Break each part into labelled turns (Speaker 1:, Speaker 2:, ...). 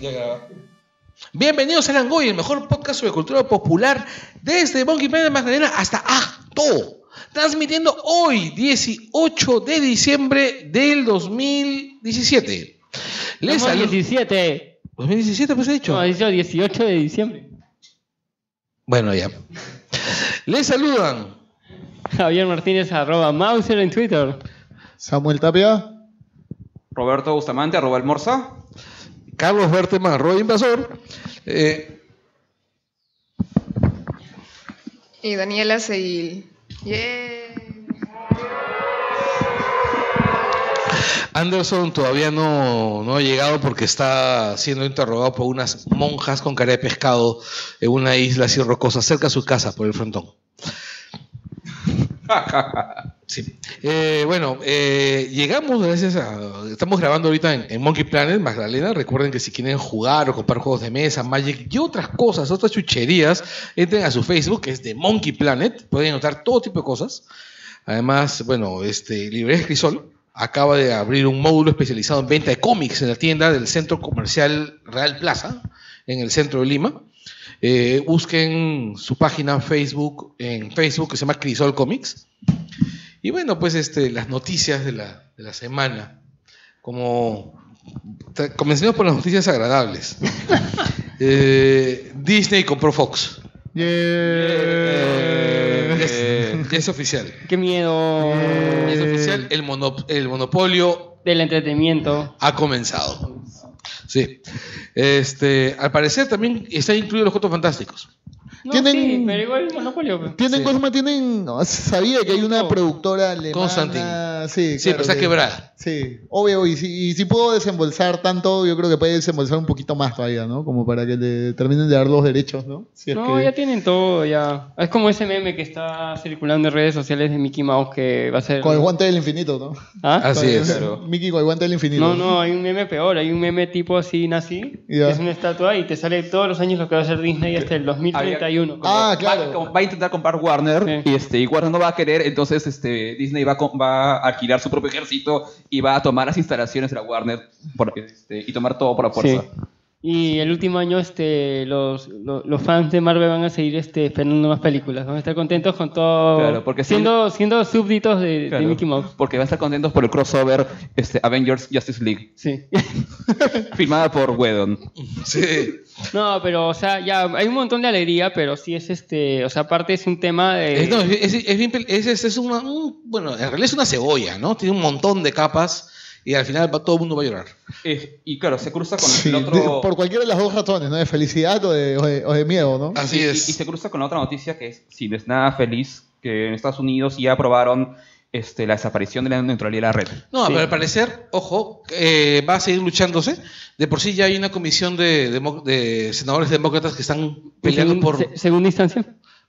Speaker 1: Ya grababa.
Speaker 2: Bienvenidos a Langoy, el mejor podcast sobre cultura popular desde Monkey Planet de Magdalena hasta Acto. Transmitiendo hoy, 18 de diciembre del 2017. Les
Speaker 3: Estamos
Speaker 2: saludo.
Speaker 3: 17.
Speaker 2: 2017, pues he dicho.
Speaker 3: No, dice 18 de diciembre.
Speaker 2: Bueno, ya. Les saludan.
Speaker 3: Javier Martínez, arroba Mauser en Twitter.
Speaker 4: Samuel Tapia.
Speaker 1: Roberto Bustamante, arroba el morsa.
Speaker 2: Carlos Berteman, Roy Invasor. Eh,
Speaker 5: Y Daniela Seil. Yeah.
Speaker 2: Anderson todavía no, no ha llegado porque está siendo interrogado por unas monjas con cara de pescado en una isla así rocosa cerca de su casa por el frontón. Sí. Eh, bueno, eh, llegamos gracias a... Estamos grabando ahorita en, en Monkey Planet, Magdalena. Recuerden que si quieren jugar o comprar juegos de mesa, Magic y otras cosas, otras chucherías, entren a su Facebook, que es de Monkey Planet. Pueden notar todo tipo de cosas. Además, bueno, este Librería Crisol acaba de abrir un módulo especializado en venta de cómics en la tienda del Centro Comercial Real Plaza, en el centro de Lima. Eh, busquen su página en Facebook, en Facebook que se llama Crisol Comics. Y bueno, pues este, las noticias de la, de la semana. Como te- comencemos por las noticias agradables. Eh, Disney compró Fox.
Speaker 4: Yeah.
Speaker 2: Ya es- ya es oficial.
Speaker 3: Qué miedo
Speaker 2: Es oficial, Eh, el, mono- el monopolio
Speaker 3: del entretenimiento.
Speaker 2: ha comenzado. Sí. Este, al parecer también están incluidos los Cuatro Fantásticos.
Speaker 3: No,
Speaker 4: Tienen-
Speaker 3: sí, pero igual el monopolio. pues.
Speaker 4: Tienen
Speaker 2: Sí.
Speaker 4: Cosma, tienen. no, sabía que hay una productora alemana.
Speaker 2: Constantin.
Speaker 4: Sí,
Speaker 2: Sí, pues, pero está
Speaker 4: que-
Speaker 2: quebrada.
Speaker 4: Sí, obvio, y si, y si pudo desembolsar tanto, yo creo que puede desembolsar un poquito más todavía, ¿no? Como para que le terminen de dar los derechos, ¿no? Si es
Speaker 3: No,
Speaker 4: que-
Speaker 3: ya tienen todo, ya. Es como ese meme que está circulando en redes sociales de Mickey Mouse que va a ser...
Speaker 4: Con el guante del infinito, ¿no?
Speaker 3: ¿Ah?
Speaker 2: Así es.
Speaker 4: Mickey con el guante del infinito.
Speaker 3: No, no, hay un meme peor, hay un meme tipo así, nazi,
Speaker 4: Ya.
Speaker 3: que es una estatua y te sale todos los años lo que va a hacer Disney hasta el 2031.
Speaker 4: Ah, claro.
Speaker 1: Va, como va a intentar comprar Warner
Speaker 3: Sí.
Speaker 1: y, este, y Warner no va a querer, entonces este, Disney va a, com- va a alquilar su propio ejército y va a tomar las instalaciones de la Warner por- este, y tomar todo por la fuerza.
Speaker 3: Sí. Y el último año este, los, lo- los, fans de Marvel van a seguir este, esperando más películas. Van a estar contentos con todo.
Speaker 1: Claro, porque si-
Speaker 3: siendo, siendo súbditos de, de
Speaker 1: Claro,
Speaker 3: Mickey Mouse.
Speaker 1: Porque va a estar contentos por el crossover este, Avengers Justice League,
Speaker 3: Sí.
Speaker 1: filmada por Whedon.
Speaker 2: Sí.
Speaker 3: No, pero, o sea, ya hay un montón de alegría, pero sí es este. O sea, aparte es un tema de.
Speaker 2: Es, no, es- es- es bien pel- es- es- es una, un- bueno, en realidad es una cebolla, ¿no? Tiene un montón de capas y al final va- todo el mundo va a llorar.
Speaker 1: Eh, y claro, se cruza con
Speaker 4: Sí,
Speaker 1: el
Speaker 4: de-
Speaker 1: otro.
Speaker 4: por cualquiera de las dos razones, ¿no? De felicidad o de, o de- o de miedo, ¿no?
Speaker 2: Así
Speaker 1: y, y-
Speaker 2: es.
Speaker 1: y se cruza con la otra noticia que es, si no es nada feliz, que en Estados Unidos ya aprobaron este, la desaparición de la neutralidad de la red.
Speaker 2: No,
Speaker 3: Sí.
Speaker 2: pero al parecer, ojo, eh, va a seguir luchándose. De por sí ya hay una comisión de, demo- de senadores demócratas que están peleando
Speaker 3: segun-
Speaker 2: por,
Speaker 3: se- segunda instancia.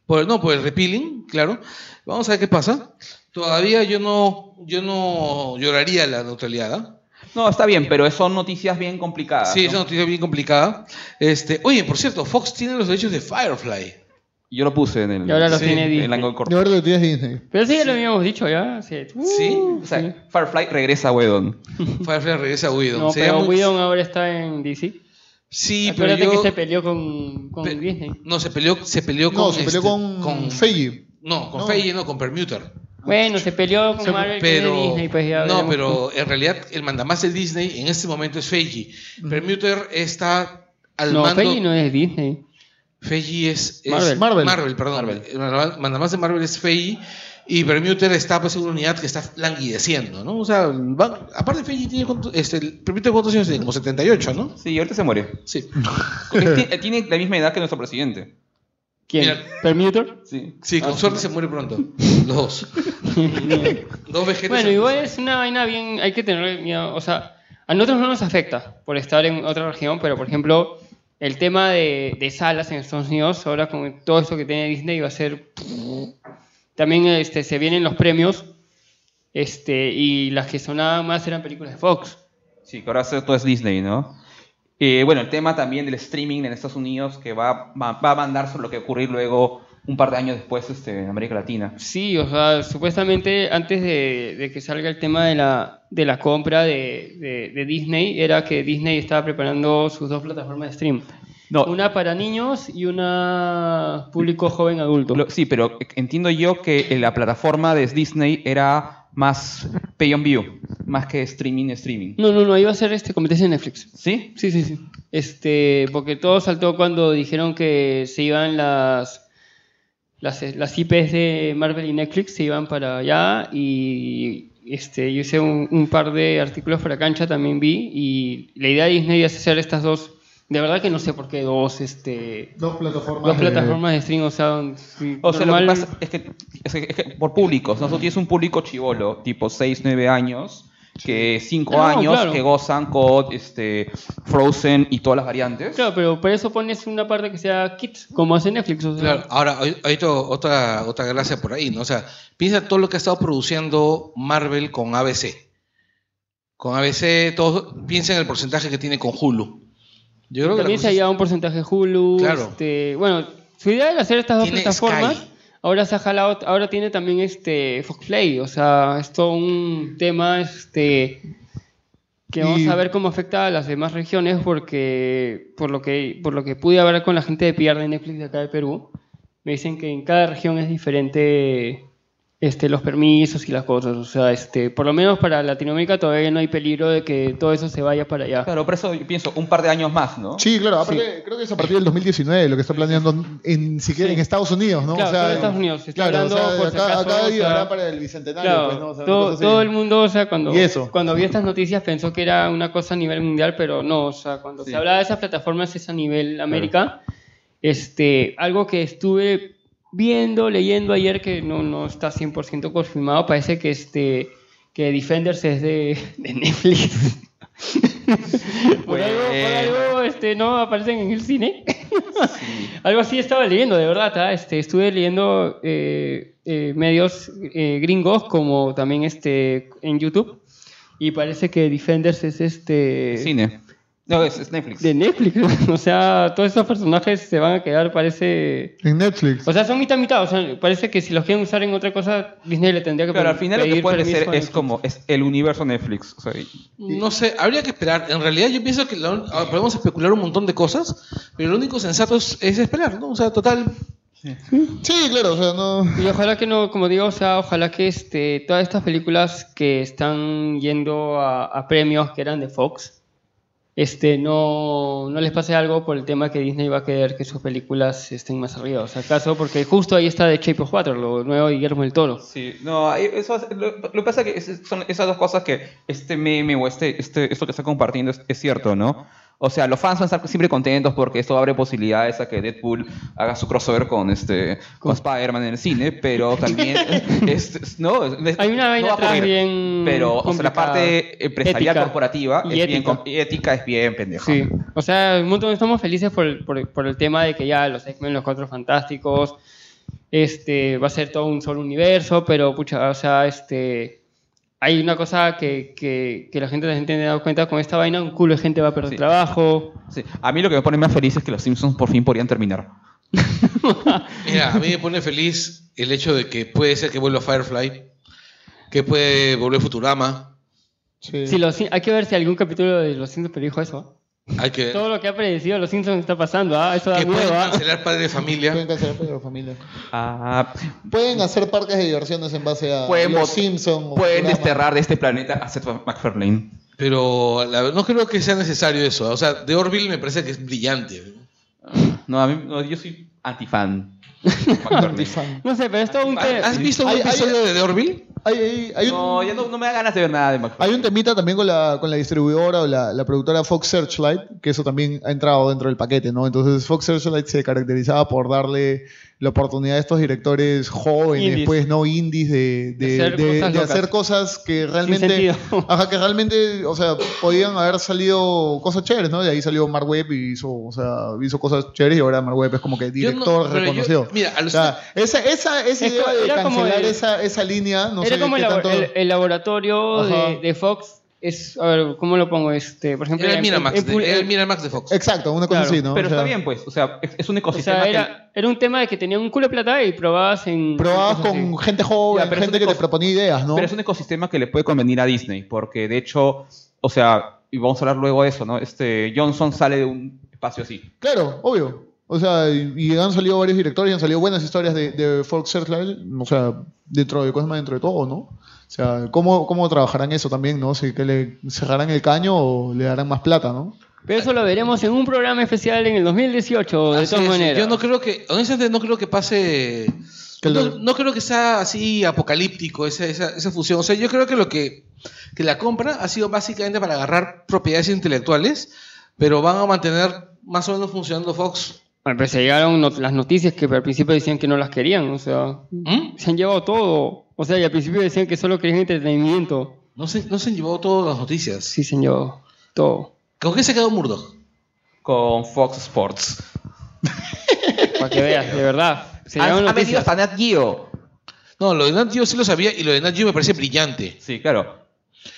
Speaker 2: por- no, por el repealing, claro. Vamos a ver qué pasa. Todavía yo no, yo no lloraría la neutralidad. ¿ah?
Speaker 1: No, está bien, pero son noticias bien complicadas.
Speaker 2: Sí,
Speaker 1: ¿no?
Speaker 2: es una noticia bien complicada. Este, oye, por cierto, Fox tiene los derechos de Firefly.
Speaker 1: Yo lo puse en el.
Speaker 3: Y ahora lo
Speaker 1: sí,
Speaker 3: tiene
Speaker 1: en
Speaker 3: Disney.
Speaker 1: el ángulo
Speaker 4: Y
Speaker 1: corto.
Speaker 4: ahora lo tienes Disney.
Speaker 3: Pero sí, ya lo habíamos dicho ya. Sí.
Speaker 2: Sí,
Speaker 1: O sea, Firefly regresa a Wedon.
Speaker 2: Firefly regresa a Whedon.
Speaker 3: No,
Speaker 2: Sería
Speaker 3: pero
Speaker 2: muy-
Speaker 3: Whedon ahora está en DC.
Speaker 2: Sí, pero
Speaker 3: Acuérdate
Speaker 2: yo...
Speaker 3: que se peleó con, con
Speaker 2: pe-
Speaker 3: Disney.
Speaker 2: No, se peleó, se peleó con...
Speaker 4: No, se peleó
Speaker 2: este,
Speaker 4: con, Feige.
Speaker 2: No, con
Speaker 4: No.
Speaker 2: Feige, no, con Permuter.
Speaker 3: Bueno, se peleó con Marvel que es de
Speaker 2: pero,
Speaker 3: Disney, pues ya
Speaker 2: no,
Speaker 3: veremos.
Speaker 2: pero en realidad el mandamás de Disney en este momento es Feige. Permuter está al
Speaker 3: No,
Speaker 2: mando...
Speaker 3: Feige no es Disney.
Speaker 2: Feige es, es-
Speaker 3: Marvel.
Speaker 4: Marvel.
Speaker 2: perdón. El manda- mandamás de Marvel es Feige y Permuter está pues en una unidad que está languideciendo, ¿no? O sea, van- aparte Feige tiene cuánto- este, el Permuter cuántos años tiene? como 78, ¿no?
Speaker 1: Sí, ahorita se murió.
Speaker 2: Sí.
Speaker 1: tiene, eh, tiene la misma edad que nuestro presidente.
Speaker 3: ¿Quién? Ah,
Speaker 2: Mira.
Speaker 3: ¿Permutor?
Speaker 1: Sí.
Speaker 2: Sí, con suerte se muere pronto. Los dos. dos vegetales.
Speaker 3: Bueno, igual es una vaina bien, hay que tener miedo, o sea, a nosotros no nos afecta por estar en otra región, pero por ejemplo, el tema de, de salas en Estados Unidos, ahora con todo esto que tiene Disney va a ser... También este, se vienen los premios este, y las que sonaban más eran películas de Fox.
Speaker 1: Sí, que ahora hace- todo es Disney, ¿no? Eh, bueno, el tema también del streaming en Estados Unidos que va, va, va a mandar sobre lo que va a ocurrir luego un par de años después este, en América Latina.
Speaker 3: Sí, o sea, supuestamente antes de, de que salga el tema de la, de la compra de, de- de Disney, era que Disney estaba preparando sus dos plataformas de stream.
Speaker 1: No.
Speaker 3: Una para niños y una público joven adulto.
Speaker 1: Lo- sí, pero entiendo yo que eh, la plataforma de Disney era más pay on view, más que streaming, streaming.
Speaker 3: No, no, no, iba a ser este competencia de Netflix.
Speaker 1: ¿Sí?
Speaker 3: Sí, sí, sí. Este, porque todo saltó cuando dijeron que se iban las las, las IPs de Marvel y Netflix se iban para allá y este, yo hice un, un par de artículos para cancha también vi y la idea de Disney es hacer estas dos, de verdad que no sé por qué dos, este,
Speaker 4: Dos plataformas.
Speaker 3: dos
Speaker 4: de-
Speaker 3: plataformas de stream, o sea, un-
Speaker 1: O sea,
Speaker 3: normal-
Speaker 1: lo que pasa es que, es que- es que por públicos, ¿no? Tú tienes un público chivolo, tipo 6, 9 años, que 5
Speaker 3: Ah, no,
Speaker 1: años,
Speaker 3: claro.
Speaker 1: que gozan con este, Frozen y todas las variantes.
Speaker 3: Claro, pero por eso pones una parte que sea kids, como hace Netflix. o sea.
Speaker 2: Claro, ahora hay, hay to- otra, otra gracia por ahí, ¿no? O sea, piensa todo lo que ha estado produciendo Marvel con ABC. Con ABC, todos piensa en el porcentaje que tiene con Hulu. Yo creo que la
Speaker 3: También se
Speaker 2: cosa
Speaker 3: ha
Speaker 2: es-
Speaker 3: llevado un porcentaje Hulu.
Speaker 2: Claro.
Speaker 3: este, bueno, su idea era hacer estas dos
Speaker 2: Tiene
Speaker 3: plataformas.
Speaker 2: Sky.
Speaker 3: Ahora se ha jalado, ahora tiene también este Fox Play. O sea, es todo un tema este que vamos
Speaker 4: Y-
Speaker 3: a ver cómo afecta a las demás regiones porque por lo que por lo que pude hablar con la gente de PR de Netflix de acá de Perú, me dicen que en cada región es diferente este, los permisos y las cosas. O sea, este, por lo menos para Latinoamérica todavía no hay peligro de que todo eso se vaya para allá.
Speaker 1: Claro, por eso yo pienso un par de años más, ¿no?
Speaker 4: Sí, claro. aparte, creo que es a partir del 2019 lo que está planeando en, siquiera
Speaker 3: Sí.
Speaker 4: en Estados Unidos, ¿no?
Speaker 3: Claro,
Speaker 4: o sea,
Speaker 3: todo en Estados Unidos. Se está
Speaker 4: Claro, o sea,
Speaker 3: hablando, por si
Speaker 4: acá,
Speaker 3: acaso,
Speaker 4: acá
Speaker 3: o
Speaker 4: llegará
Speaker 3: sea,
Speaker 4: para el bicentenario,
Speaker 3: Claro,
Speaker 4: pues, ¿no? O sea, una
Speaker 3: todo,
Speaker 4: cosa así.
Speaker 3: todo el mundo, o sea, cuando,
Speaker 4: Y eso.
Speaker 3: cuando vi estas noticias pensó que era una cosa a nivel mundial, pero no, o sea, cuando
Speaker 1: Sí.
Speaker 3: se habla de esas plataformas es a nivel América. Este, algo que estuve viendo, leyendo ayer, que no, no está 100% confirmado, parece que, este, que Defenders es de, de Netflix. por algo, por algo, este, no aparecen en el cine. Algo así estaba leyendo, de verdad. ¿ah? Este, estuve leyendo eh, eh, medios eh, gringos como también este, en YouTube. Y parece que Defenders es este
Speaker 1: Cine. No, es, es Netflix.
Speaker 3: de Netflix. o sea, todos esos personajes se van a quedar, parece...
Speaker 4: En Netflix.
Speaker 3: O sea, son mitad mitad. O sea, parece que si los quieren usar en otra cosa, Disney le tendría que
Speaker 1: Pero al
Speaker 3: pe-
Speaker 1: final lo que
Speaker 3: pedir
Speaker 1: puede
Speaker 3: permiso
Speaker 1: ser
Speaker 3: a
Speaker 1: es
Speaker 3: Netflix.
Speaker 1: como es el universo Netflix. o sea, y-
Speaker 2: No sé, habría que esperar. En realidad yo pienso que la un- ah, podemos especular un montón de cosas, pero lo único sensato es, es esperar, ¿no? O sea, total,
Speaker 4: Sí, claro, o sea, no.
Speaker 3: Y ojalá que no, como digo, o sea, ojalá que este, todas estas películas que están yendo a, a premios que eran de Fox, este, no, no les pase algo por el tema que Disney va a querer que sus películas estén más arriba. O sea, acaso porque justo ahí está The Shape of Water, lo nuevo de Guillermo del Toro.
Speaker 1: Sí, no, ahí- eso es- lo, lo que pasa es que es- son esas dos cosas que este meme o este, este, esto que está compartiendo es, es cierto, ¿no? O sea, los fans van a estar siempre contentos porque esto abre posibilidades a que Deadpool haga su crossover con este con Spider-Man en el cine, pero también es- no, es-
Speaker 3: Hay una
Speaker 1: no
Speaker 3: vaina
Speaker 1: va a
Speaker 3: atrás
Speaker 1: ocurrir.
Speaker 3: bien
Speaker 1: pero o sea,
Speaker 3: complicada.
Speaker 1: la parte empresarial
Speaker 3: Ética.
Speaker 1: corporativa
Speaker 3: Y
Speaker 1: es bien
Speaker 3: ética.
Speaker 1: com- y ética es bien pendeja.
Speaker 3: Sí, o sea, un montón estamos felices por, el- por el- por el tema de que ya los X-Men, los Cuatro Fantásticos, este, va a ser todo un solo universo, pero pucha, o sea, este, hay una cosa que, que, que la gente también tiene dado cuenta con esta vaina, un culo de gente va a perder
Speaker 1: Sí.
Speaker 3: trabajo.
Speaker 1: Sí. A mí lo que me pone más feliz es que los Simpsons por fin podrían terminar.
Speaker 2: Mira, a mí me pone feliz el hecho de que puede ser que vuelva Firefly, que puede volver Futurama.
Speaker 4: Sí.
Speaker 3: Si los Sim- hay que ver si algún capítulo de Los Simpsons predijo eso. ¿ah?
Speaker 2: Hay que ver.
Speaker 3: Todo lo que ha predecido Los Simpsons está pasando, ¿ah? eso da
Speaker 2: Que pueden
Speaker 3: miedo. ¿ah?
Speaker 2: cancelar Padre de
Speaker 4: Pueden
Speaker 2: Familia.
Speaker 4: cancelar pero familia.
Speaker 1: Ah,
Speaker 4: Pueden hacer parques de diversiones en base a
Speaker 1: Pueden
Speaker 4: los
Speaker 1: bot-
Speaker 4: Simpsons. o
Speaker 1: pueden
Speaker 4: Futurama.
Speaker 1: desterrar de este planeta a Seth MacFarlane.
Speaker 2: Pero la- no creo que sea necesario eso. ¿eh? O sea, de Orville me parece que es brillante. ¿eh?
Speaker 1: Ah, No, a mí, no, yo soy antifan.
Speaker 4: Fan.
Speaker 3: No sé, pero es todo un tema.
Speaker 2: ¿Has visto un
Speaker 4: Hay- hay-
Speaker 2: episodio de The Orville?
Speaker 4: Hay, hay, hay un,
Speaker 1: No, ya no, no me da ganas de ver nada de McFarlane.
Speaker 4: hay un temita también con la, con la distribuidora o la, la productora Fox Searchlight, que eso también ha entrado dentro del paquete, ¿no? Entonces Fox Searchlight se caracterizaba por darle la oportunidad a estos directores jóvenes,
Speaker 3: Indies.
Speaker 4: pues, ¿no? Indies de, de-
Speaker 3: De hacer
Speaker 4: de-
Speaker 3: cosas
Speaker 4: de
Speaker 3: locas.
Speaker 4: hacer cosas que realmente...
Speaker 3: sentido.
Speaker 4: Ajá, que realmente, o sea, podían haber salido cosas chéveres, ¿no? De ahí salió Mark Webb y hizo, o sea, hizo cosas chéveres y ahora Mark Webb es como que
Speaker 2: Yo no-
Speaker 4: director
Speaker 2: pero yo-
Speaker 4: reconocido.
Speaker 2: mira, a
Speaker 4: O
Speaker 2: los-
Speaker 4: sea, esa, esa, esa
Speaker 3: Es
Speaker 4: idea
Speaker 3: co-
Speaker 4: de
Speaker 3: era como
Speaker 4: cancelar
Speaker 3: el-
Speaker 4: esa, esa línea, no
Speaker 3: Era
Speaker 4: sé
Speaker 3: como
Speaker 4: qué
Speaker 3: el, labo-
Speaker 4: tanto...
Speaker 3: el- el laboratorio
Speaker 4: Ajá.
Speaker 3: de, de Fox es, a ver, ¿cómo lo pongo? Este, por ejemplo,
Speaker 2: Era
Speaker 4: Eh,
Speaker 2: el
Speaker 3: en-
Speaker 2: Miramax,
Speaker 3: en-
Speaker 2: de,
Speaker 3: en-
Speaker 2: era el Miramax de Fox.
Speaker 4: Exacto, una cosa
Speaker 3: Claro,
Speaker 4: así, ¿no?
Speaker 1: Pero
Speaker 4: O sea,
Speaker 1: está bien, pues. O sea, es, es un
Speaker 3: o
Speaker 1: ecosistema.
Speaker 3: sea,
Speaker 1: que-
Speaker 3: era, era un tema de que tenían un culo de plata y probabas en...
Speaker 4: Probabas
Speaker 3: cosas así.
Speaker 4: con gente joven,
Speaker 1: Ya, pero es
Speaker 4: gente
Speaker 1: una
Speaker 4: que te
Speaker 1: cosa-
Speaker 4: proponía ideas, ¿no?
Speaker 1: Pero es un ecosistema que le puede convenir a Disney, porque de hecho, o sea, y vamos a hablar luego de eso, ¿no? Este, Johnson sale de un espacio así.
Speaker 4: Claro, obvio. O sea, y y han salido varios directores y han salido buenas historias de, de Folk Searchlight, o sea, dentro de Cosma, dentro de todo, ¿no? O sea, ¿cómo, cómo trabajarán eso también, no? Si que le cerrarán el caño o le darán más plata, ¿no?
Speaker 3: Pero eso lo veremos en un programa especial en el 2018, de
Speaker 2: Así
Speaker 3: todas
Speaker 2: es,
Speaker 3: maneras.
Speaker 2: Yo no creo que, honestamente, no creo que pase.
Speaker 4: Que
Speaker 2: no,
Speaker 4: lo-
Speaker 2: no creo que sea así apocalíptico esa, esa, esa fusión. O sea, yo creo que lo que, que la compra ha sido básicamente para agarrar propiedades intelectuales, pero van a mantener más o menos funcionando Fox.
Speaker 3: Bueno, pero se llegaron not- las noticias que al principio decían que no las querían, o sea,
Speaker 2: ¿Mm?
Speaker 3: se han llevado todo. O sea, y al principio decían que solo querían entretenimiento.
Speaker 2: No se, no se han llevado todas las noticias.
Speaker 3: Sí, se han llevado todo.
Speaker 2: ¿Con qué se quedó Murdoch?
Speaker 1: Con Fox Sports.
Speaker 3: Para que veas, de verdad. Se
Speaker 2: Ah,
Speaker 1: Ha,
Speaker 3: llevaron
Speaker 1: ha venido
Speaker 3: noticias.
Speaker 1: hasta Nat Geo.
Speaker 2: No, lo de Nat Geo sí lo sabía y lo de Nat Geo me parece brillante.
Speaker 1: Sí, claro.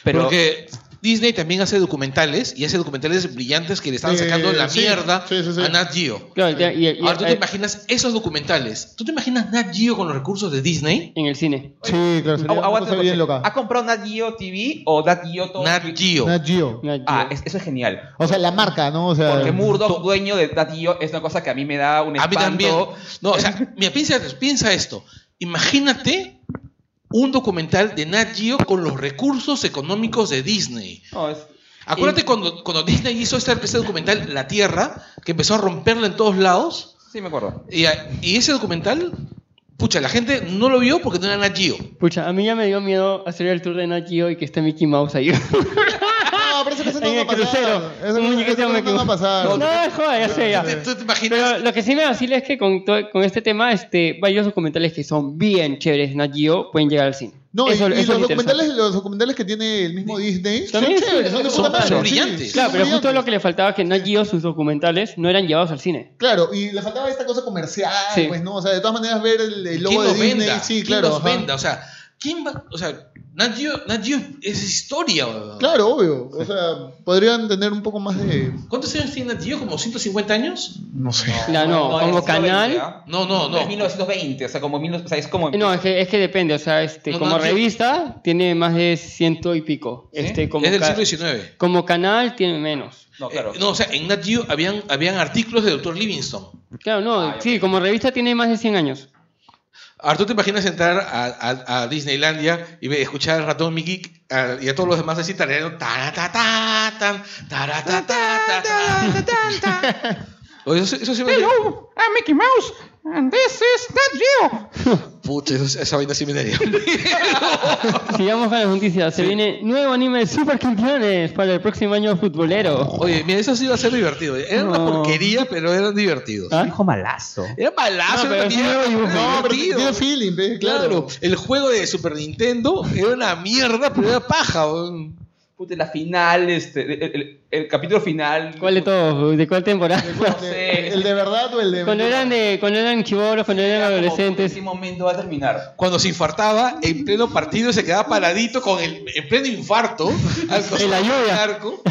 Speaker 1: Pero
Speaker 2: Porque Disney también hace documentales y hace documentales brillantes que le están
Speaker 4: Sí,
Speaker 2: sacando la
Speaker 4: sí,
Speaker 2: mierda
Speaker 4: sí, sí, sí.
Speaker 2: a Nat Geo.
Speaker 3: Claro, y te- y- y-
Speaker 2: Ahora tú te
Speaker 3: eh,
Speaker 2: imaginas esos documentales. ¿Tú te imaginas Nat Geo con los recursos de Disney?
Speaker 3: en el cine.
Speaker 4: Sí, claro,
Speaker 1: agu-
Speaker 4: sería una
Speaker 1: aguanta
Speaker 4: cosa bien
Speaker 1: entonces, ¿Ha
Speaker 4: loca.
Speaker 1: comprado Nat Geo TV o Nat Geo todo?
Speaker 2: Nat Geo.
Speaker 4: Nat Geo. Ah.
Speaker 3: Una-
Speaker 1: Ah, es- eso es genial.
Speaker 4: O sea, la marca, ¿no? O sea,
Speaker 1: Porque Murdoch, dueño de Nat Geo, es una cosa que a mí me da un
Speaker 2: A mí
Speaker 1: espanto.
Speaker 2: también. No, o sea, mira, piensa, piensa esto. Imagínate un documental de Nat Geo con los recursos económicos de Disney.
Speaker 1: No, es-
Speaker 2: Acuérdate
Speaker 1: Y-
Speaker 2: cuando, cuando Disney hizo este, este documental La Tierra, que empezó a romperla en todos lados.
Speaker 1: Sí, me acuerdo.
Speaker 2: Y, a- y ese documental, pucha, la gente no lo vio porque no era Nat Geo.
Speaker 3: Pucha, a mí ya me dio miedo hacer el tour de Nat Geo y que está Mickey Mouse ahí.
Speaker 4: No, pero eso, eso no
Speaker 3: en el
Speaker 4: va a pasar.
Speaker 3: crucero.
Speaker 4: Eso,
Speaker 3: Un
Speaker 4: eso
Speaker 3: muñequito me
Speaker 4: no- no va a
Speaker 3: equivo-
Speaker 4: pasar.
Speaker 3: No, joder, ya sé, ya.
Speaker 2: ¿Tú, tú te
Speaker 3: Pero
Speaker 2: imaginas?
Speaker 3: lo que sí me vacila es que con, to- con este tema, este, varios documentales que son bien chéveres de Nat Geo pueden llegar al cine.
Speaker 4: No,
Speaker 3: Eso-
Speaker 4: y, y
Speaker 3: eso es
Speaker 4: los,
Speaker 3: lo
Speaker 4: documentales,
Speaker 3: interesante.
Speaker 4: los documentales que tiene el mismo Disney son
Speaker 3: También sí,
Speaker 4: chéveres, son de
Speaker 2: son-
Speaker 4: puta madre.
Speaker 2: son
Speaker 4: sí,
Speaker 2: brillantes.
Speaker 4: sí,
Speaker 3: Claro,
Speaker 4: son
Speaker 3: pero justo
Speaker 4: brillantes.
Speaker 3: lo que le faltaba que Nat Geo, sus documentales, no eran llevados al cine.
Speaker 4: Claro, y le faltaba esta cosa comercial,
Speaker 3: Sí.
Speaker 4: pues no, o sea, de todas maneras ver el, el
Speaker 2: ¿Quién
Speaker 4: logo de
Speaker 2: los
Speaker 4: Disney,
Speaker 2: venda?
Speaker 4: sí,
Speaker 2: ¿Quién
Speaker 4: claro.
Speaker 2: los
Speaker 4: ajá.
Speaker 2: venda? O sea, ¿quién va? O sea, Nat Geo, Nat Geo es historia. weón.
Speaker 4: Claro, obvio. O sea, podrían tener un poco más de.
Speaker 2: ¿Cuántos años tiene Nat Geo? ¿Como 150 años?
Speaker 4: No sé.
Speaker 3: La- no, como
Speaker 1: es
Speaker 3: canal-
Speaker 1: 1920, ¿ah?
Speaker 2: No, no, no.
Speaker 1: Es 1920, o sea, como, mil- o sea, es como Ah,
Speaker 3: Eh, No, es que, es que depende, o sea, este,
Speaker 2: No,
Speaker 3: como
Speaker 2: Nat Geo-
Speaker 3: revista tiene más de ciento y pico.
Speaker 1: ¿Sí?
Speaker 3: Este, como,
Speaker 2: Es del
Speaker 3: ca-
Speaker 2: siglo XIX.
Speaker 3: como canal tiene menos.
Speaker 1: No, claro.
Speaker 2: Eh, No, o sea, en Nat Geo habían, habían artículos de Dr. Livingstone.
Speaker 3: Claro, no,
Speaker 1: Ah, ya,
Speaker 3: sí, como revista tiene más de 100 años.
Speaker 2: Ahora, ¿tú te imaginas entrar a, a- a Disneylandia y ve- escuchar al ratón Mickey a- y a todos los demás así tarareando ta ta ta tan ta ta ta ta Eso, eso sí me
Speaker 6: Hello, I'm Ah, Mickey Mouse, and this is Nat Geo.
Speaker 2: Puta, eso- esa vaina sí me daría.
Speaker 3: Sigamos con las noticias. Se viene nuevo anime de Super Campeones para el próximo año futbolero.
Speaker 2: Oye, mira, eso sí iba a ser divertido. Era una
Speaker 3: No.
Speaker 2: porquería, pero eran divertidos.
Speaker 3: ¿Ah?
Speaker 1: Hijo malazo.
Speaker 2: Era malazo,
Speaker 3: No,
Speaker 2: era
Speaker 3: pero es
Speaker 2: una
Speaker 3: un nuevo
Speaker 2: mierda,
Speaker 3: dibujo.
Speaker 2: pero era
Speaker 3: No,
Speaker 4: pero
Speaker 2: divertido.
Speaker 4: tiene feeling, ¿ves?
Speaker 2: Claro.
Speaker 4: Claro.
Speaker 2: el juego de Super Nintendo era una mierda, pero era paja. weón.
Speaker 1: Puta, la final, este, el, el- el capítulo final.
Speaker 3: ¿Cuál de todos? ¿De cuál temporada?
Speaker 1: No sé.
Speaker 4: El de verdad o el de.
Speaker 3: Cuando eran de, cuando eran chiboros, cuando eran
Speaker 1: Era como, ¿En
Speaker 3: adolescentes.
Speaker 1: qué momento va a terminar?
Speaker 2: Cuando se infartaba, en pleno partido se quedaba paradito con el en pleno infarto. al costado
Speaker 3: En la
Speaker 2: del
Speaker 3: lluvia.
Speaker 2: arco.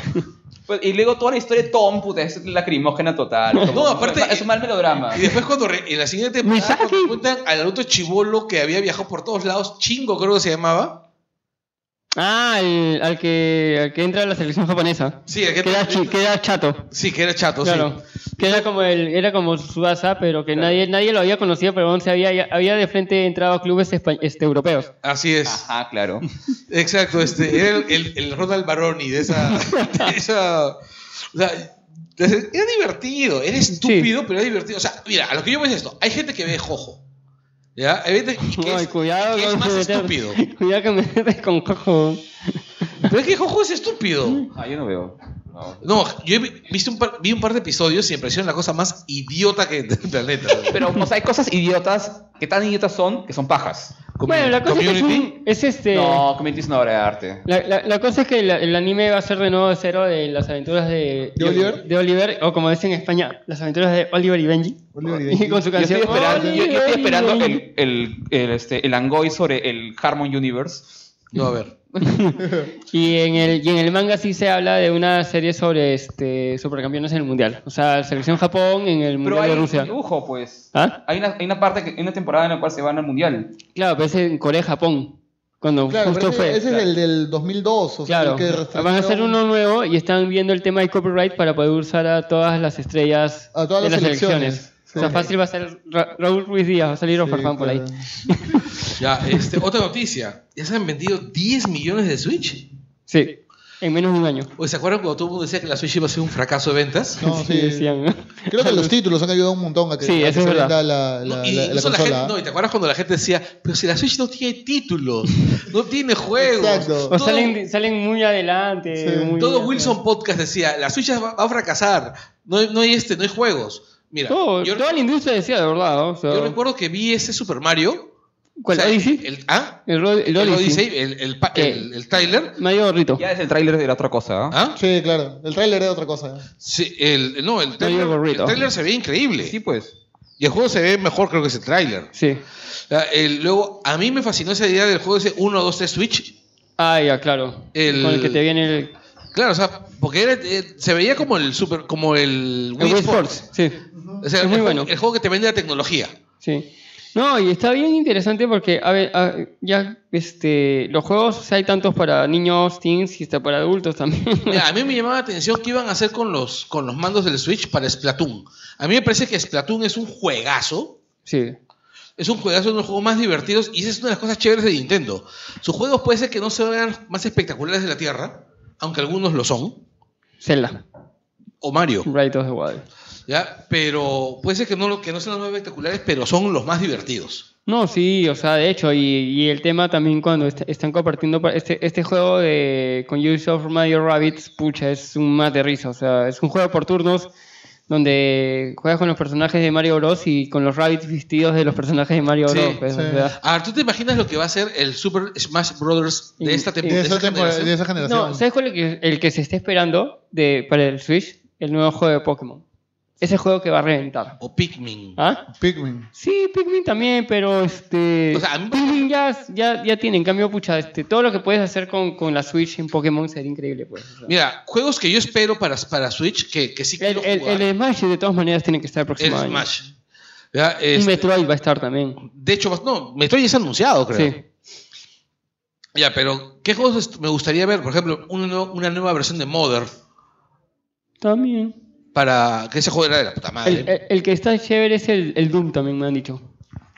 Speaker 1: Pues, y luego toda la historia de Tom, puta, es lacrimógena total. Como-
Speaker 2: aparte-
Speaker 1: Es un mal melodrama.
Speaker 2: Y después cuando re- en la siguiente temporada
Speaker 3: Misaki.
Speaker 2: cuando cuentan al adulto chivolo que había viajado por todos lados, chingo creo que se llamaba.
Speaker 3: Ah, al, al que, al que entra a la selección japonesa.
Speaker 2: Sí, el que-
Speaker 3: Queda, chi- queda chato.
Speaker 2: sí, que era chato, sí.
Speaker 3: Claro. Que era como el, era como Subasa, pero que nadie, nadie lo había conocido, pero se había, había de frente entrado a clubes espa- este, europeos.
Speaker 2: Así es.
Speaker 1: Ajá, claro.
Speaker 2: Exacto, este, era el, el, el Ronald Baroni de esa. de esa- o sea, era divertido, era estúpido, pero era divertido. O sea, mira, a lo que yo veo es esto: hay gente que ve Jojo. ¿Ya? Hay gente que es,
Speaker 3: Ay, cuidado
Speaker 2: que es
Speaker 3: con
Speaker 2: más
Speaker 3: meter-
Speaker 2: estúpido.
Speaker 3: Cuidado que me metes con cojo.
Speaker 2: Pero es que Jojo es estúpido.
Speaker 1: Ah, yo no veo. No.
Speaker 2: No, yo he vi- visto un par- vi un par de episodios y me pareció la cosa más idiota que del planeta.
Speaker 1: Pero, o sea, hay cosas idiotas que tan idiotas son que son pajas.
Speaker 3: Bueno, la cosa es que es,
Speaker 2: Community.
Speaker 3: un- es este.
Speaker 1: No, Community es una obra de arte.
Speaker 3: La, la- la cosa es que la- el anime va a ser de nuevo de cero de las aventuras de,
Speaker 4: ¿De Oliver?
Speaker 3: de Oliver, o como dicen en España, las aventuras de Oliver y Benji.
Speaker 4: Oliver y
Speaker 3: Y con
Speaker 4: Benji.
Speaker 3: su
Speaker 1: Yo estoy
Speaker 3: canción.
Speaker 1: esperando, yo- yo
Speaker 3: Oliver
Speaker 1: estoy
Speaker 3: y
Speaker 1: esperando
Speaker 3: Benji.
Speaker 1: el, el, el, este, el Angoy sobre el Harmon Universe.
Speaker 2: No, a ver.
Speaker 3: Y en el, y en el manga sí se habla de una serie sobre este supercampeones en el mundial. O sea, selección Japón en el
Speaker 1: Pero
Speaker 3: mundial
Speaker 1: hay
Speaker 3: de
Speaker 1: un
Speaker 3: Rusia.
Speaker 1: dibujo, pues.
Speaker 3: ¿Ah?
Speaker 1: Hay una, hay una parte, que, hay una temporada en la cual se van al mundial.
Speaker 3: Claro, pero es en Corea-Japón. Cuando
Speaker 4: Claro,
Speaker 3: justo
Speaker 4: pero
Speaker 3: fue.
Speaker 4: ese, ese es el del 2002. O sea,
Speaker 3: Claro,
Speaker 4: el que
Speaker 3: van a hacer
Speaker 4: restringieron
Speaker 3: uno nuevo y están viendo el tema de copyright para poder usar a todas las estrellas
Speaker 4: A todas
Speaker 3: de las
Speaker 4: las
Speaker 3: selecciones.
Speaker 4: selecciones.
Speaker 3: O sea,
Speaker 4: Sí.
Speaker 3: fácil va a ser Ra- Raúl Ruiz Díaz, va a salir
Speaker 4: Sí,
Speaker 3: Ofarfán por ahí.
Speaker 4: claro.
Speaker 2: Ya, este, otra noticia. Ya se han vendido 10 millones de Switch.
Speaker 3: Sí, en menos de un año.
Speaker 2: ¿O se acuerdan cuando todo el mundo decía que la Switch iba a ser un fracaso de ventas?
Speaker 4: No,
Speaker 3: Sí,
Speaker 4: sí.
Speaker 3: decían, ¿no?
Speaker 4: Creo que los títulos han ayudado un montón a que,
Speaker 3: Sí,
Speaker 4: a que
Speaker 3: eso es
Speaker 4: se
Speaker 3: verdad.
Speaker 4: venda la, la,
Speaker 2: No,
Speaker 4: la- la
Speaker 2: incluso la gente-
Speaker 4: consola.
Speaker 2: no, y te acuerdas cuando la gente decía, pero si la Switch no tiene títulos, no tiene juegos.
Speaker 4: Exacto.
Speaker 3: O
Speaker 2: Todo,
Speaker 3: salen, salen muy adelante.
Speaker 4: Sí.
Speaker 3: muy-
Speaker 2: Eh,
Speaker 3: eh.
Speaker 2: todo Wilson Podcast decía, la Switch va, va a fracasar, no, hay- no hay este, no hay juegos. Mira,
Speaker 3: Todo-
Speaker 2: yo,
Speaker 3: toda la industria decía, de verdad. ¿no? O sea,
Speaker 2: yo recuerdo que vi ese Super Mario.
Speaker 3: ¿Cuál?
Speaker 2: o sea,
Speaker 3: ¿Odyssey?
Speaker 2: El, ¿Ah?
Speaker 3: El, Ro- el
Speaker 2: El
Speaker 3: Odyssey. Eh,
Speaker 2: Odyssey, el, el, pa-
Speaker 3: ¿Qué?
Speaker 2: el- el trailer.
Speaker 3: Mayor gorrito.
Speaker 1: Ya es el tráiler de la otra cosa. ¿ah?
Speaker 2: ¿Ah?
Speaker 4: Sí, claro. El tráiler era otra cosa. ¿eh?
Speaker 2: Sí, el, no, el trailer,
Speaker 3: gorrito.
Speaker 2: el trailer se ve increíble.
Speaker 1: Sí, pues.
Speaker 2: Y el juego se ve mejor, creo que ese trailer.
Speaker 3: Sí.
Speaker 2: Ya, Ah, el- luego, a mí me fascinó esa idea del juego ese 1, 2, 3 Switch.
Speaker 3: Ah, ya, claro.
Speaker 2: El-
Speaker 3: Con el que te viene el,
Speaker 2: Claro, o sea, porque era, eh, se veía como el super, como el
Speaker 3: el Wii Sports. Sí.
Speaker 2: O sea,
Speaker 3: Es
Speaker 2: el,
Speaker 3: muy
Speaker 2: juego-
Speaker 3: bueno.
Speaker 2: el juego que te vende la tecnología.
Speaker 3: Sí. No, y está bien interesante porque, a ver, a- ya, este, los juegos, o sea, hay tantos para niños, teens y hasta para adultos también.
Speaker 2: Mira, a mí me llamaba la atención qué iban a hacer con los, con los mandos del Switch para Splatoon. A mí me parece que Splatoon es un juegazo.
Speaker 3: Sí.
Speaker 2: Es un juegazo, uno de los juegos más divertidos y esa es una de las cosas chéveres de Nintendo. Sus juegos puede ser que no se vean más espectaculares de la Tierra, aunque algunos lo son,
Speaker 3: Zelda,
Speaker 2: o Mario,
Speaker 3: Right of the Wild.
Speaker 2: ¿ya? Pero puede ser que no, lo- que no sean los más espectaculares, pero son los más divertidos.
Speaker 3: No, sí, o sea, de hecho, y, y el tema también cuando est- están compartiendo pa- este, este juego de, con Ubisoft Mario Rabbits, pucha, es un más de risa, o sea, es un juego por turnos donde juegas con los personajes de Mario Bros y con los rabbits vestidos de los personajes de Mario
Speaker 2: Sí,
Speaker 3: Bros. pues, o
Speaker 4: sí.
Speaker 3: sea,
Speaker 2: A ver, ¿tú te imaginas lo que va a ser el Super Smash Brothers de
Speaker 3: Y-
Speaker 2: esta
Speaker 4: De,
Speaker 2: temporada?
Speaker 4: esa temporada, de esa generación.
Speaker 3: No, ¿sabes cuál es el que, el que se está esperando de, para el Switch? El nuevo juego de Pokémon. Ese juego que va a reventar.
Speaker 2: O Pikmin.
Speaker 3: ¿Ah?
Speaker 4: Pikmin.
Speaker 3: Sí, Pikmin también, pero este.
Speaker 2: O sea, a mí-
Speaker 3: Pikmin ya, ya, ya tiene. En cambio, pucha, este, todo lo que puedes hacer con, con la Switch en Pokémon sería increíble, pues. o sea.
Speaker 2: Mira, juegos que yo espero para, para Switch que, que sí
Speaker 3: el,
Speaker 2: quiero
Speaker 3: el-
Speaker 2: jugar.
Speaker 3: el Smash, de todas maneras, tiene que estar el
Speaker 2: El
Speaker 3: próximo año.
Speaker 2: Smash. Ya,
Speaker 3: Y
Speaker 2: este,
Speaker 3: Metroid va a estar también.
Speaker 2: de hecho, no, Metroid ya es anunciado, creo.
Speaker 3: Sí.
Speaker 2: Ya, pero ¿qué juegos est- me gustaría ver? Por ejemplo, una, nueva- una nueva versión de Mother
Speaker 3: También.
Speaker 2: para que ese juego era de la puta madre.
Speaker 3: El, el- el que está chévere es el, el Doom, también me han dicho.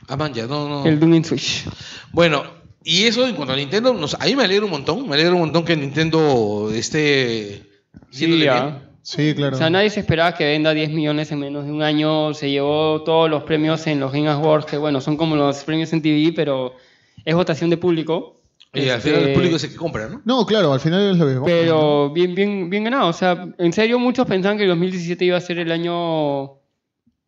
Speaker 2: Ah, man, ya, no, no.
Speaker 3: El Doom en Switch.
Speaker 2: Bueno, y eso en cuanto a Nintendo, nos, a mí me alegra un montón. Me alegra un montón que Nintendo esté
Speaker 3: Sí, ah.
Speaker 2: yéndole
Speaker 3: ya.
Speaker 2: bien.
Speaker 4: Sí, claro.
Speaker 3: O sea, nadie se esperaba que venda 10 millones en menos de un año. Se llevó todos los premios en los Game Awards, que bueno, son como los premios en TV, pero es votación de público.
Speaker 2: Y al
Speaker 3: Este,
Speaker 2: final el público es el que compra, ¿no?
Speaker 4: No, claro, al final es lo mismo.
Speaker 3: Pero bien, bien, bien ganado. O sea, en serio, muchos pensaban que el 2017 iba a ser el año.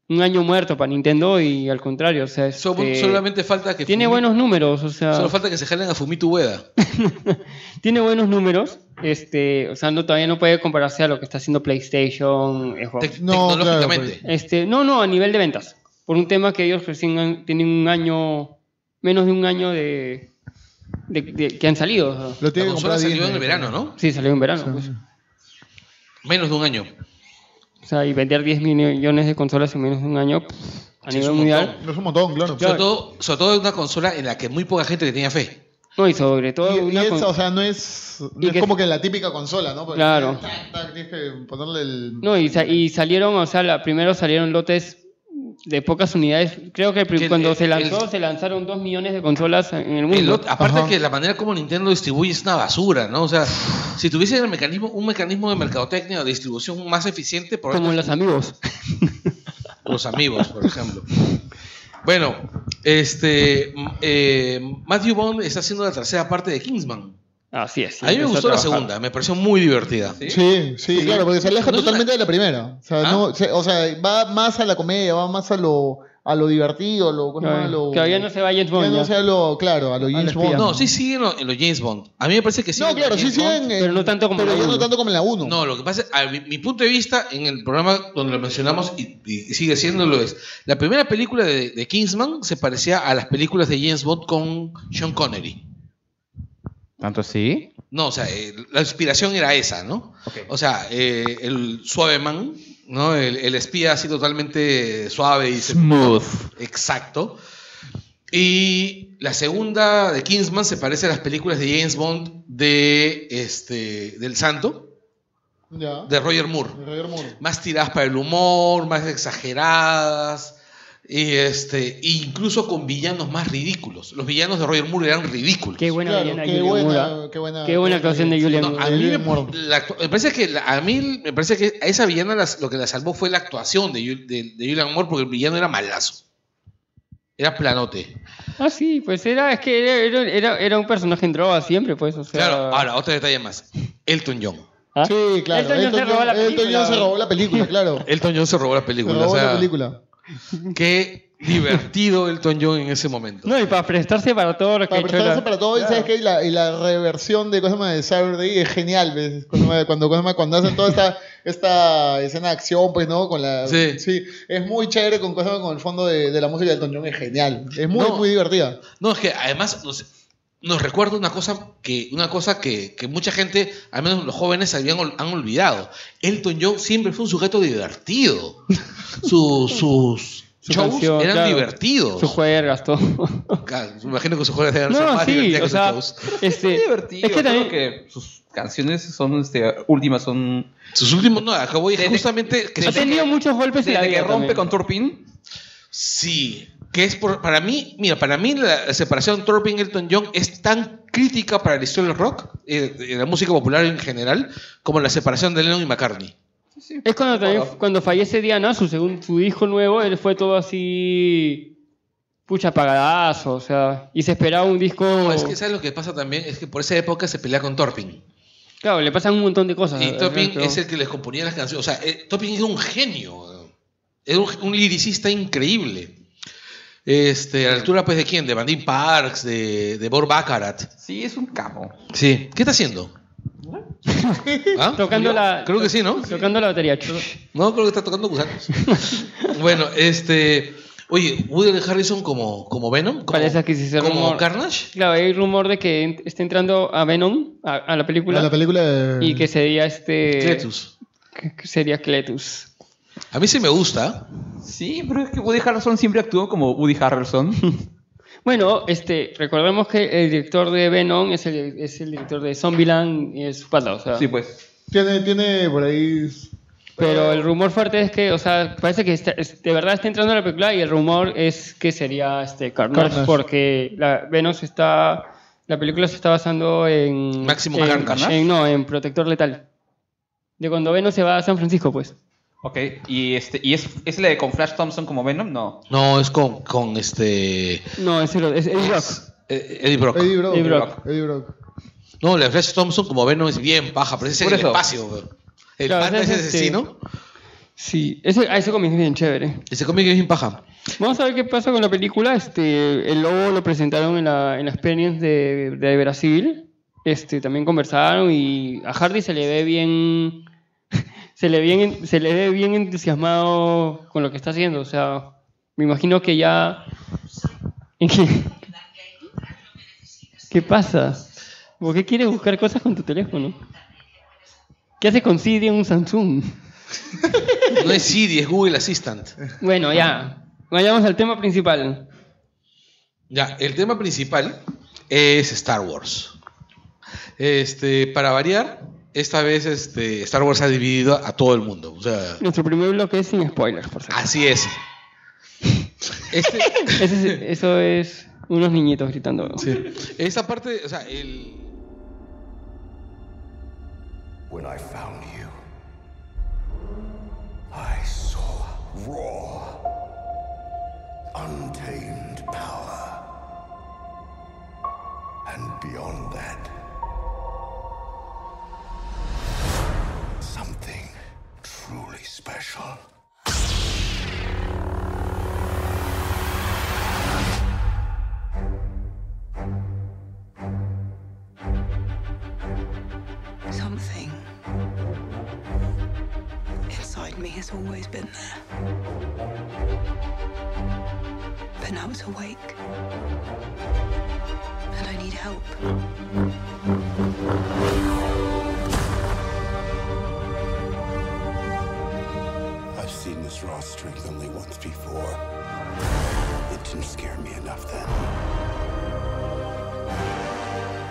Speaker 3: Un año muerto para Nintendo y al contrario. O sea,
Speaker 2: Solo-
Speaker 3: este,
Speaker 2: solamente falta que
Speaker 3: tiene
Speaker 2: Fumi-
Speaker 3: buenos números. O sea,
Speaker 2: Solo falta que se jalen a Fumito Ueda.
Speaker 3: tiene buenos números. Este, o sea, no, todavía no puede compararse a lo que está haciendo PlayStation, Xbox.
Speaker 2: Tec-
Speaker 4: No,
Speaker 2: tecnológicamente.
Speaker 3: Este, no, no, a nivel de ventas. Por un tema que ellos recién han- tienen un año, menos de un año de, de- de- que han salido. o sea.
Speaker 4: Lo tiene que
Speaker 2: la consola
Speaker 4: comprar
Speaker 2: salió
Speaker 4: Disney.
Speaker 2: en el verano, ¿no?
Speaker 3: Sí, salió en verano.
Speaker 4: Sí.
Speaker 3: pues.
Speaker 2: Menos de un año.
Speaker 3: O sea, y vender 10 millones de consolas en menos de un año pff, a
Speaker 2: Sí, es
Speaker 3: nivel
Speaker 2: un
Speaker 3: mundial.
Speaker 2: montón.
Speaker 4: Es un montón, claro.
Speaker 2: Sobre todo, sobre todo en una consola en la que muy poca gente le tenía fe.
Speaker 3: No, y sobre todo
Speaker 4: Y, y
Speaker 3: una
Speaker 4: es,
Speaker 3: con-
Speaker 4: o sea, no es, no
Speaker 3: Y
Speaker 4: es
Speaker 3: que-
Speaker 4: como que la típica consola, ¿no? Porque
Speaker 3: Claro.
Speaker 4: tac, tac, Tienes que ponerle el...
Speaker 3: no, y, sa- y salieron, o sea, la, primero salieron lotes de pocas unidades. Creo que pri-
Speaker 2: Que el-
Speaker 3: cuando se
Speaker 2: el-
Speaker 3: lanzó
Speaker 2: el-
Speaker 3: se lanzaron 2 millones de consolas en el mundo.
Speaker 2: El lot- aparte
Speaker 4: Ajá.
Speaker 2: que la manera como Nintendo distribuye es una basura, ¿no? O sea, si tuviese el mecanismo, un mecanismo de mercadotecnia o de distribución más eficiente, por
Speaker 3: como los amigos.
Speaker 2: los amigos, por ejemplo. Bueno, este m- eh, Matthew Bond está haciendo la tercera parte de Kingsman.
Speaker 3: Así es.
Speaker 2: A mí me
Speaker 3: empezó
Speaker 2: gustó la
Speaker 3: trabajar.
Speaker 2: segunda, me pareció muy divertida.
Speaker 4: Sí, sí, claro, porque se aleja
Speaker 2: No es una-
Speaker 4: totalmente de la primera. O sea,
Speaker 2: ¿Ah?
Speaker 4: no, se- o sea, va más a la comedia, va más a lo, a lo divertido, a lo, ¿cómo se llama? A lo-
Speaker 3: Que todavía no se va James
Speaker 4: ya
Speaker 3: Bond.
Speaker 4: no
Speaker 3: ya.
Speaker 4: sea lo, claro, a lo James
Speaker 3: espía.
Speaker 4: Bond.
Speaker 2: No, sí siguen lo- en los James Bond. A mí me parece que sí.
Speaker 4: No, claro, sí siguen. eh,
Speaker 3: pero no tanto como
Speaker 4: pero
Speaker 3: la
Speaker 4: ya
Speaker 3: uno.
Speaker 4: no tanto como en la 1.
Speaker 2: No, lo que pasa es, a mi, mi punto de vista, en el programa donde lo mencionamos y, y sigue siéndolo es, la primera película de, de Kingsman se parecía a las películas de James Bond con Sean Connery.
Speaker 1: ¿Tanto así?
Speaker 2: No, o sea, eh, la inspiración era esa, ¿no? O sea, eh, el suave man, ¿no? El, el espía así totalmente suave y... se-
Speaker 1: Smooth.
Speaker 2: Exacto. Y la segunda de Kingsman se parece a las películas de James Bond de este del Santo,
Speaker 4: Ya.
Speaker 2: de Roger Moore.
Speaker 4: De Roger Moore.
Speaker 2: Más tiradas para el humor, más exageradas, y este, e incluso con villanos más ridículos. Los villanos de Roger Moore eran ridículos.
Speaker 3: Qué buena
Speaker 4: Claro,
Speaker 3: villana
Speaker 4: qué
Speaker 3: Julia
Speaker 4: buena-
Speaker 3: Moore. ¿ah?
Speaker 4: qué buena-
Speaker 3: Qué buena actuación de Julia
Speaker 2: No,
Speaker 3: Moore.
Speaker 2: a mí me,
Speaker 4: Julian Moore.
Speaker 2: la actu- me parece que la- a mí me parece que a esa villana las- lo que la salvó fue la actuación de, Jul- de, de Julian Moore porque el villano era malazo. Era planote.
Speaker 3: Ah, sí, pues era, es que era, era- era, era un personaje en droga siempre, pues, o sea...
Speaker 2: Claro, ahora, otro detalle más. Elton John.
Speaker 3: ¿Ah?
Speaker 4: Sí, claro.
Speaker 3: Elton John se robó la
Speaker 2: eh,
Speaker 4: Elton
Speaker 3: película.
Speaker 4: John se robó la película, claro.
Speaker 2: Elton John se robó la
Speaker 4: Se
Speaker 2: película.
Speaker 4: robó
Speaker 2: o sea,
Speaker 4: la película.
Speaker 2: Qué divertido Elton John en ese momento.
Speaker 3: No, y para prestarse para todo lo que ha
Speaker 4: Para
Speaker 3: hecho la-
Speaker 4: prestarse para todo, y sabes que la, y la reversión de Cosma de Saturday es genial, ¿ves? Cuando, cuando, cuando- cuando hacen toda esta, esta escena de acción, pues, ¿no? Con la,
Speaker 2: Sí.
Speaker 4: es muy chévere con Cosma con el fondo de, de la música del Elton John, es genial. Es muy,
Speaker 2: No.
Speaker 4: muy divertida.
Speaker 3: Ah.
Speaker 2: No, es que además nos, nos recuerda una cosa que una cosa que, que mucha gente, al menos los jóvenes, habían, ol- han olvidado. Elton John siempre fue un sujeto divertido. Sus, sus
Speaker 3: Su
Speaker 2: shows
Speaker 3: canción,
Speaker 2: eran
Speaker 3: claro.
Speaker 2: divertidos.
Speaker 3: su juegas todo.
Speaker 2: Claro, me imagino que sus juegos eran
Speaker 3: no,
Speaker 2: más
Speaker 3: sí,
Speaker 2: divertidos que
Speaker 3: o
Speaker 2: sus
Speaker 3: sea,
Speaker 2: shows.
Speaker 3: este,
Speaker 1: Es divertido.
Speaker 3: es que también,
Speaker 1: creo que sus canciones son este, últimas, son.
Speaker 2: Sus últimos, no, acabo de
Speaker 1: Desde-
Speaker 2: justamente que
Speaker 3: ha
Speaker 2: se-
Speaker 3: tenido muchos golpes en la
Speaker 1: Desde que
Speaker 3: vida
Speaker 1: rompe
Speaker 3: también.
Speaker 1: con Turpin.
Speaker 2: Sí, que es por, para mí, mira, para mí la separación Turpin Elton John es tan crítica para la historia del rock, eh, de la música popular en general, como la separación de Lennon y McCartney.
Speaker 3: Es cuando también
Speaker 1: Ahora.
Speaker 3: cuando fallece Diana, su segun- su hijo nuevo, él fue todo así pucha apagadazo, o sea, y se esperaba un disco.
Speaker 2: No, es que sabes lo que pasa también es que por esa época se pelea con Turpin.
Speaker 3: Claro, le pasan un montón de cosas. eh,
Speaker 2: Y Turpin
Speaker 3: Exacto.
Speaker 2: es el que les componía las canciones. O sea, eh, Turpin era un genio. Era un, un liricista increíble. Este, a la altura pues de quién? De Bandin Parks, de, de Bob Baccarat.
Speaker 1: Sí, es un capo.
Speaker 2: Sí. ¿Qué está haciendo? ¿Ah?
Speaker 3: Tocando la-
Speaker 2: Creo que sí, ¿no?
Speaker 3: tocando la batería.
Speaker 2: No, creo que está tocando gusanos. bueno, este. Oye, Woody Harrison como, como Venom. Como,
Speaker 3: Parece que sí se
Speaker 2: como
Speaker 3: rumor-
Speaker 2: Carnage.
Speaker 3: Claro, hay rumor de que en- está entrando a Venom a, a la película
Speaker 4: En la película de...
Speaker 3: y que sería este
Speaker 2: Cletus.
Speaker 3: que- que sería Cletus.
Speaker 2: A mí sí me gusta.
Speaker 1: Sí, pero es que Woody Harrelson siempre actuó como Woody Harrelson.
Speaker 3: Bueno, este, recordemos que el director de Venom es el, es el director de Zombieland y es su pata, o sea.
Speaker 1: sí, pues.
Speaker 4: Tiene, tiene por ahí...
Speaker 3: Pero el rumor fuerte es que, o sea, parece que está- es- de verdad está entrando a la película y el rumor es que sería este Carnage,
Speaker 4: Carnage.
Speaker 3: porque la, Venom se está, la película se está basando en
Speaker 2: Máximo
Speaker 3: en,
Speaker 2: Carnage.
Speaker 3: en- no, en Protector Letal. De cuando Venom se va a San Francisco, pues.
Speaker 1: Ok, y, este, y es, es la de con Flash Thompson como Venom, no.
Speaker 2: No, es con, con este.
Speaker 3: No, es, el- es, es Rock.
Speaker 2: eh, Eddie Brock.
Speaker 4: Eddie Brock.
Speaker 3: Eddie Brock.
Speaker 4: Eddie Brock.
Speaker 2: No, la de Flash Thompson como Venom es bien paja. Parece
Speaker 1: Por
Speaker 2: en el
Speaker 1: eso.
Speaker 2: espacio. bro. El
Speaker 3: Claro,
Speaker 2: pata es
Speaker 3: ese es este-
Speaker 2: asesino.
Speaker 3: Sí, ese, a ese cómic es bien chévere.
Speaker 2: Ese cómic es bien paja.
Speaker 3: Vamos a ver qué pasa con la película. Este, el lobo lo presentaron en la, en la experience de, de Brasil. Este, también conversaron y a Hardy se le ve bien, se le bien, se le ve bien entusiasmado con lo que está haciendo. O sea, me imagino que ya. ¿En qué? ¿Qué pasa? ¿Por qué quieres buscar cosas con tu teléfono? ¿Qué haces con Siri en un Samsung?
Speaker 2: No es Siri, es Google Assistant.
Speaker 3: Bueno, ya. Vayamos al tema principal.
Speaker 2: Ya, el tema principal es Star Wars. Este, para variar, esta vez este, Star Wars ha dividido a todo el mundo. O sea,
Speaker 3: Nuestro primer bloque es sin spoilers, por favor.
Speaker 2: así es. Este-
Speaker 3: eso es unos niñitos gritando.
Speaker 2: esta parte, o sea, el,
Speaker 7: When I found you, I saw raw, untamed power. And beyond that, something truly special.
Speaker 8: Something inside me has always been there. But now it's awake. And I need help.
Speaker 7: I've seen this raw strength only once before. It didn't scare me enough then.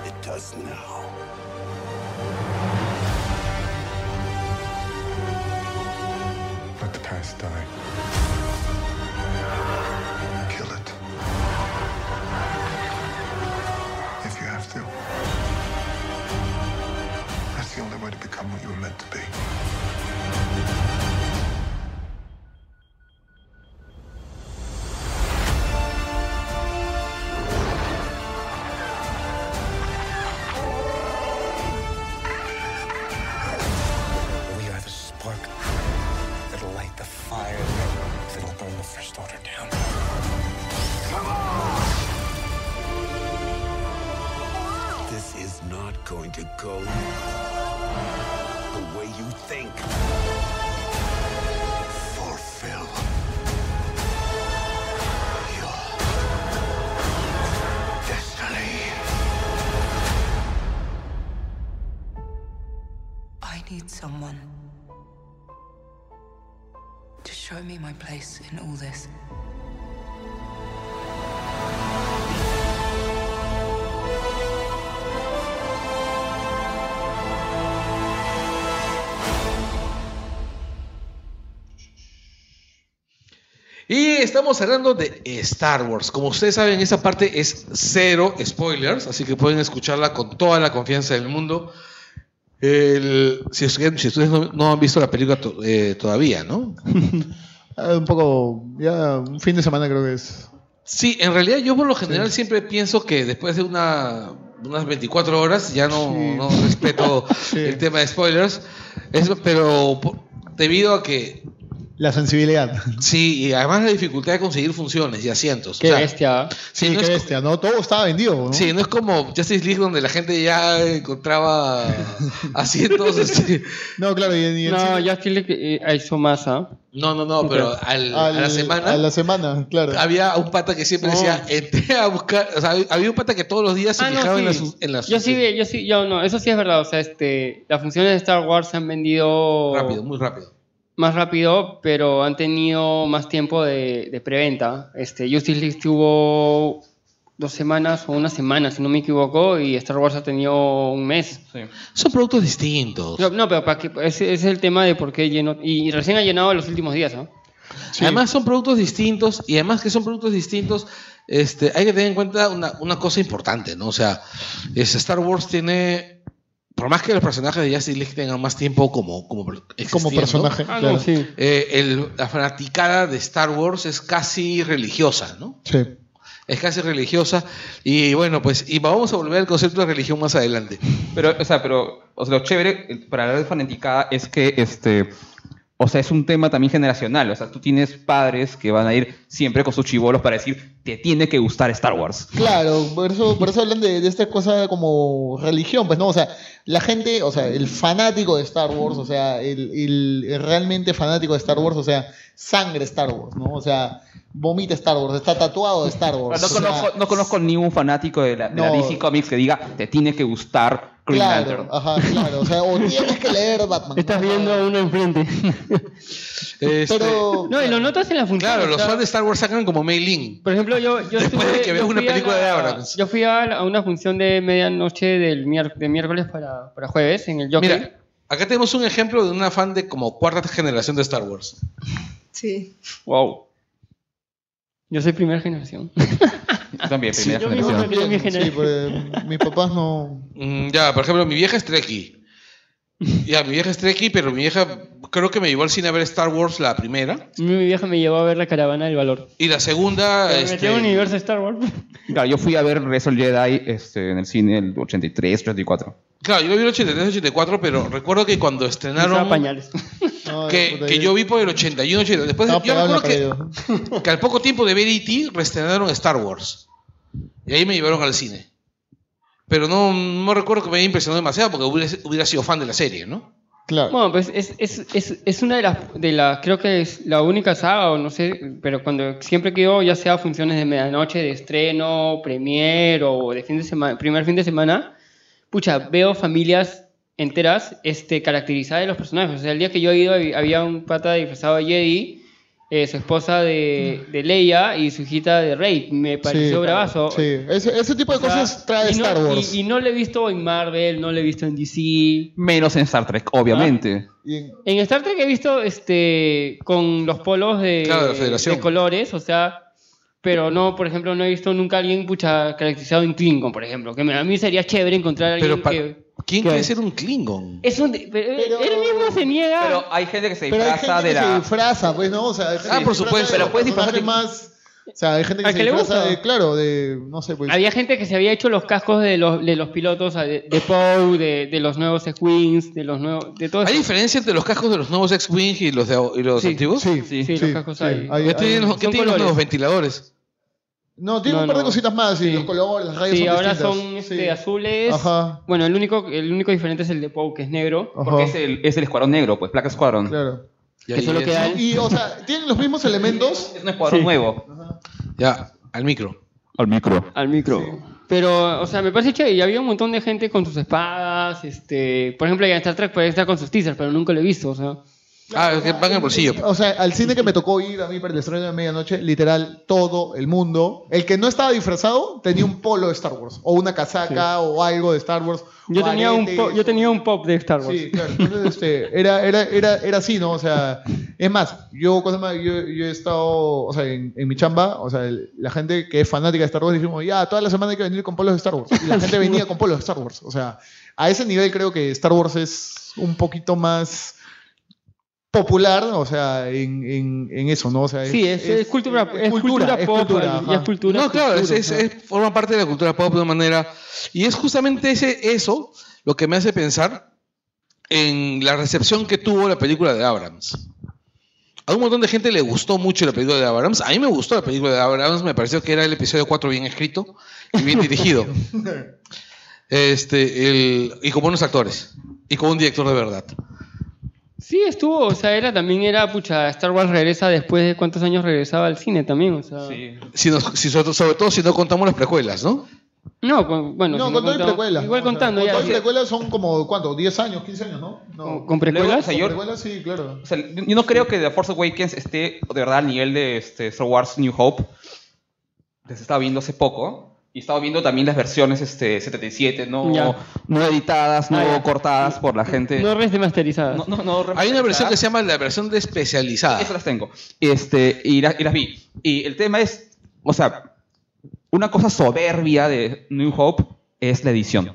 Speaker 7: It does now.
Speaker 9: Let the past die.
Speaker 7: Kill it.
Speaker 9: If you have to. That's the only way to become what you were meant to be.
Speaker 7: We are the spark that'll light the fire that'll burn the First Order down. This is not going to go the way you think. Fulfill your destiny.
Speaker 8: I need someone to show me my place in all this.
Speaker 2: Y estamos hablando de Star Wars. Como ustedes saben, esa parte es cero spoilers, así que pueden escucharla con toda la confianza del mundo. El- si, ustedes- si ustedes no, no han visto la película to- eh, todavía, ¿no?
Speaker 4: Ah, un poco, ya un fin de semana creo que es.
Speaker 2: Sí, en realidad yo por lo general siempre pienso que después de una, unas 24 horas ya no,
Speaker 4: Sí.
Speaker 2: no respeto
Speaker 4: Sí.
Speaker 2: el tema de spoilers, Es- pero por- debido a que
Speaker 4: La sensibilidad.
Speaker 2: sí, y además la dificultad de conseguir funciones y asientos.
Speaker 3: Qué
Speaker 2: O sea,
Speaker 3: bestia. ¿eh?
Speaker 2: sí,
Speaker 4: Sí,
Speaker 2: no
Speaker 4: qué
Speaker 2: es-
Speaker 4: bestia, ¿no? Todo estaba vendido, ¿no?
Speaker 2: Sí, no es como Justice League donde la gente ya encontraba asientos. este,
Speaker 4: No, claro, y, en- y en
Speaker 3: No,
Speaker 4: cine-
Speaker 3: ya que hizo más, ¿ah?
Speaker 2: No, no, no, pero al- a la
Speaker 4: al-
Speaker 2: semana
Speaker 4: A la semana, claro.
Speaker 2: había un pata que siempre
Speaker 3: No.
Speaker 2: decía, entré a buscar, o sea, había un pata que todos los días se
Speaker 3: Ah, no,
Speaker 2: fijaba en
Speaker 3: sí.
Speaker 2: las... en las-
Speaker 3: yo sí, de- yo sí, yo no, eso sí es verdad. O sea, este, las funciones de Star Wars se han vendido
Speaker 2: Rápido, muy rápido.
Speaker 3: más rápido, pero han tenido más tiempo de, de preventa. Este, Justice League tuvo dos semanas o una semana, si no me equivoco, y Star Wars ha tenido un mes.
Speaker 2: Son productos distintos.
Speaker 3: No, no, pero para que, ese, ese es el tema de por qué llenó. Y recién ha llenado los últimos días, ¿no?
Speaker 2: Además son productos distintos y además que son productos distintos, este, hay que tener en cuenta una, una cosa importante, ¿no? O sea, es- Star Wars tiene, por más que los personajes de Justice League tengan más tiempo como, como,
Speaker 4: como
Speaker 2: existiendo,
Speaker 4: personaje.
Speaker 3: Ah,
Speaker 4: claro.
Speaker 3: no, sí.
Speaker 2: eh, el- la fanaticada de Star Wars es casi religiosa, ¿no?
Speaker 4: Sí.
Speaker 2: Es casi religiosa y bueno, pues y vamos a volver al concepto de religión más adelante.
Speaker 1: Pero, o sea, pero o sea, lo chévere eh, para hablar de fanaticada es que este. O sea, es un tema también generacional. O sea, tú tienes padres que van a ir siempre con sus chivolos para decir, te tiene que gustar Star Wars.
Speaker 4: Claro, por eso, por eso hablan de, de esta cosa como religión, pues no, o sea, la gente, o sea, el fanático de Star Wars, o sea, el, el- el realmente fanático de Star Wars, o sea, sangre Star Wars, ¿no? O sea, vomita Star Wars, está tatuado de Star
Speaker 1: No
Speaker 4: Wars. o sea,
Speaker 1: conozco, no conozco ni un fanático de la, de la
Speaker 4: No.
Speaker 1: DC Comics que diga, te tiene que gustar Green
Speaker 4: Claro,
Speaker 1: Lantern.
Speaker 4: ajá, claro, o sea, o tienes que leer Batman.
Speaker 3: Estás
Speaker 4: ¿no?
Speaker 3: viendo uno enfrente.
Speaker 2: Este,
Speaker 4: Pero,
Speaker 3: No, y lo notas en la función.
Speaker 2: claro,
Speaker 3: o
Speaker 2: los
Speaker 3: sea,
Speaker 2: fans de Star Wars sacan como mailing.
Speaker 3: Por ejemplo, yo, yo
Speaker 2: Después
Speaker 3: estuve-
Speaker 2: de que
Speaker 3: yo
Speaker 2: veas
Speaker 3: fui
Speaker 2: una
Speaker 3: a
Speaker 2: película
Speaker 3: la-
Speaker 2: de Abrams.
Speaker 3: Yo fui a, la- a una función de medianoche del miér- de miércoles para, para jueves en el Jockey.
Speaker 2: Mira, acá tenemos un ejemplo de una fan de como cuarta generación de Star Wars.
Speaker 5: Sí.
Speaker 3: Wow. Yo soy primera generación.
Speaker 1: Yo también, primera
Speaker 3: yo mismo
Speaker 1: generación.
Speaker 3: me- creo en general.
Speaker 4: sí, pues, mis papás no...
Speaker 2: Mm, ya, por ejemplo, mi vieja es Trekkie. Ya, mi vieja es Trekkie, pero mi vieja creo que me llevó al cine a ver Star Wars la primera.
Speaker 3: Mi vieja me llevó a ver la caravana del valor.
Speaker 2: Y la segunda...
Speaker 3: Me
Speaker 2: este,
Speaker 3: metí a un universo Star Wars.
Speaker 1: Claro, yo fui a ver Rezo el Jedi este, en el cine el 83, 84.
Speaker 2: Claro, yo lo vi en el 83, 84, pero recuerdo que cuando
Speaker 3: Usaba
Speaker 2: estrenaron...
Speaker 3: pañales.
Speaker 4: no,
Speaker 2: que,
Speaker 4: puta,
Speaker 2: que yo vi por el 81, 80. Después,
Speaker 4: estaba
Speaker 2: yo
Speaker 4: pegado en la
Speaker 2: recuerdo que,
Speaker 4: pared, yo.
Speaker 2: que al poco tiempo de ver E.T. reestrenaron Star Wars. Y ahí me llevaron al cine. Pero no, no recuerdo que me haya impresionado demasiado porque hubiera, hubiera sido fan de la serie, ¿no?
Speaker 4: Claro.
Speaker 3: Bueno, pues es, es, es, es una de las, de las, creo que es la única saga, o no sé, pero cuando siempre que yo, ya sea funciones de medianoche, de estreno, premier o de fin de semana, primer fin de semana, pucha, veo familias enteras este, caracterizadas de los personajes. O sea, el día que yo he ido hab- había un pata disfrazado de Jedi, eh, su esposa de, de Leia y su hijita de Rey. Me pareció
Speaker 4: Mm. Sí,
Speaker 3: bravazo.
Speaker 4: Sí, ese, ese tipo de
Speaker 3: O sea,
Speaker 4: cosas trae
Speaker 3: y no-
Speaker 4: Star Wars.
Speaker 3: Y, y no lo he visto en Marvel, no lo he visto en DC.
Speaker 1: Menos en Star Trek, obviamente.
Speaker 4: Y en-
Speaker 3: En Star Trek he visto este con los polos de,
Speaker 2: Claro, de la Federación.
Speaker 3: de colores, o sea, pero no, por ejemplo, no he visto nunca a alguien pucha caracterizado en Klingon, por ejemplo, que me- a mí sería chévere encontrar a alguien
Speaker 2: Pero pa-
Speaker 3: que
Speaker 2: ¿quién quiere ser un Klingon?
Speaker 3: es un pero,
Speaker 4: Pero-
Speaker 3: él mismo se niega.
Speaker 1: Pero hay gente que se
Speaker 4: Pero hay
Speaker 1: disfraza
Speaker 4: gente
Speaker 1: de
Speaker 4: que se
Speaker 1: la.
Speaker 4: disfraza, pues, ¿no? O sea, hay gente
Speaker 2: Ah,
Speaker 4: que
Speaker 2: por
Speaker 4: se disfraza
Speaker 2: supuesto.
Speaker 4: de
Speaker 1: Pero puedes disfrazarte-
Speaker 4: personajes más... O sea, hay gente que
Speaker 3: ¿Al
Speaker 4: se
Speaker 3: que le
Speaker 4: disfraza
Speaker 3: gusta?
Speaker 4: de, claro, de, no sé, pues...
Speaker 3: había gente que se había hecho los cascos de los, de los pilotos o sea, de, de Poe, de, de los nuevos X-Wings, de los nuevos, de todo
Speaker 2: ¿Hay
Speaker 3: eso.
Speaker 2: diferencia entre los cascos de los nuevos X-Wing y los, de, y los
Speaker 3: Sí,
Speaker 2: antiguos?
Speaker 4: Sí,
Speaker 3: Sí,
Speaker 1: sí,
Speaker 3: los cascos hay.
Speaker 4: hay-
Speaker 2: ¿Qué
Speaker 4: hay-
Speaker 2: tienen, los- qué
Speaker 3: Son
Speaker 2: tienen los
Speaker 3: colores.
Speaker 2: nuevos ventiladores?
Speaker 4: No, tiene
Speaker 3: No,
Speaker 4: un par de
Speaker 3: no.
Speaker 4: cositas más, y
Speaker 3: Sí.
Speaker 4: los colores, las rayas
Speaker 3: Sí,
Speaker 4: son
Speaker 3: ahora
Speaker 4: distintas.
Speaker 3: son este,
Speaker 4: Sí.
Speaker 3: azules.
Speaker 4: Ajá.
Speaker 3: Bueno, el único, el único diferente es el de Poe, que es negro.
Speaker 4: Ajá.
Speaker 1: Porque es el, es el escuadrón negro, pues, Black Squadron.
Speaker 4: Claro.
Speaker 2: Ya,
Speaker 3: Eso es lo
Speaker 2: ya,
Speaker 3: que
Speaker 2: ya.
Speaker 3: hay.
Speaker 4: Y, o sea, tienen los mismos elementos.
Speaker 1: Es un escuadrón
Speaker 3: Sí.
Speaker 1: nuevo.
Speaker 2: Ya, al micro.
Speaker 1: Al micro.
Speaker 3: Al micro. Pero, o sea, me parece chévere. Y había un montón de gente con sus espadas. este Por ejemplo, en Star Trek puede estar con sus teasers, pero nunca lo he visto. O sea,
Speaker 2: Ah, es que van en el bolsillo.
Speaker 4: O sea, al cine que me tocó ir a mí para el estreno de medianoche, literal, todo el mundo, el que no estaba disfrazado, tenía un polo de Star Wars, o una casaca, o algo de Star Wars.
Speaker 3: yo,
Speaker 4: o
Speaker 3: tenía un
Speaker 4: aretes,
Speaker 3: pop, yo tenía un pop de Star Wars.
Speaker 4: Sí, claro. Entonces, este, era, era, era, era así, ¿no? O sea, es más, yo, cosa más, yo, yo he estado, o sea, en, en mi chamba, o sea, el- la gente que es fanática de Star Wars, dijimos, ya, toda la semana hay que venir con polos de Star Wars. Y la gente venía con polos de Star Wars. O sea, a ese nivel creo que Star Wars es un poquito más popular, o sea, en, en, en eso, ¿no? O sea,
Speaker 3: Sí, es, es cultura, es cultura
Speaker 4: es
Speaker 3: pop.
Speaker 4: cultura,
Speaker 3: ya es
Speaker 4: ajá.
Speaker 3: cultura,
Speaker 2: no, claro, es-
Speaker 3: cultura,
Speaker 2: es-
Speaker 3: o sea.
Speaker 2: es- forma parte de la cultura pop de una manera. Y es justamente ese, eso lo que me hace pensar en la recepción que tuvo la película de Abrams. A un montón de gente le gustó mucho la película de Abrams. A mí me gustó la película de Abrams, me pareció que era el episodio 4 bien escrito y bien dirigido. Este, el- y con buenos actores. Y con un director de verdad.
Speaker 3: Sí, estuvo. O sea, era también era, pucha, Star Wars regresa después de cuántos años regresaba al cine también. O sea,
Speaker 1: Sí.
Speaker 2: Si nos- si sobre, sobre todo si no contamos las precuelas, ¿no?
Speaker 3: No, con- bueno.
Speaker 4: No,
Speaker 3: si
Speaker 4: con todo y
Speaker 3: contamos-
Speaker 4: precuelas.
Speaker 3: Igual
Speaker 4: ¿no? O sea,
Speaker 3: contando
Speaker 4: Con
Speaker 3: ya.
Speaker 4: todo y
Speaker 3: sí.
Speaker 4: precuelas son como, ¿cuánto? ¿10 años? ¿15 años, no?
Speaker 3: Con-
Speaker 4: no.
Speaker 3: Con precuelas.
Speaker 1: Luego, o sea, yo-
Speaker 4: precuelas, sí, claro.
Speaker 1: O sea, yo yo no creo que The Force Awakens esté de verdad al nivel de este, Star Wars New Hope. Les estaba viendo hace poco. Y estaba viendo también las versiones este, 77, no,
Speaker 3: Ya.
Speaker 1: no editadas, no
Speaker 3: Ah, ya.
Speaker 1: cortadas por la gente.
Speaker 3: No remasterizadas.
Speaker 1: No, no, no
Speaker 2: Hay una versión que
Speaker 1: remasterizadas.
Speaker 2: se llama la versión de especializada.
Speaker 1: Esas las tengo. Este, y, la- y las vi. Y el tema es, o sea, una cosa soberbia de New Hope es la edición.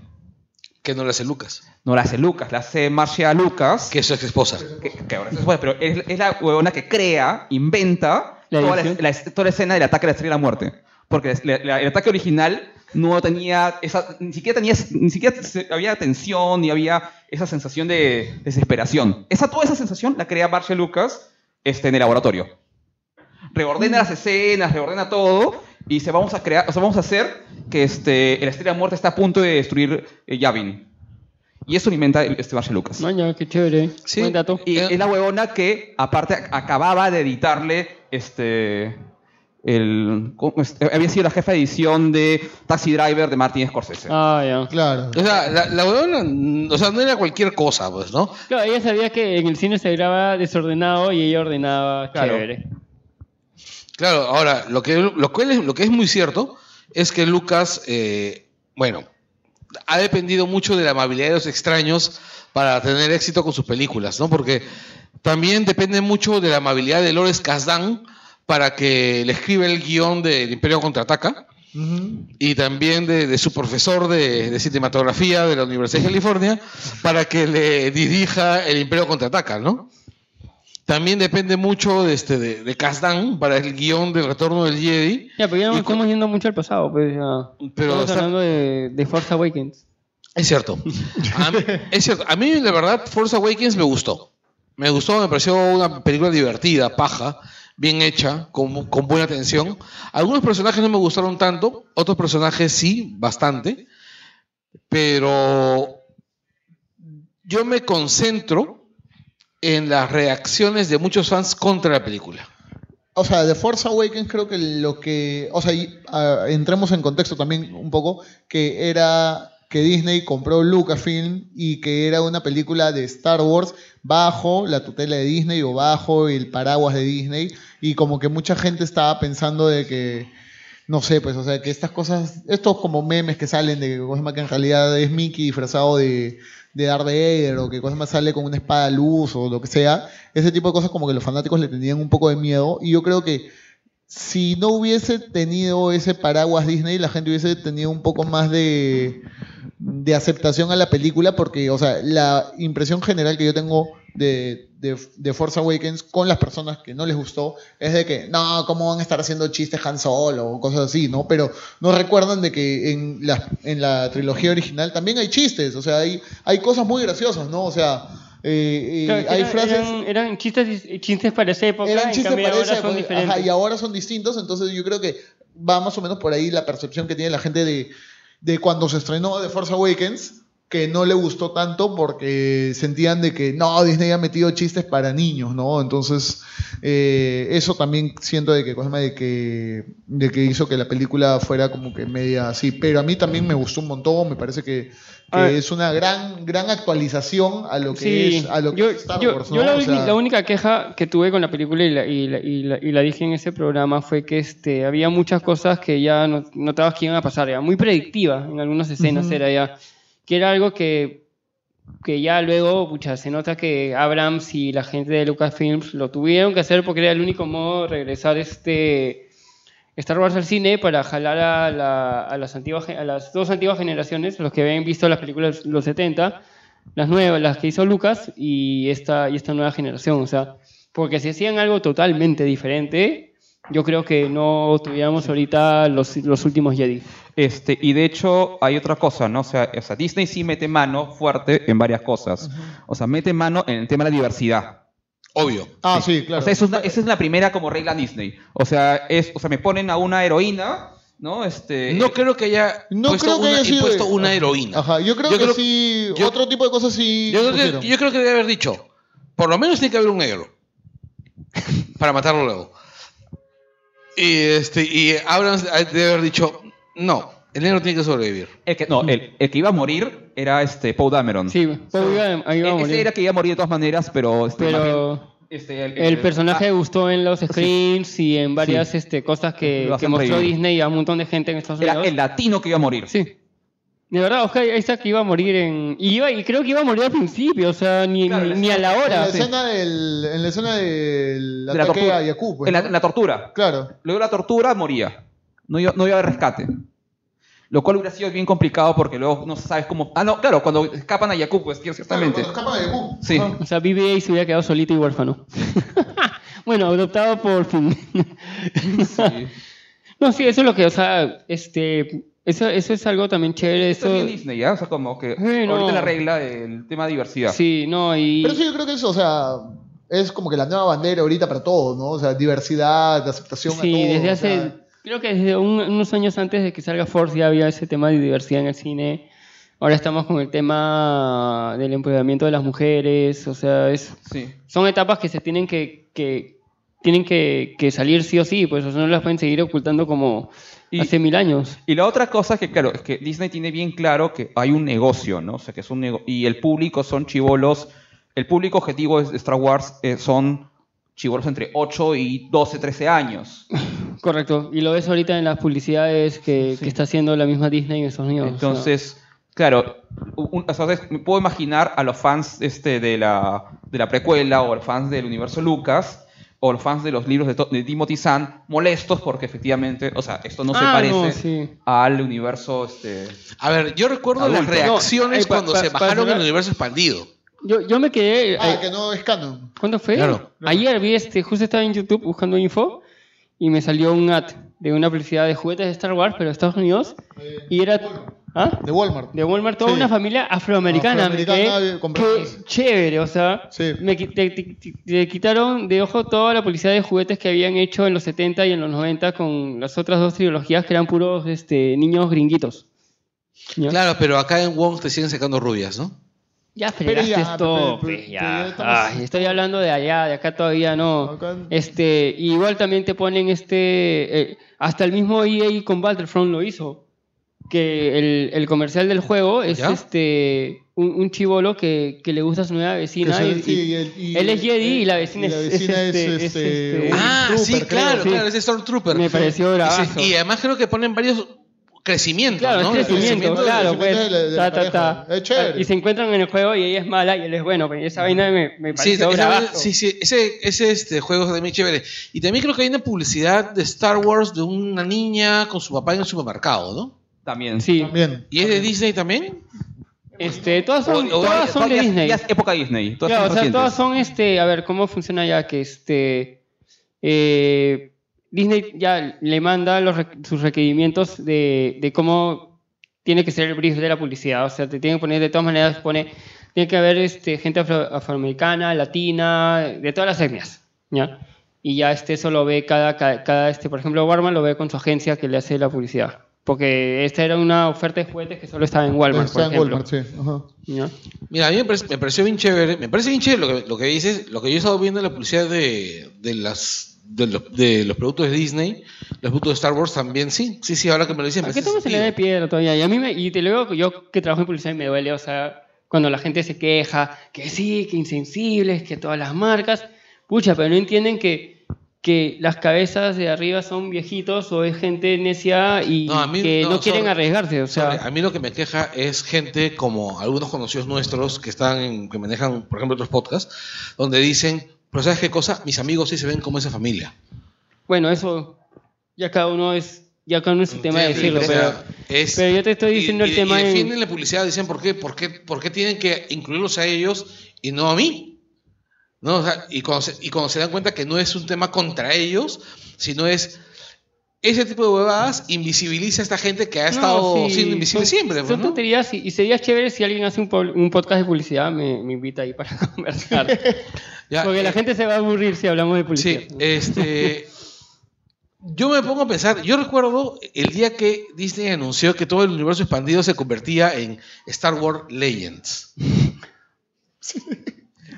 Speaker 2: que no la hace Lucas,
Speaker 1: No la hace Lucas, la hace Marcia Lucas,
Speaker 2: que
Speaker 1: que,
Speaker 2: es su ex esposa.
Speaker 1: que ahora es su esposa, pero es, es la huevona que crea, inventa
Speaker 3: ¿La
Speaker 1: toda, la,
Speaker 3: edición?
Speaker 1: la- toda la escena del ataque a la estrella de la muerte. Porque la- la- el ataque original no tenía esa, ni siquiera tenía, ni siquiera se- había tensión, ni había esa sensación de desesperación. Esa, toda esa sensación la crea Marcia Lucas este, en el laboratorio. reordena las escenas, reordena todo y se vamos a crear, o sea, vamos a hacer que este el Estrella Muerta está a punto de destruir eh, Yavin. Y eso lo inventa el- este Marshall Lucas.
Speaker 3: Maña, qué chévere.
Speaker 2: Sí.
Speaker 3: Buen dato.
Speaker 1: Y es la huevona que aparte ac- acababa de editarle este el ¿cómo es? Eh, había sido la jefa de edición de Taxi Driver de Martin Scorsese.
Speaker 3: Ah, ya.
Speaker 4: Claro.
Speaker 2: O sea, la, la huevona, mm, o sea, no era cualquier cosa, pues, ¿no?
Speaker 3: Claro, ella sabía que en el cine se graba desordenado y ella ordenaba
Speaker 1: Claro.
Speaker 3: chévere.
Speaker 2: Claro, ahora, lo que, lo, cual es, lo que es muy cierto es que Lucas, eh, bueno, ha dependido mucho de la amabilidad de los extraños para tener éxito con sus películas, ¿no? Porque también depende mucho de la amabilidad de Lores Kasdan para que le escriba el guión del Imperio Contraataca.
Speaker 4: Ujú.
Speaker 2: y también de, de su profesor de, de cinematografía de la Universidad de California para que le dirija el Imperio Contraataca, ¿no? También depende mucho de, este, de, de Kasdan para el guión del Retorno del Jedi.
Speaker 3: Ya, pero ya no
Speaker 2: Y
Speaker 3: estamos yendo mucho al pasado, pues ya.
Speaker 2: Pero
Speaker 3: estamos
Speaker 2: está-
Speaker 3: hablando de, de Force Awakens.
Speaker 2: Es cierto. A mí, es cierto. A mí, la verdad, Force Awakens me gustó. Me gustó, me pareció una película divertida, paja, bien hecha, con, con buena tensión. Algunos personajes no me gustaron tanto, otros personajes sí, bastante. Pero yo me concentro en las reacciones de muchos fans contra la película.
Speaker 4: O sea, de Force Awakens creo que lo que... O sea, y, ah, entremos en contexto también un poco, que era que Disney compró Lucasfilm y que era una película de Star Wars bajo la tutela de Disney o bajo el paraguas de Disney y como que mucha gente estaba pensando de que, no sé, pues, o sea, que estas cosas, estos como memes que salen de que Cosma que en realidad es Mickey disfrazado de, de Darth Vader o que Cosma sale con una espada luz o lo que sea, ese tipo de cosas como que los fanáticos le tenían un poco de miedo y yo creo que si no hubiese tenido ese paraguas Disney, la gente hubiese tenido un poco más de, de aceptación a la película, porque, o sea, la impresión general que yo tengo de, de, de Force Awakens con las personas que no les gustó es de que, no, ¿cómo van a estar haciendo chistes Han Solo o cosas así, no? Pero no recuerdan de que en la, en la trilogía original también hay chistes, o sea, hay, hay cosas muy graciosas, ¿no? O sea, eh, eh,
Speaker 3: Claro, que
Speaker 4: hay
Speaker 3: eran-
Speaker 4: frases...
Speaker 3: Eran, eran chistes, chistes para esa época,
Speaker 4: Eran
Speaker 3: en
Speaker 4: chistes
Speaker 3: cambio
Speaker 4: para
Speaker 3: ahora
Speaker 4: esa
Speaker 3: son
Speaker 4: época,
Speaker 3: diferentes.
Speaker 4: pues, ajá, y ahora son distintos, entonces yo creo que va más o menos por ahí la percepción que tiene la gente de, de cuando se estrenó The Force Awakens, que no le gustó tanto porque sentían de que no, Disney ha metido chistes para niños, ¿no? Entonces, eh, eso también siento de que, cosa de que, de que hizo que la película fuera como que media así, pero a mí también me gustó un montón, me parece que, que
Speaker 3: A ver.
Speaker 4: es una gran, gran actualización a lo que es, a lo que
Speaker 3: yo,
Speaker 4: es Star
Speaker 3: yo-
Speaker 4: Wars,
Speaker 3: yo
Speaker 4: ¿no?
Speaker 3: la,
Speaker 4: O
Speaker 3: uni-
Speaker 4: sea,
Speaker 3: la única queja que tuve con la película y la, y la- y la- y la dije en ese programa fue que este, había muchas cosas que ya no- notabas que iban a pasar, era muy predictiva en algunas escenas,
Speaker 4: Ujú.
Speaker 3: era ya, que era algo que, que ya luego, pucha, se nota que Abrams y la gente de Lucasfilms lo tuvieron que hacer porque era el único modo de regresar este... Star Wars al cine para jalar a, la- a las antiguas, gen- a las dos antiguas generaciones, los que habían visto las películas de los 70, las nuevas, las que hizo Lucas y esta, y esta nueva generación. O sea, porque si hacían algo totalmente diferente, yo creo que no tuviéramos ahorita los, los últimos Jedi.
Speaker 1: Este, y de hecho hay otra cosa, ¿no? O sea, o sea, Disney sí mete mano fuerte en varias cosas. O sea, mete mano en el tema de la diversidad.
Speaker 2: Obvio.
Speaker 4: Ah, sí, claro.
Speaker 1: O sea, eso es una- esa es la primera como regla Disney. O sea, es, o sea, me ponen a una heroína, ¿no? Este,
Speaker 2: No creo que haya
Speaker 4: No
Speaker 2: puesto,
Speaker 4: creo que
Speaker 2: una,
Speaker 4: haya sido-
Speaker 2: impuesto una heroína.
Speaker 4: Ajá, yo creo
Speaker 2: Yo
Speaker 4: que
Speaker 2: creo-
Speaker 4: sí.
Speaker 2: yo-
Speaker 4: otro tipo de cosas sí.
Speaker 2: Yo creo,
Speaker 4: pusieron.
Speaker 2: que, yo creo que debe haber dicho, por lo menos tiene que haber un negro para matarlo luego. Y este y Abrams debe haber dicho, no, el negro tiene que sobrevivir.
Speaker 1: el que, no, el, el que iba a morir era este Paul Dameron.
Speaker 3: Sí, pues iba- ahí
Speaker 1: E-
Speaker 3: vamos.
Speaker 1: Ese era que iba a morir de todas maneras, pero... este, más bien,
Speaker 3: Pero
Speaker 1: este,
Speaker 3: el personaje gustó en los screens y en varias este, cosas que,
Speaker 1: Lo
Speaker 3: que
Speaker 1: hacen
Speaker 3: mostró
Speaker 1: reír.
Speaker 3: Disney a un montón de gente en Estados
Speaker 1: ah, Era
Speaker 3: Unidos.
Speaker 1: el latino que iba a morir.
Speaker 3: Sí. De verdad, Oscar Isaac iba a morir en. Y, iba, y creo que iba a morir al principio, o sea, ni,
Speaker 1: Claro,
Speaker 3: ni,
Speaker 1: la-
Speaker 3: ni a la
Speaker 4: en, la
Speaker 3: hora. sí.
Speaker 4: escena del, en la escena del
Speaker 1: De la
Speaker 4: ataque
Speaker 1: tortura.
Speaker 4: a Jakku, pues,
Speaker 1: en, la,
Speaker 4: ¿no?
Speaker 1: en la tortura.
Speaker 4: Claro.
Speaker 1: Luego de la tortura moría. No iba, no iba a haber rescate. Lo cual hubiera sido bien complicado porque luego no sabes cómo... Ah, no, claro, cuando escapan a Jakku, pues ciertamente.
Speaker 4: Claro, cuando escapan a Jakku.
Speaker 1: Sí.
Speaker 4: Ah.
Speaker 3: Oh, O sea, BBA se hubiera quedado solito y huérfano. bueno, adoptado por Finn. No, sí, eso es lo que, o sea, este, eso, eso es algo también chévere.
Speaker 1: Esto es bien
Speaker 3: Eso,
Speaker 1: Disney, ¿ya? O sea, como que
Speaker 3: Sí, no.
Speaker 1: ahorita la regla del tema de diversidad.
Speaker 3: sí, no, y
Speaker 4: Pero eso yo creo que eso, o sea, es como que la nueva bandera ahorita para todo, ¿no? O sea, diversidad, aceptación a
Speaker 3: sí,
Speaker 4: todo,
Speaker 3: desde
Speaker 4: o
Speaker 3: hace,
Speaker 4: sea,
Speaker 3: creo que desde un- unos años antes de que salga Force ya había ese tema de diversidad en el cine. Ahora estamos con el tema del empoderamiento de las mujeres, o sea, es,
Speaker 1: Sí.
Speaker 3: son etapas que se tienen que, que tienen que, que salir sí o sí, pues o sea, no las pueden seguir ocultando como
Speaker 1: Y-
Speaker 3: hace mil años.
Speaker 1: Y la otra cosa que, claro, es que Disney tiene bien claro que hay un negocio, ¿no? O sea, que es un nego- Y el público son chivolos. El público objetivo es de Star Wars eh, son chivolos entre 8 y 12, 13 años.
Speaker 3: Correcto, y lo ves ahorita en las publicidades que, que está haciendo la misma Disney en Estados Unidos. o sea.
Speaker 1: Entonces, claro, un- o sea, me puedo imaginar a los fans este, de, la, de la precuela o los fans del universo Lucas o los fans de los libros de, To- de Timothy Zahn molestos porque efectivamente, o sea, esto no se
Speaker 3: Ah,
Speaker 1: parece
Speaker 3: no, sí.
Speaker 1: al universo... Este,
Speaker 2: A ver, yo recuerdo las
Speaker 1: Adulto.
Speaker 2: reacciones
Speaker 3: No, eh, pa-
Speaker 2: cuando
Speaker 3: pa-
Speaker 2: se
Speaker 3: pa-
Speaker 2: bajaron
Speaker 3: cerrar-
Speaker 2: el universo expandido.
Speaker 3: yo, yo me quedé...
Speaker 4: Ah,
Speaker 3: eh,
Speaker 4: que no es canon.
Speaker 3: ¿Cuándo fue?
Speaker 2: Claro.
Speaker 3: Ayer vi este, justo estaba en YouTube buscando info y me salió un ad de una publicidad de juguetes de Star Wars, pero de Estados Unidos, y era... ¿Ah?
Speaker 4: De Walmart.
Speaker 3: De Walmart, toda
Speaker 4: Sí.
Speaker 3: una familia afroamericana. me
Speaker 4: Afroamericana,
Speaker 3: quedé,
Speaker 4: eh, comprando
Speaker 3: qué
Speaker 4: eso.
Speaker 3: chévere, o sea,
Speaker 4: Sí.
Speaker 3: me qui- te, te- te- te quitaron de ojo toda la publicidad de juguetes que habían hecho en los 70 y en los 90 con las otras dos trilogías que eran puros este, niños gringuitos. ¿Ya?
Speaker 2: Claro, pero acá en Wong te siguen sacando rubias, ¿no?
Speaker 3: Ya fregaste
Speaker 4: ya,
Speaker 3: esto,
Speaker 4: pero-
Speaker 3: pe,
Speaker 4: pero ya
Speaker 3: ya.
Speaker 4: estamos-
Speaker 3: Ay, estoy hablando de allá, de acá todavía no.
Speaker 4: Acá-
Speaker 3: Este, igual también te ponen este, eh, hasta el mismo EA con Battlefront lo hizo, que el, el comercial del juego es
Speaker 2: ¿Ya?
Speaker 3: este un, un chivolo que, que le gusta a su nueva
Speaker 4: Que
Speaker 3: vecina.
Speaker 4: se-
Speaker 3: y-
Speaker 4: sí,
Speaker 3: y-
Speaker 4: y el- y-
Speaker 3: él es Jedi y la vecina es- es este- es este-
Speaker 4: un
Speaker 2: Ah, sí,
Speaker 4: trooper, creo.
Speaker 2: claro,
Speaker 3: sí.
Speaker 2: claro, ese Stormtrooper.
Speaker 3: Me pareció bravazo.
Speaker 2: Ese- Y además creo que ponen varios crecimientos,
Speaker 3: Claro,
Speaker 2: ¿no?
Speaker 3: es crecimiento,
Speaker 4: Crecimiento,
Speaker 3: claro, pues.
Speaker 4: crecimiento de la- de
Speaker 3: ta,
Speaker 4: la
Speaker 3: ta, ta. Ah,
Speaker 4: pareja. Es chévere.
Speaker 3: Y se encuentran en el juego y ella es mala y él es bueno. pues, pe, y Esa vaina me, me
Speaker 2: Sí,
Speaker 3: pareció
Speaker 2: esa-
Speaker 3: bravazo.
Speaker 2: sí, sí, ese, ese este, juego es también chévere. Y también creo que hay una publicidad de Star Wars de una niña con su papá en el supermercado, ¿no?
Speaker 1: También.
Speaker 3: Sí.
Speaker 4: También.
Speaker 2: ¿Y es de Disney también?
Speaker 3: Este, todas son,
Speaker 2: O- o-
Speaker 3: todas son de
Speaker 1: Ya-
Speaker 3: Disney.
Speaker 1: Ya es época Disney. Todas
Speaker 3: Claro,
Speaker 1: son
Speaker 3: o sea,
Speaker 1: recientes.
Speaker 3: todas son este. A ver, ¿cómo funciona ya que este. eh, Disney ya le manda los re- sus requerimientos de, de cómo tiene que ser el brief de la publicidad. O sea, te tienen que poner, de todas maneras, pone. Tiene que haber este, gente afro- afroamericana, latina, de todas las etnias. ¿ya? Y ya este, eso lo ve cada, cada, cada, este. Por ejemplo, Walmart lo ve con su agencia que le hace la publicidad. Porque esta era una oferta de juguetes que solo estaba en Walmart.
Speaker 4: Está
Speaker 3: por
Speaker 4: en
Speaker 3: ejemplo,
Speaker 4: Walmart, sí. Ajá.
Speaker 3: ¿ya?
Speaker 2: Mira, a mí me, parece- me pareció bien chévere. Me parece bien chévere lo que, lo que dices. Lo que yo he estado viendo en la publicidad de, de las, de, los, de los productos de Disney, los productos de Star Wars también, sí. Sí, pues sí, ahora que me lo dicen.
Speaker 3: ¿A
Speaker 2: me
Speaker 3: qué
Speaker 2: hace
Speaker 3: todo se le da de
Speaker 2: sentido.
Speaker 3: piedra todavía? Y a mí me, y te lo digo, yo que trabajo en publicidad y me duele, o sea, cuando la gente se queja, que sí, que insensibles, que todas las marcas, pucha, pero no entienden que, que las cabezas de arriba son viejitos o es gente necia y
Speaker 2: No, a mí-
Speaker 3: que no,
Speaker 2: no,
Speaker 3: quieren
Speaker 2: sorry.
Speaker 3: arriesgarse, o sea,
Speaker 2: Sorry, a mí lo que me queja es gente como algunos conocidos nuestros que están en- que manejan, por ejemplo, otros podcasts, donde dicen, pero ¿sabes qué cosa? Mis amigos sí se ven como esa familia.
Speaker 3: bueno, eso ya cada uno es, ya cada uno es su tema de
Speaker 2: ¿Entiendes?
Speaker 3: decirlo,
Speaker 2: O sea,
Speaker 3: pero...
Speaker 2: es-
Speaker 3: pero yo te estoy
Speaker 2: y-
Speaker 3: diciendo el
Speaker 2: y-
Speaker 3: tema
Speaker 2: Y
Speaker 3: en-
Speaker 2: defienden la publicidad, dicen, ¿por qué? ¿Por qué, por qué tienen que incluirlos a ellos y no a mí? ¿No? O sea, y, cuando se, y cuando se dan cuenta que no es un tema contra ellos, sino es... Ese tipo de huevadas invisibiliza a esta gente que ha estado
Speaker 3: No, sí,
Speaker 2: siendo invisible
Speaker 3: son-
Speaker 2: siempre. pues,
Speaker 3: Son
Speaker 2: ¿no?
Speaker 3: tonterías y, y sería chévere si alguien hace un, pol- un podcast de publicidad, me, me invita ahí para conversar.
Speaker 2: Ya,
Speaker 3: Porque la
Speaker 2: eh,
Speaker 3: gente se va a aburrir si hablamos de publicidad.
Speaker 2: Sí, este. Yo me pongo a pensar, yo recuerdo el día que Disney anunció que todo el universo expandido se convertía en Star Wars Legends.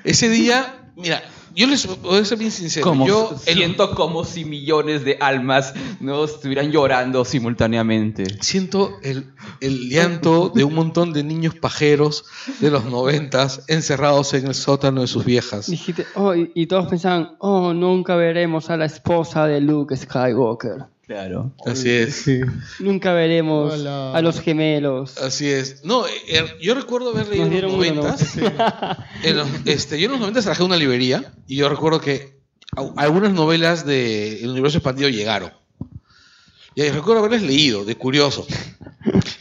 Speaker 2: Ese día, mira, yo les voy a ser bien sincero.
Speaker 1: Como
Speaker 2: yo, el-
Speaker 1: siento como si millones de almas no estuvieran llorando simultáneamente.
Speaker 2: siento el, el llanto de un montón de niños pajeros de los noventas encerrados en el sótano de sus viejas.
Speaker 3: Dijiste, oh, y, y todos pensaban, oh, nunca veremos a la esposa de Luke Skywalker.
Speaker 1: Claro.
Speaker 2: Así es.
Speaker 4: Sí.
Speaker 3: Nunca veremos
Speaker 4: Hola.
Speaker 3: a los gemelos.
Speaker 2: Así es. No, er- yo recuerdo haber leído
Speaker 3: Nos
Speaker 2: en los
Speaker 3: dieron uno, ¿no?
Speaker 2: noventas. En los- este, yo en los 90 trabajé en una librería y yo recuerdo que au- algunas novelas de El universo expandido llegaron. Y ahí recuerdo haberlas leído, de curioso.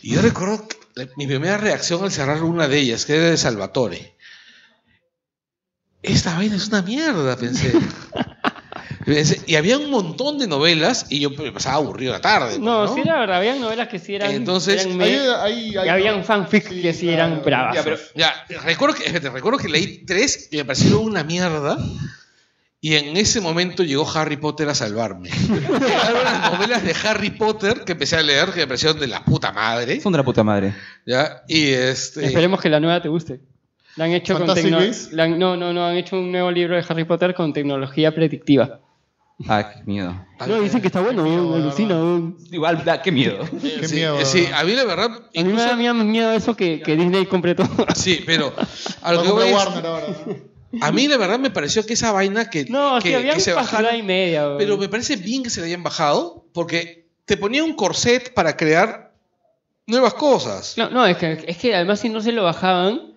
Speaker 2: Y yo recuerdo que la- mi primera reacción al cerrar una de ellas, que era de Salvatore. Esta vaina es una mierda, pensé. Pensé, Y había un montón de novelas y yo me pasaba aburrido la tarde.
Speaker 3: No,
Speaker 2: pues,
Speaker 3: sí era verdad, habían novelas que sí eran.
Speaker 2: Entonces,
Speaker 3: eran me-
Speaker 4: Ahí- ahí- ahí-
Speaker 3: y habían fanfics que sí
Speaker 4: claro.
Speaker 3: eran bravas.
Speaker 1: Ya, pero-
Speaker 2: Ya, recuerdo que, te recuerdo que leí tres y me parecieron una mierda. Y en ese momento llegó Harry Potter a salvarme. Llegaron las novelas de Harry Potter que empecé a leer, que me parecieron de la puta madre.
Speaker 1: Son de la puta madre.
Speaker 2: ¿ya? Y este.
Speaker 3: Esperemos que la nueva te guste. La han hecho con
Speaker 4: ¿Fantasy
Speaker 3: tecno-
Speaker 4: Beasts?
Speaker 3: la han- No, no, no, han hecho un nuevo libro de Harry Potter con tecnología predictiva.
Speaker 1: Ay, qué miedo.
Speaker 3: Ah, No, dicen que está bueno,
Speaker 4: miedo,
Speaker 3: alucina. weón.
Speaker 1: Igual, da, qué miedo.
Speaker 4: Qué
Speaker 2: sí,
Speaker 4: miedo.
Speaker 2: sí,
Speaker 4: ¿verdad?
Speaker 2: a mí la verdad.
Speaker 3: A mí me
Speaker 2: incluso-
Speaker 3: da miedo- miedo eso que, que Disney compre todo.
Speaker 2: sí, pero. A,
Speaker 4: Va
Speaker 2: lo
Speaker 4: a
Speaker 2: que voy
Speaker 4: comprar
Speaker 2: es-
Speaker 4: Warner ahora. ¿no?
Speaker 2: a mí la verdad me pareció que esa vaina que.
Speaker 3: No,
Speaker 2: que,
Speaker 3: sí, había
Speaker 2: que se bajara-
Speaker 3: y media. weón.
Speaker 2: Pero me parece bien que se le hayan bajado porque te ponía un corset para crear nuevas cosas.
Speaker 3: No, no, es que, es que además si no se lo bajaban,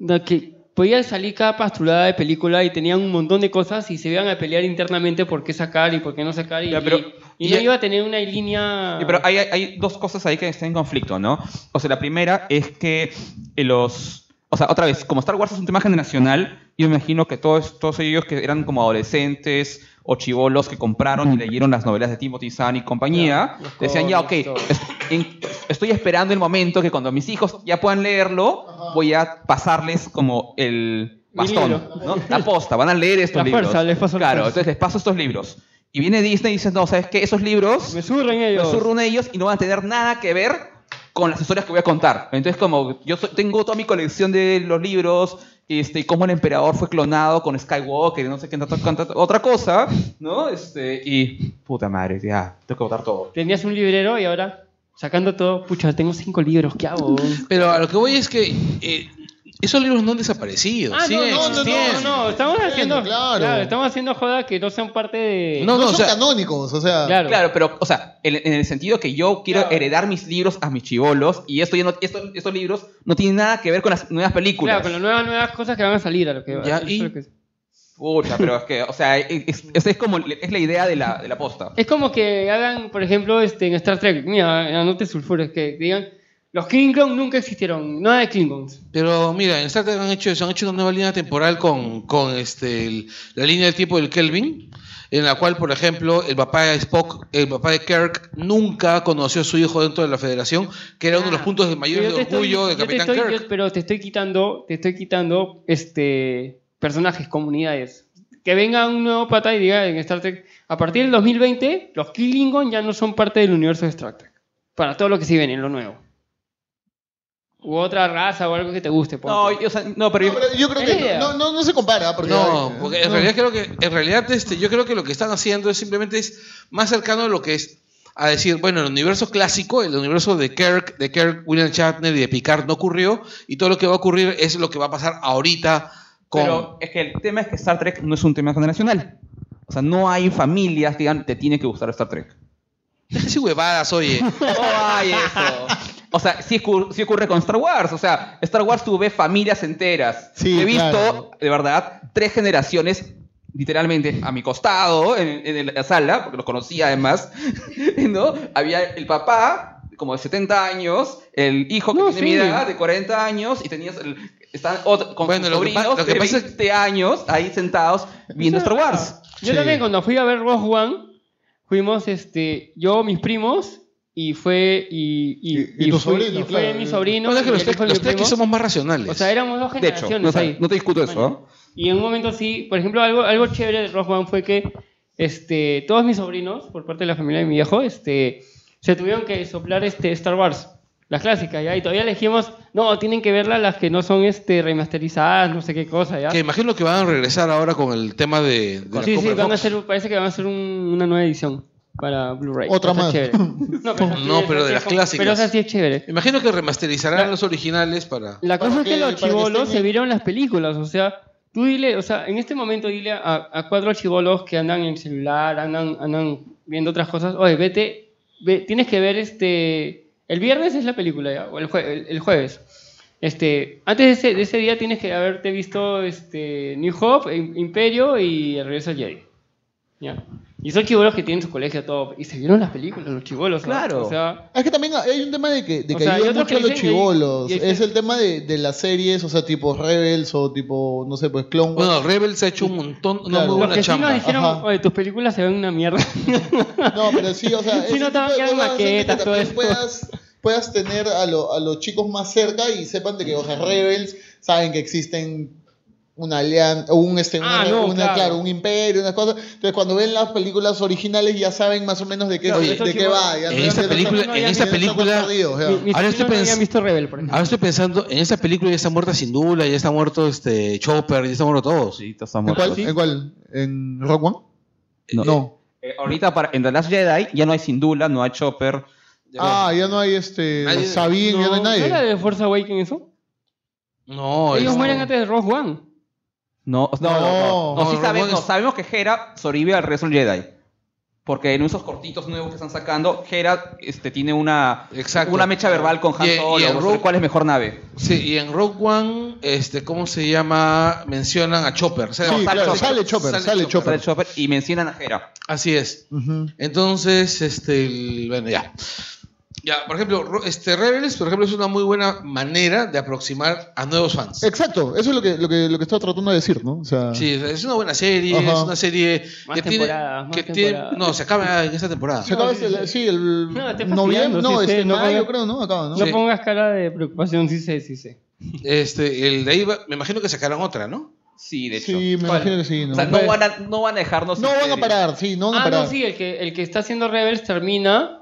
Speaker 3: da que podía salir cada pastrulada de película y tenían un montón de cosas y se iban a pelear internamente por qué sacar y por qué no sacar y,
Speaker 1: Ya, pero-
Speaker 3: y- y
Speaker 1: ya-
Speaker 3: no iba a tener una línea...
Speaker 1: Sí, Pero hay, hay- hay dos cosas ahí que están en conflicto, ¿no? O sea, la primera es que eh, los... O sea, otra vez, como Star Wars es un tema generacional, yo me imagino que todos, todos ellos que eran como adolescentes o chivolos que compraron y leyeron las novelas de Timothy Zahn y compañía,
Speaker 3: Ya, los
Speaker 1: decían, ya, ok,
Speaker 3: cómics, todo.
Speaker 1: es- en- estoy esperando el momento que cuando mis hijos ya puedan leerlo, voy a pasarles como el
Speaker 3: Mi
Speaker 1: bastón,
Speaker 3: libro.
Speaker 1: ¿no? La posta, van a leer estos
Speaker 3: La
Speaker 1: libros.
Speaker 3: fuerza, les paso la
Speaker 1: claro,
Speaker 3: fuerza.
Speaker 1: entonces les paso estos libros. Y viene Disney y dice, no, ¿sabes qué? Esos libros
Speaker 3: Me surren ellos.
Speaker 1: ellos. ellos y no van a tener nada que ver con las historias que voy a contar. Entonces, como yo so- tengo toda mi colección de los libros, este, cómo el emperador fue clonado con Skywalker y no sé qué, tanta- tanta- otra cosa, ¿no? Este, y puta madre, ya, tengo que votar todo.
Speaker 3: Tenías un librero y ahora sacando todo, pucha, tengo cinco libros, ¿qué hago?
Speaker 2: Pero a lo que voy es que eh, esos libros no han desaparecido.
Speaker 3: Ah, no,
Speaker 2: siguen
Speaker 3: no, no, no,
Speaker 2: existiendo.
Speaker 3: no, estamos haciendo,
Speaker 4: claro.
Speaker 3: claro. estamos haciendo joda que no sean parte de...
Speaker 2: No,
Speaker 4: No,
Speaker 2: no,
Speaker 4: son
Speaker 2: o sea-
Speaker 4: canónicos, o sea.
Speaker 3: claro.
Speaker 1: Claro, pero, o sea, en, en el sentido que yo quiero
Speaker 3: Claro.
Speaker 1: heredar mis libros a mis chivolos y esto ya no- estos, estos libros no tienen nada que ver con las nuevas películas.
Speaker 3: Claro, con las nuevas, nuevas cosas que van a salir a lo que
Speaker 2: Ya,
Speaker 3: eso
Speaker 2: y-
Speaker 3: es lo que-
Speaker 1: Pucha, pero es que, o sea, es, es- es como, es la idea de la, de la posta.
Speaker 3: Es como que hagan, por ejemplo, este, en Star Trek, mira, no te sulfures, que digan, los Klingons nunca existieron, nada de Klingons.
Speaker 2: Pero mira, en Star Trek han hecho eso, han hecho una nueva línea temporal con, con este, el- la línea del tiempo del Kelvin, en la cual, por ejemplo, el papá de Spock, el papá de Kirk, nunca conoció a su hijo dentro de la Federación, que era uno de los puntos de
Speaker 3: Ah.
Speaker 2: mayor
Speaker 3: Pero yo
Speaker 2: de
Speaker 3: te
Speaker 2: orgullo
Speaker 3: estoy-
Speaker 2: de
Speaker 3: yo te
Speaker 2: Capitán
Speaker 3: estoy-
Speaker 2: Kirk.
Speaker 3: yo- pero te estoy quitando, te estoy quitando este personajes, comunidades. Que venga un nuevo pata y diga en Star Trek, a partir del 2020, los Klingons ya no son parte del universo de Star Trek. Para todo lo que sí viene, lo nuevo. U otra raza o algo que te guste. ponte.
Speaker 1: No, yo, o sea, no, pero, yo-
Speaker 4: No, pero yo creo
Speaker 3: Es la
Speaker 4: que
Speaker 3: idea.
Speaker 4: no, no, no se compara. Porque,
Speaker 2: No,
Speaker 4: ay,
Speaker 2: porque en
Speaker 4: no.
Speaker 2: realidad creo que, en realidad, este, yo creo que lo que están haciendo es simplemente es más cercano a lo que es a decir, bueno, el universo clásico, el universo de Kirk, de Kirk, William Shatner y de Picard no ocurrió, y todo lo que va a ocurrir es lo que va a pasar ahorita con
Speaker 1: pero es que el tema es que Star Trek no es un tema generacional. O sea, no hay familias que digan, te tiene que gustar Star Trek.
Speaker 2: Deja ese huevadas, oye.
Speaker 1: No
Speaker 3: Oh,
Speaker 1: hay eso. O sea, sí, ocur- sí ocurre con Star Wars. O sea, Star Wars tú ves familias enteras.
Speaker 4: Sí,
Speaker 1: He visto,
Speaker 4: claro.
Speaker 1: de verdad, tres generaciones literalmente a mi costado, en, en la sala, porque los conocía además, ¿no? Había el papá, como de 70 años, el hijo que
Speaker 3: No,
Speaker 1: tiene mi
Speaker 3: sí.
Speaker 1: edad, de 40 años, y tenías el- Están otro- con
Speaker 2: Bueno,
Speaker 1: sus
Speaker 2: lo que pa-
Speaker 1: sobrinos
Speaker 2: lo que
Speaker 1: de
Speaker 2: pasa es-
Speaker 1: 20 años ahí sentados viendo Star Wars.
Speaker 3: Yo
Speaker 4: Sí.
Speaker 3: también cuando fui a ver Rogue One, fuimos este, yo, mis primos, y fue y, y,
Speaker 4: Y- y tus
Speaker 3: fui-
Speaker 4: sobrinos,
Speaker 3: y fue
Speaker 4: claro.
Speaker 3: mi sobrino.
Speaker 2: No, es que
Speaker 3: y
Speaker 2: los,
Speaker 3: el hijo de
Speaker 2: tec- los
Speaker 3: mi primo.
Speaker 2: tequis somos más racionales.
Speaker 3: O sea, éramos dos
Speaker 1: De hecho,
Speaker 3: generaciones
Speaker 1: no,
Speaker 3: ahí.
Speaker 1: no te discuto eso. ¿eh?
Speaker 3: Bueno.
Speaker 1: ¿no?
Speaker 3: Y en un momento sí, por ejemplo, algo, algo chévere de Rogue One fue que este, todos mis sobrinos, por parte de la familia de mi viejo, este, se tuvieron que soplar este Star Wars, las clásicas, ¿ya? Y todavía les dijimos, no, tienen que verlas las que no son este, remasterizadas, no sé qué cosa, ¿ya?
Speaker 2: Que imagino que van a regresar ahora con el tema de, de la
Speaker 3: Sí, sí,
Speaker 2: Copper
Speaker 3: van a
Speaker 2: Fox.
Speaker 3: hacer, parece que van a hacer un- una nueva edición para Blu-ray.
Speaker 4: Otra
Speaker 3: Está
Speaker 4: más.
Speaker 3: chévere. No, pero,
Speaker 2: No,
Speaker 3: esa
Speaker 2: pero de
Speaker 3: sí
Speaker 2: las
Speaker 3: es-
Speaker 2: clásicas.
Speaker 3: Pero esa sí es chévere.
Speaker 2: Imagino que remasterizarán
Speaker 3: La-
Speaker 2: los originales para...
Speaker 3: La
Speaker 4: Para
Speaker 3: cosa es
Speaker 4: que-
Speaker 3: que los
Speaker 4: para que
Speaker 3: chivolos
Speaker 4: estén-
Speaker 3: se vieron las películas, o sea, tú dile, o sea, en este momento dile a, a cuatro chivolos que andan en el celular, andan, andan viendo otras cosas, oye, vete, ve- tienes que ver este, el viernes es la película ya, o el, jue- el- el jueves. Este, antes de ese, de ese día tienes que haberte visto este, New Hope, Im- Imperio y El Regreso al Jedi. Ya. Y son chivolos que tienen su colegio todo, y se vieron las películas, los chivolos.
Speaker 1: Claro.
Speaker 3: O sea,
Speaker 4: Es que también hay un tema de que, de
Speaker 3: O
Speaker 4: que
Speaker 3: sea, hay
Speaker 4: ayuda
Speaker 3: otros
Speaker 4: mucho
Speaker 3: que
Speaker 4: a los
Speaker 3: dicen que-
Speaker 4: chivolos.
Speaker 3: y hay
Speaker 4: Es
Speaker 3: gente-
Speaker 4: el tema de, de las series, o sea, tipo Rebels o tipo, no sé, pues Clone Wars.
Speaker 2: Bueno, Rebels ha hecho un montón, una
Speaker 4: Claro.
Speaker 2: muy
Speaker 4: Los
Speaker 3: los
Speaker 2: buena
Speaker 3: que sí nos
Speaker 2: chamba.
Speaker 3: dijeron,
Speaker 4: Ajá.
Speaker 3: oye, tus películas se ven una mierda.
Speaker 4: No, pero sí, o sea.
Speaker 3: Sí,
Speaker 4: ese
Speaker 3: no,
Speaker 4: tipo
Speaker 3: también
Speaker 4: de cosas hacen que
Speaker 3: maquetas, todo
Speaker 4: también
Speaker 3: eso.
Speaker 4: Puedas, puedas tener a, lo- a los chicos más cerca y sepan de que, o sea, Rebels saben que existen una alianza, un, este, una,
Speaker 3: Ah, no,
Speaker 4: una-
Speaker 3: claro.
Speaker 4: claro, un imperio, unas cosas. Entonces, cuando ven las películas originales ya saben más o menos de qué,
Speaker 3: Claro,
Speaker 4: de,
Speaker 3: estos
Speaker 4: de qué
Speaker 3: chicos-
Speaker 4: va. ya
Speaker 2: en
Speaker 4: saben
Speaker 2: esta
Speaker 4: que no
Speaker 2: película-
Speaker 4: están-
Speaker 2: en
Speaker 4: ya
Speaker 2: esta
Speaker 4: no están
Speaker 2: película-
Speaker 4: perdidos, ya.
Speaker 3: Mi- mis
Speaker 2: Ahora estoy
Speaker 3: sobrinos no
Speaker 2: pens-
Speaker 3: habían visto Rebel, por ejemplo.
Speaker 2: Ahora estoy pensando, en esa película ya está muerta Sindula, ya está muerto este Chopper, ya está muerto todos.
Speaker 1: Sí, todos somos-
Speaker 4: ¿En cuál?
Speaker 1: Sí.
Speaker 4: ¿En cuál? ¿En Rock One?
Speaker 1: No.
Speaker 4: No.
Speaker 1: Eh, ahorita para, en The Last Jedi ya no hay Sindula, no hay Chopper.
Speaker 4: Ah, ya no hay este
Speaker 2: Nadie-
Speaker 4: Sabine, ya no hay nadie.
Speaker 3: era de Force Awakens eso?
Speaker 2: No,
Speaker 3: Ellos
Speaker 2: este-
Speaker 3: mueren antes de Rogue One.
Speaker 1: No, no, no. no.
Speaker 4: No.
Speaker 1: No, sí
Speaker 2: No,
Speaker 1: sabemos,
Speaker 2: Rogue
Speaker 1: no,
Speaker 2: es-
Speaker 1: sabemos que Hera sobrevive al resto del Jedi. Porque en esos cortitos nuevos que están sacando, Hera este, tiene una,
Speaker 2: Exacto.
Speaker 1: una mecha verbal con Han
Speaker 2: Y- y
Speaker 1: Solo.
Speaker 2: en
Speaker 1: sobre
Speaker 2: Rogue-
Speaker 1: ¿Cuál es mejor nave?
Speaker 2: Sí, y en Rogue One, este, ¿cómo se llama? Mencionan a Chopper.
Speaker 4: Sí,
Speaker 1: No,
Speaker 4: claro,
Speaker 1: Chopper.
Speaker 4: sale Chopper, sale, Chopper.
Speaker 1: Sale Chopper y mencionan a Hera.
Speaker 2: Así es.
Speaker 4: Ujú.
Speaker 2: Entonces, este, el- bueno, ya. Ya, por ejemplo, Ro- este Rebels, por ejemplo, es una muy buena manera de aproximar a nuevos fans.
Speaker 4: Exacto, eso es lo que, lo que, lo que estaba tratando de decir, ¿no? O sea,
Speaker 2: Sí, es una buena serie,
Speaker 4: Ajá.
Speaker 2: es una serie
Speaker 3: Más
Speaker 2: que tiene,
Speaker 3: temporadas, más
Speaker 2: que tiene-
Speaker 3: temporadas.
Speaker 2: no, se acaba en esta temporada.
Speaker 4: se acaba este- sí, el
Speaker 3: No, te estás
Speaker 4: noviembre,
Speaker 3: pillando,
Speaker 4: no,
Speaker 3: sí
Speaker 4: este
Speaker 3: sé, no
Speaker 4: mayo
Speaker 3: pongas-
Speaker 4: creo, ¿no? Acaba, ¿no?
Speaker 3: No
Speaker 2: Sí.
Speaker 3: pongas cara de preocupación, sí sé, sí sé.
Speaker 2: Este, el de ahí va- me imagino que sacarán otra, ¿no?
Speaker 1: Sí, de hecho.
Speaker 4: Sí, me imagino que sí, ¿no? Pues-
Speaker 1: O sea, no
Speaker 3: Bueno.
Speaker 1: van, a, no van a dejarnos.
Speaker 4: No
Speaker 1: sin
Speaker 4: van a
Speaker 1: serie.
Speaker 4: parar, sí, no van a
Speaker 3: ah,
Speaker 4: parar.
Speaker 3: no, sí, el que, el que está haciendo Rebels termina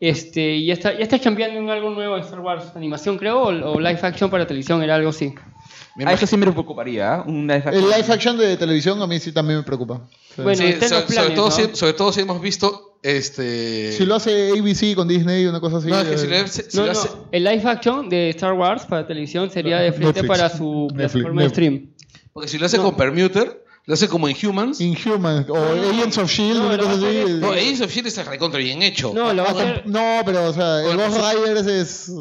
Speaker 3: Este, y ya está, ya está chambeando en algo nuevo de Star Wars, animación creo, o, o live action para televisión, era algo así.
Speaker 1: A eso sí me preocuparía, ¿ah?
Speaker 2: ¿eh?
Speaker 1: un live
Speaker 4: El
Speaker 1: action.
Speaker 4: live action de televisión a mí sí también me preocupa. Sí.
Speaker 3: Bueno,
Speaker 2: Sí,
Speaker 3: está en
Speaker 2: so-
Speaker 3: los
Speaker 2: sobre,
Speaker 3: planes,
Speaker 2: todo
Speaker 3: ¿no?
Speaker 2: si, sobre todo si hemos visto este.
Speaker 4: si lo hace ABC con Disney, una cosa así.
Speaker 2: No, es que
Speaker 4: eh,
Speaker 2: si lo, si
Speaker 3: No, no,
Speaker 2: lo hace-
Speaker 3: el live action de Star Wars para televisión sería de frente
Speaker 4: Netflix.
Speaker 3: para su
Speaker 4: Netflix,
Speaker 3: plataforma de
Speaker 4: Netflix.
Speaker 3: stream.
Speaker 2: Porque si lo hace con Permuter, lo hace como en Humans.
Speaker 4: Inhumans o Agents of Shield,
Speaker 3: Ah, no,
Speaker 4: E una
Speaker 3: lo
Speaker 4: cosa
Speaker 3: va a
Speaker 4: así.
Speaker 3: hacer-
Speaker 2: No, Agents of Shield E está recontra bien hecho.
Speaker 3: No, lo va a hacer.
Speaker 4: No, pero o sea, el
Speaker 2: Bueno,
Speaker 4: Ghost
Speaker 2: sí.
Speaker 4: Rider es.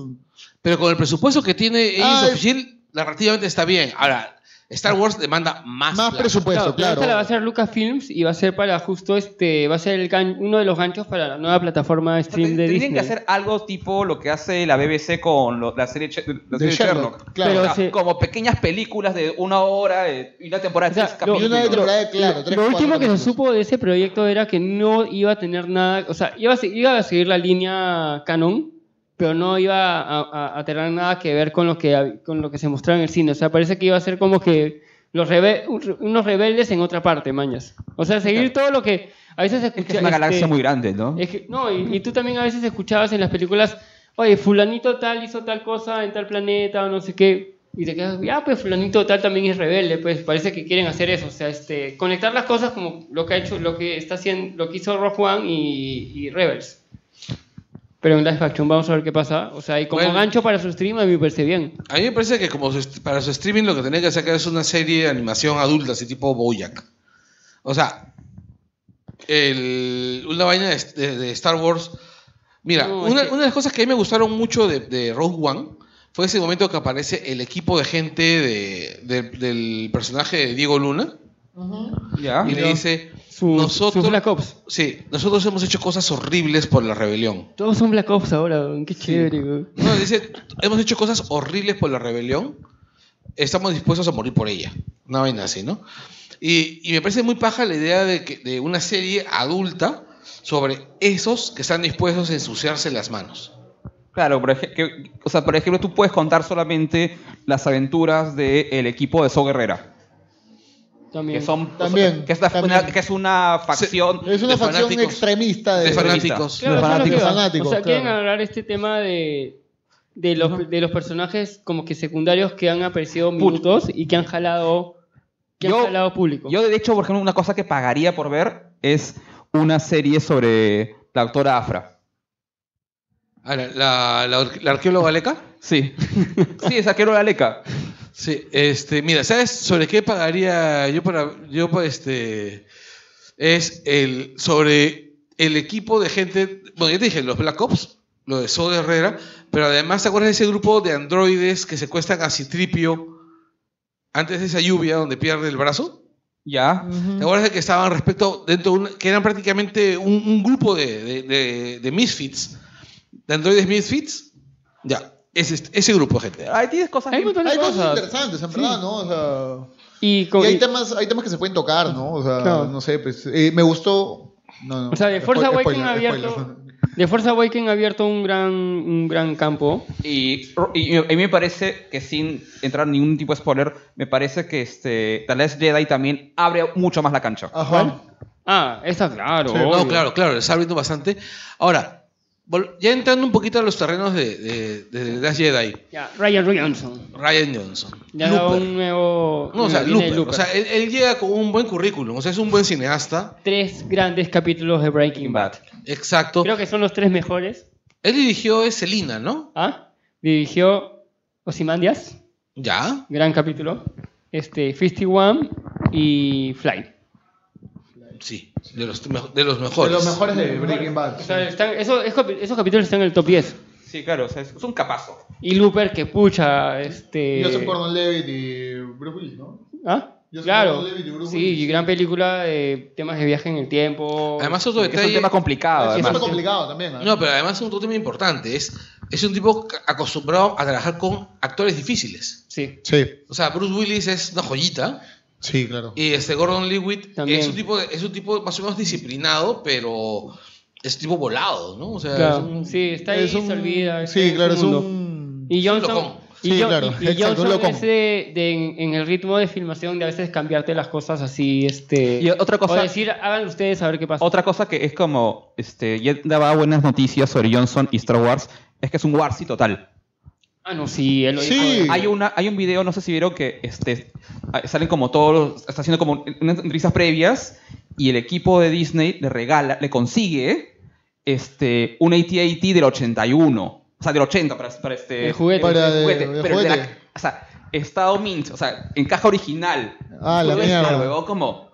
Speaker 2: Pero con el presupuesto que tiene Agents
Speaker 4: Ah,
Speaker 2: of
Speaker 4: es-
Speaker 2: Shield, E narrativamente está bien. Ahora, Star Wars demanda más.
Speaker 4: Más
Speaker 2: plata.
Speaker 4: presupuesto,
Speaker 3: pero
Speaker 4: claro.
Speaker 3: Esta la va a hacer Lucasfilms y va a ser para justo este, va a ser el gan- uno de los ganchos para la nueva plataforma de stream de
Speaker 1: Tendrían
Speaker 3: Disney.
Speaker 1: que hacer algo tipo lo que hace la BBC con lo- la serie, Che- la
Speaker 4: De
Speaker 1: serie Sherlock.
Speaker 4: Sherlock, claro.
Speaker 1: O sea,
Speaker 3: Pero sí.
Speaker 1: Como pequeñas películas de una hora eh, y una temporada
Speaker 3: O
Speaker 1: de
Speaker 3: sea,
Speaker 1: tres
Speaker 3: lo-
Speaker 1: capítulos.
Speaker 4: Y una de temporada, de- claro.
Speaker 3: Lo-
Speaker 4: tres,
Speaker 3: lo
Speaker 4: cuatro
Speaker 3: último que se
Speaker 4: capítulos.
Speaker 3: supo de ese proyecto era que no iba a tener nada, o sea, iba a, se- iba a seguir la línea canon, pero no iba a, a- a tener nada que ver con lo que, hab- con lo que se mostraba en el cine. O sea, parece que iba a ser como que los rebe- un re- unos rebeldes en otra parte, mañas. O sea, seguir todo lo que a veces
Speaker 1: Es
Speaker 3: escucha-
Speaker 1: que es una
Speaker 3: este,
Speaker 1: galaxia muy grande, ¿no?
Speaker 3: es que- no, y, y tú también a veces escuchabas en las películas, oye, fulanito tal hizo tal cosa en tal planeta o no sé qué, y te quedas, ya, pues fulanito tal también es rebelde, pues parece que quieren hacer eso, o sea, este, conectar las cosas como lo que ha hecho, lo que está haciendo, lo que hizo Rogue One y, y Rebels. Pero en live action vamos a ver qué pasa, o sea, y como
Speaker 2: Bueno.
Speaker 3: gancho para su stream a mí me parece bien.
Speaker 2: A mí me parece que como su est- para su streaming lo que tenía que sacar es una serie de animación adulta, así tipo Bojack. O sea, el- una vaina de, de- de Star Wars. Mira,
Speaker 3: No,
Speaker 2: una,
Speaker 3: es que-
Speaker 2: una de las cosas que a mí me gustaron mucho de, de Rogue One fue ese momento que aparece el equipo de gente de- de- del personaje de Diego Luna
Speaker 1: Ya.
Speaker 2: y le dice,
Speaker 3: Su,
Speaker 2: nosotros,
Speaker 3: su Black Ops.
Speaker 2: sí, nosotros hemos hecho cosas horribles por la rebelión.
Speaker 3: Todos son Black Ops ahora, weón, qué chévere, weón.
Speaker 2: No, dice, hemos hecho cosas horribles por la rebelión, estamos dispuestos a morir por ella. Una vaina así, ¿no? Y, y me parece muy paja la idea de, que, de una serie adulta sobre esos que están dispuestos a ensuciarse las manos.
Speaker 1: Claro, por ej- que- o sea, por ejemplo, tú puedes contar solamente las aventuras del equipo de So Guerrera.
Speaker 3: También.
Speaker 1: Que, son,
Speaker 4: También,
Speaker 1: que, es la-
Speaker 4: también.
Speaker 1: una, que es una facción.
Speaker 4: Es una
Speaker 2: de
Speaker 4: facción
Speaker 2: fanáticos.
Speaker 4: extremista de.
Speaker 2: De fanáticos.
Speaker 3: Claro, claro
Speaker 1: Los fanáticos.
Speaker 3: que va.
Speaker 4: fanáticos,
Speaker 3: O sea, quieren
Speaker 4: claro.
Speaker 3: hablar este tema de, de, los, de los personajes como que secundarios que han aparecido
Speaker 1: Puta.
Speaker 3: minutos y que han jalado, que han
Speaker 1: Yo-
Speaker 3: jalado público.
Speaker 1: Yo, de hecho, por ejemplo, una cosa que pagaría por ver es una serie sobre la autora Afra.
Speaker 2: Ahora, la, la, ar- la arqueóloga Leca.
Speaker 1: Sí. sí, es Aquero Leca.
Speaker 2: Sí, este, mira, ¿sabes sobre qué pagaría yo para, yo para este, es el, sobre el equipo de gente, bueno, ya te dije, los Black Ops, lo de Sol Herrera, pero además, ¿te acuerdas de ese grupo de androides que secuestran a Citripio antes de esa lluvia donde pierde el brazo?
Speaker 1: Ya.
Speaker 2: ¿Te acuerdas de que estaban respecto dentro de un- que eran prácticamente un, un grupo de, de- de- de misfits, de androides misfits? Ya, ese, ese grupo, gente.
Speaker 1: Ahí tienes cosas
Speaker 3: Hay un montón
Speaker 1: bien-
Speaker 3: de
Speaker 4: Hay cosas
Speaker 3: cosas.
Speaker 4: interesantes, en verdad, ¿no? O sea.
Speaker 3: Y,
Speaker 4: Y
Speaker 3: con-
Speaker 4: hay temas, hay temas que se pueden tocar, ¿no? O sea,
Speaker 3: Claro.
Speaker 4: no sé, pues. eh, me gustó. No, no,
Speaker 3: O sea, de
Speaker 4: spoil-
Speaker 3: Forza
Speaker 4: spoiler,
Speaker 3: Awakening ha
Speaker 4: spoiler.
Speaker 3: abierto, de Forza Awakening ha abierto un gran, un gran campo.
Speaker 1: Y, y a mí me parece que sin entrar en ningún tipo de spoiler, me parece que este, The Last Jedi también abre mucho más la cancha.
Speaker 4: Ajá.
Speaker 3: Ah, está claro.
Speaker 4: Sí,
Speaker 2: No,
Speaker 3: obvio.
Speaker 2: claro, claro, está abriendo bastante. Ahora, vol- ya entrando un poquito a los terrenos de, de, de, The Last Jedi,
Speaker 3: Ya, Ryan Johnson.
Speaker 2: Ryan Johnson.
Speaker 3: Ya
Speaker 2: Looper.
Speaker 3: da un nuevo.
Speaker 2: No, o sea,
Speaker 3: viene
Speaker 2: Looper.
Speaker 3: Looper.
Speaker 2: O sea, él, él llega con un buen currículum, o sea, es un buen cineasta.
Speaker 3: tres grandes capítulos de Breaking Bad.
Speaker 2: Exacto.
Speaker 3: Creo que son los tres mejores.
Speaker 2: Él dirigió Selina, ¿no?
Speaker 3: ¿Ah? Dirigió Osimandias.
Speaker 2: Ya.
Speaker 3: gran capítulo. Este, 51 y Fly.
Speaker 2: Sí, de los, mejo- de los
Speaker 4: De
Speaker 2: mejores.
Speaker 4: los mejores de Breaking Bad.
Speaker 3: O sea, están- esos, esos capi- esos capítulos están en el top 10.
Speaker 1: Sí, claro, o sea, es es un capazo.
Speaker 3: Y Looper, que pucha, este...
Speaker 4: Joseph Gordon Levitt y Bruce Willis, ¿no?
Speaker 3: ¿Ah?
Speaker 4: Joseph
Speaker 3: Claro.
Speaker 4: Gordon-Levitt y Bruce
Speaker 3: Sí,
Speaker 4: Willis.
Speaker 3: y gran película de temas de viaje en el tiempo.
Speaker 2: Además, otro
Speaker 1: Es un
Speaker 2: detalle.
Speaker 1: tema complicado,
Speaker 4: Es
Speaker 1: además.
Speaker 4: súper complicado también. ¿ah?
Speaker 2: No, pero además otro tema importante. Es, es un tipo ca- acostumbrado a trabajar con actores difíciles.
Speaker 3: Sí.
Speaker 4: Sí,
Speaker 2: O sea, Bruce Willis es una joyita.
Speaker 4: sí, claro.
Speaker 2: Y este Gordon Lewitt
Speaker 3: También.
Speaker 2: es un tipo de- es un tipo más o menos disciplinado, pero es tipo volado, ¿no? O sea,
Speaker 3: Claro.
Speaker 2: es un-
Speaker 3: Sí, está ahí,
Speaker 4: Es un-
Speaker 3: se olvida. está
Speaker 4: Sí,
Speaker 3: en
Speaker 4: claro,
Speaker 3: su
Speaker 4: es
Speaker 3: mundo.
Speaker 4: un.
Speaker 3: Y
Speaker 2: es un
Speaker 3: Johnson,
Speaker 2: locón.
Speaker 3: Y
Speaker 4: Sí,
Speaker 3: yo-
Speaker 4: claro,
Speaker 3: y- y
Speaker 4: exacto,
Speaker 3: Johnson
Speaker 4: lo com-
Speaker 3: es de, de- en, en el ritmo de filmación de a veces cambiarte las cosas así, este...
Speaker 1: Y otra cosa-
Speaker 3: O decir, hagan ustedes a ver qué pasa.
Speaker 1: Otra cosa que es como, este, ya daba buenas noticias sobre Johnson y Star Wars, es que es un Warsi total.
Speaker 3: Ah, no, sí, él lo dijo.
Speaker 4: Sí.
Speaker 1: Hay, una, hay un video, no sé si vieron, que este, ah, salen como todos, los- está haciendo como unas entrevistas previas y el equipo de Disney le regala, le consigue este, un AT-AT del 81. O sea, del 80 para, para este...
Speaker 3: El juguete.
Speaker 4: Para de- de
Speaker 1: pero el de la-
Speaker 4: juguete.
Speaker 1: o sea, estado mint, o sea, en caja original.
Speaker 4: Ah, la
Speaker 1: Tú ves al
Speaker 4: mierda. Ah.
Speaker 1: huevón como...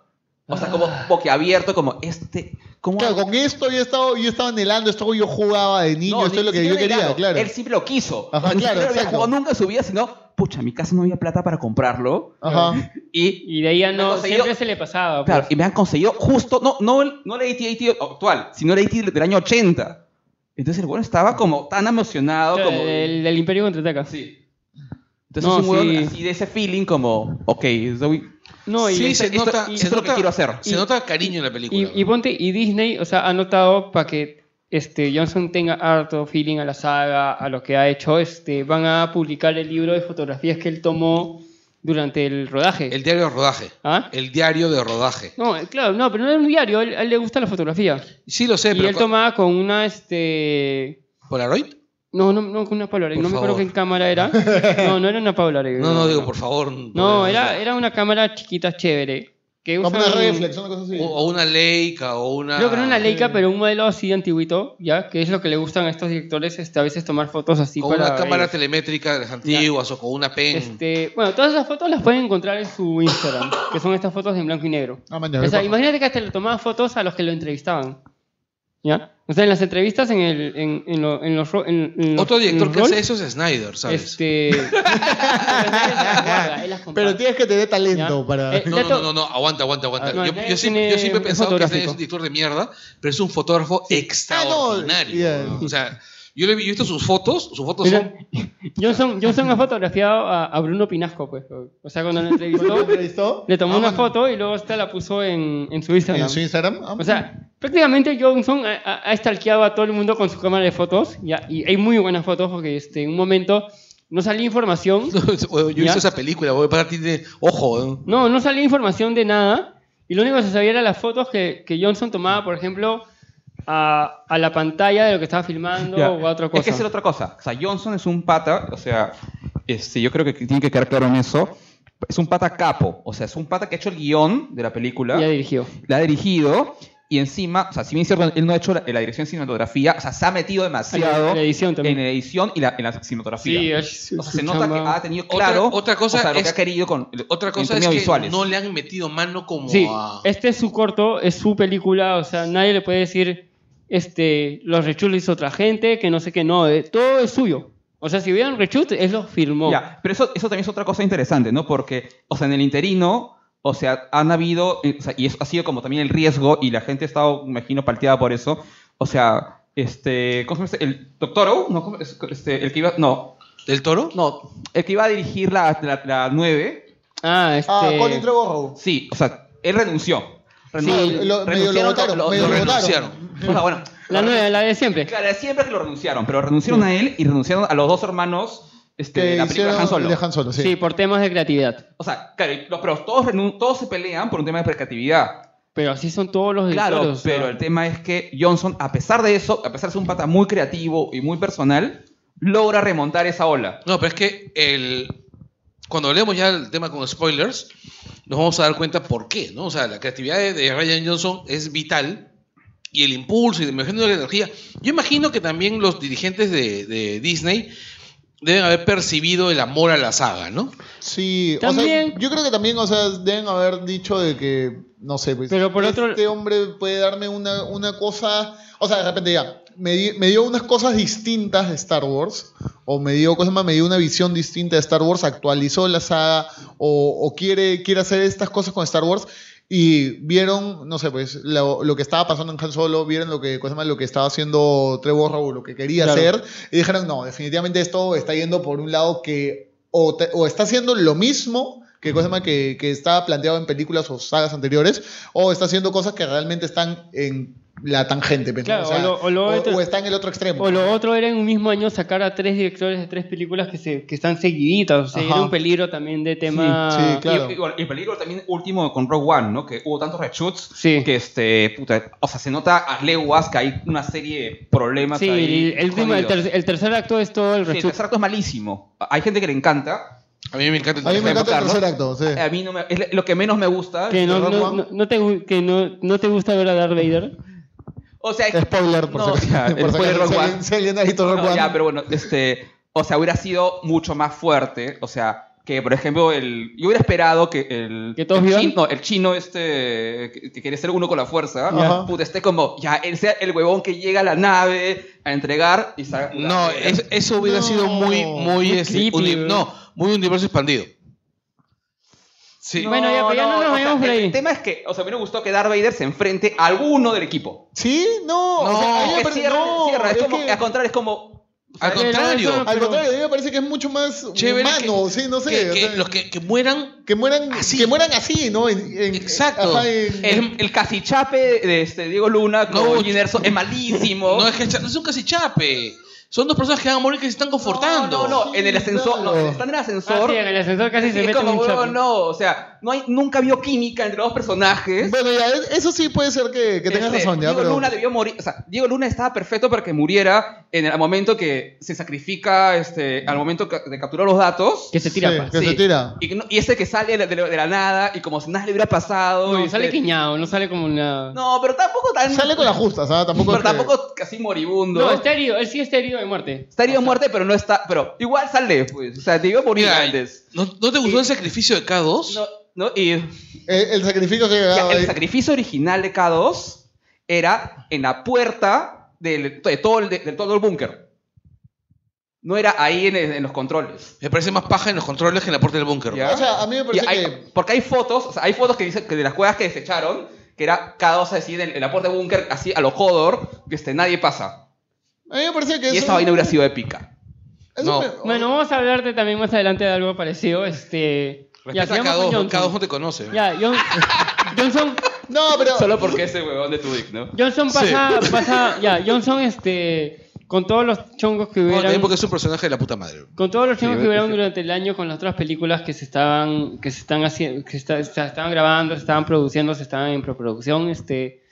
Speaker 1: O sea, como boquiabierto, como este... ¿cómo
Speaker 4: Claro, con esto yo estaba, yo estaba anhelando, esto yo jugaba de niño,
Speaker 1: No,
Speaker 4: esto
Speaker 1: ni
Speaker 4: es lo que yo
Speaker 1: siquiera
Speaker 4: quería,
Speaker 1: regalo.
Speaker 4: claro.
Speaker 1: Él siempre lo quiso.
Speaker 4: Ajá, claro,
Speaker 1: Ni siquiera lo había
Speaker 4: exacto.
Speaker 1: jugado nunca en su vida, sino, pucha, en mi casa no había plata para comprarlo.
Speaker 4: Ajá.
Speaker 1: Y,
Speaker 3: Y de ahí ya no,
Speaker 1: Entonces,
Speaker 3: siempre
Speaker 1: yo-
Speaker 3: se le pasaba.
Speaker 1: claro,
Speaker 3: pues.
Speaker 1: y me han conseguido justo, no, no, el- no el AT-AT actual, sino el AT del año 80. Entonces el bueno estaba como tan emocionado,
Speaker 3: Claro,
Speaker 1: como...
Speaker 3: del, del Imperio Contraataca.
Speaker 1: Sí. Entonces
Speaker 3: No,
Speaker 1: es un huevón
Speaker 3: sí.
Speaker 1: así de ese feeling como, ok, soy-
Speaker 3: No, y este
Speaker 2: sí,
Speaker 1: esto-
Speaker 2: se
Speaker 1: esto-
Speaker 2: nota,
Speaker 1: y
Speaker 2: se
Speaker 1: esto es lo que
Speaker 2: nota-
Speaker 1: quiero hacer.
Speaker 2: Se
Speaker 1: Y-
Speaker 2: nota cariño en la película.
Speaker 3: Y, y ponte, y Disney, o sea, ha notado para que este, Johnson tenga harto feeling a la saga, a lo que ha hecho, este, van a publicar el libro de fotografías que él tomó durante el rodaje.
Speaker 2: el diario de rodaje.
Speaker 3: ¿Ah?
Speaker 2: El diario de rodaje.
Speaker 3: No, eh, claro, no, pero no era un diario, a él, a él le gusta la fotografía.
Speaker 2: Sí, lo sé,
Speaker 3: y
Speaker 2: pero.
Speaker 3: él tomaba con una, este...
Speaker 2: ¿Polaroid?
Speaker 3: No, no, no, con una Polaroid,
Speaker 2: Por
Speaker 3: no me
Speaker 2: favor.
Speaker 3: acuerdo qué cámara era. No, no era una Polaroid.
Speaker 2: No, no, digo, por favor.
Speaker 3: No, era, era una cámara chiquita chévere. Que
Speaker 4: Como
Speaker 3: usan-
Speaker 4: una reflex, una cosa así.
Speaker 2: O, o una Leica o una.
Speaker 3: Creo que no una Leica, pero un modelo así antiguito, ¿ya? Que es lo que le gustan a estos directores, este, a veces tomar fotos así
Speaker 2: con
Speaker 3: para...
Speaker 2: una cámara
Speaker 3: ellos.
Speaker 2: telemétrica de las antiguas o con una pen.
Speaker 3: este, Bueno, todas esas fotos las pueden encontrar en su Instagram, que son estas fotos en blanco y negro.
Speaker 4: Ah, man,
Speaker 3: O sea,
Speaker 4: ya, me acuerdo.
Speaker 3: imagínate que hasta le tomaba fotos a los que lo entrevistaban, ¿ya? O sea, en las entrevistas, en, el, en, en lo- en los... ro- en- en los-
Speaker 2: Otro
Speaker 3: en
Speaker 2: director
Speaker 3: los
Speaker 2: que
Speaker 3: roles,
Speaker 2: hace eso es Snyder, ¿sabes?
Speaker 3: Este... pero nadie las guarda, él las
Speaker 4: Pero
Speaker 3: comparte.
Speaker 4: tienes que tener talento
Speaker 3: Ya.
Speaker 4: para.
Speaker 3: Eh,
Speaker 2: No, no, no, no, no, aguanta, aguanta, aguanta.
Speaker 3: Ah, no,
Speaker 2: yo,
Speaker 3: Snyder
Speaker 2: yo siempre, yo
Speaker 3: tiene
Speaker 2: siempre
Speaker 3: un
Speaker 2: he pensado que Snyder
Speaker 3: fotográfico. Ah,
Speaker 2: es un director de mierda, pero es un fotógrafo extraordinario.
Speaker 4: Ah, no, yeah.
Speaker 2: O sea, yo, le, he vi- yo he visto sus fotos, sus fotos
Speaker 3: Mira,
Speaker 2: son.
Speaker 3: Johnson, Johnson ha fotografiado a, a Bruno Pinasco, pues. O sea, cuando lo
Speaker 4: ¿Lo
Speaker 3: entrevistó,
Speaker 4: entrevistó?
Speaker 3: le tomó
Speaker 2: Ah,
Speaker 3: una
Speaker 2: bueno.
Speaker 3: foto y luego esta la puso en, en su Instagram.
Speaker 4: ¿En su Instagram? Ah,
Speaker 3: O sea, prácticamente Johnson ha, ha- ha stalkeado a todo el mundo con su cámara de fotos. ya, y hay muy buenas fotos porque este, en un momento no salía información.
Speaker 2: Yo he
Speaker 3: Ya.
Speaker 2: visto esa película, voy para ti de. Ojo, ¿eh?
Speaker 3: No, no salía información de nada. Y lo único que se sabía eran las fotos que, que Johnson tomaba, por ejemplo, a, a la pantalla de lo que estaba filmando
Speaker 1: Ya.
Speaker 3: o a otra cosa.
Speaker 1: Es que esa es otra cosa. O sea, Johnson es un pata, o sea, este, yo creo que tiene que quedar claro en eso. Es un pata capo, o sea, es un pata que ha hecho el guión de la película,
Speaker 3: Ya dirigió.
Speaker 1: la ha dirigido y encima, o sea, si bien es cierto, él no ha hecho la, la dirección de cinematografía, o sea, se ha metido demasiado
Speaker 3: En la edición también.
Speaker 1: en la edición y la, en la cinematografía.
Speaker 3: es,
Speaker 1: o sea,
Speaker 3: su
Speaker 1: se nota que
Speaker 3: chamba.
Speaker 1: ha tenido
Speaker 2: Otra-
Speaker 1: claro
Speaker 2: otra cosa
Speaker 1: o sea, lo
Speaker 2: es-
Speaker 1: que ha querido con
Speaker 2: Otra
Speaker 1: en
Speaker 2: cosa es
Speaker 1: términos
Speaker 2: que
Speaker 1: visuales.
Speaker 2: no le han metido mano como
Speaker 3: Sí,
Speaker 2: a.
Speaker 3: este es su corto, es su película, o sea, nadie le puede decir, este, los reshoots lo hizo otra gente, que no sé qué, no, eh, todo es suyo. O sea, si hubieran reshoots, él los firmó.
Speaker 1: Ya, pero eso, eso también es otra cosa interesante, ¿no? Porque, o sea, en el interino, o sea, han habido, eh, o sea, y eso ha sido como también el riesgo, y la gente ha estado, me imagino, palteada por eso. O sea, este, ¿cómo se llama? este? El doctor O, no, ¿cómo es? este, el que iba, no,
Speaker 2: ¿Del toro?
Speaker 1: no, el que iba a dirigir la, la, la 9,
Speaker 3: Ah, este...
Speaker 4: Ah, Colin Trevorrow.
Speaker 1: sí, o sea, él renunció. Renunció.
Speaker 4: Sí, lo- medio lo
Speaker 1: Renunciaron,
Speaker 4: votaron,
Speaker 1: lo-
Speaker 4: medio
Speaker 1: lo
Speaker 4: lo
Speaker 2: renunciaron.
Speaker 4: votaron.
Speaker 1: O sea, Ah, bueno,
Speaker 3: la nueva, la de siempre.
Speaker 1: claro, siempre que lo renunciaron, pero renunciaron a él y renunciaron a los dos hermanos este, de
Speaker 4: Que
Speaker 1: la película de Han Solo.
Speaker 4: hicieron de Han Solo,
Speaker 3: sí.
Speaker 4: sí.
Speaker 3: por temas de creatividad.
Speaker 1: O sea, claro, y los- pero todos, renun- todos se pelean por un tema de creatividad.
Speaker 3: Pero así son todos los
Speaker 1: Claro,
Speaker 3: directores, o sea.
Speaker 1: pero el tema es que Johnson, a pesar de eso, a pesar de ser un pata muy creativo y muy personal, logra remontar esa ola.
Speaker 2: No, pero es que el, cuando hablemos ya del tema con spoilers, nos vamos a dar cuenta por qué, ¿no? O sea, la creatividad de, de Ryan Johnson es vital y el impulso y me imagino la energía. Yo imagino que también los dirigentes de, de Disney deben haber percibido el amor a la saga, ¿no?
Speaker 4: Sí, o sea,
Speaker 3: También-
Speaker 4: yo creo que también, o sea, deben haber dicho de que, no sé, pues,
Speaker 3: Pero por otro-
Speaker 4: este hombre puede darme una, una cosa, o sea, de repente ya, me, di- me dio unas cosas distintas de Star Wars, o me dio, cosas más, me dio una visión distinta de Star Wars, actualizó la saga, o, o quiere, quiere hacer estas cosas con Star Wars. Y vieron, no sé, pues lo, lo que estaba pasando en Han Solo, vieron lo que, cosas más, lo que estaba haciendo Trevor Rowe, lo que quería
Speaker 3: Claro.
Speaker 4: hacer, y dijeron, no, definitivamente esto está yendo por un lado que o, te- o está haciendo lo mismo que, cosa más que, que estaba planteado en películas o sagas anteriores, o está haciendo cosas que realmente están en la tangente, pues, ¿no?
Speaker 3: Claro,
Speaker 4: o, sea,
Speaker 3: o lo- o lo
Speaker 4: o-
Speaker 3: otro-
Speaker 4: o está en el otro extremo.
Speaker 3: O lo otro era en un mismo año sacar a tres directores de tres películas que, se, que están seguiditas. O sea,
Speaker 4: Ajá.
Speaker 3: era un peligro también de tema.
Speaker 4: Sí, sí, Claro.
Speaker 1: Y, y- y el peligro también último con Rogue One, ¿no? Que hubo tantos reshoots
Speaker 3: Sí.
Speaker 1: que, este, puta, o sea, se nota a leguas que hay una serie de problemas
Speaker 3: Sí,
Speaker 1: ahí.
Speaker 3: el, último- el,
Speaker 1: jodidos.
Speaker 3: ter- el tercer acto es todo el
Speaker 1: Sí, el
Speaker 3: reshoot.
Speaker 1: tercer acto es malísimo. Hay gente que le encanta.
Speaker 2: A mí me encanta el
Speaker 4: a mí me
Speaker 2: tercer
Speaker 4: encanta el
Speaker 1: Carlos.
Speaker 4: tercer acto, sí.
Speaker 1: A mí no me, es lo que menos me gusta.
Speaker 3: que no,
Speaker 4: Rogue
Speaker 3: no-
Speaker 4: One.
Speaker 3: no- no te, gu- que no, no te gusta ver a Darth Vader.
Speaker 1: O sea,
Speaker 4: Spoiler, por
Speaker 1: no,
Speaker 4: si
Speaker 1: o sea,
Speaker 4: acaso. Por si
Speaker 1: spoiler
Speaker 4: acaso,
Speaker 1: Rogue
Speaker 4: si
Speaker 1: One.
Speaker 4: alguien- si alguien ha visto Rogue
Speaker 1: No,
Speaker 4: One.
Speaker 1: ya, pero bueno, este, o sea, hubiera sido mucho más fuerte, o sea, que por ejemplo el, yo hubiera esperado que el,
Speaker 3: ¿Que todos
Speaker 1: el
Speaker 3: vivan?
Speaker 1: chino, el chino este que, que quiere ser uno con la fuerza,
Speaker 4: Ajá.
Speaker 1: puta, esté como ya él sea el huevón que llega a la nave a entregar y salga. puta,
Speaker 2: No,
Speaker 1: mira.
Speaker 2: es- eso hubiera
Speaker 4: No,
Speaker 2: sido muy, muy,
Speaker 3: muy
Speaker 2: este,
Speaker 3: creepy,
Speaker 2: uni-
Speaker 3: bro.
Speaker 2: no, muy universo expandido. Sí.
Speaker 3: Bueno, ya, pero ya no nos
Speaker 1: o sea,
Speaker 3: vayamos por
Speaker 1: el-
Speaker 3: ahí.
Speaker 1: El tema es que, o sea, a mí me gustó que Darth Vader se enfrente a alguno del equipo.
Speaker 4: Sí, no.
Speaker 2: No,
Speaker 4: o sea, a mí
Speaker 1: Como
Speaker 4: me
Speaker 1: que
Speaker 4: parece-
Speaker 1: cierra,
Speaker 4: no,
Speaker 1: cierra, es
Speaker 4: es
Speaker 1: como
Speaker 4: que-
Speaker 1: que al contrario es como
Speaker 2: Al
Speaker 3: Pero
Speaker 2: contrario,
Speaker 3: eso-
Speaker 4: Al
Speaker 3: pero-
Speaker 4: contrario, a mí me parece que es mucho más
Speaker 2: chévere
Speaker 4: humano,
Speaker 2: que-
Speaker 4: sí, no sé.
Speaker 2: que-
Speaker 4: o
Speaker 2: que
Speaker 4: sea,
Speaker 2: los que, que mueran,
Speaker 4: que mueran
Speaker 2: Así.
Speaker 4: que mueran así, ¿no? En- en-
Speaker 2: Exacto.
Speaker 4: ajá, en-
Speaker 1: el, el cacichape de este Diego Luna con
Speaker 2: No,
Speaker 1: Jyn Erso es malísimo.
Speaker 2: no es que cha- es un casi chape. Son dos personas que van a morir que se están
Speaker 1: No,
Speaker 2: confortando.
Speaker 1: no, no, en el ascensor, no,
Speaker 4: Claro.
Speaker 1: están en el
Speaker 3: Ah,
Speaker 1: ascensor.
Speaker 3: sí, en el ascensor casi
Speaker 1: y
Speaker 3: se
Speaker 1: es
Speaker 3: mete
Speaker 1: como,
Speaker 3: un
Speaker 1: huevón,
Speaker 3: chap.
Speaker 1: no, o sea, no hay, nunca vio química entre los dos personajes.
Speaker 4: Bueno, ya, es- eso sí puede ser que, que tengas
Speaker 1: Este,
Speaker 4: razón, ya,
Speaker 1: Diego
Speaker 4: pero.
Speaker 1: Luna debió morir, o sea, Diego Luna estaba perfecto para que muriera en el momento que se sacrifica, este, al momento ca- de capturar los datos.
Speaker 3: Que se tira. pues.
Speaker 4: Sí,
Speaker 3: pa.
Speaker 4: que se tira.
Speaker 1: Y, no- y ese que sale de la, de la- de la nada y como si nada le hubiera pasado.
Speaker 3: No,
Speaker 1: y
Speaker 3: sale
Speaker 1: este-
Speaker 3: quiñado, no sale como una. No,
Speaker 1: No, pero tampoco tan...
Speaker 4: Sale con las justas, ¿ah? Tampoco. es
Speaker 1: Pero
Speaker 4: que-
Speaker 1: tampoco casi moribundo.
Speaker 3: está herido, él sí está herido de muerte.
Speaker 1: Está herido de muerte, pero no está... Pero igual sale, pues. O sea, debió morir
Speaker 2: Mira,
Speaker 1: antes.
Speaker 2: ¿no, no te gustó el sacrificio de Eh, K2?
Speaker 1: No, no, y
Speaker 4: El, el sacrificio que
Speaker 1: Ya,
Speaker 4: llegaba
Speaker 1: el
Speaker 4: ahí.
Speaker 1: sacrificio original de K2 era en la puerta del, de todo el, de todo el búnker. No era ahí en, en los controles.
Speaker 2: Me parece más paja en los controles que en la puerta del búnker.
Speaker 1: Ya.
Speaker 4: O sea, a mí me
Speaker 1: Y
Speaker 4: parece
Speaker 1: hay-
Speaker 4: que.
Speaker 1: Porque hay fotos, o sea, hay fotos que dicen que de las cuevas que desecharon, que era K2 así en, en la puerta del búnker, así a lo Hodor, que este, nadie pasa.
Speaker 4: A mí me parece que.
Speaker 1: Y
Speaker 4: eso-
Speaker 1: esa vaina hubiera sido épica.
Speaker 4: eso
Speaker 2: No.
Speaker 4: me-
Speaker 3: Bueno, vamos a hablarte también más adelante de algo parecido. Este. Ya,
Speaker 2: Respeta a
Speaker 3: sigamos con
Speaker 2: K2, K2
Speaker 3: Johnson.
Speaker 2: no te conoce.
Speaker 3: Ya, John- Johnson.
Speaker 4: No, pero.
Speaker 1: Solo porque ese huevón de Tudyk, ¿no?
Speaker 3: Johnson pasa, pasa, ya, Johnson este, con todos los chongos que
Speaker 2: No,
Speaker 3: hubieran,
Speaker 2: también porque es un personaje de la puta madre.
Speaker 3: con todos los chongos
Speaker 1: Sí,
Speaker 3: que hubieran
Speaker 1: sí.
Speaker 3: durante el año con las otras películas que se estaban, que se están haciendo, que está- se estaban grabando, se estaban produciendo, se estaban en preproducción, este,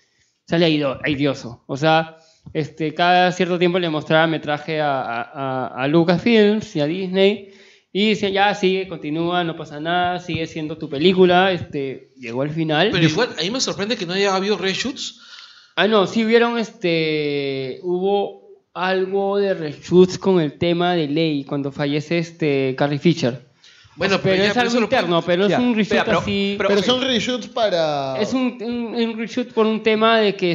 Speaker 3: sale aido- aidioso, o sea, este, cada cierto tiempo le mostraba metraje a, a, a- a Lucasfilms y a Disney y decían ya sigue, continúa, no pasa nada, sigue siendo tu película, este, llegó al final.
Speaker 2: Pero igual, a mí me sorprende que no haya habido reshoots.
Speaker 3: Ah, no, sí vieron este. Hubo algo de reshoots con el tema de Ley cuando fallece este Carrie Fisher.
Speaker 2: Bueno,
Speaker 3: pero,
Speaker 2: pero ya,
Speaker 3: es
Speaker 2: pero
Speaker 3: algo
Speaker 2: eso lo-
Speaker 3: interno, pero es
Speaker 1: Ya,
Speaker 3: un reshoot
Speaker 1: espera, pero-
Speaker 3: así.
Speaker 1: pero-
Speaker 4: Pero son reshoots para.
Speaker 3: es un, un- un reshoot por un tema de que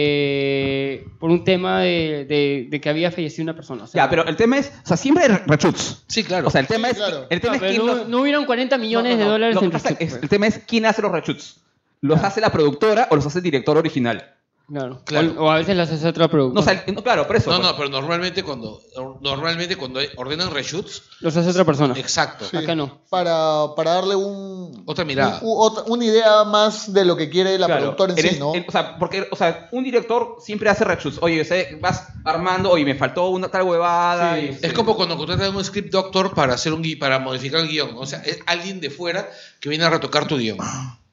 Speaker 3: este. Por un tema de, de- de que había fallecido una persona. o sea,
Speaker 1: Ya, pero el tema es, o sea, siempre hay reshoots.
Speaker 2: Sí, claro.
Speaker 1: O sea, el tema
Speaker 4: Sí,
Speaker 1: es,
Speaker 4: claro.
Speaker 1: el tema
Speaker 3: no,
Speaker 1: es
Speaker 3: pero
Speaker 1: quién
Speaker 3: no,
Speaker 1: los-
Speaker 3: no hubieron 40 millones
Speaker 1: No, no, no.
Speaker 3: de dólares
Speaker 1: Lo
Speaker 3: en
Speaker 1: que pasa
Speaker 3: reshoot.
Speaker 1: es- el
Speaker 3: pues.
Speaker 1: tema es quién hace los reshoots. ¿Los hace la productora o los hace el director original?
Speaker 3: Claro.
Speaker 2: Claro.
Speaker 3: O, o a veces las hace otra productora.
Speaker 1: No, o sea, no, claro, por eso.
Speaker 2: no,
Speaker 1: pues.
Speaker 2: no, pero normalmente cuando, normalmente cuando ordenan reshoots,
Speaker 3: los hace otra persona.
Speaker 2: exacto.
Speaker 4: Sí.
Speaker 3: Acá no.
Speaker 4: Para, para darle un.
Speaker 2: Otra mirada. este
Speaker 4: u- otra- una idea más de lo que quiere la
Speaker 1: Claro,
Speaker 4: productora en
Speaker 1: eres-
Speaker 4: sí, ¿no?
Speaker 1: el- o sea, porque, o sea, un director siempre hace reshoots. Oye, sé, vas armando, oye, me faltó una tal huevada.
Speaker 3: Sí.
Speaker 1: y-
Speaker 2: Es como cuando contratan un script doctor para hacer un gui- para modificar el guión. O sea, es alguien de fuera que viene a retocar tu guión.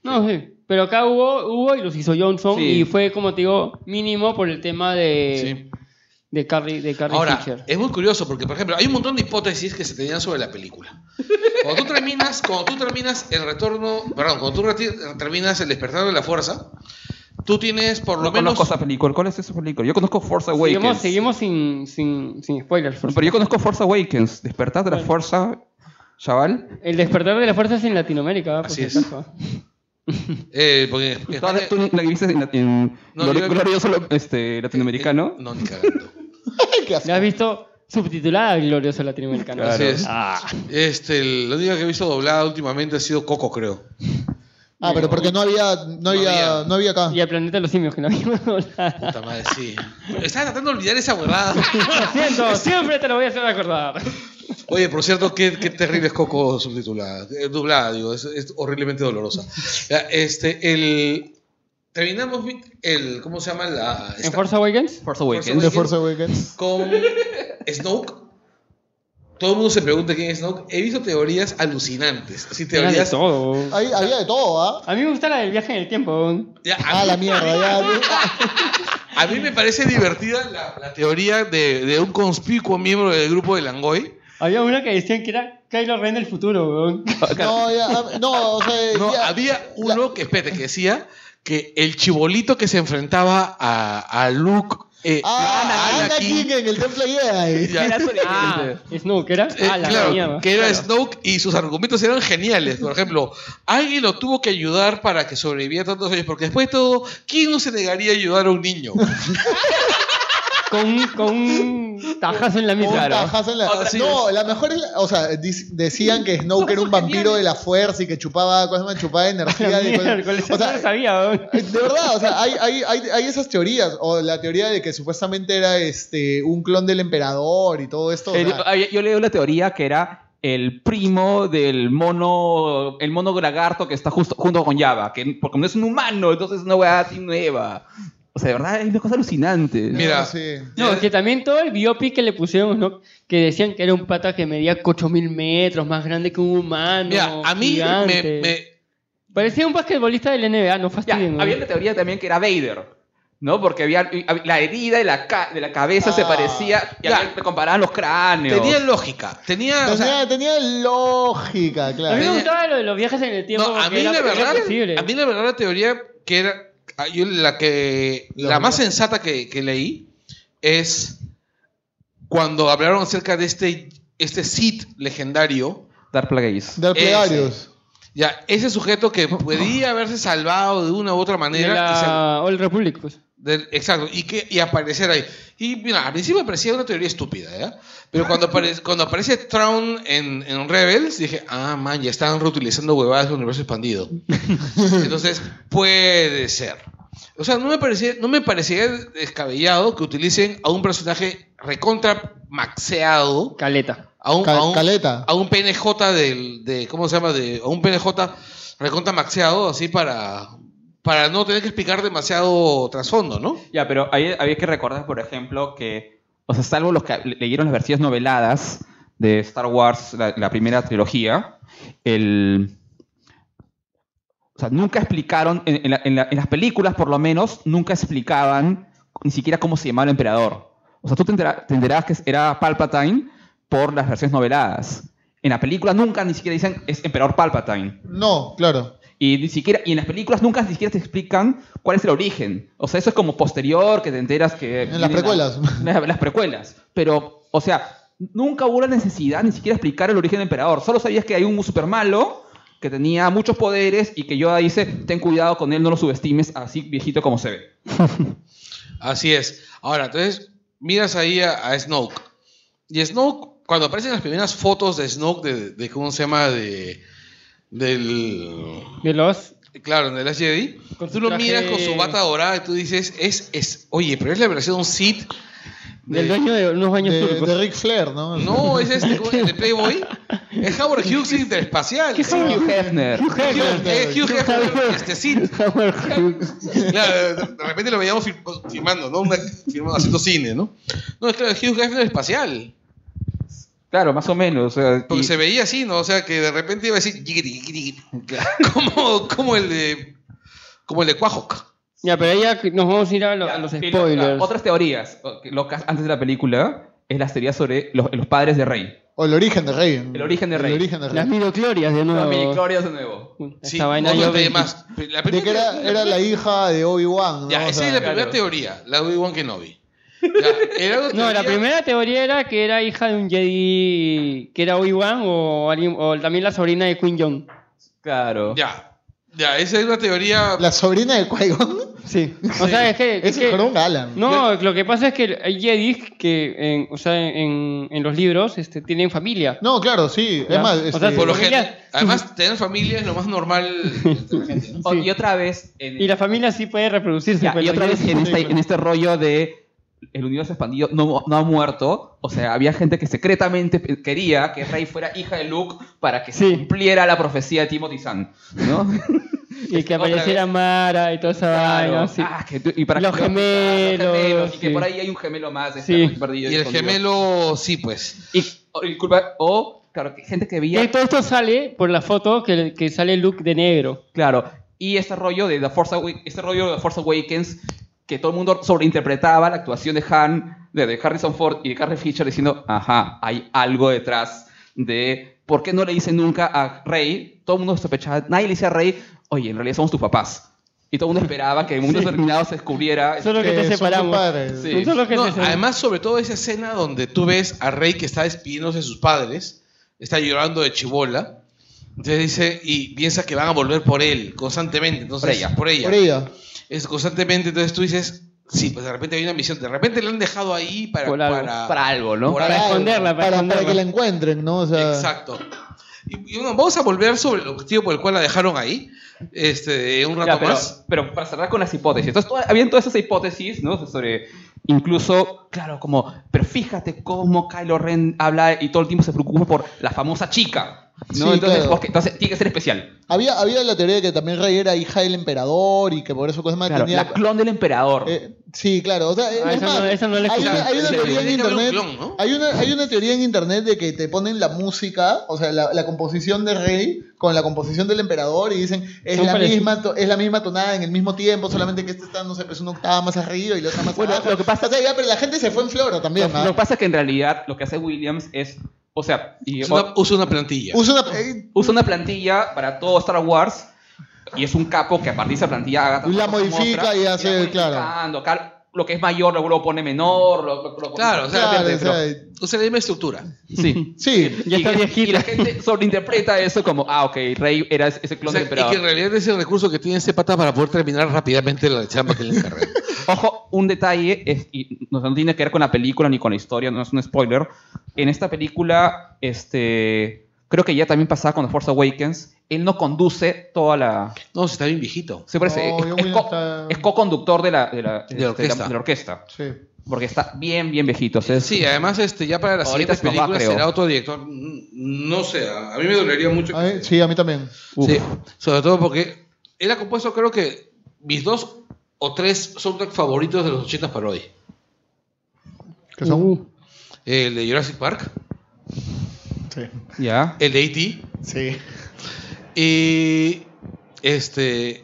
Speaker 3: No, sí. Pero acá hubo, hubo y los hizo Johnson
Speaker 1: Sí.
Speaker 3: y fue, como te digo, mínimo por el tema de, de Carrie, de Carrie
Speaker 2: Ahora,
Speaker 3: Fisher.
Speaker 2: es muy curioso porque, por ejemplo, hay un montón de hipótesis que se tenían sobre la película. Cuando tú terminas, cuando tú terminas el retorno, perdón, cuando tú reti- terminas el despertar de la fuerza, tú tienes por lo
Speaker 1: No
Speaker 2: menos.
Speaker 1: conozco esa película. ¿Cuál es esa película? Yo conozco Force Awakens.
Speaker 3: Seguimos, seguimos sin, sin, sin spoilers. por
Speaker 1: Pero yo conozco Force Awakens. Despertar de la
Speaker 3: Bueno.
Speaker 1: fuerza, chaval.
Speaker 3: favor. El despertar de las fuerzas en Latinoamérica. ¿eh?
Speaker 2: Así
Speaker 3: Por si
Speaker 2: es.
Speaker 3: acaso, ¿eh?
Speaker 2: Eh, porque en España-
Speaker 1: Todas- Tú la viste en, en
Speaker 2: No,
Speaker 1: glori-
Speaker 2: yo-
Speaker 1: glorioso este, latinoamericano.
Speaker 2: No, ni cagando.
Speaker 4: ¿Qué hace?
Speaker 3: ¿La has visto subtitulada Glorioso Latinoamericano?
Speaker 1: Claro.
Speaker 2: Así es.
Speaker 3: Ah,
Speaker 2: Este, el- la única que he visto doblada últimamente ha sido Coco, creo.
Speaker 4: Ah, pero porque no había. No había,
Speaker 2: había.
Speaker 4: no había acá.
Speaker 3: y el planeta de los simios que no vimos. Lo
Speaker 2: Puta madre, sí. Estaba tratando de olvidar esa huevada.
Speaker 3: siento, siempre te lo voy a hacer acordar.
Speaker 2: Oye, por cierto, qué, qué terrible es Coco subtitulada. eh, Doblada, digo, es, es horriblemente dolorosa. Ya, Este, el. terminamos Vic, el. ¿Cómo se llama? La,
Speaker 3: ¿En
Speaker 2: esta-
Speaker 3: Force Awakens?
Speaker 1: Force Awakens.
Speaker 4: The Force Awakens.
Speaker 2: con Snoke. Todo el mundo se pregunta quién es Snoke. He visto teorías alucinantes. Así
Speaker 3: Era de
Speaker 2: teorías.
Speaker 3: todo.
Speaker 4: Ahí había de todo, ¿ah?
Speaker 3: A mí me gusta la del viaje en el tiempo.
Speaker 2: Ya, a,
Speaker 4: Ah, la
Speaker 2: mí,
Speaker 4: mierda, ya.
Speaker 2: a mí me parece divertida la, la teoría de, de un conspicuo miembro del grupo de Langoy.
Speaker 3: Había una que decían que era Kylo Ren del futuro, weón.
Speaker 4: No, ya, no, o sea,
Speaker 2: No,
Speaker 4: ya.
Speaker 2: había uno que, espérate, que decía que el chibolito que se enfrentaba a, a Luke. eh,
Speaker 4: Ah,
Speaker 2: a
Speaker 4: Anakin,
Speaker 2: Anakin,
Speaker 4: en el Temple Jedi.
Speaker 2: ya.
Speaker 3: Ah, Snook, ¿era?
Speaker 2: Eh,
Speaker 3: ah, la
Speaker 2: claro,
Speaker 3: mierda.
Speaker 2: que era
Speaker 3: Claro.
Speaker 2: Snoke y sus argumentos eran geniales. Por ejemplo, alguien lo tuvo que ayudar para que sobreviviera tantos años, porque después de todo, ¿quién no se negaría a ayudar a un niño?
Speaker 3: Con, un- con un tajazo en la
Speaker 4: Un
Speaker 3: mitad.
Speaker 4: tajazo en la-
Speaker 2: Así
Speaker 4: no, la mejor es la- o sea, dis- decían que Snoke era un vampiro de la fuerza y que chupaba, cosas más, chupaba energía. y cosas-
Speaker 3: Miércoles,
Speaker 4: o
Speaker 3: eso no lo
Speaker 4: sea, eh,
Speaker 3: sabía, weón.
Speaker 4: de verdad, o sea, hay, hay, hay, hay esas teorías, o la teoría de que supuestamente era este un clon del emperador y todo esto. o
Speaker 1: El-
Speaker 4: sea,
Speaker 1: ah, yo leo la teoría que era el primo del mono, el mono lagarto que está justo junto con Java, que porque no es un humano, entonces es una weá así nueva. O sea, de verdad, hay una cosa alucinante.
Speaker 2: Mira.
Speaker 4: sí.
Speaker 3: No, es que también todo el biopic que le pusieron, ¿no? Que decían que era un pata que medía 8000 metros, más grande que un humano.
Speaker 2: Mira, a mí me,
Speaker 3: gigante.
Speaker 2: me-
Speaker 3: Parecía un basquetbolista del NBA, no
Speaker 1: Ya,
Speaker 3: fastidien.
Speaker 1: había
Speaker 3: weón.
Speaker 1: la teoría también que era Vader. ¿No? Porque había y- hab- la herida de la, ca- de la cabeza se
Speaker 4: Ah.
Speaker 1: parecía. Y
Speaker 2: Ya.
Speaker 1: había- comparaban los cráneos.
Speaker 2: tenía lógica. Tenía,
Speaker 4: Tenía,
Speaker 2: o sea,
Speaker 4: tenía lógica,
Speaker 3: A mí
Speaker 4: claro.
Speaker 3: me gustaba lo de los viajes en el tiempo.
Speaker 2: no, a
Speaker 3: porque
Speaker 2: mí
Speaker 3: era-
Speaker 2: la
Speaker 3: era
Speaker 2: verdad,
Speaker 3: posible.
Speaker 2: a mí la verdad la teoría que era ah, yo la que la
Speaker 4: Lógica.
Speaker 2: más sensata que, que leí es cuando hablaron acerca de este este Sith legendario.
Speaker 1: Dark Plagueis.
Speaker 4: Del plegarios.
Speaker 2: Ya, ese sujeto que podía haberse salvado de una u otra
Speaker 3: de
Speaker 2: manera. y se-
Speaker 3: la Old Republic, pues.
Speaker 2: del- exacto, y, que, y aparecer ahí. Y mira, al principio me parecía una teoría estúpida, ¿ya? Pero cuando, apare- cuando aparece Thrawn en, en Rebels, dije, ah, man, ya están reutilizando huevadas del universo expandido. Entonces, puede ser. O sea, no me, parecía, no me parecía descabellado que utilicen a un personaje recontra maxeado
Speaker 3: Caleta.
Speaker 2: a un,
Speaker 4: Ca-
Speaker 2: a un-
Speaker 4: caleta.
Speaker 2: a un PNJ del, de, ¿cómo se llama? De, a un PNJ recontra maxeado, así para, para no tener que explicar demasiado trasfondo, ¿no?
Speaker 1: Ya, pero hay, había que recordar, por ejemplo, que, o sea, salvo los que le- leyeron las versiones noveladas de Star Wars, la, la primera trilogía, el... O sea, nunca explicaron, en, en la- en la- en las películas por lo menos, nunca explicaban ni siquiera cómo se llamaba el emperador. O sea, tú te entera- te enterabas que era Palpatine por las versiones noveladas. En la película nunca ni siquiera dicen es emperador Palpatine.
Speaker 4: No, claro.
Speaker 1: Y ni siquiera, y en las películas nunca ni siquiera te explican cuál es el origen. O sea, eso es como posterior que te enteras que.
Speaker 4: En las
Speaker 1: viene la-
Speaker 4: precuelas.
Speaker 1: la- las precuelas. Pero, o sea, nunca hubo la necesidad ni siquiera explicar el origen del emperador. Solo sabías que hay un super malo que tenía muchos poderes y que Yoda dice: ten cuidado con él, no lo subestimes, así viejito como se ve.
Speaker 2: Así es. Ahora, entonces, miras ahí a, a Snoke. Y Snoke, cuando aparecen las primeras fotos de Snoke, de, de ¿cómo se llama? De, del...
Speaker 3: De los.
Speaker 2: Claro, de las Jedi.
Speaker 3: Con
Speaker 2: tú
Speaker 3: su
Speaker 2: lo
Speaker 3: traje-
Speaker 2: miras con su bata dorada y tú dices, es, es, oye, pero es la versión de un Sith.
Speaker 3: Del dueño de unos baños
Speaker 4: De,
Speaker 3: turcos.
Speaker 4: de Ric Flair, ¿no?
Speaker 2: No, es este, ¿cómo- el de Playboy. Es Howard Hughes interespacial.
Speaker 1: Es Hugh Hefner.
Speaker 2: Hugh- eh, Hugh Hefner, este Sith.
Speaker 3: Howard Hughes.
Speaker 2: Claro, de- de repente lo veíamos fir- firmando, ¿no? Una, firmando, haciendo cine, ¿no? No, es claro, Hugh Hefner espacial.
Speaker 1: Claro, más o menos. o sea,
Speaker 2: Porque
Speaker 1: y-
Speaker 2: se veía así, ¿no? O sea, que de repente iba a decir "Yigiri, yigiri, yigiri", claro, como, como el de como el de Quahoc.
Speaker 3: Ya, pero ahí ya nos vamos a ir a, lo-
Speaker 1: Ya,
Speaker 3: a los
Speaker 1: y lo-
Speaker 3: spoilers.
Speaker 1: ya, otras teorías o- que locas antes de la película es las teorías sobre los, los padres de Rey.
Speaker 4: O el origen de Rey.
Speaker 1: El origen de Rey.
Speaker 4: El origen de Rey.
Speaker 3: Las midoclorias de
Speaker 1: Los
Speaker 3: nuevo.
Speaker 1: miniclorios de nuevo.
Speaker 3: Esa
Speaker 2: Sí,
Speaker 3: vaina
Speaker 2: otro
Speaker 3: yo
Speaker 2: detalle
Speaker 3: vi.
Speaker 2: más. La
Speaker 4: De
Speaker 2: primera-
Speaker 4: que era, era la hija de Obi-Wan. ¿no?
Speaker 2: Ya,
Speaker 4: O
Speaker 2: esa
Speaker 4: sea,
Speaker 2: es la primera
Speaker 1: claro.
Speaker 2: teoría, la de Obi-Wan Kenobi. Ya, era otra
Speaker 3: No, la
Speaker 2: teoría-
Speaker 3: primera teoría era que era hija de un Jedi que era Obi-Wan o, alguien- o también la sobrina de Queen Jong.
Speaker 1: Claro.
Speaker 2: Ya, ya, esa es una teoría
Speaker 4: La sobrina de Qui-Gon
Speaker 3: Sí. O sea, es que.
Speaker 4: es
Speaker 3: que-
Speaker 4: Ron Alan.
Speaker 3: no, lo que pasa es que hay Jedis que, en, o sea, en, en los libros este, tienen familia.
Speaker 4: No, claro, sí.
Speaker 3: Ya.
Speaker 4: Es más,
Speaker 3: O
Speaker 4: este,
Speaker 3: sea,
Speaker 2: Por lo
Speaker 3: Familia.
Speaker 2: general, además, tener familia es lo más normal entre la gente, ¿no?
Speaker 1: O-
Speaker 3: Sí.
Speaker 1: Y otra vez. en-
Speaker 3: Y la familia sí puede reproducirse.
Speaker 1: Ya,
Speaker 3: pero
Speaker 1: y otra
Speaker 3: los
Speaker 1: vez
Speaker 3: Jedis-
Speaker 1: en este,
Speaker 4: claro.
Speaker 1: en este rollo de el universo expandido no, mu- no ha muerto. O sea, había gente que secretamente pe- quería que Rey fuera hija de Luke para que se
Speaker 3: Sí.
Speaker 1: cumpliera la profecía de Timothy Zahn, ¿no?
Speaker 3: Y que
Speaker 1: Otra
Speaker 3: apareciera
Speaker 1: vez.
Speaker 3: Mara y toda esa
Speaker 1: Claro.
Speaker 3: vaina. sí.
Speaker 1: Ah, que tú- y para
Speaker 3: Los
Speaker 1: que- ah, los gemelos, y que
Speaker 3: gemelos,
Speaker 1: por
Speaker 3: sí.
Speaker 1: ahí hay un gemelo más. de
Speaker 3: Sí.
Speaker 1: estar perdido
Speaker 2: Y el
Speaker 1: escondido.
Speaker 2: gemelo, sí, pues.
Speaker 1: Y, o- y culpa- o, claro, que gente que veía.
Speaker 3: Que todo esto sale por la foto que, que sale Luke de negro.
Speaker 1: Claro. Y este rollo de The Force, Awa- este rollo de The Force Awakens, que todo el mundo sobreinterpretaba la actuación de Han, de, de Harrison Ford y de Carrie Fisher diciendo, ajá, hay algo detrás de por qué no le dicen nunca a Rey. Todo el mundo sospechaba, nadie le dice a Rey, oye, en realidad somos tus papás. Y todo el mundo esperaba que en un momento determinado se descubriera.
Speaker 3: Solo que
Speaker 4: Que
Speaker 3: te
Speaker 4: Eh, son
Speaker 3: separamos.
Speaker 4: compadres.
Speaker 1: Sí.
Speaker 3: Solo que
Speaker 2: No,
Speaker 3: te separamos.
Speaker 2: además, sobre todo esa escena donde tú ves a Rey que está despidiéndose de sus padres, está llorando de chibola. Entonces dice, y piensa que van a volver por él constantemente. Entonces,
Speaker 1: Por ella.
Speaker 4: Por ella.
Speaker 2: es constantemente, entonces tú dices, sí, pues de repente hay una misión, de repente la han dejado ahí para...
Speaker 3: Por algo,
Speaker 2: para,
Speaker 1: para algo, ¿no?
Speaker 2: por algo.
Speaker 3: Para esconderla, para
Speaker 4: para,
Speaker 3: esconderla.
Speaker 4: que la encuentren, ¿no? O sea,
Speaker 2: Exacto. Y, y bueno, vamos a volver sobre el objetivo por el cual la dejaron ahí, este, un rato
Speaker 1: Ya, pero,
Speaker 2: más.
Speaker 1: pero para cerrar con las hipótesis. Entonces, toda- habían todas esas hipótesis, ¿no? Sobre, incluso, claro, como, pero fíjate cómo Kylo Ren habla y todo el tiempo se preocupa por la famosa chica, ¿no?
Speaker 4: Sí,
Speaker 1: entonces,
Speaker 4: claro.
Speaker 1: porque- entonces, tiene que ser especial.
Speaker 4: Había, había la teoría de que también Rey era hija del emperador y que por eso Cosma
Speaker 1: Claro,
Speaker 4: tenía.
Speaker 1: la clon del emperador.
Speaker 4: Eh, sí, claro. O sea, eh,
Speaker 3: Ah,
Speaker 4: es
Speaker 3: esa
Speaker 4: más,
Speaker 3: no- esa no la he
Speaker 4: hay,
Speaker 3: escuchado.
Speaker 4: una, hay una
Speaker 2: Sí,
Speaker 4: teoría en
Speaker 2: tiene que haber un
Speaker 4: internet.
Speaker 2: clon, ¿no?
Speaker 4: hay, una, hay una teoría en internet de que te ponen la música, o sea, la, la composición de Rey con la composición del emperador y dicen es
Speaker 3: Son
Speaker 4: la
Speaker 3: parecidos.
Speaker 4: misma to- es la misma tonada en el mismo tiempo, solamente que este está no sé, pues una octava más arriba y la otra más abajo.
Speaker 1: lo que pasa-
Speaker 4: O sea, ya, pero la gente se fue en floro también.
Speaker 1: lo,
Speaker 4: ¿ah?
Speaker 1: lo que pasa es que en realidad lo que hace Williams es, o sea, y-
Speaker 2: Usa una, usa una plantilla.
Speaker 4: Usa una, eh,
Speaker 1: usa una plantilla para todo Star Wars y es un capo que a partir de esa plantilla haga tantas
Speaker 4: La
Speaker 1: cosas como
Speaker 4: modifica y
Speaker 1: la
Speaker 4: hace,
Speaker 1: modificando, cal- Lo que es mayor luego lo pone menor. Lo, lo- lo-
Speaker 2: Claro, o sea,
Speaker 4: claro, o
Speaker 2: pero-
Speaker 4: sea,
Speaker 2: usa la misma estructura.
Speaker 1: sí.
Speaker 4: sí.
Speaker 3: Ya está
Speaker 1: y,
Speaker 3: viejita.
Speaker 1: y la gente sobreinterpreta eso como, ah, ok, Rey era ese
Speaker 2: O
Speaker 1: clon
Speaker 2: sea,
Speaker 1: del
Speaker 2: y que en
Speaker 1: emperador.
Speaker 2: realidad es el recurso que tiene este pata para poder terminar rápidamente la chamba que le encargan.
Speaker 1: Ojo, un detalle, es, y no, no tiene que ver con la película ni con la historia, no es un spoiler. En esta película, este, creo que ya también pasaba con The Force Awakens, él no conduce toda la...
Speaker 2: No, si está bien viejito.
Speaker 1: Se parece,
Speaker 4: No,
Speaker 1: es-
Speaker 4: Oh, yo
Speaker 1: es,
Speaker 4: voy
Speaker 1: co-
Speaker 4: hasta-
Speaker 1: es co-conductor de la, de, la,
Speaker 2: De
Speaker 1: este,
Speaker 2: la orquesta.
Speaker 1: de la orquesta,
Speaker 4: sí.
Speaker 1: porque está bien, bien viejito. o sea, es-
Speaker 2: Sí, además este, ya para la
Speaker 1: Ahorita
Speaker 2: siguiente
Speaker 1: se nos va,
Speaker 2: película
Speaker 1: creo.
Speaker 2: será otro director. Mm, No sé, a a mí me dolería mucho.
Speaker 4: A mí- sí, a mí también.
Speaker 1: Uf.
Speaker 2: Sí, sobre todo porque él ha compuesto creo que mis dos o tres soundtracks favoritos de los 80 para hoy. Uh.
Speaker 4: Que son.
Speaker 2: El de Jurassic Park,
Speaker 4: Sí.
Speaker 1: ya.
Speaker 2: el de E.T.
Speaker 4: Sí.
Speaker 2: y este...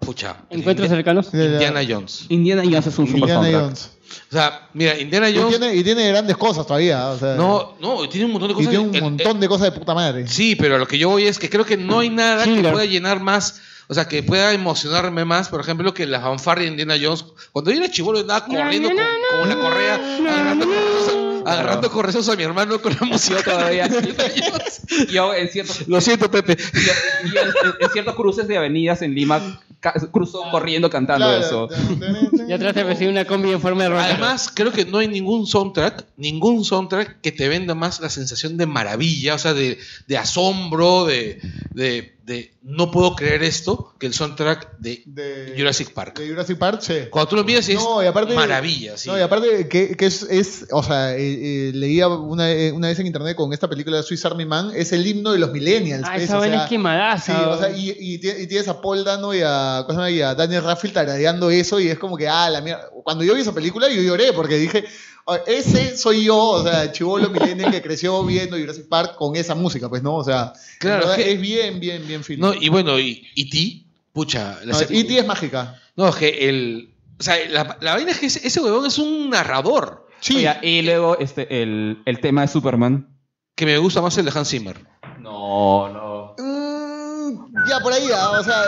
Speaker 2: Pucha. el
Speaker 3: Encuentros
Speaker 2: de
Speaker 3: cercanos.
Speaker 2: Indiana Jones.
Speaker 1: Indiana Jones es un super
Speaker 4: Indiana
Speaker 1: soundtrack.
Speaker 4: Jones.
Speaker 2: O sea, mira, Indiana
Speaker 4: Y
Speaker 2: Jones...
Speaker 4: tiene, y tiene grandes cosas todavía. O sea,
Speaker 2: No, no, tiene un montón de
Speaker 4: y
Speaker 2: cosas.
Speaker 4: tiene un
Speaker 2: El- el-
Speaker 4: montón de cosas de puta madre.
Speaker 2: Sí, pero a lo que yo voy es que creo que no hay nada que
Speaker 3: Schindler.
Speaker 2: pueda llenar más, o sea, que pueda emocionarme más, por ejemplo, que la fanfarria de Indiana Jones. Cuando yo era chivolo andaba corriendo
Speaker 3: na,
Speaker 2: con, con la correa, agarrando correazos, agarrando correazos a mi hermano con la música.
Speaker 1: Yo todavía...
Speaker 2: Indiana Jones.
Speaker 1: Yo en ciertos,
Speaker 2: Lo siento, Pepe.
Speaker 1: Y en, en- en ciertos cruces de avenidas en Lima ca- cruzó corriendo cantando eso.
Speaker 3: Ya atrás te persigue una combi en forma de roca.
Speaker 2: Además, creo que no hay ningún soundtrack, ningún soundtrack que te venda más la sensación de maravilla, o sea, de, de asombro, de, de, de no puedo creer esto, que el soundtrack de,
Speaker 4: De-
Speaker 2: Jurassic Park.
Speaker 4: De Jurassic Park, sí.
Speaker 2: Cuando tú lo miras es
Speaker 4: No, y aparte-
Speaker 2: maravilla, sí.
Speaker 4: No, y aparte, que, que es, es, o sea, eh, eh, leía una, eh, una vez en internet con esta película de Swiss Army Man, es el himno de los millennials.
Speaker 3: Ah,
Speaker 4: pues,
Speaker 3: esa
Speaker 4: o
Speaker 3: vaina
Speaker 4: sea,
Speaker 3: es quemadaza.
Speaker 4: Sí, o sea, y, y tie- y tienes a Paul Dano y a, ¿cómo se llama? y a Daniel Radcliffe taradeando eso y es como que, ah, la mierda. Cuando yo vi esa película yo lloré porque dije, "Ah, ese soy yo, o sea, chivolo millennial que creció viendo Jurassic Park con esa música, pues no, o sea,
Speaker 2: Claro,
Speaker 4: en verdad
Speaker 2: es que-
Speaker 4: es bien, bien, bien fino.
Speaker 2: No, y bueno, y, y ti, pucha. la
Speaker 4: No,
Speaker 2: se-
Speaker 4: E.T. es mágica.
Speaker 2: No, es que el. O sea, la, la vaina es que ese, ese huevón es un narrador
Speaker 4: Sí,
Speaker 1: Oye, y luego este, el, el tema de Superman.
Speaker 2: que me gusta más el de Hans Zimmer.
Speaker 1: No, no.
Speaker 4: Mm, ya por ahí, ah, o sea,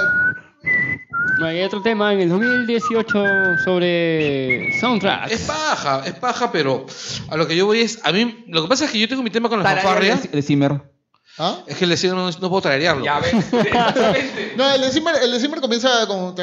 Speaker 3: No, hay otro tema en el 2018 sobre soundtracks.
Speaker 2: Es paja, es paja, pero a lo que yo voy es. A mí, lo que pasa es que yo tengo mi tema con la fanfarria.
Speaker 1: De Zimmer.
Speaker 4: ¿ah?
Speaker 2: Es que el de Zimmer no, no puedo traerearlo.
Speaker 1: Ya ves, exactamente. Ah,
Speaker 4: No, el de Zimmer, el de Zimmer comienza como...
Speaker 1: Sí,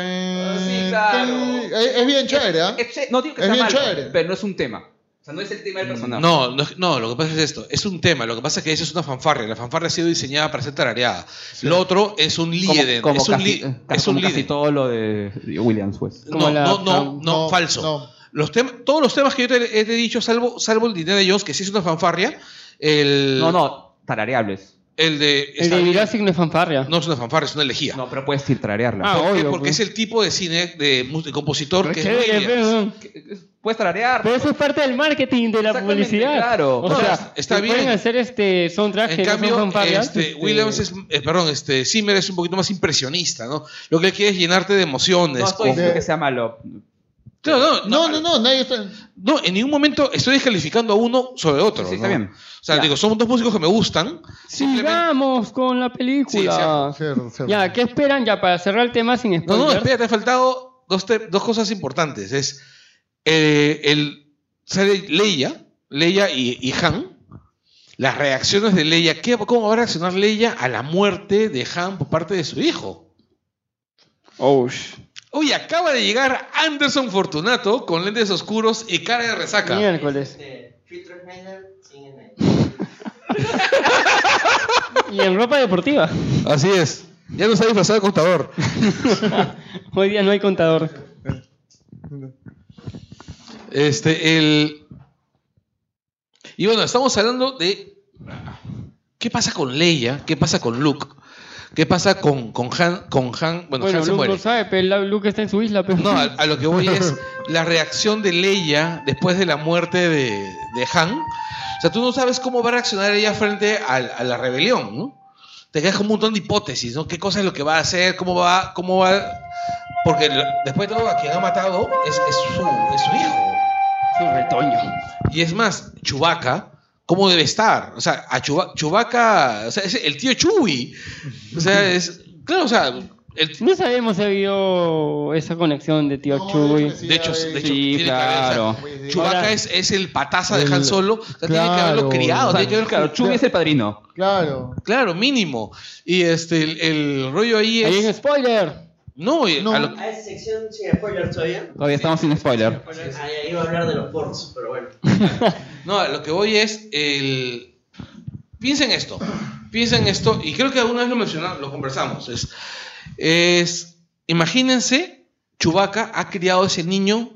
Speaker 1: claro.
Speaker 4: Es, es bien chévere, ¿ah?
Speaker 1: Es- es- no digo que
Speaker 4: Es
Speaker 1: sea
Speaker 4: bien
Speaker 1: malo,
Speaker 4: chévere.
Speaker 1: pero no es un tema. O sea, no es el tema del personaje.
Speaker 2: No, no, es- no, lo que pasa es esto. Es un tema. Lo que pasa es que eso es una fanfarria. La fanfarria ha sido diseñada para ser tarareada. Lo otro es un líder.
Speaker 1: como
Speaker 2: Es un,
Speaker 1: casi,
Speaker 2: li-
Speaker 1: eh,
Speaker 2: es
Speaker 1: como
Speaker 2: un
Speaker 1: casi
Speaker 2: líder.
Speaker 1: todo lo de de Williams, pues.
Speaker 3: Como
Speaker 2: No,
Speaker 3: la-
Speaker 2: no, no, no,
Speaker 4: no,
Speaker 2: falso.
Speaker 4: no.
Speaker 2: Los tem- todos los temas que yo te, he te dicho, salvo, salvo el dinero de Jones, que sí es una fanfarria, el,
Speaker 1: No, no, tarareables.
Speaker 2: el de...
Speaker 3: El de Jurassic no es fanfarria.
Speaker 2: no es una fanfarria, es una elegía.
Speaker 1: No, pero puedes decir tararearla.
Speaker 3: Ah,
Speaker 2: ¿Por qué?
Speaker 3: obvio,
Speaker 2: Porque
Speaker 3: pues.
Speaker 2: es el tipo de cine de, mus- de compositor que es
Speaker 3: Chévere,
Speaker 2: Williams.
Speaker 3: pero no.
Speaker 1: Puedes tararear.
Speaker 3: Pero eso es parte del marketing, de la
Speaker 1: Exactamente,
Speaker 3: publicidad.
Speaker 1: claro.
Speaker 3: O
Speaker 1: No,
Speaker 3: sea,
Speaker 2: está
Speaker 3: se
Speaker 2: bien.
Speaker 3: pueden hacer este soundtrack que
Speaker 2: En
Speaker 3: no
Speaker 2: cambio,
Speaker 3: son fanfarrias,
Speaker 2: este,
Speaker 3: este,
Speaker 2: Williams es, eh, perdón, este, Zimmer es un poquito más impresionista, ¿no? Lo que él quiere es llenarte de emociones.
Speaker 1: No estoy
Speaker 2: con-
Speaker 1: diciendo que sea malo.
Speaker 2: No, no,
Speaker 4: No, no, no, nadie está.
Speaker 2: No, en ningún momento estoy descalificando a uno sobre otro.
Speaker 1: Sí, está
Speaker 2: ¿no?
Speaker 1: bien.
Speaker 2: O sea,
Speaker 1: Ya.
Speaker 2: digo, son dos músicos que me gustan. simplemente-
Speaker 3: Sigamos con la película.
Speaker 4: Cierto, cierto.
Speaker 3: ya, ¿qué esperan? Ya, para cerrar el tema sin
Speaker 2: No,
Speaker 3: spoilers.
Speaker 2: no, espera, te ha faltado dos, te- dos cosas importantes. Es eh, el sale Leia, Leia y, y Han. Las reacciones de Leia. ¿Qué, ¿Cómo va a reaccionar Leia a la muerte de Han por parte de su hijo?
Speaker 3: Oh, sh-
Speaker 2: Uy, acaba de llegar Anderson Fortunato con lentes oscuros y cara de resaca.
Speaker 3: miércoles. y en ropa deportiva.
Speaker 2: Así es. Ya no está disfrazado de contador.
Speaker 3: Hoy día no hay contador.
Speaker 2: Este, el. Y bueno, estamos hablando de. ¿Qué pasa con Leia? ¿Qué pasa con Luke? ¿Qué pasa con, con Han? Con Han bueno,
Speaker 3: Bueno,
Speaker 2: Han se
Speaker 3: Luke
Speaker 2: muere.
Speaker 3: no sabe, pero la- Luke está en su isla. Pero...
Speaker 2: No, a, a lo que voy es la reacción de Leia después de la muerte de, de Han. O sea, tú no sabes cómo va a reaccionar ella frente al- a, la rebelión, ¿no? Te quedas con un montón de hipótesis, ¿no? ¿Qué cosa es lo que va a hacer? ¿Cómo va? ¿Cómo va? Porque lo- después de todo, a quien ha matado es, es su, es su hijo.
Speaker 3: Su retoño.
Speaker 2: Y es más, Chubaca, ¿cómo debe estar? O sea, a Chubaca, o sea, es el tío Chuy. O sea, es. Claro, o sea, el,
Speaker 3: No sabemos si ha habido esa conexión de tío
Speaker 4: No,
Speaker 3: Chuy.
Speaker 4: es que sí.
Speaker 2: de hecho, de hecho
Speaker 1: Sí,
Speaker 2: tiene que haber, o sea,
Speaker 1: claro.
Speaker 2: Chewbacca
Speaker 3: Ahora-
Speaker 2: es, es el pataza de
Speaker 4: Pues, El-
Speaker 2: Han Solo. O sea, tiene que haberlo
Speaker 4: claro.
Speaker 2: criado.
Speaker 1: O sea,
Speaker 2: tiene que haber,
Speaker 1: claro, Chubby es el padrino.
Speaker 4: Claro.
Speaker 2: claro, mínimo. Y este, el, el rollo ahí
Speaker 3: Hay
Speaker 2: es.
Speaker 3: un spoiler.
Speaker 2: no, y-
Speaker 4: No.
Speaker 2: a lo-
Speaker 6: Hay sección sin spoilers todavía.
Speaker 1: Todavía estamos sin spoiler.
Speaker 6: Ahí iba a hablar de los ports, pero bueno.
Speaker 2: no, a lo que voy es. El... Piensa en esto. Piensa en esto. Y creo que alguna vez lo mencionamos, lo conversamos. Es, es imagínense, Chewbacca ha criado a ese niño.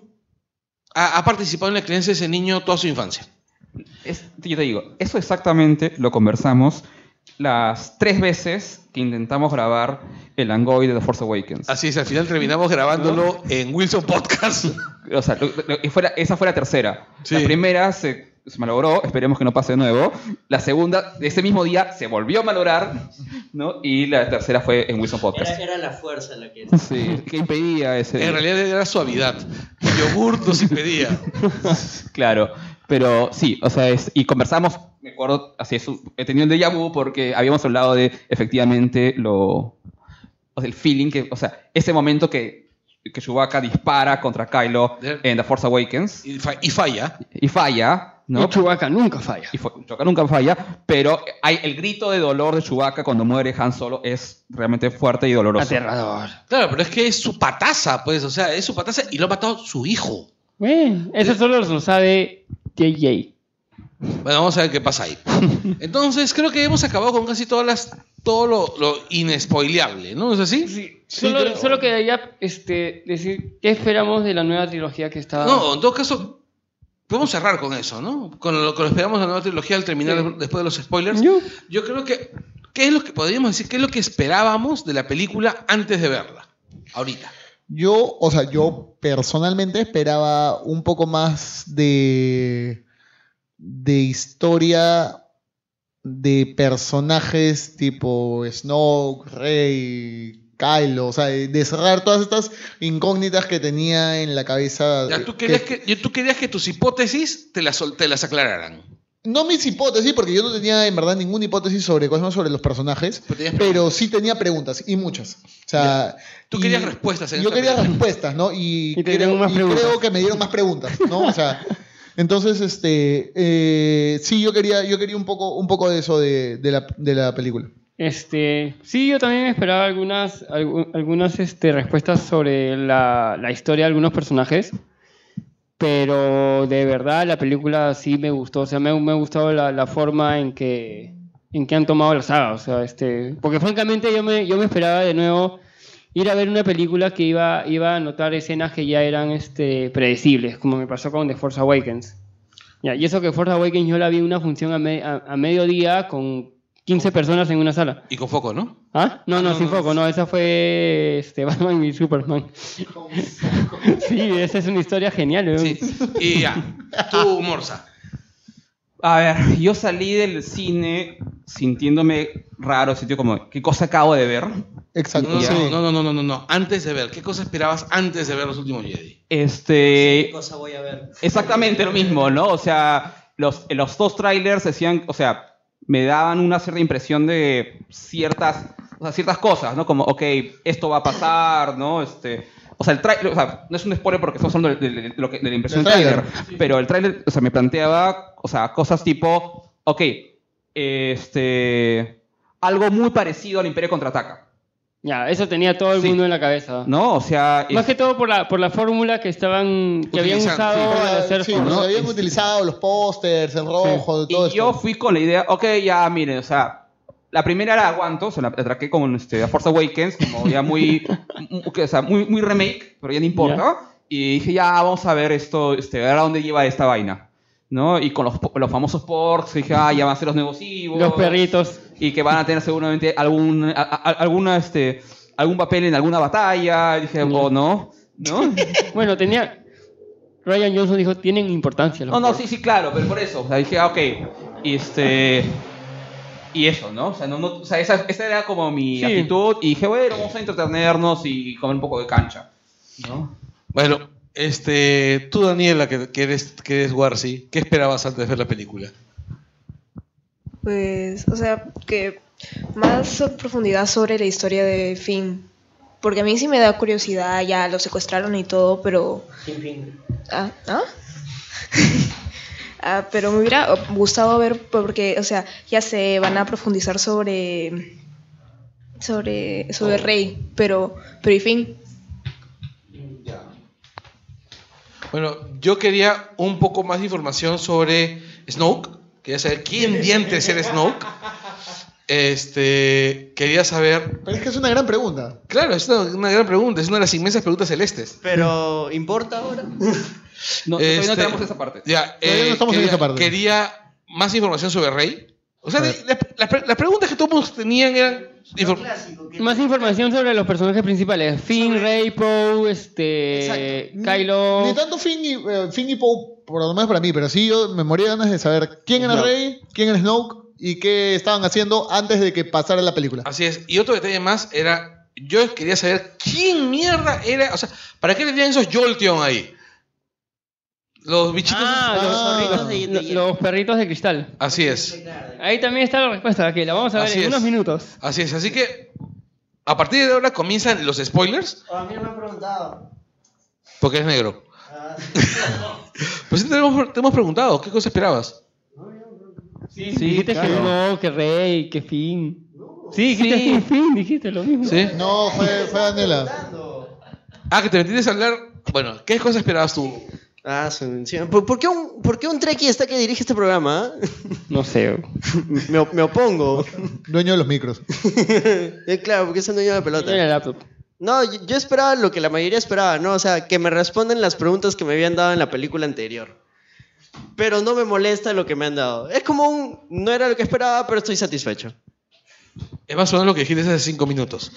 Speaker 2: Ha, ha participado en la crianza de ese niño toda su infancia.
Speaker 1: Es- yo te digo, eso exactamente lo conversamos las tres veces que intentamos grabar el Angoy de The Force Awakens.
Speaker 2: Así es, al final terminamos grabándolo en Wilson Podcast.
Speaker 1: O sea, lo- lo- y fuera- esa fue la tercera.
Speaker 2: Sí.
Speaker 1: La primera se, se malogró, esperemos que no pase de nuevo. La segunda, ese mismo día, se volvió a malograr, ¿no? Y la tercera fue en Wilson
Speaker 6: Era,
Speaker 1: Podcast.
Speaker 6: era la fuerza la que.
Speaker 1: Sí, que impedía ese.
Speaker 2: En realidad era suavidad. El yogur nos impedía.
Speaker 1: Claro, pero sí, o sea, es- y conversamos, me acuerdo, así es, he tenido un déjà vu porque habíamos hablado de efectivamente lo. O sea, el feeling que. O sea, ese momento que, que Chewbacca dispara contra Kylo
Speaker 2: De-
Speaker 1: en The Force Awakens
Speaker 2: Y, fa- y falla.
Speaker 1: y falla, ¿no?
Speaker 3: No, Chubaca nunca falla.
Speaker 1: y fue- Chewbacca nunca falla, pero hay el grito de dolor de Chewbacca cuando muere Han Solo es realmente fuerte y doloroso.
Speaker 3: Aterrador.
Speaker 2: Claro, pero es que es su pataza, pues. O sea, es su pataza y lo ha matado su hijo.
Speaker 3: Bueno, eso solo lo sabe JJ.
Speaker 2: Bueno, vamos a ver qué pasa ahí. Entonces, creo que hemos acabado con casi todas las. Todo lo, lo inespoileable, ¿no es así?
Speaker 3: solo,
Speaker 2: creo.
Speaker 3: solo quedaría este, decir qué esperamos de la nueva trilogía que está.
Speaker 2: No, en todo caso, podemos cerrar con eso, ¿no? Con lo que esperamos de la nueva trilogía al terminar
Speaker 3: Sí.
Speaker 2: después de los spoilers.
Speaker 3: Yo-
Speaker 2: Yo creo que. ¿Qué es lo que podríamos decir? ¿Qué es lo que esperábamos de la película antes de verla? Ahorita.
Speaker 4: Yo, o sea, yo personalmente esperaba un poco más de, de historia de personajes tipo Snoke, Rey, Kylo, o sea, de de cerrar todas estas incógnitas que tenía en la cabeza.
Speaker 2: Ya, tú,
Speaker 4: Eh, Que-
Speaker 2: querías que, yo- tú querías que tus hipótesis te las, sol- te las aclararan.
Speaker 4: No mis hipótesis, porque yo no tenía en verdad ninguna hipótesis sobre cosas sobre los personajes,
Speaker 2: Pero tenías
Speaker 4: pero sí tenía preguntas, y muchas. O sea,
Speaker 2: Tú
Speaker 4: y-
Speaker 2: querías respuestas en
Speaker 4: Yo
Speaker 2: esta
Speaker 4: quería
Speaker 2: película.
Speaker 4: respuestas, ¿no? Y,
Speaker 3: Y te
Speaker 4: creo,
Speaker 3: dieron más
Speaker 4: y
Speaker 3: preguntas.
Speaker 4: creo que me dieron más preguntas, ¿no? O sea, entonces, este, eh, sí, yo quería, yo quería un poco, un poco de eso de, de la, de la película.
Speaker 3: Este, sí, yo también esperaba algunas, algu- algunas este, respuestas sobre la, la historia de algunos personajes. Pero de verdad la película sí me gustó. O sea, me, me ha gustado la, la forma en que, en que han tomado la saga. O sea, este, porque francamente yo me, yo me esperaba de nuevo ir a ver una película que iba, iba a notar escenas que ya eran este, predecibles, como me pasó con The Force Awakens. Ya, y eso que Force Awakens yo la vi en una función a, me- a- a mediodía con 15 personas en una sala.
Speaker 2: Y con foco, ¿no?
Speaker 3: ¿Ah? No, no,
Speaker 2: No,
Speaker 3: sin
Speaker 2: no.
Speaker 3: foco, no, esa fue este, Batman y Superman. sí, esa es una historia genial. ¿eh? weón.
Speaker 2: Sí. Y ya, tú, Morsa.
Speaker 1: A ver, yo salí del cine sintiéndome raro, sitio como, ¿qué cosa acabo de ver?
Speaker 4: Exacto,
Speaker 2: No,
Speaker 4: sí.
Speaker 2: no, no, no, no, no, no. Antes de ver, ¿qué cosa esperabas antes de ver los últimos Jedi?
Speaker 1: Este,
Speaker 10: ¿Qué cosa voy a ver?
Speaker 1: exactamente lo mismo, ¿no? O sea, los, los dos trailers decían, o sea, me daban una cierta impresión de ciertas, o sea, ciertas cosas, ¿no? Como, ok, esto va a pasar, ¿no? Este, o sea, el trai- o sea, no es un spoiler porque estamos hablando de, de- de lo que- de la impresión
Speaker 4: Del
Speaker 1: del
Speaker 4: tráiler.
Speaker 1: trailer, pero el trailer, o sea, me planteaba, o sea, cosas tipo, ok, este, algo muy parecido al Imperio Contraataca,
Speaker 3: Ya, eso tenía todo el
Speaker 1: Sí.
Speaker 3: mundo en la cabeza.
Speaker 1: ¿no? O sea...
Speaker 3: Más
Speaker 1: es-
Speaker 3: que todo por la, por la fórmula que estaban que habían
Speaker 2: Utilizando,
Speaker 3: usado
Speaker 4: Pero,
Speaker 3: al hacer
Speaker 4: sí,
Speaker 3: Force.
Speaker 4: pues,
Speaker 1: ¿no?
Speaker 4: habían
Speaker 1: Es-
Speaker 4: utilizado los pósters, el rojo, todo
Speaker 1: Y yo
Speaker 4: esto.
Speaker 1: fui con la idea, ok, ya, miren, o sea, la primera la aguanto, se la la traqué con este, a Force Awakens, como ya muy, mu- que, o sea, muy, muy remake, pero ya no importa. Y dije, ya, vamos a ver esto, este, a ver a dónde lleva esta vaina. ¿No? Y con los, po- los famosos porks, dije, ah, ya van a ser los nuevos Ewoks
Speaker 3: Los perritos.
Speaker 1: y que van a tener seguramente algún a- a- alguna este algún papel en alguna batalla dije
Speaker 3: Ya.
Speaker 1: o no no
Speaker 3: Bueno, tenía. Ryan Johnson dijo: tienen importancia. los
Speaker 1: No, no,
Speaker 3: juegos".
Speaker 1: sí, sí, claro, pero por eso. O sea, dije, ah, ok. Y este. Y eso, ¿no? O sea, no, no- o sea, esa, esa era como mi
Speaker 3: Sí.
Speaker 1: actitud. Y dije, bueno, vamos a entretenernos y comer un poco de cancha. ¿No?
Speaker 2: Bueno, este, tú, Daniela, que, que eres, que eres Warsi, ¿qué esperabas antes de ver la película?
Speaker 5: Pues, o sea, que más profundidad sobre la historia de Finn. Porque a mí sí me da curiosidad, ya lo secuestraron y todo, pero...
Speaker 10: En fin.
Speaker 5: Ah, ¿ah? Ah, pero me hubiera gustado ver, porque, o sea, ya se van a profundizar sobre... Sobre, sobre Rey, pero, pero y Finn.
Speaker 2: Bueno, yo quería un poco más de información sobre Snoke. Quería saber quién dientes era Snoke. Este, quería saber.
Speaker 4: Pero es que es una gran pregunta.
Speaker 2: Claro, es una, una gran pregunta, es una de las inmensas preguntas celestes.
Speaker 10: Pero, ¿importa ahora?
Speaker 1: No, todavía
Speaker 2: Este-
Speaker 1: no tenemos esa parte.
Speaker 2: Ya, eh,
Speaker 4: Todavía no estamos en
Speaker 2: quería,
Speaker 4: esa parte.
Speaker 2: quería más información sobre Rey. O sea,
Speaker 4: A
Speaker 2: de-
Speaker 4: ver.
Speaker 2: las, las pre- las preguntas que todos tenían eran.
Speaker 10: Lo
Speaker 2: infor-
Speaker 10: clásico, que-
Speaker 3: Más información sobre los personajes principales: Finn,
Speaker 10: Sobre-
Speaker 3: Rey, Poe, este.
Speaker 10: Exacto.
Speaker 3: Kylo.
Speaker 4: Ni tanto Finn y, eh, Finn y Poe, por lo menos para mí, pero sí yo me moría de ganas de saber quién era
Speaker 10: Snoke.
Speaker 4: Rey, quién era Snoke y qué estaban haciendo antes de que pasara la película.
Speaker 2: Así es. Y otro detalle más era. Yo quería saber quién mierda era. O sea, ¿para qué tenían esos Jolteon ahí? Los bichitos.
Speaker 3: Ah,
Speaker 4: esos-
Speaker 3: los,
Speaker 4: Ah.
Speaker 3: zorritos de- de- los perritos de cristal.
Speaker 2: Así es.
Speaker 3: Ahí también está la respuesta, que la vamos a ver
Speaker 2: Así
Speaker 3: en
Speaker 2: es.
Speaker 3: unos minutos.
Speaker 2: Así es. Así que a partir de ahora comienzan los spoilers
Speaker 10: A mí no me han preguntado.
Speaker 2: porque es negro.
Speaker 10: Ah,
Speaker 2: Pues sí te hemos, te hemos preguntado, ¿qué cosa esperabas?
Speaker 3: Sí,
Speaker 1: sí,
Speaker 3: dijiste que
Speaker 1: claro.
Speaker 3: no, que Rey, que Finn. Sí, dijiste Finn, Finn, dijiste lo mismo.
Speaker 2: ¿Sí?
Speaker 4: No, fue, fue Daniela.
Speaker 10: preguntando.
Speaker 2: Ah, que te metiste a hablar. Bueno, ¿qué cosa esperabas tú?
Speaker 10: Ah, su mención. ¿Por, por qué un, ¿Por qué un trekkie está que dirige este programa? ah?
Speaker 3: No sé.
Speaker 10: me, op- me opongo.
Speaker 4: Dueño de los micros.
Speaker 10: Eh, claro, porque es el dueño de la pelota.
Speaker 3: Mira la laptop.
Speaker 10: No, yo, yo esperaba lo que la mayoría esperaba, ¿no? O sea, que me respondan las preguntas que me habían dado en la película anterior. Pero no me molesta lo que me han dado. Es como un... No era lo que esperaba, pero estoy satisfecho.
Speaker 2: Es más o menos lo que dijiste hace cinco minutos.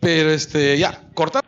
Speaker 2: Pero este, ya, corta.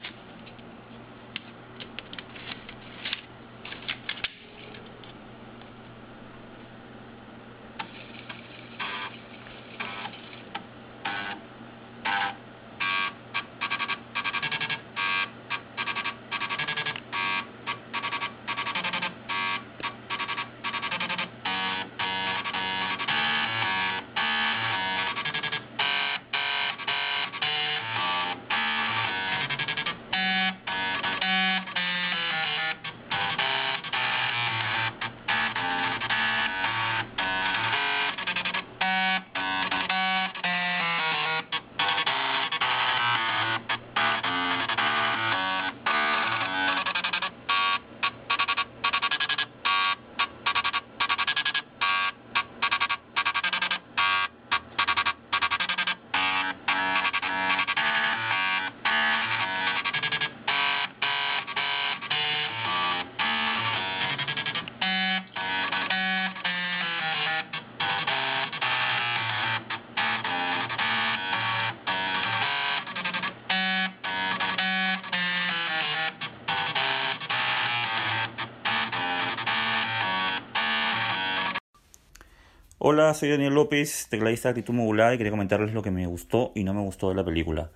Speaker 11: Hola, soy Daniel López, tecladista de actitud modulada y quería comentarles lo que me gustó y no me gustó de la película.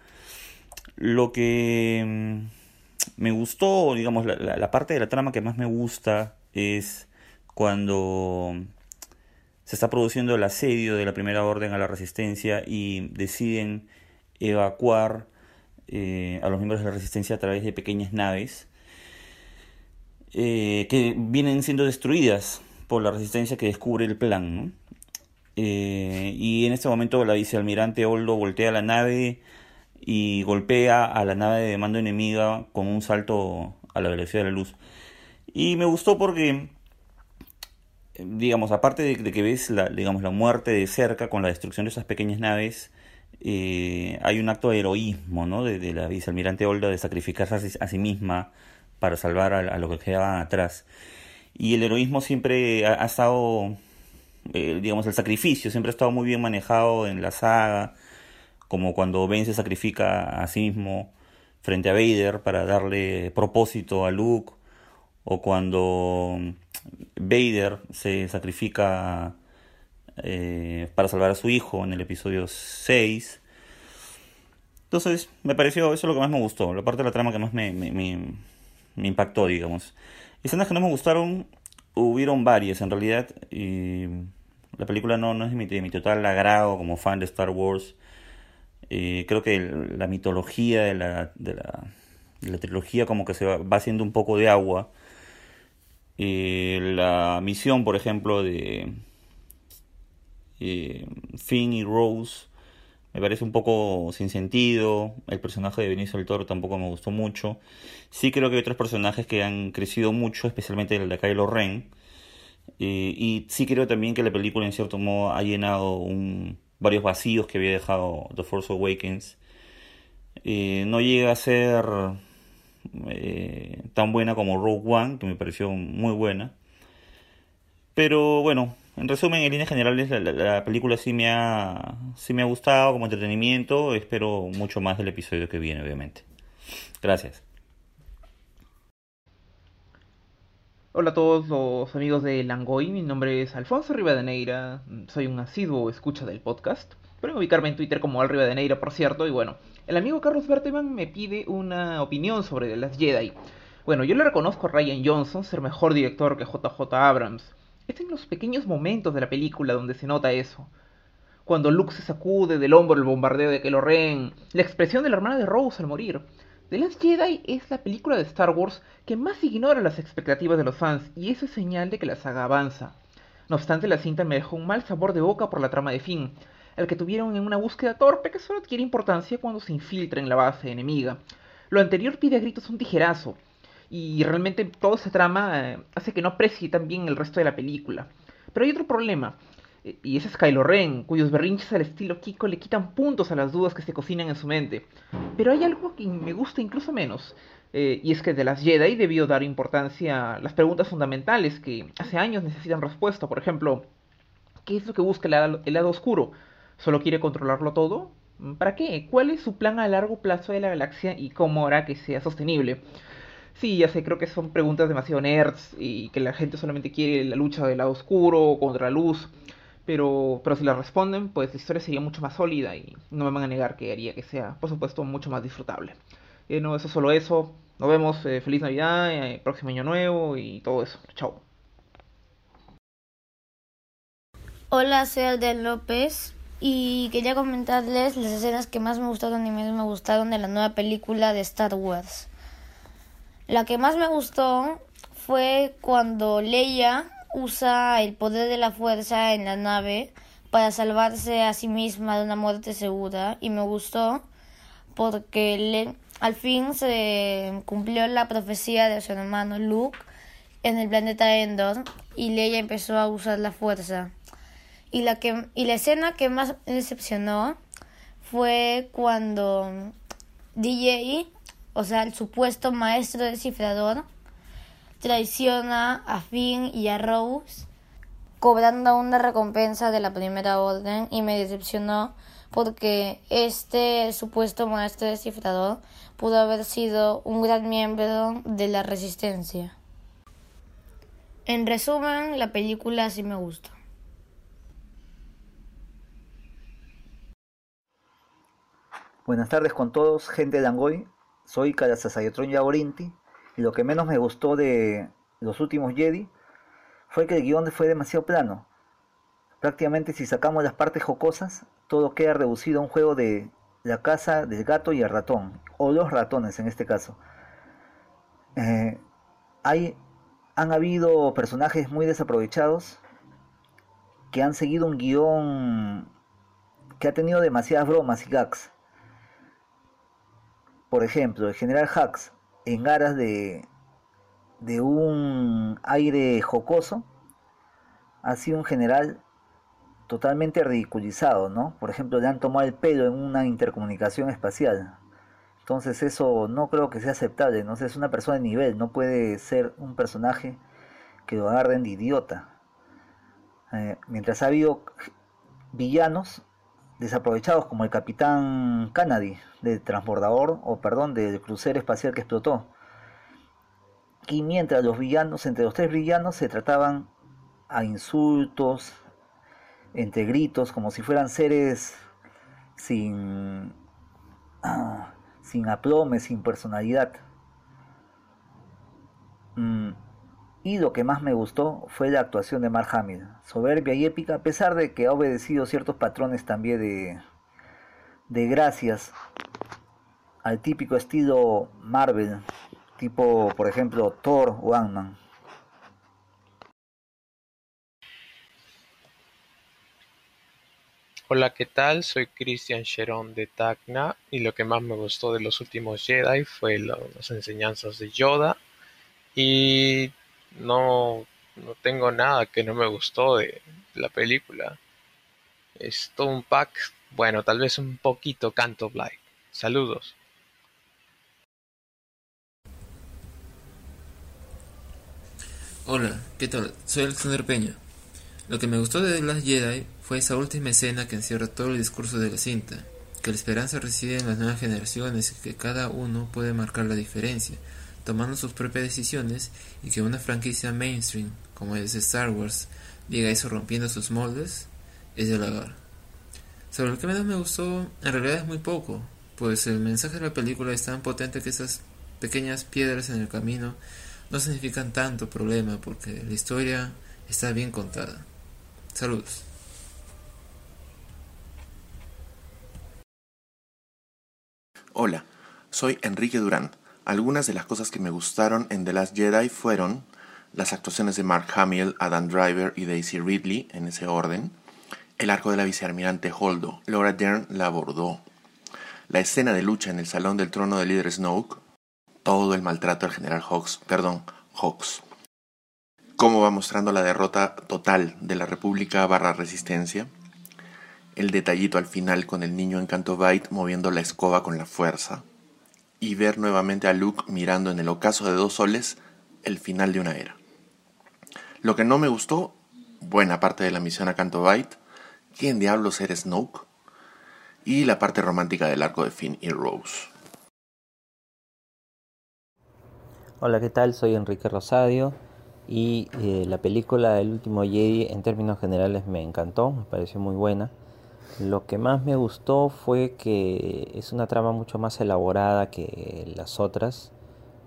Speaker 11: Lo que mm, me gustó, digamos, la, la- la parte de la trama que más me gusta es cuando se está produciendo el asedio de la primera orden a la resistencia y deciden evacuar eh, a los miembros de la resistencia a través de pequeñas naves eh, que vienen siendo destruidas por la resistencia que descubre el plan. ¿no? Eh, y en este momento la vicealmirante Oldo voltea la nave y golpea a la nave de mando enemiga con un salto a la velocidad de la luz. Y me gustó porque, eh, digamos, aparte de, de que ves la, digamos, la muerte de cerca con la destrucción de esas pequeñas naves, eh, hay un acto de heroísmo, ¿no? De, de la vicealmirante Oldo de sacrificarse a sí, a sí misma para salvar a, a los que quedaban atrás. Y el heroísmo siempre ha, ha estado, eh, digamos, el sacrificio siempre ha estado muy bien manejado en la saga, como cuando Ben se sacrifica a sí mismo frente a Vader para darle propósito a Luke, o cuando Vader se sacrifica eh, para salvar a su hijo en el episodio 6. Entonces, me pareció, eso es lo que más me gustó, la parte de la trama que más me, me- me- me impactó, digamos. Escenas que no me gustaron, hubieron varias en realidad. y la película no, no es de mi, de mi total agrado como fan de Star Wars. Eh, creo que el- la mitología de la, de la, de la trilogía como que se va, va haciendo un poco de agua. Eh, la misión, por ejemplo, de eh, Finn y Rose me parece un poco sin sentido. El personaje de Benicio del Toro tampoco me gustó mucho. Sí creo que hay otros personajes que han crecido mucho, especialmente el de Kylo Ren. Eh, y sí creo también que la película en cierto modo ha llenado un- varios vacíos que había dejado The Force Awakens. Eh, no llega a ser eh, tan buena como Rogue One, que me pareció muy buena. Pero bueno, en resumen, en líneas generales, la, la- la película sí me, ha, sí me ha gustado como entretenimiento. Espero mucho más del episodio que viene, obviamente. Gracias.
Speaker 12: Hola a todos los amigos de Langoy, mi nombre es Alfonso Rivadeneira, mm, soy un asiduo escucha del podcast. Pueden ubicarme en Twitter como Al Rivadeneira, por cierto, y bueno, el amigo Carlos Berteman me pide una opinión sobre The Last Jedi. Bueno, yo le reconozco a Ryan Johnson ser mejor director que JJ Abrams. Es en los pequeños momentos de la película donde se nota eso. Cuando Luke se sacude del hombro el bombardeo de Kylo Ren, la expresión de la hermana de Rose al morir. The Last Jedi es la película de Star Wars que más ignora las expectativas de los fans y eso es señal de que la saga avanza. No obstante, la cinta me dejó un mal sabor de boca por la trama de Finn, el que tuvieron en una búsqueda torpe que solo adquiere importancia cuando se infiltra en la base enemiga. Lo anterior pide a gritos un tijerazo, y realmente toda esa trama eh, hace que no aprecie tan bien el resto de la película. Pero hay otro problema, eh, y ese es Kylo Ren, cuyos berrinches al estilo Kiko le quitan puntos a las dudas que se cocinan en su mente. Pero hay algo que me gusta incluso menos, eh, y es que de las Jedi debió dar importancia a las preguntas fundamentales que hace años necesitan respuesta. Por ejemplo, ¿qué es lo que busca el lado, el lado oscuro? ¿Solo quiere controlarlo todo? ¿Para qué? ¿Cuál es su plan a largo plazo de la galaxia y cómo hará que sea sostenible? Sí, ya sé, creo que son preguntas demasiado nerds y que la gente solamente quiere la lucha del lado oscuro contra la luz. Pero, pero si la responden, pues la historia sería mucho más sólida y no me van a negar que haría que sea, por supuesto, mucho más disfrutable. Eh, no, eso es solo eso. Nos vemos. eh, feliz Navidad, eh, próximo año nuevo y todo eso. Chao.
Speaker 13: Hola, soy Alden López y quería comentarles las escenas que más me gustaron y menos me gustaron de la nueva película de Star Wars. La que más me gustó fue cuando Leia usa el poder de la fuerza en la nave para salvarse a sí misma de una muerte segura y me gustó porque le- al fin se cumplió la profecía de su hermano Luke en el planeta Endor y Leia empezó a usar la fuerza. Y la, que, y la escena que más me decepcionó fue cuando DJ, o sea, el supuesto maestro descifrador, traiciona a Finn y a Rose, cobrando una recompensa de la primera orden y me decepcionó porque este supuesto maestro descifrador pudo haber sido un gran miembro de la resistencia. En resumen, la película sí me gusta.
Speaker 14: Buenas tardes con todos, gente de Langoy. Soy Kalasasayotron Yaorinti. Y lo que menos me gustó de los últimos Jedi fue que el guión fue demasiado plano. Prácticamente si sacamos las partes jocosas, todo queda reducido a un juego de la casa del gato y el ratón, o los ratones en este caso. Eh, hay, han habido personajes muy desaprovechados que han seguido un guión que ha tenido demasiadas bromas y gags. Por ejemplo, el general Hux, en aras de, de un aire jocoso, ha sido un general totalmente ridiculizado, ¿no? Por ejemplo, le han tomado el pelo en una intercomunicación espacial. Entonces eso no creo que sea aceptable, no sé, es una persona de nivel, no puede ser un personaje que lo agarren de idiota. Eh, mientras ha habido villanos desaprovechados como el capitán Kennedy del transbordador, o perdón, del crucero espacial que explotó. Y mientras los villanos, entre los tres villanos, se trataban a insultos, entre gritos, como si fueran seres sin, ah, sin aplome, sin personalidad. Mm. Y lo que más me gustó fue la actuación de Mark Hamill, soberbia y épica, a pesar de que ha obedecido ciertos patrones también de, de gracias al típico estilo Marvel, tipo por ejemplo Thor o Ant-Man.
Speaker 15: Hola, ¿qué tal? Soy Christian Sheron de Tacna y lo que más me gustó de los últimos Jedi fue lo- las enseñanzas de Yoda y no, no tengo nada que no me gustó de la película. Es todo un pack, bueno, tal vez un poquito Canto Blight. Saludos.
Speaker 16: Hola, ¿qué tal? Soy Alexander Peña. Lo que me gustó de The Last Jedi fue esa última escena que encierra todo el discurso de la cinta, que la esperanza reside en las nuevas generaciones y que cada uno puede marcar la diferencia, tomando sus propias decisiones y que una franquicia mainstream como es Star Wars diga eso rompiendo sus moldes es de halagar. Sobre lo que menos me gustó, en realidad es muy poco, pues el mensaje de la película es tan potente que esas pequeñas piedras en el camino no significan tanto problema porque la historia está bien contada. Saludos.
Speaker 17: Hola, soy Enrique Durán. Algunas de las cosas que me gustaron en The Last Jedi fueron las actuaciones de Mark Hamill, Adam Driver y Daisy Ridley, en ese orden, el arco de la vicealmirante Holdo, Laura Dern la abordó, la escena de lucha en el salón del trono del líder Snoke, todo el maltrato del general Hawks, perdón, Hawks, cómo va mostrando la derrota total de la República barra Resistencia, el detallito al final con el niño en Canto Bight moviendo la escoba con la fuerza, y ver nuevamente a Luke mirando en el ocaso de dos soles el final de una era. Lo que no me gustó, buena parte de la misión a Canto Bight, ¿quién diablos eres Snoke? Y la parte romántica del arco de Finn y Rose.
Speaker 18: Hola, ¿qué tal? Soy Enrique Rosadio y eh, la película El último Jedi en términos generales me encantó, me pareció muy buena. Lo que más me gustó fue que es una trama mucho más elaborada que las otras,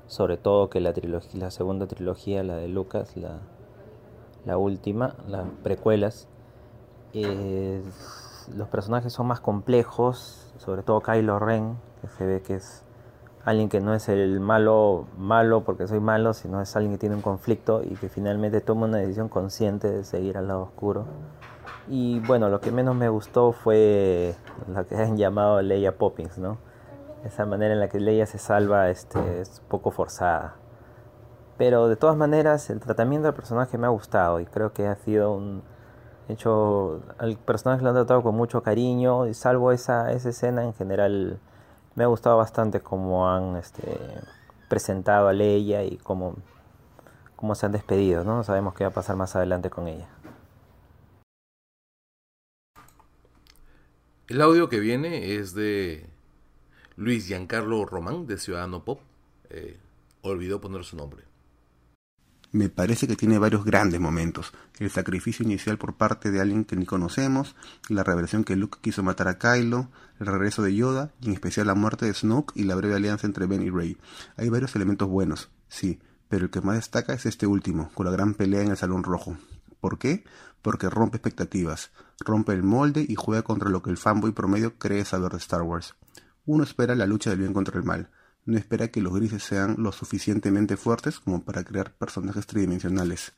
Speaker 18: sobre todo que la trilogía, la segunda trilogía, la de Lucas, la, la última, las precuelas. Eh, los personajes son más complejos, sobre todo Kylo Ren, que se ve que es alguien que no es el malo malo porque soy malo, sino es alguien que tiene un conflicto y que finalmente toma una decisión consciente de seguir al lado oscuro. Y bueno, lo que menos me gustó fue lo que han llamado Leia Poppins, ¿no? Esa manera en la que Leia se salva este, es un poco forzada. Pero de todas maneras, el tratamiento del personaje me ha gustado y creo que ha sido un hecho. Al personaje lo han tratado con mucho cariño y salvo esa, esa escena en general me ha gustado bastante cómo han este, presentado a Leia y cómo, cómo se han despedido, ¿no? No sabemos qué va a pasar más adelante con ella.
Speaker 19: El audio que viene es de Luis Giancarlo Román de Ciudadano Pop. Eh, olvidó poner su nombre.
Speaker 20: Me parece que tiene varios grandes momentos. El sacrificio inicial por parte de alguien que ni conocemos, la revelación que Luke quiso matar a Kylo, el regreso de Yoda y en especial la muerte de Snoke y la breve alianza entre Ben y Rey. Hay varios elementos buenos, sí, pero el que más destaca es este último, con la gran pelea en el Salón Rojo. ¿Por qué? Porque rompe expectativas, rompe el molde y juega contra lo que el fanboy promedio cree saber de Star Wars. Uno espera la lucha del bien contra el mal, no espera que los grises sean lo suficientemente fuertes como para crear personajes tridimensionales.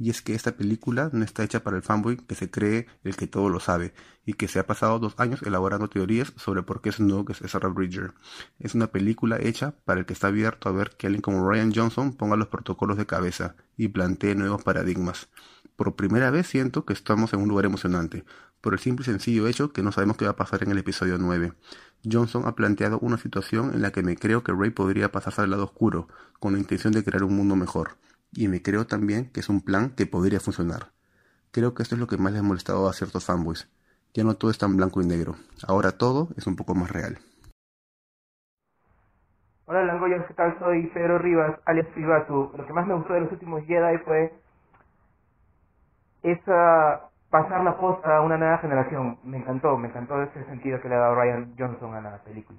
Speaker 20: Y es que esta película no está hecha para el fanboy que se cree el que todo lo sabe y que se ha pasado dos años elaborando teorías sobre por qué Snoke es Ezra Bridger. Es una película hecha para el que está abierto a ver que alguien como Ryan Johnson ponga los protocolos de cabeza y plantee nuevos paradigmas. Por primera vez siento que estamos en un lugar emocionante, por el simple y sencillo hecho que no sabemos qué va a pasar en el episodio 9. Johnson ha planteado una situación en la que me creo que Ray podría pasarse al lado oscuro, con la intención de crear un mundo mejor, y me creo también que es un plan que podría funcionar. Creo que esto es lo que más le ha molestado a ciertos fanboys. Ya no todo es tan blanco y negro, ahora todo es un poco más real.
Speaker 21: Hola Langoyos, ¿qué tal? Soy Pedro Rivas, alias Privatu. Lo que más me gustó de los últimos Jedi fue esa pasar la posta a una nueva generación. Me encantó, me encantó ese sentido que le ha dado Ryan Johnson a la película.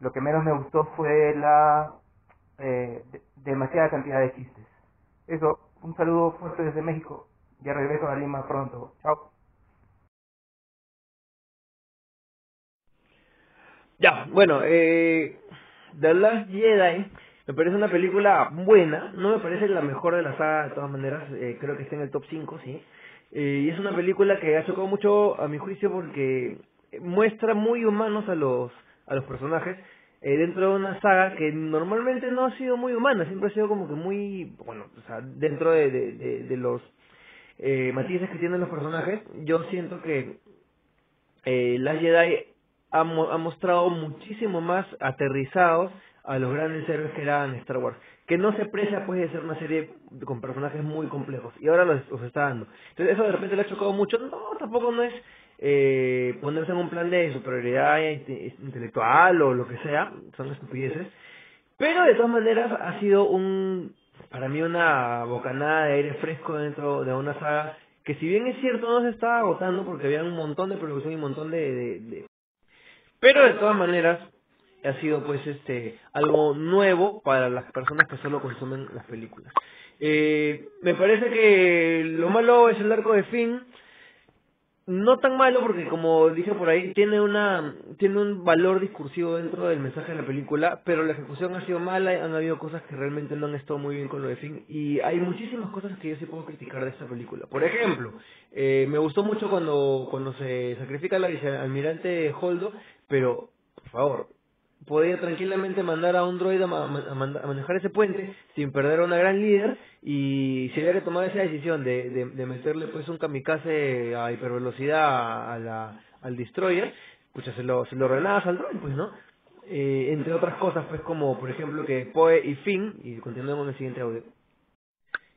Speaker 21: Lo que menos me gustó fue la eh, de- demasiada cantidad de chistes. Eso, un saludo fuerte desde México. Ya regreso a Lima pronto. Chao.
Speaker 8: Dạ,
Speaker 22: Ya, bueno, eh, The Last Jedi me parece una película buena, no me parece la mejor de la saga de todas maneras, eh, creo que está en el top 5, sí. Eh, y es una película que ha chocado mucho a mi juicio porque muestra muy humanos a los, a los personajes eh, dentro de una saga que normalmente no ha sido muy humana, siempre ha sido como que muy, bueno, o sea, dentro de, de, de, de los eh, matices que tienen los personajes, yo siento que eh, Last Jedi ha, mo- ha mostrado muchísimo más aterrizados a los grandes héroes que eran Star Wars, que no se precia pues de ser una serie con personajes muy complejos y ahora los, los está dando. Entonces eso de repente le ha chocado mucho, no, tampoco no es eh, ponerse en un plan de superioridad inte- intelectual o lo que sea, son estupideces, pero de todas maneras ha sido un, para mí una bocanada de aire fresco dentro de una saga que si bien es cierto no se estaba agotando porque había un montón de producción y un montón de- de- de pero de todas maneras, ha sido pues este algo nuevo para las personas que solo consumen las películas. Eh, me parece que lo malo es el arco de Finn. No tan malo porque como dije por ahí, tiene una tiene un valor discursivo dentro del mensaje de la película, pero la ejecución ha sido mala, han habido cosas que realmente no han estado muy bien con lo de Finn y hay muchísimas cosas que yo sí puedo criticar de esta película. Por ejemplo, eh, me gustó mucho cuando, cuando se sacrifica al vicealmirante Holdo, pero, por favor, podía tranquilamente mandar a un droid a, ma- a manda- a manejar ese puente sin perder a una gran líder y si había que tomar esa decisión de, de, de meterle pues un kamikaze a hipervelocidad a, a la, al destroyer, pues se lo, se lo ordenabas al droid, pues, ¿no? Eh, entre otras cosas, pues como por ejemplo que Poe y Finn, y continuamos con el siguiente audio,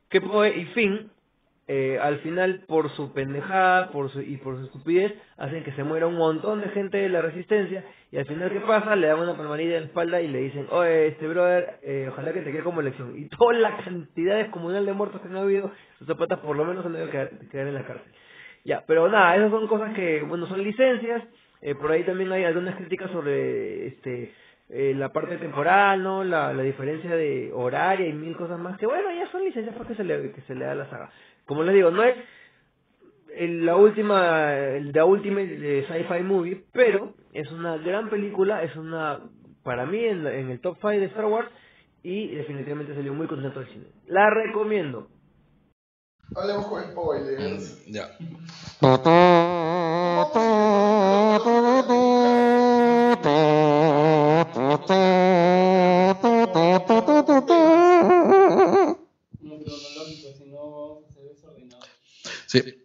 Speaker 22: que Poe y Finn eh, al final por su pendejada por su, y por su estupidez hacen que se muera un montón de gente de la resistencia y al final qué pasa le dan una palmadita en la espalda y le dicen oye este brother eh, ojalá que te quede como elección y toda la cantidad descomunal de muertos que han habido sus zapatas por lo menos han debido quedar, quedar en la cárcel ya pero nada esas son cosas que bueno son licencias eh, por ahí también hay algunas críticas sobre este eh, la parte temporal, ¿no? La, la diferencia de horaria y mil cosas más, que bueno, ya son licencias porque se le, que se le da a la saga. Como les digo, no es el- la última, el, la última de sci-fi movie, pero es una gran película, es una, para mí, en, la- en el top 5 de Star Wars, y definitivamente salió muy contento del cine. La recomiendo.
Speaker 4: Hablemos con spoilers.
Speaker 2: Ya. Sí.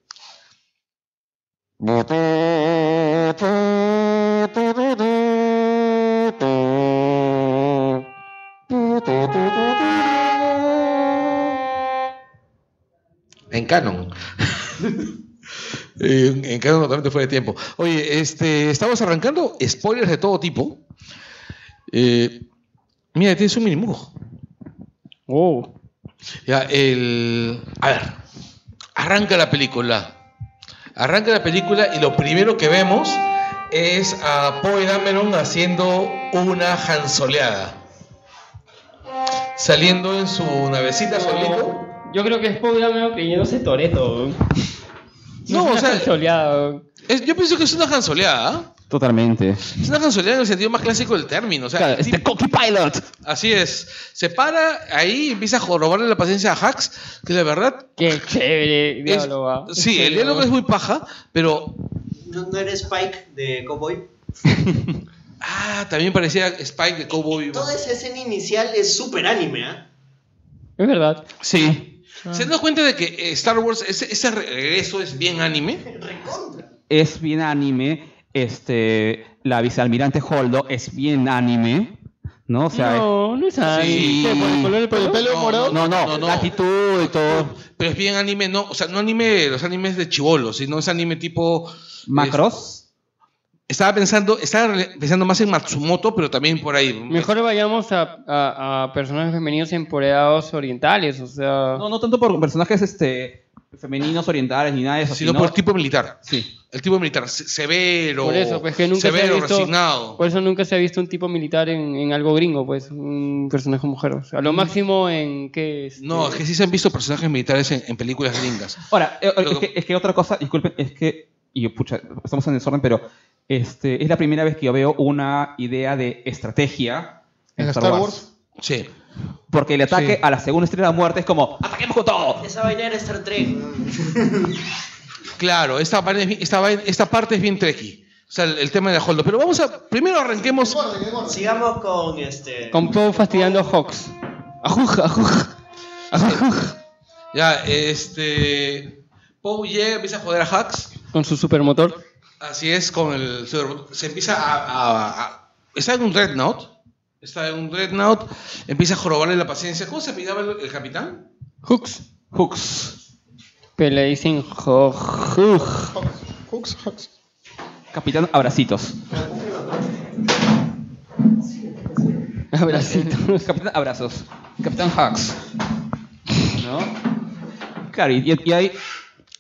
Speaker 2: En Canon. Eh, en- en Canon totalmente fuera de tiempo. Oye, este, estamos arrancando spoilers de todo tipo. Eh, mira, tienes un minimug.
Speaker 3: Wow.
Speaker 2: Ya, el. A ver. Arranca la película. Arranca la película y lo primero que vemos es a Poe Dameron haciendo una jansoleada. Saliendo en su navecita solito.
Speaker 3: Yo creo que es Poe Dameron creyéndose Toreto.
Speaker 2: No, o sea. es- yo pienso que es una jansoleada. ¿eh?
Speaker 1: Totalmente.
Speaker 2: Es una jansoleada en el sentido más clásico del término. O sea,
Speaker 1: Claro,
Speaker 2: el
Speaker 1: este Cocky Pilot.
Speaker 2: Así es. Se para ahí y empieza a jorobarle la paciencia a Hacks, que la verdad.
Speaker 3: Qué chévere diálogo, ah.
Speaker 2: Sí, el diálogo es muy paja, pero.
Speaker 10: ¿No, no eres Spike de Cowboy?
Speaker 2: Ah, también parecía Spike de Cowboy.
Speaker 10: Toda esa escena inicial es súper anime, ¿ah?
Speaker 3: Es verdad.
Speaker 1: Sí.
Speaker 2: ¿Se han dado cuenta de que eh, Star Wars, ese, ese regreso es bien anime?
Speaker 1: Es bien anime. Este, la vicealmirante Holdo es bien anime. ¿No? O sea,
Speaker 3: No, no es anime. ¿Qué, por el color del pelo? ¿Por el pelo
Speaker 2: No,
Speaker 3: morado?
Speaker 1: No, no, la actitud y todo.
Speaker 2: Pero es bien anime, no, o sea, no anime, los animes de chivolo, sino es anime tipo.
Speaker 1: ¿Macros?
Speaker 2: estaba pensando, estaba re- pensando más en Matsumoto, pero también por ahí.
Speaker 3: Mejor vayamos a, a, a personajes femeninos emporeados orientales, o sea...
Speaker 1: No, no tanto por personajes este, femeninos orientales ni nada de eso.
Speaker 2: Sino por tipo militar.
Speaker 1: Sí.
Speaker 2: El tipo militar, se- severo.
Speaker 3: Por eso, pues que nunca se ha
Speaker 2: severo,
Speaker 3: visto,
Speaker 2: resignado.
Speaker 3: Por eso nunca se ha visto un tipo militar en, en algo gringo, pues, un personaje mujer. O sea, a lo máximo en que es. eh,
Speaker 2: No, es que sí se han visto personajes militares en, en películas gringas.
Speaker 1: Ahora, eh, eh, es que, es que otra cosa, disculpen, es que, y pucha, estamos en desorden, pero este, es la primera vez que yo veo una idea de estrategia en, Star, Wars.
Speaker 2: Sí.
Speaker 1: Porque el ataque
Speaker 10: Sí.
Speaker 1: a la segunda estrella de la muerte es como, ¡ataquemos con todo!
Speaker 10: Esa vaina era Star Trek.
Speaker 2: Claro, esta, vaina es bien- esta, vaina- esta parte es bien trekkie. O sea, el, el tema de la Holdo. Pero vamos a. Primero arranquemos.
Speaker 10: Sigamos con este.
Speaker 3: Con todo fastidiando a Hawks. Ajuj, ajuj. ajuj.
Speaker 2: Ya, este. Poe llega, empieza a joder a Hacks.
Speaker 3: Con su supermotor.
Speaker 2: Así es, con el. Se empieza a. a- a- está en un Dreadnought. Está en un Dreadnought. Empieza a jorobarle la paciencia. ¿Cómo se pidaba el, el capitán?
Speaker 3: Hooks.
Speaker 1: Hooks.
Speaker 3: Pero le dicen jo- juj.
Speaker 4: Hux, Hux.
Speaker 1: Capitán, abracitos.
Speaker 3: Abracitos.
Speaker 1: Capitán, abrazos. Capitán Hux. ¿No? Claro, y, y- y hay...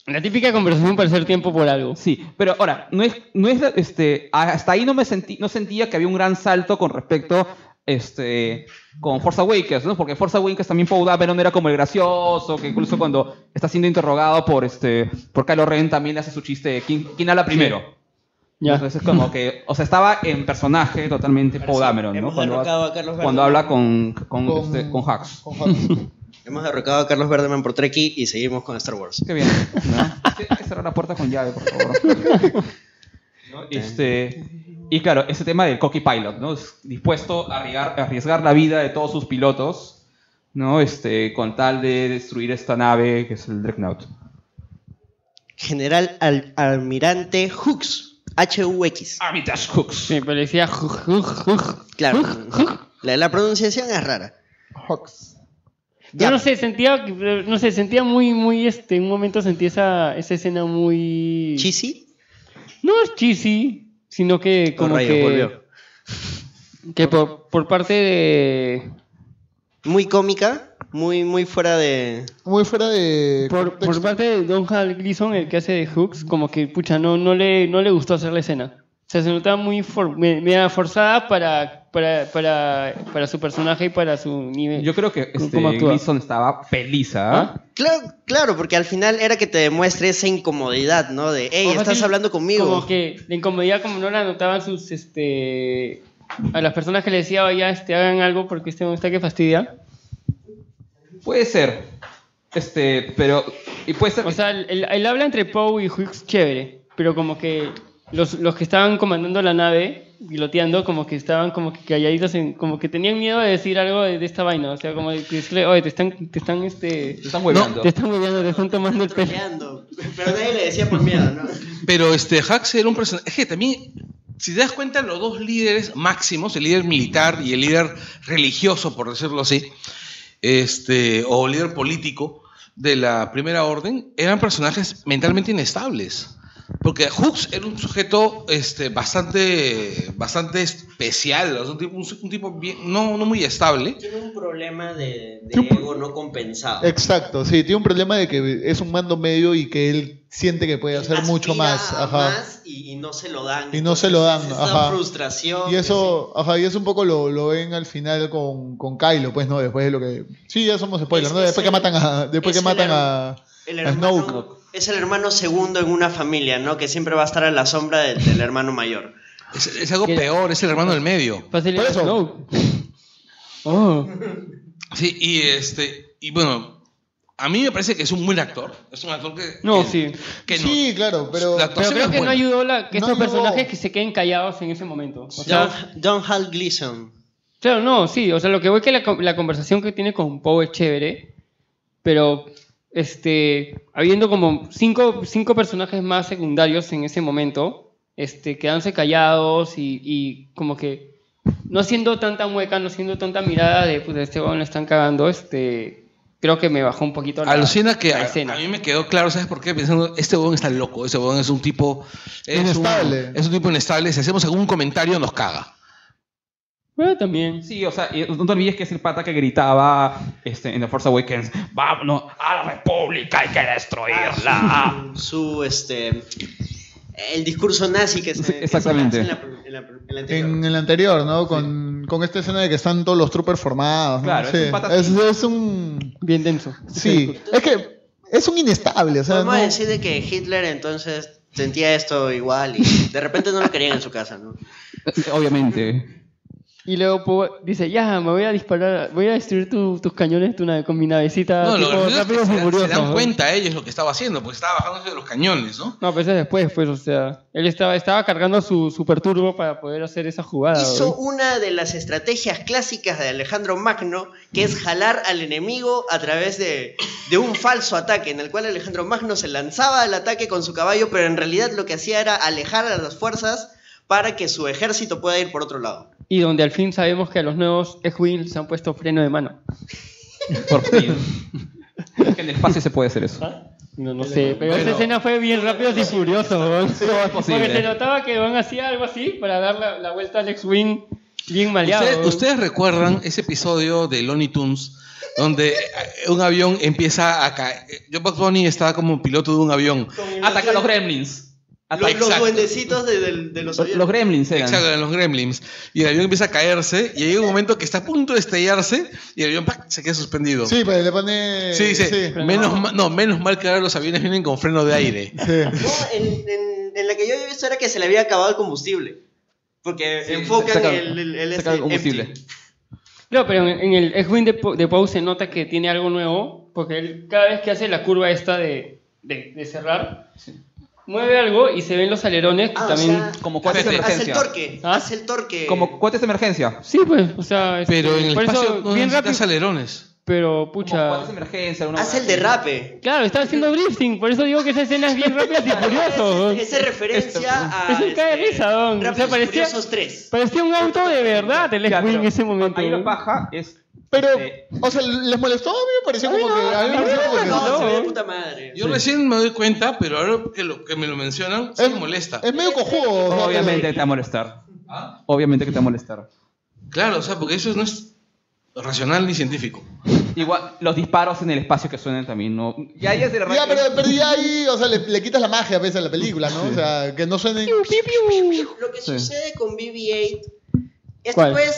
Speaker 3: La típica conversación para hacer tiempo por algo.
Speaker 1: Sí, pero ahora, no es, no es la- este, hasta ahí no me sentí, no sentía que había un gran salto con respecto este, con Force Awakens, ¿no? Porque Force Awakens también Poe Dameron era como el gracioso, que incluso cuando está siendo interrogado por este, por Kylo Ren también le hace su chiste de quién, quién habla primero.
Speaker 3: Ya.
Speaker 1: Entonces como que, o sea, estaba en personaje totalmente Poe Dameron, ¿no?
Speaker 10: hemos
Speaker 1: Cuando,
Speaker 10: derrocado a Carlos
Speaker 1: cuando
Speaker 10: Gardner.
Speaker 1: habla con, con, este, con Hux.
Speaker 10: Hemos derrocado a Carlos Verdeman por Trekkie y seguimos con Star Wars.
Speaker 1: Qué bien. ¿no? Tienes que cerrar la puerta con llave, por favor. ¿No? Este, y claro, ese tema del cocky pilot, ¿no? Es dispuesto a arriesgar, a arriesgar la vida de todos sus pilotos, ¿no? Este, con tal de destruir esta nave que es el Dreadnought.
Speaker 10: General Al- Almirante Hooks. H-U-X.
Speaker 1: Armitage Hooks.
Speaker 3: Sí, pero le decía juj, juj, juj.
Speaker 10: Claro. La, la pronunciación es rara.
Speaker 3: Yo no sé, sentía, no sé, sentía muy, muy, este, en un momento sentí esa, esa escena muy...
Speaker 10: ¿Cheesy?
Speaker 3: No es cheesy, sino que como
Speaker 10: rayos,
Speaker 3: que...
Speaker 10: volvió.
Speaker 3: Que por, por parte de...
Speaker 10: Muy cómica, muy, muy fuera de.
Speaker 4: Muy fuera de...
Speaker 3: Por, por parte de Don Hal Gleason, el que hace de Hooks, como que, pucha, no, no, le, no le gustó hacer la escena. O sea, se notaba muy for- me- media forzada para, para, para, para su personaje y para su nivel.
Speaker 1: Yo creo que este,
Speaker 3: ¿Cómo actúa?
Speaker 1: Gleason estaba ¿ah? peliza.
Speaker 10: Claro, claro, porque al final era que te demuestre esa incomodidad, ¿no? De, hey,
Speaker 3: O fácil,
Speaker 10: estás hablando
Speaker 3: Como
Speaker 10: conmigo.
Speaker 3: que la incomodidad como no la notaban sus este a las personas que le decía, "Oye, este hagan algo porque este me está que fastidia."
Speaker 1: Puede ser. Este, pero. Y puede ser.
Speaker 3: O sea, el, el- el habla entre Poe y Hughes chévere, pero como que los, los que estaban comandando la nave, piloteando, como que estaban como que calladitos, en- como que tenían miedo de decir algo de, de esta vaina. O sea, como de decirle, oye, te están, te están, este... Te
Speaker 1: están hueveando.
Speaker 3: te están hueveando, te están tomando el pelo.
Speaker 10: Pero nadie le decía por miedo, ¿no?
Speaker 2: Pero este, Hacks era un personaje. Es que también, si te das cuenta, los dos líderes máximos, el líder militar y el líder religioso, por decirlo así, este, o líder político de la Primera Orden, eran personajes mentalmente inestables. Porque Hooks era un sujeto este, bastante, bastante especial, o sea, un tipo, un tipo bien- no, no muy estable.
Speaker 10: Tiene un
Speaker 7: problema de, de ego no compensado.
Speaker 4: Exacto, sí, tiene un problema de que es un mando medio y que él siente que puede hacer mucho más.
Speaker 7: A
Speaker 4: Ajá.
Speaker 7: más y, y no se lo dan.
Speaker 4: Y no se lo dan.
Speaker 7: Es esa
Speaker 4: Ajá.
Speaker 7: frustración.
Speaker 4: Y eso, ajá, y eso un poco lo, lo ven al final con, con Kylo, pues, ¿no? Después de lo que. Sí, ya somos spoilers, ¿no? Después que matan a. Después
Speaker 7: es
Speaker 4: que matan
Speaker 7: el
Speaker 4: a.
Speaker 7: el
Speaker 4: a
Speaker 7: hermano-
Speaker 4: Snoke.
Speaker 7: Es el hermano segundo en una familia, ¿no? Que siempre va a estar a la sombra del, del hermano mayor.
Speaker 2: Es, es algo peor, es el hermano del medio.
Speaker 3: Facilidad
Speaker 2: Por eso.
Speaker 3: Snoke.
Speaker 2: Sí, y este, y bueno, a mí me parece que es un buen actor. Es un actor que.
Speaker 3: No,
Speaker 2: que-
Speaker 3: sí.
Speaker 2: que no.
Speaker 4: Sí, claro, pero.
Speaker 2: La
Speaker 3: Pero
Speaker 2: actuación
Speaker 3: creo
Speaker 2: es
Speaker 3: que no
Speaker 2: buena.
Speaker 3: ayudó la, que
Speaker 2: No
Speaker 3: estos
Speaker 2: ayudó.
Speaker 3: personajes que se queden callados en ese momento. O sea,
Speaker 7: John, John Hal Gleason.
Speaker 3: Claro, no, sí, o sea, lo que voy es que la, co- la conversación que tiene con Poe es chévere, pero este, habiendo como cinco, cinco personajes más secundarios en ese momento, este, quedándose callados y, y como que no haciendo tanta mueca, no haciendo tanta mirada de, pues, este huevón le están cagando, este, creo que me bajó un poquito la,
Speaker 2: Alucina que
Speaker 3: la
Speaker 2: a,
Speaker 3: escena.
Speaker 2: a mí me quedó claro, ¿sabes por qué? Pensando, este huevón está loco, ese huevón es un tipo. Es
Speaker 1: Inestable.
Speaker 2: Un, es un tipo inestable. Si hacemos algún comentario, nos caga.
Speaker 3: también.
Speaker 1: Sí, o sea, y no te olvides que es el pata que gritaba este, en The Force Awakens, vámonos a la República, hay que destruirla.
Speaker 7: Ah, Su, este. El discurso nazi que se, que se
Speaker 4: exactamente.
Speaker 7: lanza en la- en la- en la anterior.
Speaker 4: En el anterior, ¿no? Con, con esta escena de que están todos los troopers formados. ¿no?
Speaker 7: Claro, es
Speaker 4: Sí.
Speaker 7: un pata-
Speaker 4: es, es un.
Speaker 3: Bien denso.
Speaker 4: Sí, es que es un inestable, o sea.
Speaker 7: Podemos
Speaker 4: no-
Speaker 7: decir de que Hitler entonces sentía esto igual y de repente no lo querían en su casa, ¿no?
Speaker 1: Obviamente.
Speaker 3: Y luego Poe dice, ya, me voy a disparar, voy a destruir tu- tus cañones tu nave- con mi navecita.
Speaker 2: No, lo
Speaker 3: Ah, tipo
Speaker 2: gracioso es que
Speaker 3: Rápidos y
Speaker 2: se, se
Speaker 3: Furiosos,
Speaker 2: dan
Speaker 3: ¿no?
Speaker 2: cuenta ellos lo que estaba haciendo, porque estaba bajándose de los cañones, ¿no?
Speaker 3: No, pues es después, pues, o sea, él estaba, estaba cargando su super turbo para poder hacer esa jugada.
Speaker 7: Hizo
Speaker 3: güey.
Speaker 7: una de las estrategias clásicas de Alejandro Magno, que es jalar al enemigo a través de, de un falso ataque, en el cual Alejandro Magno se lanzaba al ataque con su caballo, pero en realidad lo que hacía era alejar a las fuerzas para que su ejército pueda ir por otro lado.
Speaker 3: Y donde al fin sabemos que a los nuevos X-Wing se han puesto freno de mano.
Speaker 1: Por fin. en el espacio se puede hacer eso.
Speaker 3: No, no sé, pero esa escena fue bien rápido y furioso, güey. Porque se notaba que Van hacía algo así para dar la, la vuelta al X-Wing bien maleado.
Speaker 2: ¿Ustedes,
Speaker 3: güey.
Speaker 2: ustedes recuerdan ese episodio de Looney Tunes donde eh, un avión empieza a caer? Yo, Bugs Bunny estaba como piloto de un avión.
Speaker 1: Ataca a los gremlins.
Speaker 7: Los, los
Speaker 2: Exacto.
Speaker 7: duendecitos de, de- de los aviones.
Speaker 1: gremlins
Speaker 7: eran.
Speaker 2: Exacto, eran los gremlins. Y el avión empieza a caerse y llega un momento que está a punto de estrellarse y el avión ¡pac! se queda suspendido.
Speaker 4: Sí, pues le pone.
Speaker 2: Sí, dice, menos, ma- no, menos mal que ahora los aviones vienen con freno de aire.
Speaker 7: No, en, en- en la que yo había visto era que se le había acabado el combustible. Porque enfocan
Speaker 1: saca-
Speaker 7: el, el, el
Speaker 1: saca el
Speaker 7: este
Speaker 1: combustible.
Speaker 7: empty.
Speaker 3: No, pero en, en el X-Wing de, Po- de Poe se nota que tiene algo nuevo, porque él cada vez que hace la curva esta de, de- de cerrar, mueve algo y se ven los alerones que
Speaker 7: Ah, o
Speaker 3: también...
Speaker 7: sea,
Speaker 1: Como cuates de
Speaker 7: Hace el
Speaker 1: emergencia.
Speaker 7: torque, hace el torque.
Speaker 1: Como cuates de emergencia.
Speaker 3: Sí, pues, o sea... este,
Speaker 1: Pero en el
Speaker 3: por eso,
Speaker 1: espacio no
Speaker 3: bien
Speaker 1: necesitas
Speaker 3: rápido,
Speaker 2: alerones.
Speaker 3: Pero, pucha...
Speaker 1: cuates de emergencia. una
Speaker 7: Hace el
Speaker 1: huevada
Speaker 7: derrape.
Speaker 3: Claro, está haciendo drifting, por eso digo que esa escena es bien rápida y furioso.
Speaker 7: Esa es referencia a. este,
Speaker 3: Es un cae de
Speaker 4: este,
Speaker 3: risa, don. O sea,
Speaker 7: Rápidos y
Speaker 3: parecía,
Speaker 7: Furiosos 3.
Speaker 3: parecía un auto de verdad el X-Wing en ese momento.
Speaker 1: Ahí la paja Ah, es. este,
Speaker 4: Pero, o sea, ¿les molestó? A mí me pareció como que. A mí me pareció como que-
Speaker 2: Yo recién me doy cuenta, pero ahora que, lo, que me lo mencionan, sí me molesta.
Speaker 4: Es medio cojudo. ¿no?
Speaker 1: Obviamente te va a molestar. Obviamente que te va a molestar.
Speaker 2: Claro, o sea, porque eso no es racional ni científico.
Speaker 1: Igual, los disparos en el espacio que suenan también no. Ya, ya se le
Speaker 4: Ya, pero, pero ya ahí, o sea, le, le quitas la magia pues, a veces a la película, ¿no? O sea, que no suenen.
Speaker 7: Lo que sucede con BB-8, esto
Speaker 4: ¿Cuál?
Speaker 7: puede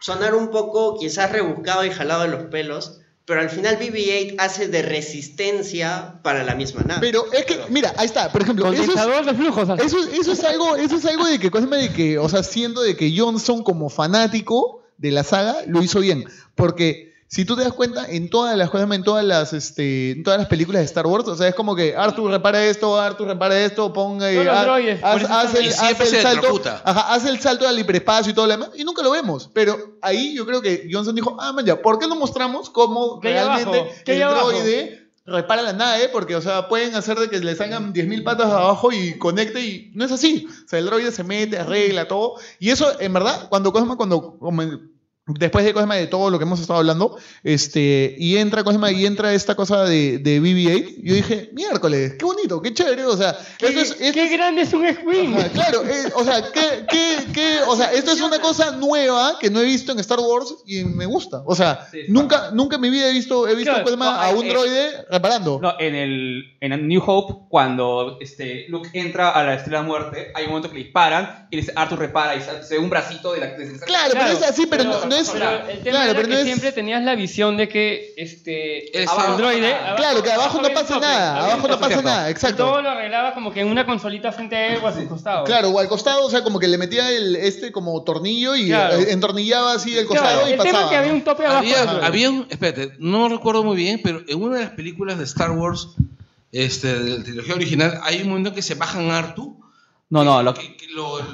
Speaker 7: sonar un poco quizás rebuscado y jalado de los pelos, pero al final BB-8 hace de resistencia para la misma nave.
Speaker 4: Pero es que, mira, ahí está, por ejemplo, eso es, eso, eso es algo, eso es algo de que, cosa de que, o sea, siento de que Johnson como fanático de la saga lo hizo bien, porque si tú te das cuenta en todas las cosas, en todas las, este, en todas las películas de Star Wars, o sea, es como que Arthur repara esto, Arthur repara esto, ponga y
Speaker 2: Todos los
Speaker 4: haz-
Speaker 2: droides,
Speaker 4: haz-
Speaker 2: por eso
Speaker 4: haz
Speaker 2: están-
Speaker 4: el-
Speaker 2: Y
Speaker 4: haz
Speaker 2: siempre
Speaker 4: el
Speaker 2: se
Speaker 4: salto,
Speaker 2: electrocuta.
Speaker 4: ajá, haz el salto al hiperespacio y todo lo demás, y nunca lo vemos, pero ahí yo creo que Johnson dijo, ah, man, ya, ¿por qué no mostramos cómo
Speaker 3: ¿Qué hay abajo?
Speaker 4: realmente
Speaker 3: ¿Qué hay
Speaker 4: el
Speaker 3: abajo?
Speaker 4: droide repara la nave, ¿eh? porque, o sea, pueden hacer de que le salgan 10.000 patas abajo y conecte, y no es así. O sea, el droide se mete, arregla todo. Y eso, en verdad, cuando Cosma, cuando come- después de Cosma de todo lo que hemos estado hablando, este, y entra Cosma y entra esta cosa de, de BB-8, yo dije, miércoles, qué bonito, qué chévere, o sea,
Speaker 3: ¿Qué, qué grande es un X-Wing!
Speaker 4: Ajá, claro, eh, o sea, que, que, que, o sea, esto es una cosa nueva que no he visto en Star Wars y me gusta. O sea, nunca, nunca en mi vida he visto, he visto
Speaker 1: Claro,
Speaker 4: Cosma
Speaker 1: no,
Speaker 4: a
Speaker 1: eh,
Speaker 4: un
Speaker 1: eh,
Speaker 4: droide reparando.
Speaker 1: No, en el en el New Hope, cuando este, Luke entra a la Estrella de la Muerte, hay un momento que le disparan y le dice, Arthur repara y sale- se ve un bracito de la... de-
Speaker 4: Claro, pero es así, pero no- no es-
Speaker 3: pero el tema
Speaker 4: claro,
Speaker 3: era
Speaker 4: pero
Speaker 3: que
Speaker 4: no es-
Speaker 3: siempre tenías la visión de que este
Speaker 4: Es
Speaker 3: abajo-
Speaker 4: androide.
Speaker 3: abajo-
Speaker 4: Claro, que abajo no
Speaker 3: había un
Speaker 4: pasa
Speaker 3: sople,
Speaker 4: nada,
Speaker 3: había un
Speaker 4: abajo no
Speaker 3: sople.
Speaker 4: pasa nada, exacto.
Speaker 3: Todo lo arreglaba como que en una consolita frente a él o a su costado.
Speaker 4: Claro, o al costado, o sea, como que le metía el este como tornillo y
Speaker 3: Claro.
Speaker 4: eh, entornillaba así el costado
Speaker 3: Claro,
Speaker 4: y
Speaker 3: el tema
Speaker 4: pasaba.
Speaker 3: es que había un tope abajo.
Speaker 2: Había,
Speaker 3: Ajá.
Speaker 2: había un, espérate, no recuerdo muy bien, pero en una de las películas de Star Wars, este, de la trilogía original, hay un momento que se bajan a Artu.
Speaker 1: No, no, lo,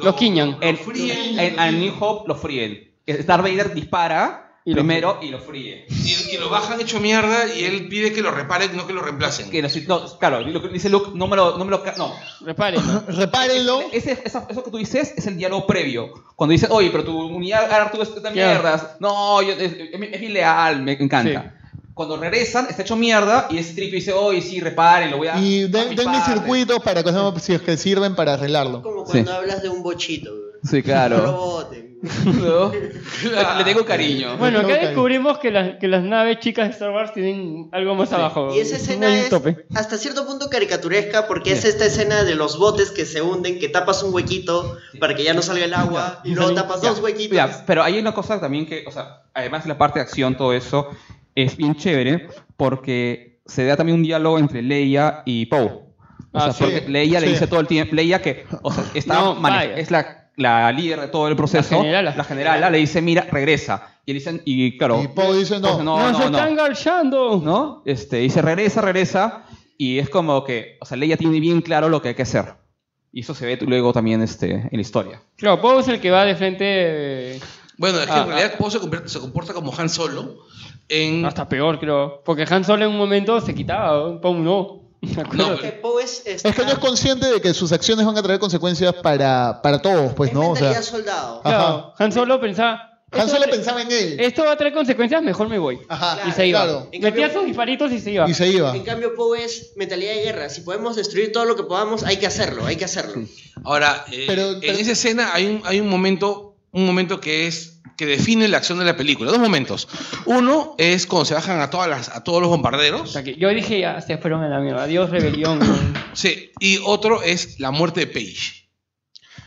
Speaker 2: lo,
Speaker 1: quiñan. Lo
Speaker 2: fríen.
Speaker 1: Al New Hope lo fríen. Darth Vader dispara
Speaker 3: y
Speaker 1: primero y lo fríe.
Speaker 2: Y, y lo bajan hecho mierda y él pide que lo reparen, no que lo reemplacen.
Speaker 1: Que los- no, claro, lo que dice Luke, no me lo... No, me lo ca- no.
Speaker 3: repárenlo.
Speaker 4: repárenlo.
Speaker 1: eso que tú dices es el diálogo previo. Cuando dices, oye, pero tu unidad Artu es esta
Speaker 3: Claro.
Speaker 1: mierda. No, yo- es, es mi- es mi leal, me encanta. Cuando regresan, está hecho mierda y ese tripio dice, oye, sí, reparen, lo voy a...
Speaker 4: Y den-
Speaker 1: mi
Speaker 4: denme
Speaker 1: parte.
Speaker 4: circuitos para que si es que sirven para arreglarlo.
Speaker 7: Como cuando hablas de un bochito. güey.
Speaker 1: Sí, claro.
Speaker 7: No lo boten.
Speaker 1: ¿No? Le tengo cariño.
Speaker 3: Bueno, acá
Speaker 1: cariño.
Speaker 3: descubrimos que las, que las naves chicas de Star Wars tienen algo más abajo.
Speaker 7: Y esa escena
Speaker 3: Hay un
Speaker 7: es
Speaker 3: tope.
Speaker 7: hasta cierto punto caricaturesca porque es esta escena de los botes que se hunden, que tapas un huequito para que ya no salga el agua y luego tapas dos huequitos.
Speaker 1: Ya, pero hay una cosa también que, o sea, además de la parte de acción, todo eso, es bien chévere porque se da también un diálogo entre Leia y Poe. O
Speaker 3: Ah,
Speaker 1: sea,
Speaker 3: sí.
Speaker 1: porque Leia le
Speaker 3: Sí.
Speaker 1: dice todo el tiempo, Leia que, o sea, está
Speaker 3: No,
Speaker 1: mane-
Speaker 3: vaya.
Speaker 1: es la, la líder de todo el proceso, la generala, le dice, mira, regresa. Y le dicen, y claro. Y
Speaker 4: Poe dice, no,
Speaker 1: no,
Speaker 3: ¡Nos
Speaker 1: no,
Speaker 3: están garchando!
Speaker 1: ¿No? Este, dice, regresa, regresa. Y es como que, o sea, Leia tiene bien claro lo que hay que hacer. Y eso se ve luego también este, en la historia.
Speaker 3: Claro, Poe es el que va de frente. eh,
Speaker 2: Bueno, es que
Speaker 3: Ah,
Speaker 2: en realidad Poe se, convierte- se comporta como Han Solo. En...
Speaker 3: No, está peor, creo. Porque Han Solo en un momento se quitaba, Poe no. ¿Me acuerdo?
Speaker 7: Que Poe es, es,
Speaker 4: Es que no es consciente de que sus acciones van a traer consecuencias para, para todos, pues, ¿no? O sea,
Speaker 7: mentalidad soldado.
Speaker 3: Claro, Han Solo pensaba.
Speaker 4: Han
Speaker 3: esto
Speaker 4: Solo
Speaker 3: te-
Speaker 4: pensaba en él.
Speaker 3: Esto va a traer consecuencias, mejor me voy. y se iba.
Speaker 4: claro.
Speaker 7: En
Speaker 3: Metía
Speaker 7: cambio-
Speaker 3: sus disparitos y se iba.
Speaker 4: Y se iba.
Speaker 7: En cambio, Poe es mentalidad de guerra. Si podemos destruir todo lo que podamos, hay que hacerlo, hay que hacerlo.
Speaker 2: Ahora, eh, en esa escena hay un, hay un momento, un momento que es que define la acción de la película. Dos momentos. Uno es cuando se bajan a todas las, a todos los bombarderos.
Speaker 3: Yo dije, ya se fueron a la mierda. Adiós, rebelión.
Speaker 2: Sí. Y otro es la muerte de Paige.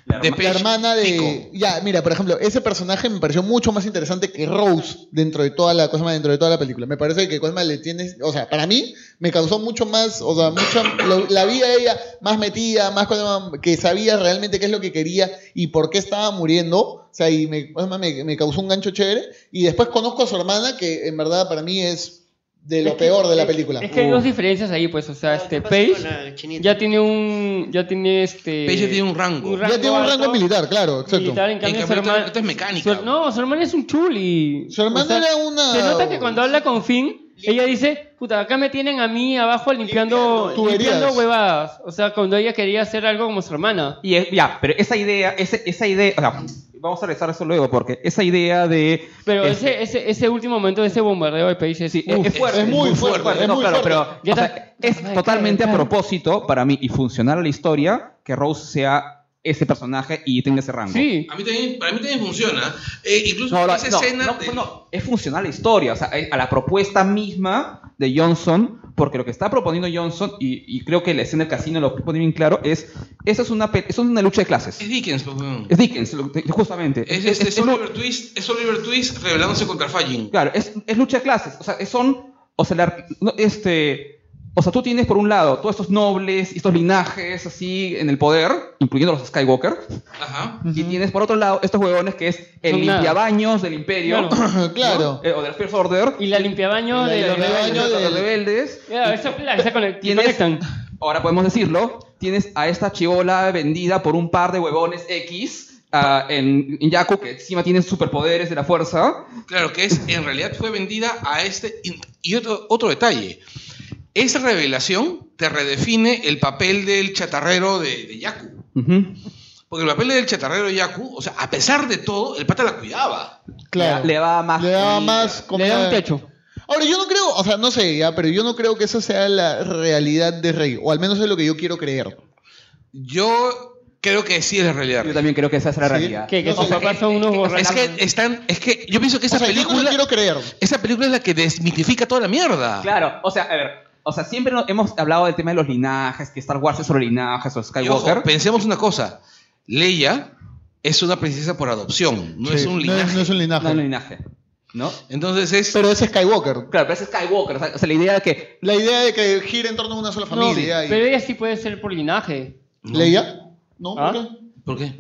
Speaker 2: de
Speaker 4: la hermana de. Ya, mira, por ejemplo, ese personaje me pareció mucho más interesante que Rose dentro de toda la Cosma, dentro de toda la película. Me parece que Cosma le tienes. O sea, para mí me causó mucho más. O sea, mucha, lo- la vi a ella más metida, más Cosma, que sabía realmente qué es lo que quería y por qué estaba muriendo. O sea, y me, Cosma me, me causó un gancho chévere. Y después conozco a su hermana, que en verdad para mí es de lo peor de la película.
Speaker 3: Es que hay dos diferencias ahí, pues, o sea, este Page ya tiene un ya tiene este
Speaker 4: Paige ya tiene
Speaker 2: un rango.
Speaker 4: ya tiene un rango
Speaker 3: alto,
Speaker 4: militar, claro, exacto. este
Speaker 3: militar, en cambio, su hermana
Speaker 2: es mecánica.
Speaker 3: no, su hermana es un chuli. Su
Speaker 4: hermana era una-
Speaker 3: Se nota que cuando habla con Finn, ella dice, "Puta, acá me tienen a mí abajo limpiando
Speaker 1: Tuberías.
Speaker 3: limpiando huevadas." O sea, cuando ella quería hacer algo como su hermana.
Speaker 1: Y es- ya, pero esa idea, ese- esa idea, o sea, vamos a regresar a eso luego, porque esa idea de...
Speaker 3: Pero
Speaker 1: este,
Speaker 3: ese, ese, ese último momento de ese bombardeo de países sí,
Speaker 1: es, es fuerte, no, claro, pero o sea, es totalmente a propósito para mí y funcional a la historia que Rose sea ese personaje y tenga ese rango.
Speaker 2: A mí también, para mí también funciona. Eh, incluso
Speaker 1: No, no,
Speaker 2: esa
Speaker 1: no,
Speaker 2: escena.
Speaker 1: no,
Speaker 2: de-
Speaker 1: es funcional a la historia, o sea, a la propuesta misma de Johnson, porque lo que está proponiendo Johnson, y, y creo que la escena del casino lo pone bien claro, es, eso es una, pe- eso es una lucha de clases.
Speaker 2: Es Dickens, pues, weón.
Speaker 1: Es Dickens, lo- justamente.
Speaker 2: Es, este,
Speaker 1: es-
Speaker 2: es Oliver Twist, es Oliver Twist rebelándose contra Fallin.
Speaker 1: Claro, es, es lucha de clases. O sea, es- son. O sea, la- no, este. O sea, tú tienes por un lado todos estos nobles, estos linajes así en el poder, incluyendo los Skywalker. Y tienes por otro lado estos huevones que es el
Speaker 3: Son nada.
Speaker 1: limpiabaños del Imperio.
Speaker 3: Claro.
Speaker 4: Claro.
Speaker 1: Eh, o del First Order.
Speaker 3: Y la limpiabaños
Speaker 1: de los rebeldes. de los rebeldes.
Speaker 3: Ya, esa- la- esa conect- que
Speaker 1: Tienes-
Speaker 3: conectan.
Speaker 1: Ahora podemos decirlo. Tienes a esta chivola vendida por un par de huevones X. ah, en, en Jakku, que encima tiene superpoderes de la fuerza.
Speaker 2: Claro, que es en realidad fue vendida a este. Y, y otro, otro detalle. Esa revelación te redefine el papel del chatarrero de, de Yaku.
Speaker 1: Ujú.
Speaker 2: Porque el papel del chatarrero Yaku, o sea, a pesar de todo, el pata la cuidaba.
Speaker 4: Claro.
Speaker 1: Le daba más.
Speaker 4: Le daba más comida.
Speaker 2: daba un techo.
Speaker 4: Ahora, yo no creo, o sea, no sé ya, pero yo no creo que esa sea la realidad de Rey. O al menos es lo que yo quiero creer.
Speaker 2: Yo creo que sí es la realidad. Yo
Speaker 1: también creo que esa es la
Speaker 2: realidad.
Speaker 3: Que, que sus papás son unos
Speaker 2: Es
Speaker 3: borrachos.
Speaker 2: que están, es que yo pienso que esa
Speaker 4: O sea, yo no lo
Speaker 2: película.
Speaker 4: quiero creer.
Speaker 2: Esa película es la que desmitifica toda la mierda.
Speaker 1: Claro, o sea, a ver. O sea, siempre no- hemos hablado del tema de los linajes, que Star Wars es sobre linajes o
Speaker 2: Y
Speaker 1: Skywalker.
Speaker 2: ojo, pensemos una cosa. Leia es una princesa por adopción, no
Speaker 1: Sí,
Speaker 2: es un
Speaker 1: no es-
Speaker 2: linaje.
Speaker 1: no es un
Speaker 4: linaje.
Speaker 1: No es un linaje. ¿No?
Speaker 2: Entonces es.
Speaker 4: Pero es Skywalker.
Speaker 1: Claro, pero es Skywalker. O sea, o sea, la idea de que.
Speaker 4: La idea de que gira en torno a una sola
Speaker 3: No,
Speaker 4: familia. y-
Speaker 3: pero ella sí puede ser por linaje.
Speaker 4: ¿Leia? No,
Speaker 3: ¿Ah? pues,
Speaker 4: ¿por qué?
Speaker 2: ¿Por qué?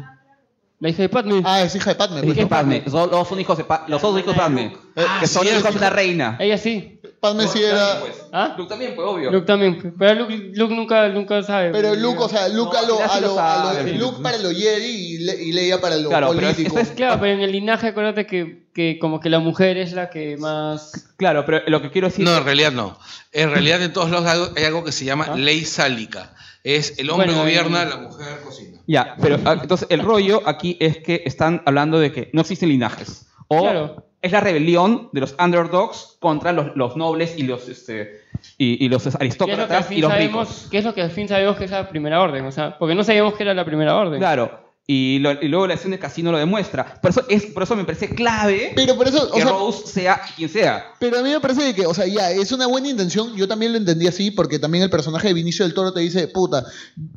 Speaker 3: La hija de Padme.
Speaker 4: Ah, es hija de Padme. Eh,
Speaker 1: Es que Padme. Son- Los son hijos de Pa- los dos hijos de Padme. que son hijos de la reina.
Speaker 3: Ella sí.
Speaker 4: Padme sí era.
Speaker 3: ¿Ah?
Speaker 1: Luke también, pues, obvio.
Speaker 3: Luke también. Pero Luke, Luke nunca, nunca sabe.
Speaker 4: Pero Luke, o sea, Luke,
Speaker 3: No,
Speaker 4: a lo,
Speaker 3: ya sí
Speaker 4: a
Speaker 3: lo
Speaker 4: lo- a lo-
Speaker 3: sabe.
Speaker 4: Luke para lo Jedi y, Le- y Leia para lo
Speaker 1: Claro, pero es-
Speaker 4: político.
Speaker 1: esto
Speaker 3: Claro, pero en el linaje acuérdate que, que como que la mujer es la que más...
Speaker 1: Claro, pero lo que quiero decir...
Speaker 2: No, en realidad no. En realidad en todos lados hay algo- hay algo que se llama ley sálica. Es el hombre
Speaker 1: Bueno,
Speaker 2: gobierna,
Speaker 1: y-
Speaker 2: la mujer cocina.
Speaker 1: Ya, pero ah, entonces el rollo aquí es que están hablando de que no existen linajes. O
Speaker 3: Claro.
Speaker 1: es la rebelión de los underdogs contra los, los nobles y los este y, y los
Speaker 3: ¿Qué es, lo que al
Speaker 1: aristócratas
Speaker 3: fin
Speaker 1: y los
Speaker 3: sabemos,
Speaker 1: ricos.
Speaker 3: qué es lo que al fin sabemos que es la primera orden? O sea, porque no sabíamos que era la primera orden.
Speaker 1: Claro. Y, lo- y luego la escena de casino lo demuestra. Por eso es, por eso me parece clave
Speaker 4: Pero por eso, o
Speaker 1: que
Speaker 4: sea-
Speaker 1: Rose sea quien sea.
Speaker 4: Pero a mí me parece que, o sea, ya, es una buena intención. Yo también lo entendí así, porque también el personaje de Vinicio del Toro te dice, puta,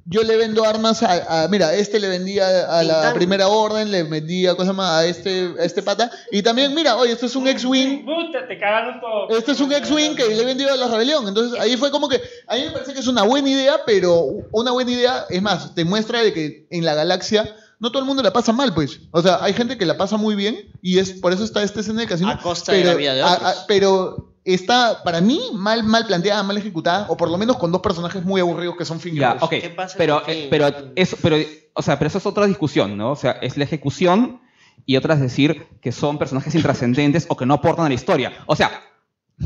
Speaker 4: yo le vendo armas a, a- mira, este le vendía a la
Speaker 10: Tintán.
Speaker 4: primera orden, le vendía, ¿cómo se llama? A este, a este pata. Y también, mira, oye, este es un ex-wing.
Speaker 3: Puta, te cagaron todo.
Speaker 4: Este es un ex-wing que le he vendido a la rebelión. Entonces ahí fue como que, a mí me parece que es una buena idea, pero una buena idea, es más, te muestra de que en la galaxia no todo el mundo la pasa mal, pues. O sea, hay gente que la pasa muy bien y es por eso está esta escena de casino. A
Speaker 10: costa de la vida de otros.
Speaker 4: pero está, para mí, mal, mal planteada, mal ejecutada, o por lo menos con dos personajes muy aburridos que son
Speaker 1: Ya,
Speaker 4: fingers.
Speaker 1: ok. Pero, eh, pero, eso, pero, o sea, pero eso es otra discusión, ¿no? O sea, es la ejecución y otra es decir que son personajes intrascendentes o que no aportan a la historia. O sea,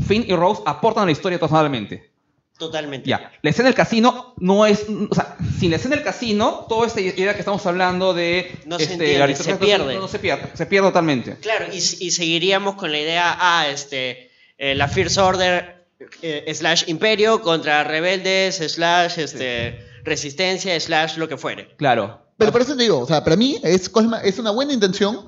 Speaker 1: Finn y Rose aportan a la historia totalmente.
Speaker 10: Totalmente.
Speaker 1: Ya. La escena del casino no es. O sea, sin la escena del casino, toda esta idea que estamos hablando de.
Speaker 10: No se
Speaker 1: este,
Speaker 10: entiende,
Speaker 1: la aristocracia-
Speaker 10: se pierde.
Speaker 1: No, no se pierde. Se pierde totalmente.
Speaker 10: Claro, y, y seguiríamos con la idea, ah, este, eh, la First Order eh, slash imperio contra rebeldes slash este, resistencia slash lo que fuere.
Speaker 1: Claro.
Speaker 4: Pero por eso te digo, o sea, para mí es, cosa- es una buena intención,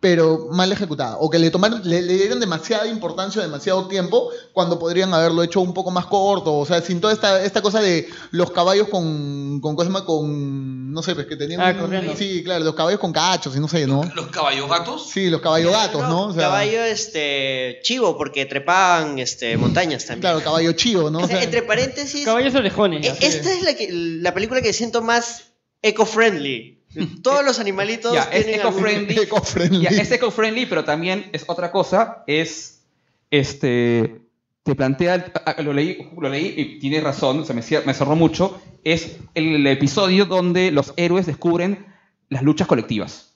Speaker 4: pero mal ejecutada. O que le tomaron, le, le dieron demasiada importancia, demasiado tiempo, cuando podrían haberlo hecho un poco más corto. O sea, sin toda esta, esta cosa de los caballos con, con Cosma, con, no sé, pues que tenían...
Speaker 2: Ah,
Speaker 4: un-
Speaker 2: corriendo.
Speaker 4: sí, claro, los caballos con cachos y no sé, ¿no?
Speaker 2: Los caballos gatos.
Speaker 4: Sí, los caballos gatos, ¿no? O sea,
Speaker 10: caballo este, chivo, porque trepaban este, montañas también.
Speaker 4: Claro, caballo chivo, ¿no?
Speaker 10: O
Speaker 4: O
Speaker 10: sea,
Speaker 4: sea,
Speaker 10: entre paréntesis,
Speaker 3: Caballos orejones.
Speaker 10: eh, esta es la, que- la película que siento más eco-friendly. Todos los animalitos
Speaker 1: Ya, es
Speaker 10: tienen algún-
Speaker 1: eco-friendly. Ya, es eco-friendly, pero también es otra cosa. Es. Este. Te plantea. ah, Lo leí, lo leí y tienes razón, se me, cier- me cerró mucho. Es el, episodio donde los héroes descubren las luchas colectivas.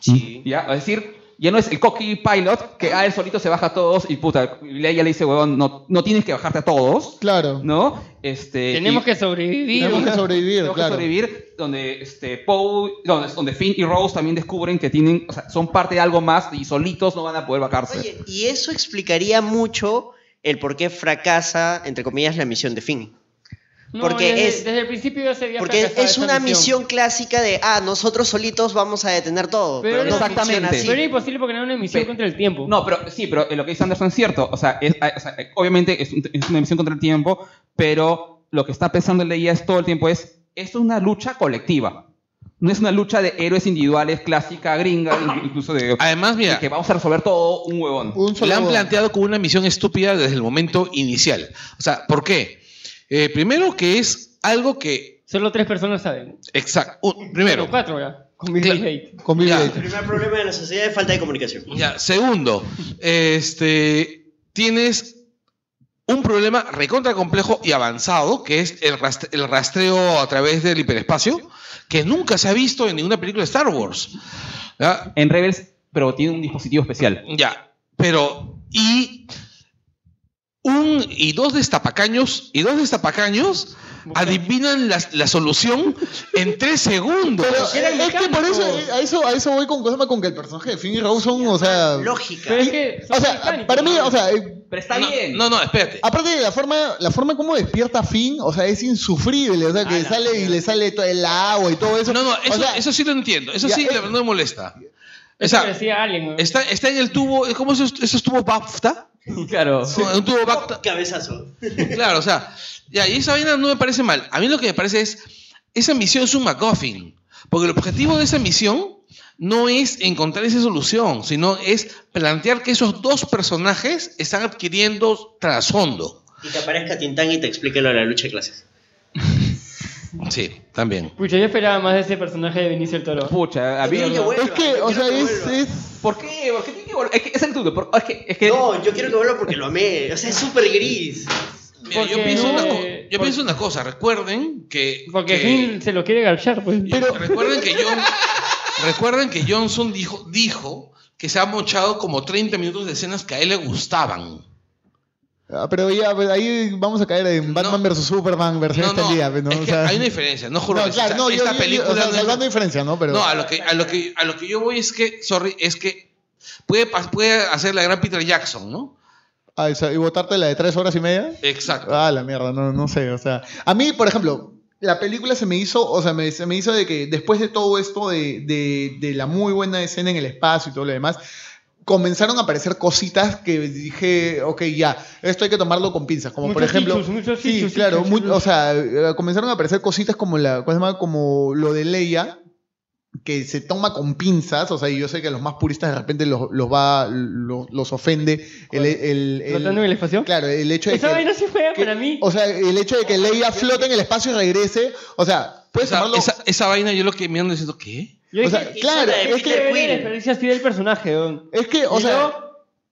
Speaker 10: Sí.
Speaker 1: Ya, es decir. Ya no es el cocky pilot que a él solito se baja a todos y puta, y Leia le dice, huevón, no, no tienes que bajarte a todos.
Speaker 4: Claro.
Speaker 1: ¿No? Este,
Speaker 3: Tenemos
Speaker 1: y-
Speaker 3: que sobrevivir.
Speaker 4: Tenemos que sobrevivir,
Speaker 1: tengo
Speaker 4: claro.
Speaker 1: que sobrevivir, donde este Poe, donde, donde Finn y Rose también descubren que tienen, o sea, son parte de algo más y solitos no van a poder vacarse.
Speaker 10: Y eso explicaría mucho el por qué fracasa, entre comillas, la misión de Finn.
Speaker 3: No,
Speaker 10: porque
Speaker 3: desde,
Speaker 10: es-
Speaker 3: desde el principio ya se había
Speaker 10: Porque es,
Speaker 3: fracasado esta
Speaker 10: una misión. clásica de, ah, nosotros solitos vamos a detener todo. Pero, no funciona así.
Speaker 3: Pero es imposible porque no era una misión
Speaker 1: Pe-
Speaker 3: contra el tiempo.
Speaker 1: No, pero sí, pero eh, lo que dice Anderson es cierto. O sea, es- a- o sea, eh, obviamente es, un- es una misión contra el tiempo, pero lo que está pensando Leia es todo el tiempo es, esto es una lucha colectiva. No es una lucha de héroes individuales clásica gringa, incluso de...
Speaker 2: Además, mira...
Speaker 1: Que vamos a resolver todo un huevón.
Speaker 2: La han planteado como una misión estúpida desde el momento inicial. O sea, ¿por qué? Eh, primero que es algo que...
Speaker 3: Solo tres personas saben.
Speaker 2: Exacto. Un- primero.
Speaker 3: Bueno, cuatro ya. Con Bill Gates.
Speaker 10: El primer problema de la sociedad es falta de comunicación.
Speaker 2: Ya, segundo, este, tienes un problema recontra complejo y avanzado, que es el, rast- el rastreo a través del hiperespacio, que nunca se ha visto en ninguna película de Star Wars.
Speaker 1: En Rebels, pero tiene un dispositivo especial.
Speaker 2: Ya, pero... Y un y dos destapacaños, y dos destapacaños adivinan la, la solución en tres segundos.
Speaker 4: Pero es que por eso, eh, a eso, a eso voy con, cosa más con que el personaje de Finn y Rose son, o sea...
Speaker 7: Lógica.
Speaker 4: Pero es que o sea, para mí, o sea... eh,
Speaker 7: Pero está bien.
Speaker 2: No, no, espérate.
Speaker 4: Aparte de la forma, la forma como despierta Finn, o sea, es insufrible, o sea, que sale y le sale todo el agua y todo eso.
Speaker 2: Ah, No, no, eso,
Speaker 4: o sea,
Speaker 2: eso sí lo entiendo. Eso
Speaker 4: Ya,
Speaker 2: sí
Speaker 4: eh,
Speaker 2: la- no me molesta. O
Speaker 4: Eso
Speaker 2: sea,
Speaker 4: parecía Alien, ¿no?
Speaker 2: está, está en el tubo, eh, ¿cómo es esos, esos tubos BAFTA?
Speaker 1: Claro.
Speaker 2: Un tubo BAFTA.
Speaker 7: Cabezazo.
Speaker 2: Claro, o sea, ya, y esa vaina no me parece mal. A mí lo que me parece es, esa misión es un MacGuffin. Porque el objetivo de esa misión no es encontrar esa solución, sino es plantear que esos dos personajes están adquiriendo trasfondo.
Speaker 7: Y te aparezca Tintán y te explique lo de la lucha de clases.
Speaker 2: Sí, también.
Speaker 3: Pucha, yo esperaba más de ese personaje de Vinicio el Toro.
Speaker 1: Pucha, a mí- Yo quiero que
Speaker 4: es que, o sea, es, es...
Speaker 1: ¿Por qué? ¿Por qué tiene que volver? Es que es el tuyo. por- Es que, es que...
Speaker 7: No, yo quiero que vuelva porque lo amé. O sea, es súper gris.
Speaker 2: Mira, yo pienso, una, co- yo pienso una cosa, recuerden que...
Speaker 3: Porque
Speaker 2: que-
Speaker 3: Finn se lo quiere garchar, pues.
Speaker 2: Recuerden que John, recuerden que Johnson dijo, dijo que se ha mochado como 30 minutos de escenas que a él le gustaban.
Speaker 4: Ah, Pero ya, pues, ahí vamos a caer en Batman vs Superman versus este día, pues, ¿no? O sea-
Speaker 2: Hay una diferencia, no juro.
Speaker 4: No,
Speaker 2: que
Speaker 4: claro,
Speaker 2: esta-
Speaker 4: no, yo-
Speaker 2: esta
Speaker 4: yo-
Speaker 2: película
Speaker 4: o sea,
Speaker 2: no es-
Speaker 4: salvando diferencia, ¿no? Pero...
Speaker 2: No, a lo que a lo que a lo que yo voy es que, sorry, es que puede pas- puede hacer la gran Peter Jackson, ¿no?
Speaker 4: Ah, o sea, ¿Y votarte la de tres horas y media?
Speaker 2: Exacto.
Speaker 4: Ah, la mierda, no, no sé, o sea. A mí, por ejemplo, la película se me hizo, o sea, me, se me hizo de que después de todo esto, de, de- de la muy buena escena en el espacio y todo lo demás, comenzaron a aparecer cositas que dije, ok, ya, esto hay que tomarlo con pinzas, como por
Speaker 3: Muchos
Speaker 4: ejemplo...
Speaker 3: chichus, muchos
Speaker 4: sí,
Speaker 3: chichus,
Speaker 4: claro,
Speaker 3: chichus,
Speaker 4: mu-
Speaker 3: chichus.
Speaker 4: o sea, eh, comenzaron a aparecer cositas como, la, ¿cómo se llama? como lo de Leia, que se toma con pinzas, o sea, y yo sé que a los más puristas de repente los, los va, los, los ofende el, el, el-
Speaker 3: ¿Flotando en el espacio?
Speaker 4: Claro, el hecho de
Speaker 3: Esa
Speaker 4: que,
Speaker 3: vaina sí fue para mí.
Speaker 4: o sea, el hecho de que Leia flote en el espacio y regrese, o sea, puedes
Speaker 2: Esa,
Speaker 4: tomarlo-
Speaker 2: esa- esa vaina yo lo que mirando diciendo ¿qué?
Speaker 3: Yo
Speaker 4: o sea, claro, es que-
Speaker 3: la experiencia así del personaje, weón.
Speaker 4: Es que, o
Speaker 3: Y
Speaker 4: sea-
Speaker 3: luego,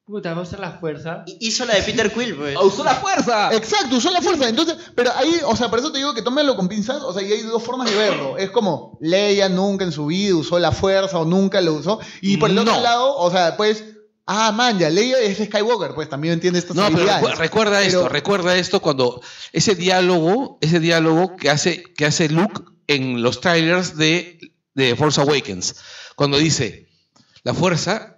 Speaker 3: Puta, va a usar la fuerza.
Speaker 7: Hizo la de Peter Quill, pues.
Speaker 1: ¡Usó la fuerza!
Speaker 4: Exacto, usó la fuerza. Entonces, pero ahí, o sea, por eso te digo que tómalo con pinzas. O sea, y hay dos formas de verlo. Es como Leia nunca en su vida usó la fuerza o nunca lo usó. Y por el otro lado, o sea, pues, ah, man, ya Leia es Skywalker, pues también entiende estas
Speaker 2: No, pero
Speaker 4: habilidades.
Speaker 2: recu- recuerda
Speaker 4: Pero-
Speaker 2: esto, recuerda esto cuando ese diálogo, ese diálogo que hace, que hace Luke en los trailers de, de Force Awakens, cuando dice, la fuerza,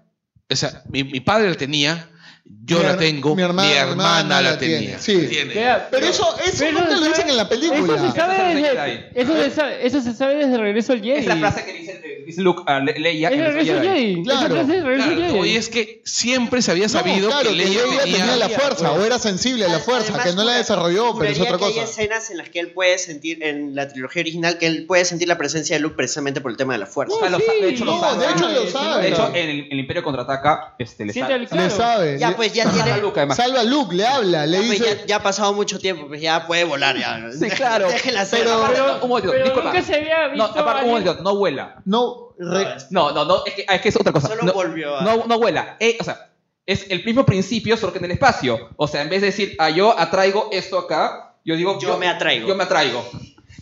Speaker 2: o sea, mi, mi padre la tenía, yo
Speaker 4: Mi
Speaker 2: la
Speaker 4: her-
Speaker 2: tengo, mi hermana, la, tenía.
Speaker 4: Sí.
Speaker 3: Ya,
Speaker 4: Pero eso, eso
Speaker 3: pero
Speaker 4: no te
Speaker 3: eso
Speaker 4: lo
Speaker 3: se
Speaker 4: dicen
Speaker 3: sabe-
Speaker 4: en la película.
Speaker 3: Eso se sabe desde, eso se sabe, eso se sabe desde Regreso al Jedi.
Speaker 1: Es la frase que dice, dice Luke a Le- Leia.
Speaker 3: Es
Speaker 1: en
Speaker 3: Regreso al
Speaker 1: Jedi.
Speaker 3: Jedi. Esa frase es Regreso al
Speaker 2: Claro,
Speaker 3: Jedi.
Speaker 2: y es que siempre se había
Speaker 4: No,
Speaker 2: sabido
Speaker 4: claro,
Speaker 2: que Leia tenía,
Speaker 4: la fuerza o era sensible a la fuerza, que no la desarrolló, pero es
Speaker 7: Juraría
Speaker 4: otra
Speaker 7: que
Speaker 4: cosa.
Speaker 7: hay escenas en las que él puede sentir, en la trilogía original, que él puede sentir la presencia de Luke precisamente por el tema de la fuerza.
Speaker 1: O
Speaker 4: Ah,
Speaker 1: sea, lo sa- de hecho, lo sabe. De hecho,
Speaker 7: Claro.
Speaker 1: en el, el Imperio contraataca, este, le
Speaker 7: Sí,
Speaker 1: sabe.
Speaker 7: le- claro. Le sabe. Ya, pues, ya tiene-
Speaker 1: Salva a Luke, además.
Speaker 4: Salva a Luke, le habla, le
Speaker 7: Ya, pues,
Speaker 4: dice.
Speaker 7: ya, ya ha pasado mucho tiempo, pues ya puede volar ya.
Speaker 1: Sí, claro.
Speaker 7: Déjenla hacer.
Speaker 1: Pero,
Speaker 7: Aparte,
Speaker 1: no, un momento,
Speaker 7: pero
Speaker 1: disculpa.
Speaker 7: nunca se había visto
Speaker 1: No, aparte, un
Speaker 7: a
Speaker 1: momento, no vuela.
Speaker 4: No,
Speaker 1: no, no, no, es que, es que es otra cosa.
Speaker 7: Solo
Speaker 1: no,
Speaker 7: volvió a-
Speaker 1: No, no vuela. Eh, o sea, es el mismo principio, solo que en el espacio. O sea, en vez de decir, ah, yo atraigo esto acá, yo digo, yo, me
Speaker 7: atraigo.
Speaker 1: Yo me atraigo.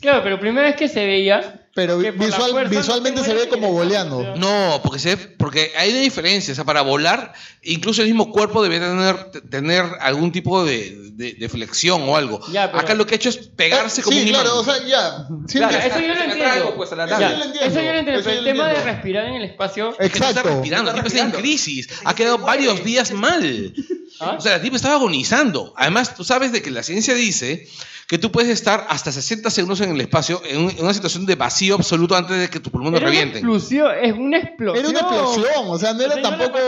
Speaker 3: Claro, pero primera vez que se veía.
Speaker 4: Pero
Speaker 3: por la fuerza no
Speaker 4: visualmente se ve como boleando.
Speaker 2: No, porque se, porque hay una diferencia. O sea, para volar, incluso el mismo cuerpo debe tener, tener algún tipo de, de- de flexión o algo. Acá lo que ha hecho es pegarse como
Speaker 4: Eh, sí,
Speaker 2: un imán.
Speaker 4: claro, o sea, ya. sí,
Speaker 3: Claro,
Speaker 4: ya.
Speaker 3: eso yo lo entiendo.
Speaker 4: pues,
Speaker 2: Ya,
Speaker 3: Ya,
Speaker 2: yo lo entiendo.
Speaker 3: Eso yo lo entiendo.
Speaker 2: Eso
Speaker 3: pero
Speaker 2: yo
Speaker 3: el
Speaker 2: lo
Speaker 3: tema de
Speaker 2: entiendo.
Speaker 3: respirar en el espacio.
Speaker 2: Es que no está respirando, la tipa está en crisis. Ha quedado varios días mal.
Speaker 3: ¿Ah?
Speaker 2: O sea, la tipa estaba agonizando. Además, tú sabes de que la ciencia dice que tú puedes estar hasta 60 segundos en el espacio en, un- en una situación de vacío absoluto antes de que tus pulmones
Speaker 3: Era una
Speaker 2: revienten.
Speaker 3: explosión, es una explosión.
Speaker 4: Era una explosión, o sea, no era tampoco.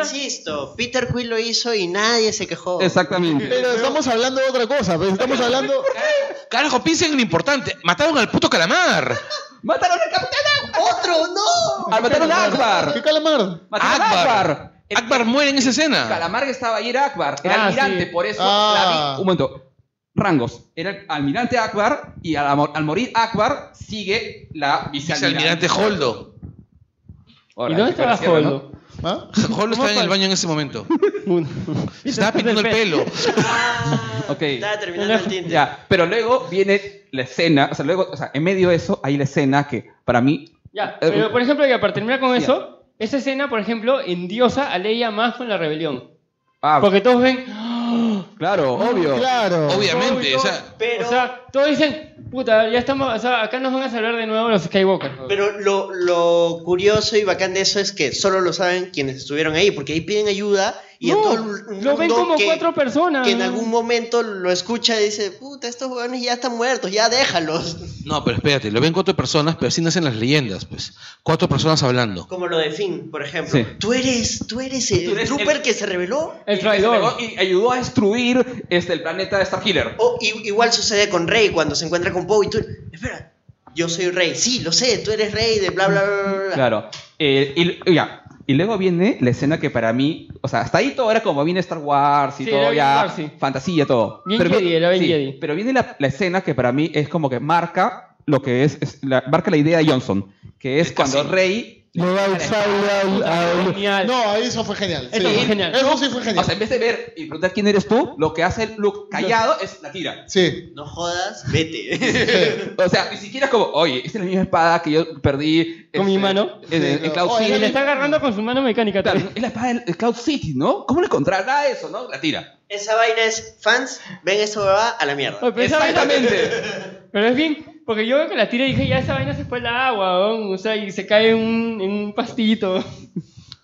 Speaker 7: Insisto, Peter Quill lo hizo y nadie se quejó.
Speaker 1: Exactamente.
Speaker 4: Pero estamos hablando de otra cosa, pues, estamos hablando.
Speaker 2: Carajo, piensen en lo importante. Mataron al puto calamar.
Speaker 1: ¡Mataron al capitán!
Speaker 7: ¡Otro! ¡No!
Speaker 1: ¡Al mataron a Akbar!
Speaker 4: ¿Qué calamar?
Speaker 1: ¡Mataron a Akbar!
Speaker 2: Akbar muere en esa escena.
Speaker 1: Calamar estaba ahí, era Akbar. Era
Speaker 2: Ah,
Speaker 1: almirante,
Speaker 2: sí.
Speaker 1: por eso
Speaker 2: Ah.
Speaker 1: la vi- Un momento. Rangos. Era el almirante Akbar y al, amor- al morir Akbar sigue la vicealmirante.
Speaker 2: Vicealmirante Holdo.
Speaker 1: Ahora, ¿Y dónde estaba
Speaker 2: Cierra, ¿no?
Speaker 1: Holdo?
Speaker 2: Holdo ¿Ah? estaba en el baño en ese momento. Se estaba pintando el pelo.
Speaker 1: Ok.
Speaker 7: terminando el tinte.
Speaker 1: Ya, pero luego viene la escena, o sea, luego, o sea, en medio de eso hay la escena que para mí
Speaker 3: Ya,
Speaker 1: Eh,
Speaker 3: pero por ejemplo, ya para terminar con eso, esa escena, por ejemplo, endiosa a Leia más con la rebelión.
Speaker 1: Ah.
Speaker 3: Porque todos ven. "Ah,
Speaker 1: Claro, obvio.
Speaker 4: Claro.
Speaker 2: Obviamente,
Speaker 3: Obvio,
Speaker 2: o sea-
Speaker 3: o sea, todos dicen, puta, ya estamos, o sea, acá nos van a salvar de nuevo los Skywalker.
Speaker 7: Pero lo, lo curioso y bacán de eso es que solo lo saben quienes estuvieron ahí, porque ahí piden ayuda y
Speaker 3: No,
Speaker 7: a todo el mundo
Speaker 3: lo ven como
Speaker 7: que,
Speaker 3: cuatro personas.
Speaker 7: que en algún momento lo escucha y dice, puta, estos huevones ya están muertos, ya déjalos.
Speaker 2: No, pero espérate, lo ven cuatro personas, pero así nacen las leyendas, pues. Cuatro personas hablando.
Speaker 7: Como lo de Finn, por ejemplo.
Speaker 2: Sí.
Speaker 7: Tú eres, tú eres el trooper que se reveló.
Speaker 1: El traidor. Y ayudó a destruir este, el planeta de Starkiller.
Speaker 7: O i- igual sucede con Rey cuando se encuentra con Poe y tú, espera, yo soy Rey, sí, lo sé, tú eres Rey de bla bla bla, bla. bla.
Speaker 1: Claro. Eh, y, ya. y luego viene la escena que para mí, o sea, hasta ahí todo era como viene Star Wars y
Speaker 3: Sí, era
Speaker 1: todo
Speaker 3: bien
Speaker 1: ya,
Speaker 3: Star, sí.
Speaker 1: fantasía, todo.
Speaker 3: Bien
Speaker 1: vi-
Speaker 3: Jedi, era bien
Speaker 1: sí,
Speaker 3: Jedi.
Speaker 1: pero viene la, la escena que para mí es como que marca lo que es, es la, marca la idea de Johnson, que es cuando Rey...
Speaker 4: Lo da un sable al- al- No, eso fue genial.
Speaker 1: Eso
Speaker 4: sí.
Speaker 1: fue genial.
Speaker 4: Eso sí fue genial.
Speaker 1: O sea, en vez de ver y preguntar quién eres tú, lo que hace Luke callado es la tira.
Speaker 4: Sí.
Speaker 7: No jodas, vete.
Speaker 1: o sea, ni siquiera es como, oye, esta es la misma espada que yo perdí. Con mi mano. En, en Cloud
Speaker 3: Oye,
Speaker 1: City.
Speaker 3: le está agarrando con su mano mecánica.
Speaker 1: Claro, es la espada de Cloud City, ¿no? ¿Cómo le encontrará eso, no? La tira.
Speaker 7: Esa vaina es fans, ven eso va a la mierda.
Speaker 2: Pues
Speaker 3: Oye, pero esa vaina- Pero es bien, porque yo veo que la tira y dije, ya esa vaina se fue al agua, weón", o sea, y se cae en un, en un pastillito.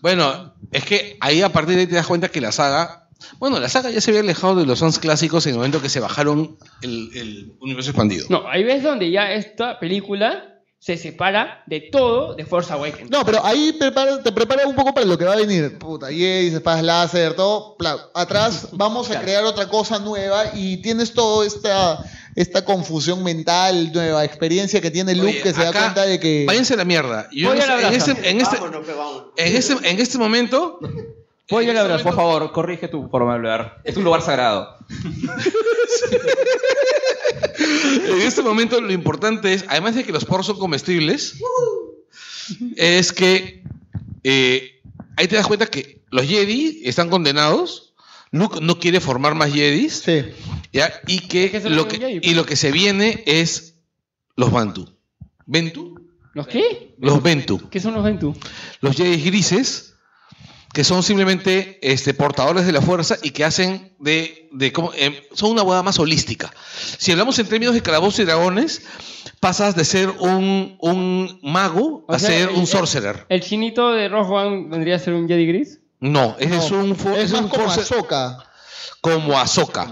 Speaker 2: Bueno, es que ahí a partir de ahí te das cuenta que la saga. Bueno, la saga ya se había alejado de los fans clásicos en el momento que se bajaron el, el universo expandido.
Speaker 3: No, ahí ves donde ya esta película se separa de todo de Force Awakens.
Speaker 4: No, pero ahí prepara- te prepara un poco para lo que va a venir. Puta, Jays, espadas láser, todo. pla- Atrás vamos a crear otra cosa nueva y tienes toda esta, esta confusión mental, nueva experiencia que tiene Luke
Speaker 2: Oye,
Speaker 4: que se da
Speaker 2: acá-
Speaker 4: cuenta de que.
Speaker 2: Váyanse a la mierda. Yo
Speaker 4: Voy
Speaker 2: no
Speaker 4: a la
Speaker 2: sé, en,
Speaker 4: brasa.
Speaker 2: este, en, este,
Speaker 7: pues,
Speaker 2: en, este, en este momento. este
Speaker 1: Voy a hablar, por favor, corrige tu forma de hablar. Es un lugar sagrado.
Speaker 2: En este momento lo importante es, además de que los poros son comestibles, es que eh, ahí te das cuenta que los Jedi están condenados, Luke no quiere formar más Jedis, ¿ya? y que,
Speaker 3: solo
Speaker 2: lo
Speaker 3: hay
Speaker 2: que
Speaker 3: un Jedi, pues.
Speaker 2: y lo que se viene es los Bantu. ¿Ventu?
Speaker 3: ¿Los qué?
Speaker 2: Los Ventu.
Speaker 3: ¿Qué son los Ventu?
Speaker 2: Los Jedi grises, que son simplemente este, portadores de la fuerza y que hacen de. de como, em, son una hueá más holística. Si hablamos en términos de calabozos y dragones, pasas de ser un, un mago
Speaker 3: O
Speaker 2: a
Speaker 3: sea, eh,
Speaker 2: ser
Speaker 3: el-
Speaker 2: un sorcerer.
Speaker 3: ¿El chinito de Rogue One vendría a ser un Jedi Gris?
Speaker 2: No, ese es un. fo-
Speaker 4: es,
Speaker 2: es
Speaker 4: más
Speaker 2: un
Speaker 4: como
Speaker 2: force-
Speaker 4: Ahsoka.
Speaker 2: Como Ahsoka.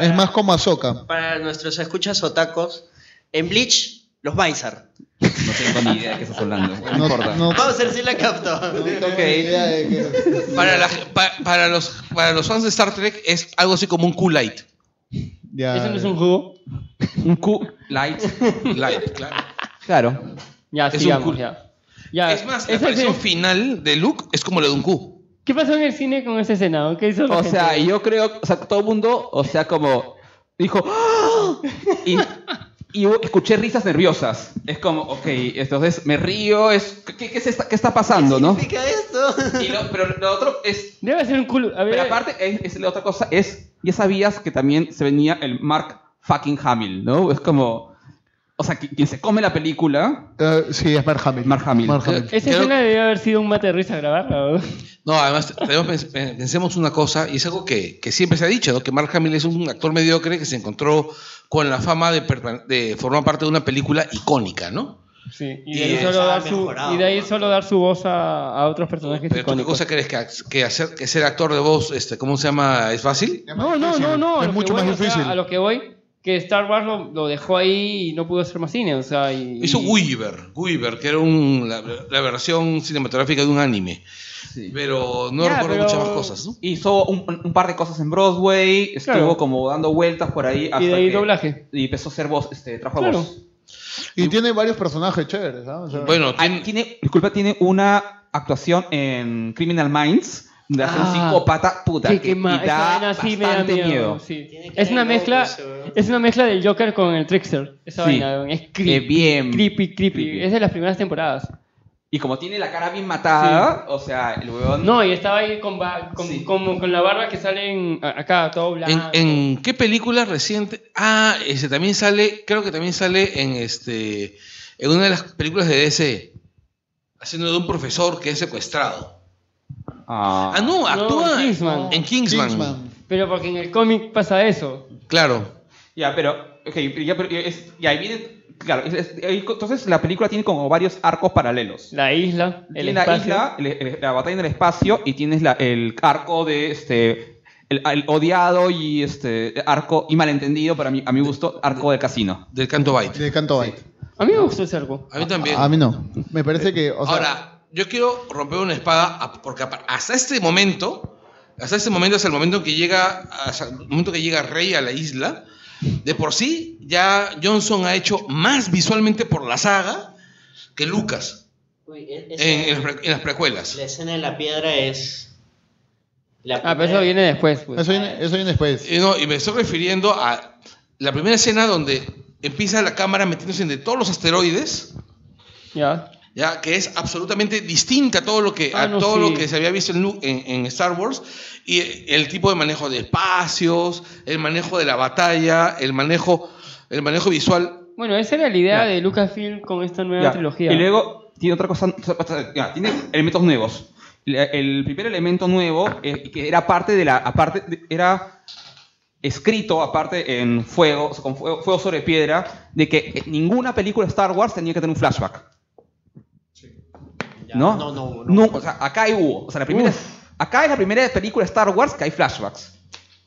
Speaker 4: Es más como Ahsoka.
Speaker 7: Para nuestros escuchas otacos, en Bleach, los Bizar.
Speaker 1: No tengo ni idea de qué estás hablando. No, importa.
Speaker 7: Vamos a ver si la capto.
Speaker 2: Para, la- pa- para los, para los fans de Star Trek es algo así como un Q-Light.
Speaker 4: ¿Eso
Speaker 3: no es un jugo?
Speaker 1: Un Q-Light.
Speaker 2: Light, claro.
Speaker 1: Claro.
Speaker 3: Ya,
Speaker 2: Es un
Speaker 3: sigamos,
Speaker 2: Q.
Speaker 3: ya. Ya,
Speaker 2: Es más, la
Speaker 3: esa
Speaker 2: aparición
Speaker 3: escena-
Speaker 2: final de Luke es como la de un Q.
Speaker 3: ¿Qué pasó en el cine con ese escena? ¿Qué hizo la
Speaker 1: O sea,
Speaker 3: gente?
Speaker 1: yo creo, o sea, todo el mundo, o sea, como dijo, "¡Ah!", y, y hubo- escuché risas nerviosas. Es como, ok, entonces me río, es, ¿qué, qué, se está, qué está pasando, no? Y lo- pero lo otro es...
Speaker 3: Debe ser un culo.
Speaker 1: Pero aparte, es, es la otra cosa es, ya sabías que también se venía el Mark fucking Hamill, ¿no? Es como, o sea, qui- quien se come la película...
Speaker 4: Eh, sí, es Mark Hamill. Mark
Speaker 1: Hamill.
Speaker 3: Esa escena debió haber sido un mate de risa grabarla, weón.
Speaker 2: No, además, tenemos- pens- pens- pensemos una cosa, y es algo que, que siempre se ha dicho, ¿no? que Mark Hamill es un actor mediocre que se encontró con la fama de, perpa- de formar parte de una película icónica, ¿no?
Speaker 3: Sí, y
Speaker 2: Y
Speaker 3: de ahí
Speaker 2: eso
Speaker 3: solo
Speaker 2: ha
Speaker 3: dar su,
Speaker 2: mejorado,
Speaker 3: y de ahí solo dar su voz a, a otros personajes
Speaker 2: Pero tú qué
Speaker 3: icónicos.
Speaker 2: cosa crees que, ac- que, hacer, que ser actor de voz, este, ¿cómo se llama? ¿Es fácil?
Speaker 3: No, no, no, no. a
Speaker 2: Es
Speaker 3: lo que
Speaker 2: mucho
Speaker 3: voy,
Speaker 2: más
Speaker 3: o sea,
Speaker 2: difícil.
Speaker 3: a lo que voy, que Star Wars lo, lo dejó ahí y no pudo hacer más cine, o sea, y...
Speaker 2: Hizo Weaver, Weaver, que era un- la, la versión cinematográfica de un anime. Pero no
Speaker 1: Ya,
Speaker 2: recuerdo
Speaker 1: pero-
Speaker 2: muchas más cosas, ¿no?
Speaker 1: Hizo un, un par de cosas en Broadway, estuvo
Speaker 2: Claro.
Speaker 1: como dando vueltas por ahí. Hasta
Speaker 3: Y de ahí
Speaker 1: que-
Speaker 3: doblaje.
Speaker 1: Y empezó a ser voz, este, trajo a
Speaker 4: Claro.
Speaker 1: voz.
Speaker 4: Y tiene varios personajes chéveres. ¿no? O sea-
Speaker 1: Ah, tiene... disculpa, tiene una actuación en Criminal Minds de hace un
Speaker 3: Ah.
Speaker 1: psicópata puta
Speaker 3: Sí,
Speaker 1: que
Speaker 3: que ma-
Speaker 1: y
Speaker 3: esa
Speaker 1: da
Speaker 3: vaina sí me da
Speaker 1: bastante
Speaker 3: miedo,
Speaker 1: miedo.
Speaker 3: sí. Es una mezcla, es
Speaker 2: pues,
Speaker 3: una mezcla del Joker con el Trickster. Esa
Speaker 1: Sí.
Speaker 3: vaina, weón, es creepy,
Speaker 1: Eh, bien
Speaker 3: creepy, creepy, Es de las primeras temporadas.
Speaker 1: Y como tiene la cara bien matada, o sea, el huevón
Speaker 3: No, y estaba ahí con, ba- con, con- con la barba que sale en- a- acá, todo
Speaker 2: ¿En,
Speaker 3: blanco.
Speaker 2: en qué película reciente? Ah, ese también sale, creo que también sale en este en una de las películas de DC, haciendo de un profesor que es secuestrado.
Speaker 1: Ah,
Speaker 2: no, actúa
Speaker 3: en Kingsman.
Speaker 2: en Kingsman.
Speaker 3: Pero porque en el cómic pasa eso.
Speaker 2: Claro.
Speaker 1: Ya, pero. ok, ya, pero es- ya, ahí viene. Claro, es- es- ahí- entonces la película tiene como varios arcos paralelos.
Speaker 3: La isla, el
Speaker 1: Tiene la
Speaker 3: espacio.
Speaker 1: isla, el- el- la batalla en el espacio y tienes la- el arco de este. El, el odiado y este arco y malentendido para mí, a mi gusto arco del casino
Speaker 2: del canto bite
Speaker 1: del
Speaker 4: canto bite
Speaker 3: A mí me gustó ese arco
Speaker 2: A mí también.
Speaker 4: A mí no. Me parece que. O sea,
Speaker 2: Ahora, yo quiero romper una espada a- porque apa- hasta este momento, hasta este momento, hasta el momento que llega, hasta el momento que llega Rey a la isla, de por sí ya Johnson ha hecho más visualmente por la saga que Lucas
Speaker 10: Uy, e- esa-
Speaker 2: en, en las pre- en las precuelas.
Speaker 10: La escena de la piedra es. La
Speaker 3: Ah, pero eso viene después.
Speaker 4: Eso viene, eso viene después.
Speaker 2: Y, Eh, no, y me estoy refiriendo a la primera escena donde empieza la cámara metiéndose en de todos los asteroides,
Speaker 3: Ya.
Speaker 2: ya que es absolutamente distinta a todo lo que
Speaker 3: Ah,
Speaker 2: a
Speaker 3: no,
Speaker 2: todo
Speaker 3: sí.
Speaker 2: lo que se había visto en, Lu- en- en Star Wars y el tipo de manejo de espacios, el manejo de la batalla, el manejo el manejo visual.
Speaker 3: Bueno, esa era la idea de Lucasfilm con esta nueva
Speaker 1: Ya,
Speaker 3: trilogía.
Speaker 1: Y luego tiene otra cosa, ya, tiene elementos nuevos. La- El primer elemento nuevo, eh, que era parte de la, aparte, de- era escrito, aparte en fuego, o sea, con fuego, fuego sobre piedra, de que eh, ninguna película de Star Wars tenía que tener un flashback. ¿No?
Speaker 10: no, no,
Speaker 1: No, o sea, acá hay hubo. O sea, la primera, acá es la primera película de Star Wars que hay flashbacks.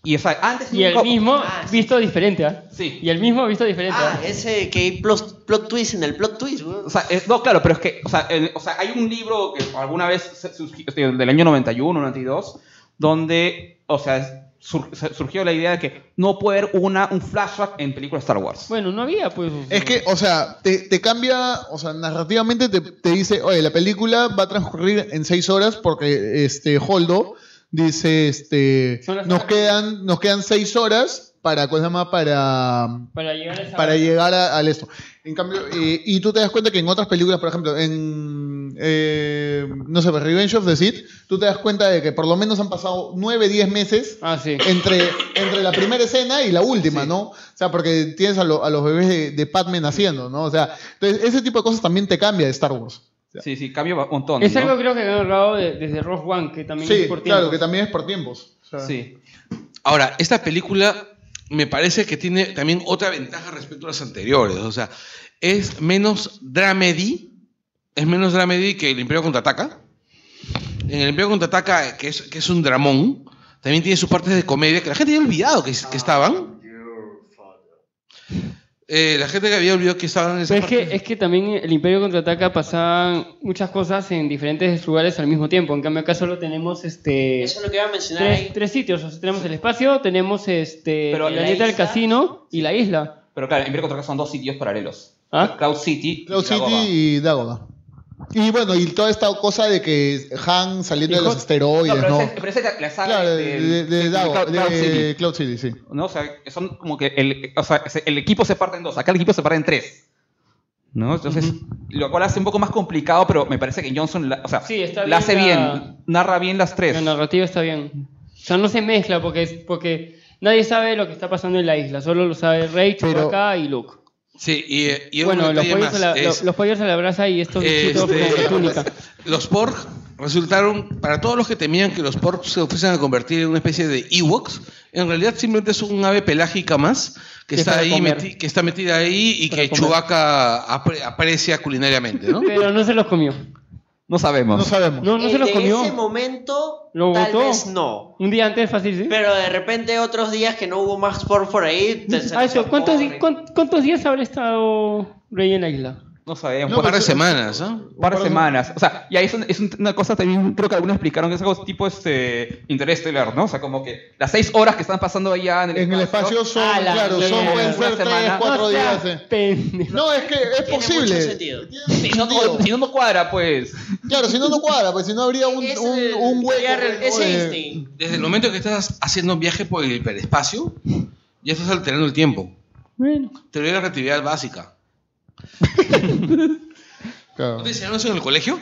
Speaker 1: Y, o sea, antes
Speaker 3: Y el
Speaker 1: nunca-
Speaker 3: mismo visto diferente, ¿ah?
Speaker 1: Sí.
Speaker 3: Y el mismo visto diferente.
Speaker 10: Ah, ese que hay plot, plot twist en el plot twist, weón.
Speaker 1: O sea, es- no, claro, pero es que, o sea, el- o sea, hay un libro que alguna vez se- surgió, este, del año 91, 92, donde, o sea, es- sur- se- surgió la idea de que no puede haber una, un flashback en películas Star Wars.
Speaker 3: Bueno, no había, pues.
Speaker 4: Es que, o sea, te, te cambia, o sea, narrativamente te, te dice, oye, la película va a transcurrir en seis horas porque este Holdo dice, este, nos quedan, nos quedan seis horas para, ¿cómo se llama? Para,
Speaker 3: Para llegar a esa.
Speaker 4: para llegar a- al esto. En cambio, eh, y tú te das cuenta que en otras películas, por ejemplo, en, eh, no sé, Revenge of the Sith, tú te das cuenta de que por lo menos han pasado 9, 10 meses
Speaker 3: Ah,
Speaker 4: entre, entre la primera escena y la última, ¿no? O sea, porque tienes a, lo- a los bebés de, de Padme naciendo, ¿no? O sea, entonces ese tipo de cosas también te cambia de Star Wars.
Speaker 1: Sí, sí, cambia un montón.
Speaker 3: Es
Speaker 1: ¿no?
Speaker 3: algo creo que han hablado de- desde Rogue One, que también
Speaker 4: Sí,
Speaker 3: es por
Speaker 4: claro,
Speaker 3: tiempos.
Speaker 4: que también es por tiempos. O sea,
Speaker 1: Sí.
Speaker 2: Ahora, esta película me parece que tiene también otra ventaja respecto a las anteriores, o sea, es menos dramedy, es menos dramedy que el Imperio contraataca. En el Imperio contraataca, que es, que es un dramón, también tiene sus partes de comedia que la gente había olvidado que, que estaban. Eh, la gente que había olvidado que estaban en esa
Speaker 3: Pero es que, es que también el Imperio contraataca pasaban muchas cosas en diferentes lugares al mismo tiempo. En cambio, acá solo tenemos este.
Speaker 10: Eso es lo que iba a mencionar
Speaker 3: tres,
Speaker 10: ahí.
Speaker 3: tres sitios. O sea, tenemos el espacio, tenemos este.
Speaker 1: Pero
Speaker 3: el
Speaker 1: la
Speaker 3: planeta del
Speaker 1: isla-
Speaker 3: casino y la isla.
Speaker 1: Pero claro, en Imperio Contraataca son dos sitios paralelos.
Speaker 3: ¿Ah?
Speaker 1: Cloud City.
Speaker 4: Cloud City y Dagoba. Y bueno, y toda esta cosa de que Han saliendo de los
Speaker 1: No,
Speaker 4: esteroides,
Speaker 1: pero
Speaker 4: ¿no?
Speaker 1: ese- pero ese la- la saga
Speaker 4: Claro, de,
Speaker 1: del-
Speaker 4: de, de
Speaker 1: del
Speaker 4: Dago-
Speaker 1: Cloud- Cloud
Speaker 4: de
Speaker 1: City.
Speaker 4: Cloud City, sí.
Speaker 1: ¿no? O sea, son como que el, o sea, se- el equipo se parte en dos, acá el equipo se parte en tres. ¿No? Entonces, lo cual hace un poco más complicado, pero me parece que Johnson la, o sea,
Speaker 3: Sí, está
Speaker 1: la
Speaker 3: bien
Speaker 1: hace
Speaker 3: la-
Speaker 1: bien, narra bien las tres.
Speaker 3: La narrativa está bien. O sea, no se mezcla porque, es- porque nadie sabe lo que está pasando en la isla. Solo lo sabe Rey, Chewbacca y Luke.
Speaker 2: Sí, y, eh, y
Speaker 3: Bueno, los
Speaker 2: un detalle
Speaker 3: pollos, a
Speaker 2: más
Speaker 3: la,
Speaker 2: es-
Speaker 3: lo- los pollos a la brasa y estos bichitos
Speaker 2: Este,
Speaker 3: con la túnica.
Speaker 2: los porg resultaron, para todos los que temían que los porg se fuesen a convertir en una especie de Ewoks, en realidad simplemente es un ave pelágica más
Speaker 3: Que
Speaker 2: que, está,
Speaker 3: para
Speaker 2: ahí
Speaker 3: comer.
Speaker 2: meti- que está metida ahí y
Speaker 3: comer.
Speaker 2: que Chewbacca apre- aprecia culinariamente, ¿no?
Speaker 3: Pero no se los comió.
Speaker 1: No sabemos.
Speaker 4: No sabemos.
Speaker 3: No, no
Speaker 10: Eh,
Speaker 3: se los
Speaker 10: de
Speaker 3: comió.
Speaker 10: ese momento,
Speaker 3: Lo
Speaker 10: tal
Speaker 3: botó.
Speaker 10: vez no.
Speaker 3: Un día antes fácil, sí.
Speaker 10: Pero de repente otros días que no hubo más por por ahí. te- se-
Speaker 3: Ah, eso,
Speaker 10: se-
Speaker 3: ¿cuántos, di- cuán- cuántos días habrá estado Rey en la isla?
Speaker 1: No sabemos.
Speaker 2: un par de semanas, ¿no?
Speaker 1: Un par de semanas. O sea, y ahí es, un- es un- una cosa también, creo que algunos explicaron que es algo tipo este, interestelar, ¿no? O sea, como que las seis horas que están pasando allá en el
Speaker 4: En el espacio son,
Speaker 1: Ah,
Speaker 3: Ah,
Speaker 1: la
Speaker 4: claro, son,
Speaker 1: mierda.
Speaker 4: pueden ser
Speaker 1: Una
Speaker 4: tres,
Speaker 1: semana.
Speaker 4: cuatro
Speaker 1: No
Speaker 4: días.
Speaker 1: seas
Speaker 4: eh.
Speaker 3: pendejo.
Speaker 4: No, es que es posible.
Speaker 1: Si no, no- si no, no cuadra, pues.
Speaker 4: Claro, si no, no cuadra, pues si no habría un, un, un hueco. pues, ¿no? Eh, de-
Speaker 1: este.
Speaker 2: Desde el momento que estás haciendo un viaje por el hiperespacio, ya estás alterando el tiempo.
Speaker 3: Bueno.
Speaker 2: Teoría de la relatividad básica. ¿No te enseñaron eso en el colegio?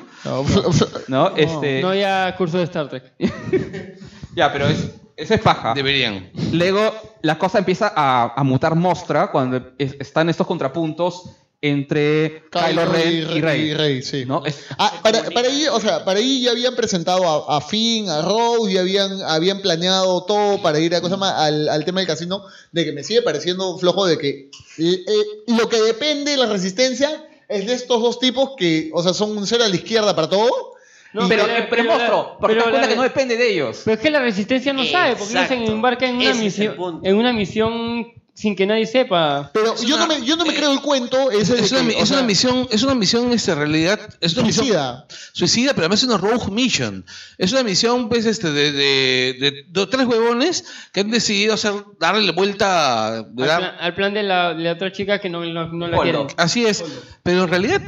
Speaker 1: No, este-
Speaker 3: No había curso de Star Trek.
Speaker 1: Ya, pero es, eso es paja.
Speaker 2: Deberían.
Speaker 1: Luego la cosa empieza a, a mutar mostra cuando es- están estos contrapuntos entre Kylo Ren y, Rey.
Speaker 4: sí.
Speaker 1: ¿no? Es-
Speaker 4: Ah, para, para ahí, o sea, para ahí ya habían presentado a, a Finn, a Rose, ya habían, habían planeado todo para ir a cosa más, al, al tema del casino, de que me sigue pareciendo flojo de que eh, eh, lo que depende de la resistencia es de estos dos tipos que, o sea, son un cero a la izquierda para todo.
Speaker 1: No, pero- pero es monstruo, porque te das cuenta que no depende de ellos.
Speaker 3: Pero es que la resistencia no sabe, porque ellos se
Speaker 1: Exacto.
Speaker 3: embarcan en una,
Speaker 1: Ese es el
Speaker 3: misión, en una misión sin que nadie sepa.
Speaker 4: Pero yo, no me, yo no me creo el cuento. ese de
Speaker 2: eh, Es una,
Speaker 4: que,
Speaker 2: mi-
Speaker 4: o
Speaker 2: es una
Speaker 4: sea,
Speaker 2: misión, es una misión este, en realidad, es una
Speaker 4: suicida.
Speaker 2: misión suicida, pero además es una rogue mission. Es una misión, pues, este, de, de- de dos- tres huevones que han decidido hacer, darle la vuelta
Speaker 3: Al
Speaker 2: ¿verdad?
Speaker 3: plan, al plan de, la, de la otra chica que no, no, no la quieren.
Speaker 2: Así es. Pero en realidad,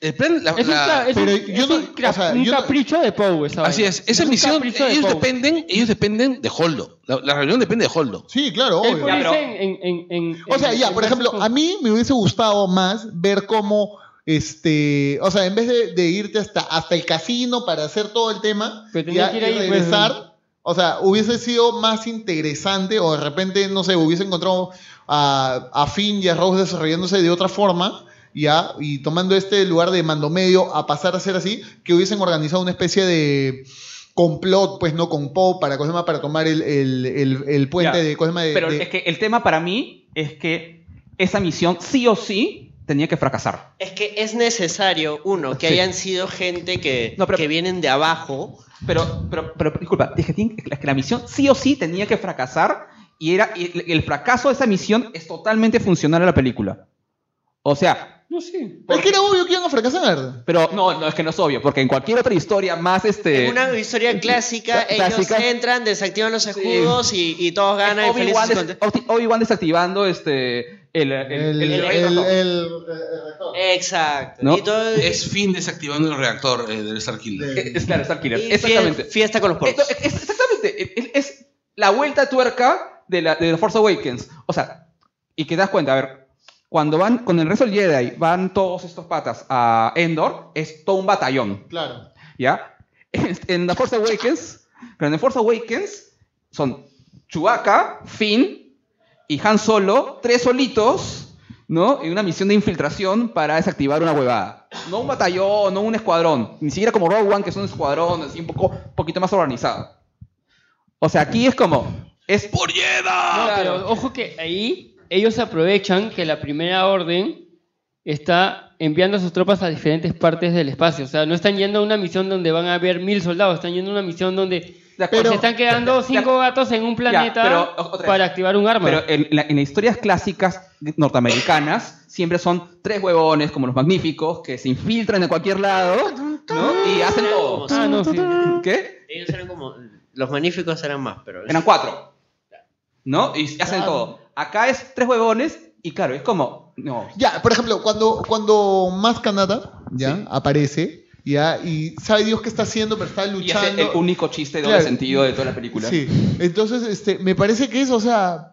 Speaker 2: el plan, la-
Speaker 3: Es un
Speaker 2: la-
Speaker 3: ca- es Pero un- yo es no- un cra- o sea, un yo no- capricho de Poe.
Speaker 2: Así es. Esa misión, ellos dependen, ellos dependen de Holdo. La, la reunión depende de Holdo.
Speaker 4: Sí, claro,
Speaker 3: Él
Speaker 4: obvio.
Speaker 3: ponerse en- en- en- en-
Speaker 4: O sea, ya,
Speaker 3: en
Speaker 4: por ejemplo, ah, a mí me hubiese gustado más ver cómo, este, o sea, en vez de, de irte hasta, hasta el casino para hacer todo el tema
Speaker 3: tenía
Speaker 4: ya,
Speaker 3: que ir ahí,
Speaker 4: y
Speaker 3: pues.
Speaker 4: regresar, o sea, hubiese sido más interesante o de repente, no sé, hubiese encontrado a, a Finn y a Rose desarrollándose de otra forma. Ya, y tomando este lugar de mando medio a pasar a ser así, que hubiesen organizado una especie de complot, pues no con Poe, para, ¿cómo se llama? para tomar el, el- el- el puente
Speaker 1: Ya.
Speaker 4: de, ¿cómo se llama? de-
Speaker 1: Pero
Speaker 4: de-
Speaker 1: es que el tema para mí es que esa misión sí o sí tenía que fracasar.
Speaker 7: Es que es necesario, uno, que
Speaker 1: Sí.
Speaker 7: hayan sido gente que, que vienen de abajo.
Speaker 1: Pero, pero, pero disculpa, es que, tiene- es que la misión sí o sí tenía que fracasar y era y el, el fracaso de esa misión es totalmente funcional a la película. O sea,
Speaker 3: No sé.
Speaker 4: Es que era obvio que iban a fracasar.
Speaker 1: pero no, no es que no es obvio, porque en cualquier otra historia más este
Speaker 7: En una historia clásica,
Speaker 1: Cla-
Speaker 7: ellos
Speaker 1: clásica.
Speaker 7: entran, desactivan los escudos y, y todos ganan y
Speaker 1: Obi-Wan,
Speaker 7: felices
Speaker 1: des-
Speaker 7: y contentos.
Speaker 1: Obi- Obi-Wan desactivando este el el, el- el-
Speaker 7: Exacto.
Speaker 1: ¿No?
Speaker 7: Y todo-
Speaker 2: Es fin desactivando el reactor eh, del Starkiller.
Speaker 1: Es, claro, Starkiller.
Speaker 7: Y fie-
Speaker 1: Exactamente.
Speaker 7: Fiesta con los poros.
Speaker 1: Esto- es- exactamente. Es, es la vuelta tuerca de la, de la Force Awakens. O sea, y que te das cuenta, a ver, cuando van con el resto del Jedi, van todos estos patas a Endor, es todo un batallón.
Speaker 4: Claro.
Speaker 1: ¿Ya? En, en The Force Awakens, pero en The Force Awakens son Chewbacca, Finn y Han Solo, tres solitos, ¿no? Y una misión de infiltración para desactivar una huevada. No un batallón, no un escuadrón, ni siquiera como Rogue One, que es un escuadrón así un poco, un poquito más organizado. O sea, aquí es como, es por
Speaker 3: No, pero ojo que ahí ellos aprovechan que la primera orden está enviando a sus tropas a diferentes partes del espacio. O sea, no están yendo a una misión donde van a haber mil soldados, están yendo a una misión donde se están quedando cinco gatos en un planeta
Speaker 1: pero, o- otra vez.
Speaker 3: para activar un arma.
Speaker 1: Pero en, la- en las historias clásicas norteamericanas siempre son tres huevones como los magníficos que se infiltran de cualquier lado ¿no? y hacen todo.
Speaker 7: Ah, no, sí.
Speaker 1: ¿Qué?
Speaker 7: Ellos eran como. Los magníficos eran más, pero.
Speaker 1: Eran cuatro. ¿No? Y hacen todo. Acá es tres huevones y claro, es como... No.
Speaker 4: Ya, por ejemplo, cuando, cuando más Kanata ya aparece, ya, y sabe Dios qué está haciendo, pero está
Speaker 1: Y hace
Speaker 4: luchando.
Speaker 1: el único chiste de doble
Speaker 4: Claro.
Speaker 1: sentido de toda la película.
Speaker 4: Sí. Entonces, este, me parece que eso, o sea.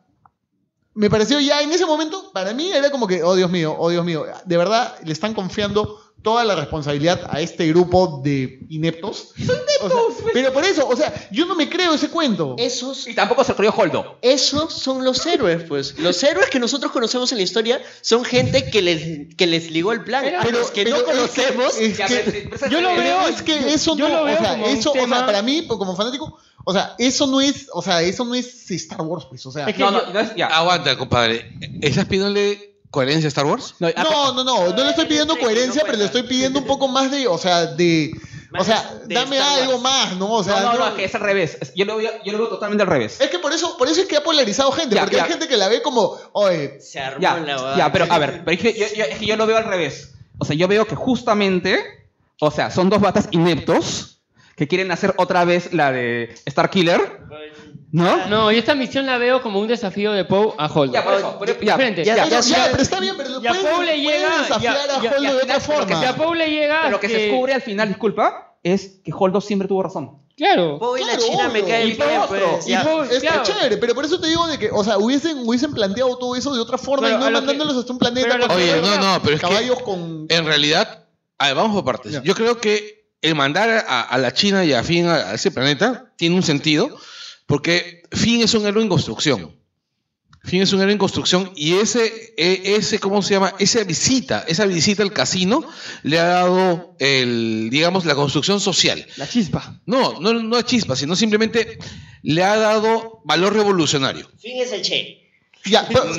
Speaker 4: Me pareció ya en ese momento, para mí era como que, oh Dios mío, oh Dios mío, de verdad le están confiando toda la responsabilidad a este grupo de ineptos. O sea, pero por eso, o sea, yo no me creo ese cuento.
Speaker 7: Esos.
Speaker 1: Y tampoco se creyó Holdo.
Speaker 7: Esos son los héroes, pues. Los héroes que nosotros conocemos en la historia son gente que les, que les ligó el plan.
Speaker 4: Pero-
Speaker 7: a los que
Speaker 4: pero
Speaker 7: no
Speaker 4: es que-
Speaker 7: conocemos.
Speaker 4: es que-
Speaker 7: yo lo
Speaker 4: Pero
Speaker 7: veo.
Speaker 4: es que eso
Speaker 7: yo
Speaker 4: no,
Speaker 7: lo veo
Speaker 4: o sea,
Speaker 7: como un
Speaker 4: eso, o sea,
Speaker 7: tema-
Speaker 4: para mí pues, como fanático, o sea, eso no es, o sea, eso no es Star Wars, pues, o sea,
Speaker 2: No, no, Aguanta, compadre. ¿Estás pidiéndole coherencia a Star Wars?
Speaker 4: No, no, no, no le estoy pidiendo coherencia, pero le estoy pidiendo un poco más de, o sea, de, o sea, dame algo más, ¿no? O sea,
Speaker 1: no, no,
Speaker 4: no-
Speaker 1: no, es que es al revés. Es- Yo lo veo, yo lo veo totalmente al revés.
Speaker 4: es que por eso, por eso es que ha polarizado gente,
Speaker 1: Ya,
Speaker 4: porque
Speaker 1: ya.
Speaker 4: hay gente que la ve como, oye,
Speaker 7: se armó
Speaker 1: Ya, ya, pero a ver, pero es que yo, yo- es que yo lo veo al revés. O sea, yo veo que justamente, o sea, son dos batas ineptos que quieren hacer otra vez la de Starkiller, ¿no?
Speaker 3: No, yo esta misión la veo como un desafío de Poe a Holdo.
Speaker 1: Ya, por eso, por- ya,
Speaker 3: Diferente.
Speaker 1: ya,
Speaker 4: pero, ya, pero está bien, pero lo
Speaker 3: Y a
Speaker 4: pueden,
Speaker 3: Poe le
Speaker 4: pueden
Speaker 3: llega-
Speaker 4: desafiar
Speaker 3: ya,
Speaker 4: a
Speaker 3: ya,
Speaker 4: Holdo
Speaker 3: ya,
Speaker 4: de otra
Speaker 3: ya, pero
Speaker 4: forma.
Speaker 3: que a Poe le llega
Speaker 1: Pero lo que se
Speaker 3: que-
Speaker 1: descubre al final, disculpa, es que Holdo siempre tuvo razón.
Speaker 3: Claro.
Speaker 7: Poe y la
Speaker 4: Claro,
Speaker 7: China me
Speaker 4: obvio.
Speaker 7: caen
Speaker 1: Y Poe
Speaker 7: bien,
Speaker 1: otro.
Speaker 7: pues.
Speaker 4: Y
Speaker 7: ya.
Speaker 4: Poe, está chévere, pero por eso te digo de que, o sea, hubiesen, hubiesen planteado todo eso de otra forma
Speaker 2: Pero
Speaker 4: y no
Speaker 2: a lo que-
Speaker 4: mandándolos hasta un planeta. con-
Speaker 2: Oye, no, no, pero es
Speaker 4: caballos
Speaker 2: que
Speaker 4: con
Speaker 2: en realidad, a ver, vamos por partes. Yo creo que el mandar a, a la China y a Finn a, a ese planeta tiene un sentido porque Finn es un héroe en construcción. Finn es un héroe en construcción y ese, e- ese, ¿cómo se llama? Esa visita, esa visita al casino le ha dado, el, digamos, la construcción social.
Speaker 3: La chispa.
Speaker 2: No, no, no es chispa, sino simplemente le ha dado valor revolucionario.
Speaker 7: Fin es el che.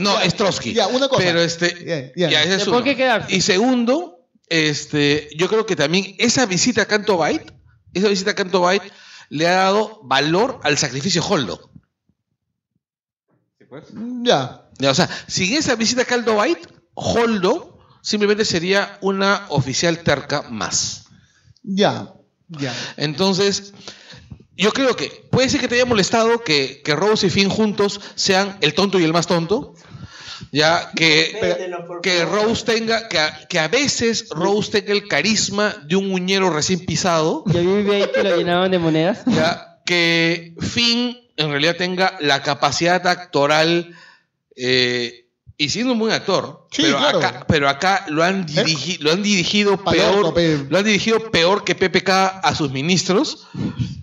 Speaker 2: no, es Trotsky.
Speaker 4: Ya, una cosa.
Speaker 2: Pero este, ya, ese es
Speaker 4: ¿Por
Speaker 2: uno.
Speaker 4: qué
Speaker 2: Y segundo, este, yo creo que también esa visita a Canto Bight, esa visita a Canto Bight le ha dado valor al sacrificio Holdo.
Speaker 4: Ya.
Speaker 2: Ya, o sea, sin esa visita a Canto Bight, Holdo simplemente sería una oficial terca más.
Speaker 4: Ya. Ya.
Speaker 2: Entonces, yo creo que puede ser que te haya molestado que, que Rose y Finn juntos sean el tonto y el más tonto. Ya que, que Rose tenga, que a, que a veces Rose tenga el carisma de un muñero recién pisado.
Speaker 3: Yo viví ahí que lo llenaban de monedas.
Speaker 2: Ya que Finn en realidad tenga la capacidad actoral eh, y siendo un buen actor. pero, acá, pero acá lo han, dirigi- lo han dirigido peor.
Speaker 4: Palordo, ¿Eh? pe.
Speaker 2: Lo han dirigido peor que PPK a sus ministros.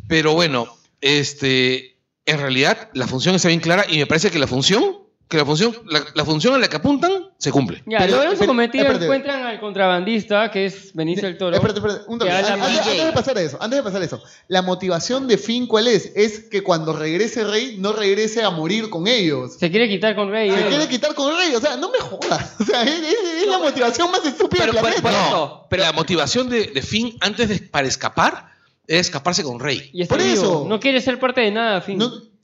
Speaker 2: Pero bueno, este en realidad la función está bien clara y me parece que la función, que la función, la, la función a la que apuntan se cumple.
Speaker 3: Ya, logran su cometido, encuentran al contrabandista, que es Benicio del Toro.
Speaker 4: Espérate, espérate, un toque.
Speaker 3: Que
Speaker 4: An-
Speaker 3: habla
Speaker 4: Antes,
Speaker 3: mal.
Speaker 4: antes de pasar a eso, antes de pasar a eso, la motivación de Finn, ¿cuál es? Es que cuando regrese Rey, no regrese a morir con ellos.
Speaker 3: Se quiere quitar con Rey.
Speaker 4: Se
Speaker 3: eh.
Speaker 4: quiere quitar con Rey, o sea, no me jodas. O sea, es, es- es la motivación más estúpida del planeta.
Speaker 2: pues, No, la motivación de, de Finn antes de, para escapar es escaparse con Rey.
Speaker 3: Y este está vivo. No quiere ser parte de nada, Finn.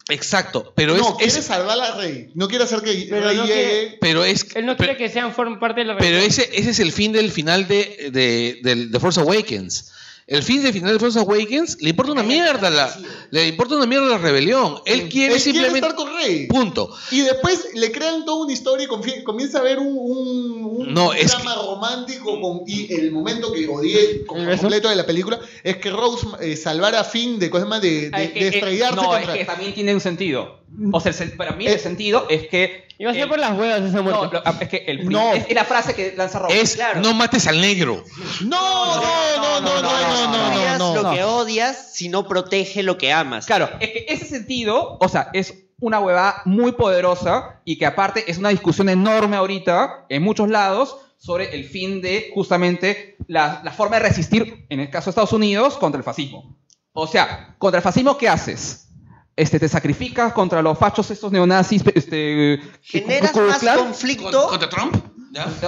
Speaker 2: Exacto, pero
Speaker 4: no,
Speaker 2: es,
Speaker 4: quiere
Speaker 2: es-
Speaker 4: salvar a Rey. No quiere hacer que
Speaker 3: Pero
Speaker 4: Rey
Speaker 3: no
Speaker 4: llegue.
Speaker 3: quiere-
Speaker 2: pero es
Speaker 3: Él no quiere que sean form parte de la
Speaker 2: pero ese, ese es el fin del final de, de, del- de Force Awakens. El fin del final de Force Awakens le importa una mierda la, le importa una mierda la rebelión.
Speaker 4: Él
Speaker 2: Él quiere
Speaker 4: quiere
Speaker 2: simplemente
Speaker 4: estar con Rey.
Speaker 2: punto.
Speaker 4: Y después le crean toda una historia y confie- comienza a haber un, un- un
Speaker 2: No, es
Speaker 4: drama romántico. con- y el momento que odié con completo de la película es que Rose eh, salvara a Finn de, ¿cómo se llama? de, de,
Speaker 1: Ah, es que-
Speaker 4: de
Speaker 1: eh,
Speaker 4: estrellarse
Speaker 1: no,
Speaker 4: contra
Speaker 1: es que también tiene un sentido. O sea, el sen- para mí el sentido es que.
Speaker 3: Iba a ser por las huevas esa
Speaker 1: muerte. No, lo- ah, es que el prim- es, es la frase que lanza Rob.
Speaker 2: es no mates al negro.
Speaker 4: No, no,
Speaker 1: no, no, no, no,
Speaker 7: Odias
Speaker 1: no,
Speaker 7: lo
Speaker 1: no.
Speaker 7: que odias si no protege lo que amas.
Speaker 1: Claro, es que E, ese sentido, o sea, es una huevada muy poderosa y que aparte es una discusión enorme ahorita en muchos lados sobre el fin de justamente la, la forma de resistir, en el caso de Estados Unidos, contra el fascismo. O sea, contra el fascismo, ¿qué haces? Este, te sacrificas contra los fachos estos neonazis. Este,
Speaker 7: Generas más conflicto.
Speaker 2: ¿Contra Trump?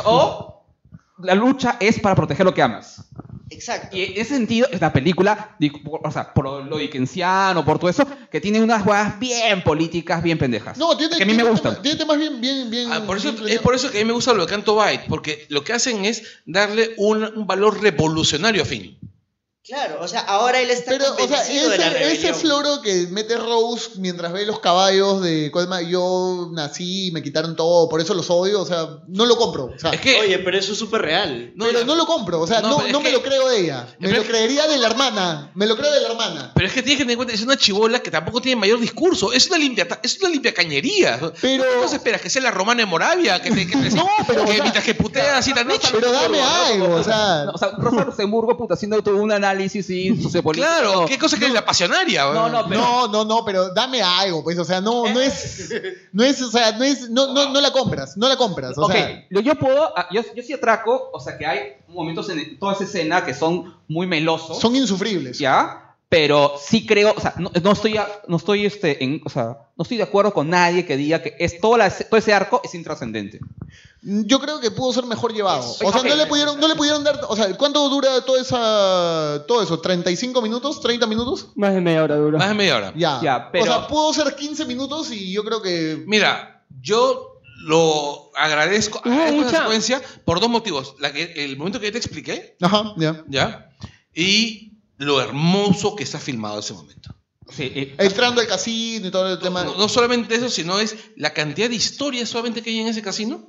Speaker 1: O la lucha es para proteger lo que amas.
Speaker 7: Exacto.
Speaker 1: Y en ese sentido es la película, di- o sea, por lo- lo dickensiano, por todo eso, que tiene unas huevas bien políticas, bien pendejas.
Speaker 4: No, tiene,
Speaker 1: que a mí me
Speaker 4: tiene
Speaker 1: gustan.
Speaker 4: temas- tiene temas bien, bien, bien.
Speaker 2: Ah, por eso, es por eso que a mí me gusta lo de Canto Byte, porque lo que hacen es darle un, un valor revolucionario a Finn.
Speaker 7: Claro, o sea, ahora él está
Speaker 4: Pero, o sea,
Speaker 7: convencido de la
Speaker 4: ese,
Speaker 7: rebelión.
Speaker 4: ese floro que mete Rose mientras ve los caballos de ¿cómo se llama? yo nací y me quitaron todo, por eso los odio, o sea, no lo compro. O sea,
Speaker 7: Oye, pero eso es súper real.
Speaker 4: pero no lo compro, o sea,
Speaker 2: No,
Speaker 4: no,
Speaker 2: pero es
Speaker 4: no me
Speaker 2: que-
Speaker 4: lo creo de ella. Me lo creería de la hermana, me lo creo de la hermana.
Speaker 2: Pero es que tienes que tener en cuenta, es una chivola que tampoco tiene mayor discurso. Es una limpia, es una limpia cañería. Pero. No te esperas que sea la romana de Moravia, que te, que te- que mientras que putea así tan hecho.
Speaker 1: No, o sea, Rosa Luxemburgo, puta, haciendo todo un análisis y sociopolítico.
Speaker 2: Claro, qué cosa que es la pasionaria.
Speaker 1: No, no, pero- Eh.
Speaker 4: no, no, no, pero dame algo, pues, o sea, no, no es, no es, o sea, no es, no, no, no la compras, no la compras, o
Speaker 1: Ok,
Speaker 4: sea,
Speaker 1: yo, yo puedo, ah, yo, yo sí atraco, o sea, que hay momentos en toda esa escena que son muy melosos.
Speaker 4: Son insufribles.
Speaker 1: Ya, pero sí creo, o sea, no, no estoy, a- no estoy, este, en, o sea, no estoy de acuerdo con nadie que diga que es toda la- todo ese arco es intrascendente.
Speaker 4: Mm, yo creo que pudo ser mejor llevado, o sea,
Speaker 1: Ok.
Speaker 4: no le pudieron, no le pudieron dar, o sea, ¿cuánto dura toda esa, todo eso? ¿35 minutos? ¿30 minutos?
Speaker 3: Más de media hora dura.
Speaker 2: Más de media hora.
Speaker 4: Ya,
Speaker 1: Ya, pero-
Speaker 4: o sea, pudo ser 15 minutos y yo creo que...
Speaker 2: Mira, yo lo agradezco, agradezco esa
Speaker 4: mucha-
Speaker 2: secuencia por dos motivos. La que, el momento que yo te expliqué,
Speaker 4: Ajá, ya.
Speaker 2: ¿ya? Y lo hermoso que está filmado ese momento.
Speaker 4: Entrando al casino y todo el tema.
Speaker 2: No, no solamente eso, sino es la cantidad de historias solamente que hay en ese casino.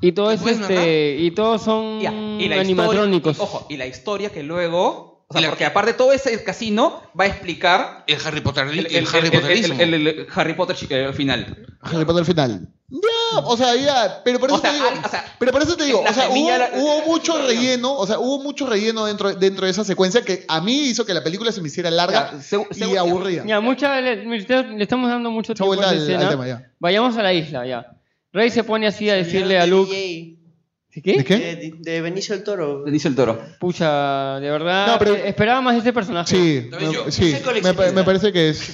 Speaker 3: Y todo es
Speaker 2: Pues,
Speaker 3: este. Y todos son
Speaker 1: Y la
Speaker 3: Mm, animatrónicos.
Speaker 1: Historia, ojo, y la historia que luego, o sea, porque aparte todo ese casino va a explicar
Speaker 2: el Harry Potter,
Speaker 1: el,
Speaker 2: el Harry Potterismo.
Speaker 1: el- el- el Harry Potter chi- eh, al final.
Speaker 4: Harry Potter final. no, o sea, ya, pero por eso te digo, pero por eso te digo,
Speaker 1: la
Speaker 4: o sea, hubo,
Speaker 1: semilla la-
Speaker 4: hubo mucho relleno, o sea, hubo mucho relleno dentro, dentro de esa secuencia que a mí hizo que la película se me hiciera larga y aburrida.
Speaker 3: Ya, mucha, le, le estamos dando mucho tiempo
Speaker 4: vuelta
Speaker 3: a esa
Speaker 4: al- al
Speaker 3: escena.
Speaker 4: tema, ya.
Speaker 3: Vayamos a la isla, ya. Rey se pone así a decirle a Luke. ¿Qué?
Speaker 7: ¿De qué? De, Benicio del Toro.
Speaker 1: Dice el toro.
Speaker 3: Pucha, de verdad.
Speaker 1: No, pero-
Speaker 3: eh, Esperaba más de este personaje.
Speaker 4: Sí, me, sí, me, pa- me parece que es.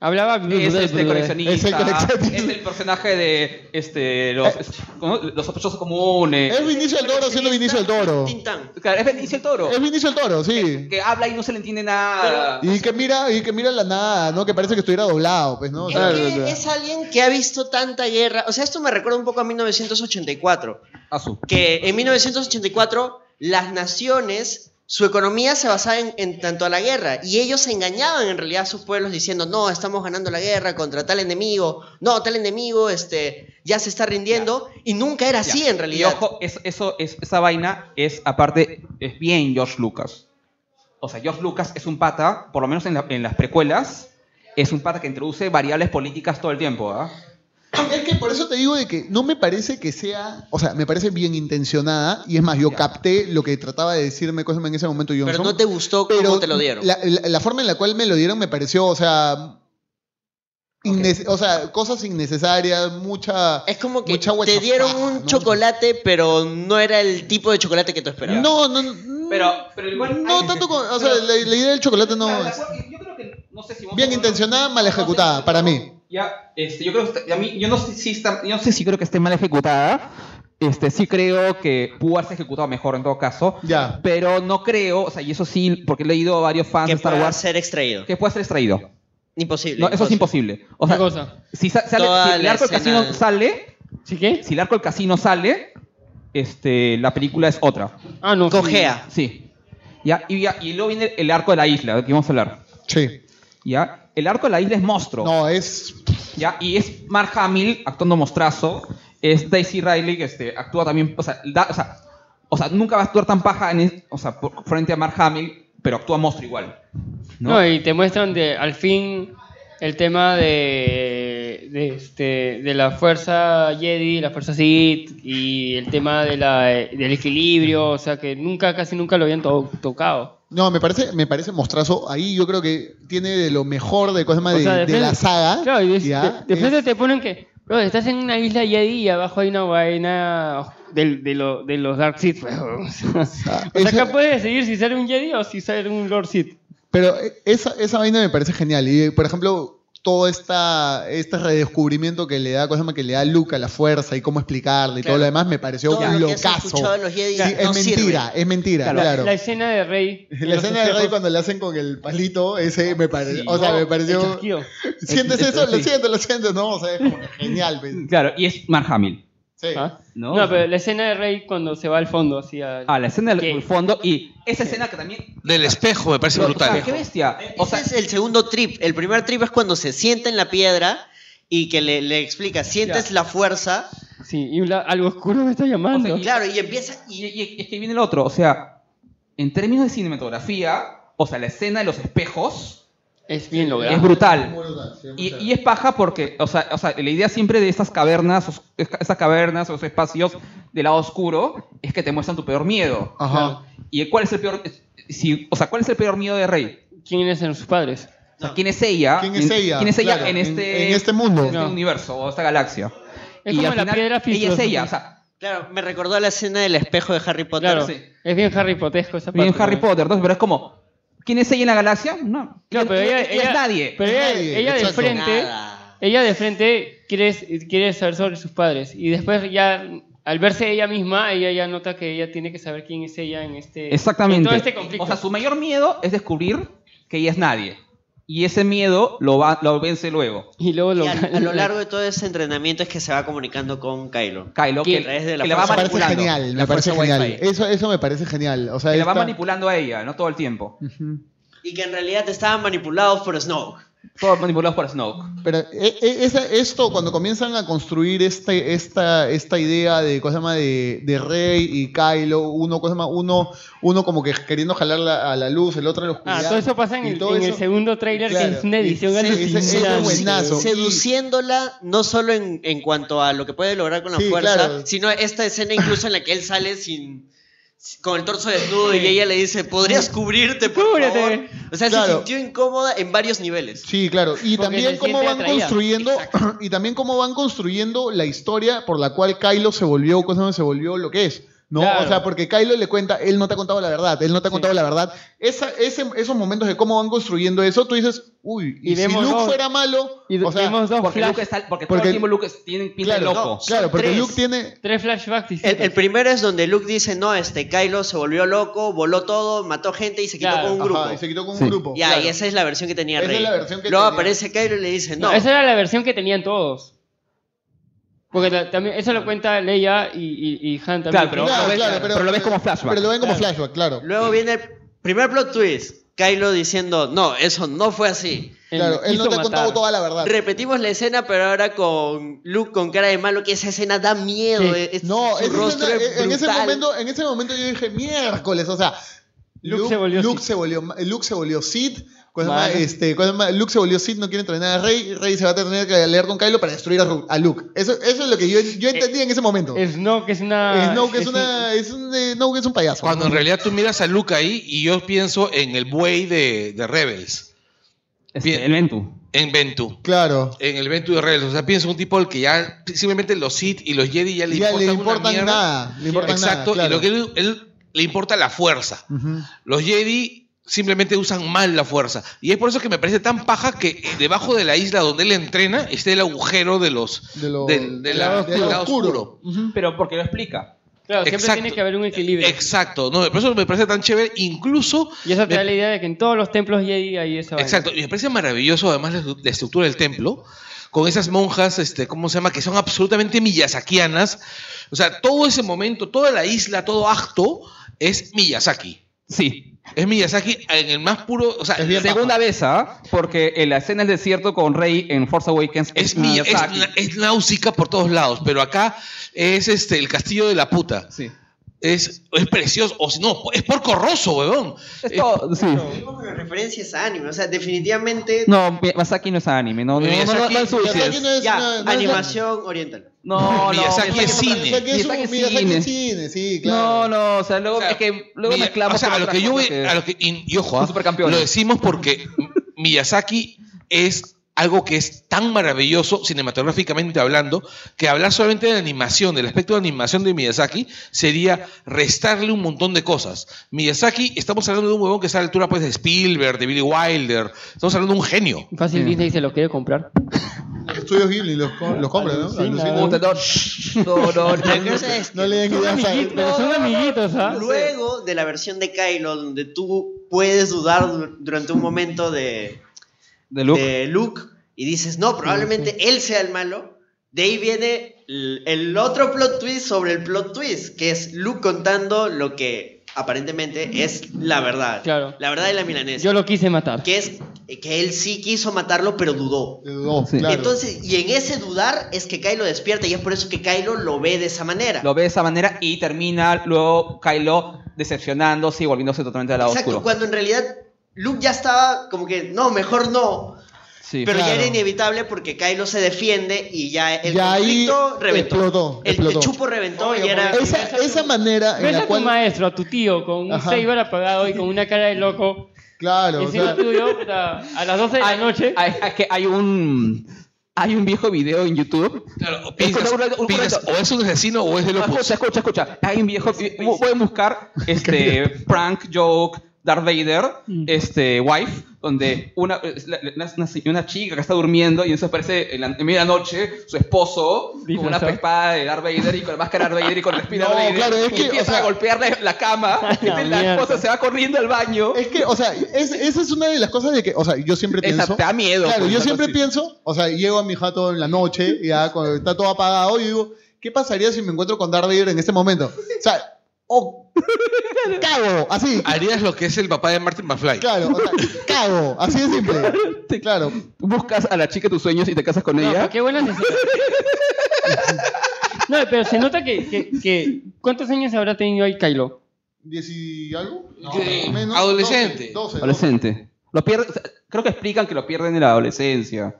Speaker 3: Hablaba.
Speaker 1: Es este coleccionista.
Speaker 4: Es el coleccionista. Eh,
Speaker 1: es el personaje de este, los, ¿cómo? los sospechosos comunes.
Speaker 4: Es Vinicio del Toro siendo Vinicio del Toro.
Speaker 1: Claro, es Benicio el toro.
Speaker 4: Es Vinicio del Toro, sí.
Speaker 1: Que habla y no se le entiende nada.
Speaker 4: Y que mira, y que mira la nada, ¿no? Que parece que estuviera doblado, pues, ¿no? O
Speaker 7: Es,
Speaker 4: sea,
Speaker 7: que es alguien que ha visto tanta guerra. O sea, esto me recuerda un poco a 1984.
Speaker 4: Ah,
Speaker 7: Que en 1984 las naciones, su economía se basaba en, en tanto a la guerra. Y ellos se engañaban en realidad a sus pueblos diciendo, no, estamos ganando la guerra contra tal enemigo. No, tal enemigo este, ya se está rindiendo. Y nunca era así
Speaker 1: Ya.
Speaker 7: en realidad.
Speaker 1: Y ojo, es- eso, es, esa vaina es, aparte, es bien George Lucas. O sea, George Lucas es un pata, por lo menos en, la- en las precuelas, es un pata que introduce variables políticas todo el tiempo, ¿ah?
Speaker 4: Es que por eso te digo de que no me parece que sea, o sea, me parece bien intencionada y es más, yo capté lo que trataba de decirme Cosme en ese momento Johnson.
Speaker 7: Pero no te gustó
Speaker 4: Pero
Speaker 7: cómo te lo dieron.
Speaker 4: La, la- la forma en la cual me lo dieron me pareció, o sea, innece- o sea, cosas innecesarias, mucha
Speaker 7: Es como
Speaker 4: que
Speaker 7: Te dieron un chocolate, pero no era el tipo de chocolate que tú esperabas.
Speaker 4: No, no, no.
Speaker 1: Pero, pero igual.
Speaker 4: No tanto con, o sea, la, la idea del chocolate no es
Speaker 1: No sé si
Speaker 4: bien intencionada, mal ejecutada para mí.
Speaker 1: Ya, este, yo creo que está- a mí, yo no sé si está- yo no sé si creo que esté mal ejecutada. Este, sí creo que pudo haberse ejecutado mejor en todo caso.
Speaker 4: Ya.
Speaker 1: Pero no creo, o sea, y eso sí, porque he leído a varios fans de Star
Speaker 7: pueda
Speaker 1: Wars.
Speaker 7: ser extraído.
Speaker 1: Que pueda ser extraído.
Speaker 7: Imposible.
Speaker 1: No, eso es imposible. O sea, si sa- sale-
Speaker 7: Toda
Speaker 1: si el
Speaker 7: la
Speaker 1: arco del
Speaker 7: escena-
Speaker 1: casino sale, si el arco del casino sale, este, la película es otra.
Speaker 3: Ah, no.
Speaker 7: Cojea.
Speaker 1: Sí. Ya, y, ya- y luego viene el arco de la isla, de que vamos a hablar.
Speaker 4: Sí.
Speaker 1: Ya, el arco de la isla es monstruo.
Speaker 4: No, es.
Speaker 1: Ya, y es Mark Hamill actuando mostrazo. Es Daisy Riley que este, actúa también. O sea, da- o, sea, o sea, nunca va a actuar tan paja en es- o sea, por- frente a Mark Hamill, pero actúa monstruo igual.
Speaker 3: No, y te muestran de, al fin el tema de, de, este, de la fuerza Jedi, la fuerza Sith y el tema de la, del equilibrio, o sea que nunca, casi nunca lo habían to- tocado.
Speaker 4: No, me parece, me parece mostrazo. Ahí yo creo que tiene de lo mejor de Cosma
Speaker 3: O
Speaker 4: de,
Speaker 3: sea, de
Speaker 4: de
Speaker 3: frente-
Speaker 4: la saga.
Speaker 3: Claro, y de,
Speaker 4: ¿ya?
Speaker 3: de- de frente te ponen que, bro, estás en una isla Jedi y abajo hay una vaina del- de, lo- de los Dark Sith. weón. O sea, o sea,
Speaker 4: ese-
Speaker 3: acá puedes decidir si ser un Jedi o si ser un Lord Sith.
Speaker 4: Pero eh, esa, esa vaina me parece genial. Y, eh, por ejemplo, todo esta, este redescubrimiento que le da Cosma, que le da Luke a la fuerza y cómo explicarle y todo lo demás, me pareció
Speaker 7: Todo
Speaker 4: un
Speaker 7: lo que has
Speaker 4: locazo.
Speaker 7: escuchado de los Jedi
Speaker 4: Sí,
Speaker 7: no
Speaker 4: es mentira,
Speaker 7: sirve.
Speaker 4: es mentira,
Speaker 3: Claro,
Speaker 4: claro.
Speaker 3: la- La escena de Rey. de
Speaker 4: La
Speaker 3: los
Speaker 4: escena de Rey
Speaker 3: espejos.
Speaker 4: cuando le hacen con el palito, ese me pareció.
Speaker 3: Sí,
Speaker 4: o sea,
Speaker 3: no,
Speaker 4: me
Speaker 3: el
Speaker 4: pareció.
Speaker 3: chasquido.
Speaker 4: ¿Sientes
Speaker 1: El- el-
Speaker 4: eso? Lo
Speaker 1: sí.
Speaker 4: siento, lo siento, ¿no? O sea, es como que genial. pues.
Speaker 1: Claro, y es Mark Hamill.
Speaker 4: Sí.
Speaker 1: ¿no?
Speaker 3: ¿Ah? No, pero la escena de Rey cuando se va al fondo, así al-
Speaker 1: Ah, la escena del fondo y esa escena que también
Speaker 2: Del espejo, me parece
Speaker 1: Pero,
Speaker 2: brutal.
Speaker 1: o sea, qué bestia.
Speaker 7: O sea, es el segundo trip. El primer trip es cuando se sienta en la piedra y que le, le explica, sientes la fuerza.
Speaker 3: Sí, y la- algo oscuro me está llamando.
Speaker 7: Claro, y empieza. Y,
Speaker 1: y es que viene el otro, o sea, en términos de cinematografía, o sea, la escena de los espejos
Speaker 3: es bien lograda.
Speaker 1: Es brutal. Y, y es paja porque, o sea, o sea, la idea siempre de estas cavernas, os- estas cavernas, esos espacios del lado oscuro, es que te muestran tu peor miedo.
Speaker 4: Ajá.
Speaker 1: ¿Y cuál es el peor, si, o sea, cuál es el peor miedo de Rey?
Speaker 3: ¿Quiénes eran sus padres?
Speaker 1: O sea, ¿quién es ella?
Speaker 4: ¿Quién es ella?
Speaker 1: ¿Quién es ella
Speaker 4: Claro,
Speaker 1: en,
Speaker 4: en-
Speaker 1: este,
Speaker 4: en este mundo.
Speaker 1: en este
Speaker 4: No.
Speaker 1: universo o esta galaxia?
Speaker 3: Es como
Speaker 1: al
Speaker 3: la piedra
Speaker 1: Ella es
Speaker 3: filosofal.
Speaker 1: ella, o sea,
Speaker 7: Claro, me recordó la escena del espejo de Harry Potter.
Speaker 1: Claro.
Speaker 7: Sí.
Speaker 3: Es bien Harry Potesco esa
Speaker 1: bien
Speaker 3: parte.
Speaker 1: Harry Potter, ¿no? pero es como, ¿quién es ella en la galaxia? No,
Speaker 3: Claro, pero ella,
Speaker 1: es
Speaker 3: ella-
Speaker 1: nadie.
Speaker 3: Pero ella, ella de
Speaker 1: exacto.
Speaker 3: frente, ella de frente quiere, quiere saber sobre sus padres. Y después ya, al verse ella misma, ella ya nota que ella tiene que saber quién es ella en este...
Speaker 1: Exactamente.
Speaker 3: en todo este conflicto.
Speaker 1: O sea, su mayor miedo es descubrir que ella es nadie. Y ese miedo lo, va, lo vence luego.
Speaker 3: Y luego
Speaker 7: Y a, a lo largo de todo ese entrenamiento es que se va comunicando con Kylo.
Speaker 1: Kylo,
Speaker 7: que,
Speaker 1: que-
Speaker 7: a través de la
Speaker 1: que le va
Speaker 7: fuerza
Speaker 4: Me parece
Speaker 7: manipulando.
Speaker 4: genial, me
Speaker 1: la
Speaker 4: parece
Speaker 1: fuerza
Speaker 4: genial.
Speaker 1: Wi-Fi.
Speaker 4: Eso, eso me parece genial. O sea,
Speaker 1: la va
Speaker 4: esta-
Speaker 1: manipulando a ella, ¿no? Todo el tiempo.
Speaker 7: Y que en realidad estaban manipulados por Snoke.
Speaker 1: Todos manipulados por Snoke.
Speaker 4: Pero eh, eh, esa- esto, cuando comienzan a construir este, esta, esta idea de, ¿cómo se llama? De, de Rey y Kylo, uno, ¿cómo se llama? Uno, uno como que queriendo jalar la- a la luz, el otro a la
Speaker 3: Ah,
Speaker 4: oscuridad.
Speaker 3: todo eso pasa en,
Speaker 4: y
Speaker 3: el,
Speaker 4: todo
Speaker 3: en el
Speaker 4: eso-
Speaker 3: segundo tráiler
Speaker 4: claro.
Speaker 3: que es una edición
Speaker 4: Y- sí, ese- ese
Speaker 3: alucinante.
Speaker 4: es buenazo.
Speaker 7: Seduciéndola no solo en, en cuanto a lo que puede lograr con la
Speaker 4: Sí,
Speaker 7: fuerza,
Speaker 4: claro.
Speaker 7: sino esta escena incluso en la que él sale sin con el torso desnudo y ella le dice, ¿podrías cubrirte, por favor?". O sea, se
Speaker 4: Claro.
Speaker 7: sintió incómoda en varios niveles.
Speaker 4: Sí, claro.
Speaker 7: Porque
Speaker 4: Y también
Speaker 7: se
Speaker 4: cómo
Speaker 7: siente
Speaker 4: van
Speaker 7: atraída.
Speaker 4: construyendo y también cómo van construyendo la historia por la cual Kylo se volvió, cosa no se volvió lo que es. ¿No?
Speaker 8: Claro.
Speaker 4: O sea, porque Kylo le cuenta, él no te ha contado la verdad, él no te ha contado la verdad. Esa- ese- esos momentos de cómo van construyendo eso, tú dices, uy, y,
Speaker 1: Y
Speaker 4: si
Speaker 1: vemos
Speaker 4: Luke
Speaker 1: dos-
Speaker 4: fuera malo, o sea,
Speaker 1: porque Luke está, porque, todo
Speaker 4: porque-
Speaker 1: el tiempo Luke es- tiene pinta de loco.
Speaker 4: tiene
Speaker 3: tres flashbacks
Speaker 7: El, el primero es donde Luke dice, no, este Kylo se volvió loco, voló todo, mató gente y se quitó
Speaker 3: Claro.
Speaker 7: con un
Speaker 3: Ajá,
Speaker 7: grupo.
Speaker 3: y se
Speaker 4: quitó con
Speaker 1: un Sí. grupo,
Speaker 7: Ya, y
Speaker 3: claro.
Speaker 7: esa es la versión que tenía
Speaker 3: Esa
Speaker 7: Rey.
Speaker 3: es la versión que
Speaker 7: Luego
Speaker 3: tenía.
Speaker 7: aparece Kylo y le dice, no.
Speaker 3: No, esa era la versión que tenían todos. Porque la- también eso lo cuenta Leia y, y, y Han también.
Speaker 7: Claro, pero Claro, lo ves-
Speaker 4: claro, pero- pero lo ves como
Speaker 1: flashback.
Speaker 4: pero lo ven como flashback, claro.
Speaker 7: Luego viene el primer plot twist. Kylo diciendo, no, eso no fue así.
Speaker 4: Claro, él no te ha contado toda la verdad.
Speaker 7: Repetimos la escena, pero ahora con Luke con cara de malo, que esa escena da miedo.
Speaker 4: No, esa
Speaker 7: eh, rostro
Speaker 4: escena-
Speaker 7: es
Speaker 4: en, ese
Speaker 7: brutal.
Speaker 4: momento, en ese momento yo dije, miércoles, o sea, Luke, Luke se volvió Luke se volvió, Sid. cosa más,
Speaker 8: Vale.
Speaker 4: este, cosa más, Luke se volvió Sid, no quiere entrenar a Rey. Rey se va a tener que aliar con Kylo para destruir a, Ru- a Luke. Eso, eso es lo que yo, yo entendí en ese momento.
Speaker 3: Snoke es una.
Speaker 4: Snoke es, una, es un, eh, Snoke es un payaso.
Speaker 2: Cuando en realidad tú miras a Luke ahí y yo pienso en el buey de, de Rebels.
Speaker 1: el Ventu.
Speaker 2: En Ventu.
Speaker 4: Claro.
Speaker 2: En el Ventu de Rebels. O sea, pienso en un tipo al que ya simplemente los Sith y los Jedi ya le
Speaker 4: Ya
Speaker 2: importan,
Speaker 4: le
Speaker 2: una
Speaker 4: importan
Speaker 2: mierda.
Speaker 4: nada. Le importan
Speaker 2: Exacto.
Speaker 4: nada,
Speaker 2: Y lo que él, él le importa la fuerza. Los Jedi simplemente usan mal la fuerza. Y es por eso que me parece tan paja que debajo de la isla donde él entrena esté el agujero de los...
Speaker 4: De lo-
Speaker 2: del- del lado- del lado oscuro.
Speaker 1: Pero porque lo explica.
Speaker 3: Claro, siempre
Speaker 2: Exacto.
Speaker 3: tiene que haber un equilibrio.
Speaker 2: Exacto, no, por eso me parece tan chévere, incluso...
Speaker 3: Y eso te
Speaker 2: me-
Speaker 3: da la idea de que en todos los templos Jedi hay esa vaina.
Speaker 2: Exacto, y me parece maravilloso además la, estru- la estructura del templo, con esas monjas, este, ¿cómo se llama?, que son absolutamente miyazakianas. O sea, todo ese momento, toda la isla, todo acto es Miyazaki.
Speaker 1: Sí.
Speaker 2: Es Miyazaki en el más puro, o sea,
Speaker 1: Segunda vez, ¿ah? Porque en la escena del desierto con Rey en Force Awakens
Speaker 2: es, Miya- es na- es náusica por todos lados, pero acá es este el castillo de la puta. Es, es precioso, o si no, es porco roso, huevón. Es-
Speaker 7: Seguimos con las referencias a anime, o sea, definitivamente...
Speaker 1: No, Mi- Masaki no es anime, no, no, no, no, no,
Speaker 7: Eh, Miyazaki-
Speaker 1: no ensucies.
Speaker 7: Miyazaki no es Ya,
Speaker 4: una- no es-
Speaker 7: animación oriental.
Speaker 1: No, no,
Speaker 2: Miyazaki es cine.
Speaker 4: Miyazaki es un-
Speaker 1: Miyazaki es
Speaker 4: Miyazaki es
Speaker 1: cine.
Speaker 4: cine, sí, claro.
Speaker 1: No, no, o sea, luego es que luego
Speaker 2: Miya-
Speaker 1: mezclamos
Speaker 2: o sea,
Speaker 1: con
Speaker 2: a lo
Speaker 1: otras
Speaker 2: que yo voy,
Speaker 1: cosas que-
Speaker 2: a lo que- y, y ojo, ah,
Speaker 1: supercampeones.
Speaker 2: lo decimos porque Miyazaki es algo que es tan maravilloso cinematográficamente hablando, que hablar solamente de animación, del aspecto de animación de Miyazaki, sería restarle un montón de cosas. Miyazaki, estamos hablando de un huevón que está a la altura pues, de Spielberg, de Billy Wilder, estamos hablando de un genio.
Speaker 3: Fácil Disney se lo quiere comprar.
Speaker 4: Los estudios Ghibli los, co- los compran, ¿no?
Speaker 3: Alucina.
Speaker 4: Alucina.
Speaker 1: No, no,
Speaker 4: No le den
Speaker 7: Son
Speaker 4: ideas a-
Speaker 7: amiguitos, pero son
Speaker 3: amiguitos, ¿ah?
Speaker 7: Luego de la versión de Kylo, donde tú puedes dudar du- durante un momento de,
Speaker 1: de, Luke.
Speaker 7: y dices, no, probablemente él sea el malo, de ahí viene l- el otro plot twist sobre el plot twist, que es Luke contando lo que aparentemente es la verdad.
Speaker 3: Claro.
Speaker 7: La verdad de la milanesa.
Speaker 3: Yo lo quise matar.
Speaker 7: Que es que él sí quiso matarlo, pero dudó.
Speaker 4: Dudó,
Speaker 1: Sí. claro.
Speaker 7: Entonces, y en ese dudar es que Kylo despierta, y es por eso que Kylo lo ve de esa manera.
Speaker 1: Lo ve de esa manera y termina luego Kylo decepcionándose y volviéndose totalmente al lado
Speaker 7: Exacto,
Speaker 1: oscuro.
Speaker 7: cuando en realidad Luke ya estaba como que, no, mejor no.
Speaker 1: Sí.
Speaker 7: pero ya
Speaker 1: Claro.
Speaker 7: era inevitable porque Kylo se defiende y ya el
Speaker 4: Ya ahí
Speaker 7: conflicto reventó.
Speaker 4: explotó,
Speaker 7: el,
Speaker 4: explotó.
Speaker 7: el chupo reventó y era...
Speaker 4: Esa, esa manera en
Speaker 3: Ves a
Speaker 4: la
Speaker 3: tu
Speaker 4: cual.
Speaker 3: maestro, a tu tío, con un
Speaker 4: Ajá.
Speaker 3: saber apagado y con una cara de loco.
Speaker 4: Claro,
Speaker 3: Y
Speaker 4: o
Speaker 3: encima
Speaker 4: sea-
Speaker 3: tuyo, puta, a las 12 de la noche.
Speaker 1: Hay, hay que- hay un hay un viejo video en YouTube.
Speaker 2: piensas-
Speaker 1: Escucha, un- un-
Speaker 2: piensas,
Speaker 1: un-
Speaker 2: o es un asesino o es de los
Speaker 1: Escucha, escucha, escucha. Hay un viejo bu- pueden buscar este prank joke Darth Vader,
Speaker 4: Mm.
Speaker 1: este wife, donde una, es la- la- una, una chica que está durmiendo y entonces aparece en, la, en media noche su esposo con una
Speaker 4: Disfrazado.
Speaker 1: espada de Darth Vader y con la máscara de Darth Vader y con la espina de
Speaker 4: No,
Speaker 1: Darth Vader.
Speaker 4: claro, es
Speaker 1: y
Speaker 4: que, o
Speaker 1: empieza
Speaker 4: sea-
Speaker 1: a golpearle la cama. entonces la
Speaker 4: mierda.
Speaker 1: esposa se va corriendo al baño.
Speaker 4: Es que, o sea, es- esa es una de las cosas de que, o sea, yo siempre
Speaker 1: Esa
Speaker 4: pienso.
Speaker 1: te da miedo,
Speaker 4: Claro,
Speaker 1: pues,
Speaker 4: yo
Speaker 1: una
Speaker 4: siempre
Speaker 1: cosa así.
Speaker 4: pienso, o sea, llego a mi jato en la noche, ya cuando está todo apagado, y digo, ¿qué pasaría si me encuentro con Darth Vader en este momento? O sea, o cago,
Speaker 1: Ah,
Speaker 4: así.
Speaker 2: Harías lo que es el papá de Martin McFly.
Speaker 4: Claro, o sea, cago, así de simple. Sí, claro.
Speaker 1: Buscas a la chica de tus sueños y te casas con ella.
Speaker 3: No, qué buena necesidad. No, pero se nota que, que, que- ¿Cuántos años habrá tenido ahí Kylo?
Speaker 4: ¿Diez y algo? No,
Speaker 2: Sí,
Speaker 4: menos, 12,
Speaker 2: adolescente.
Speaker 4: 12,
Speaker 1: Adolescente. Lo pierde, creo que explican que lo pierden en la adolescencia.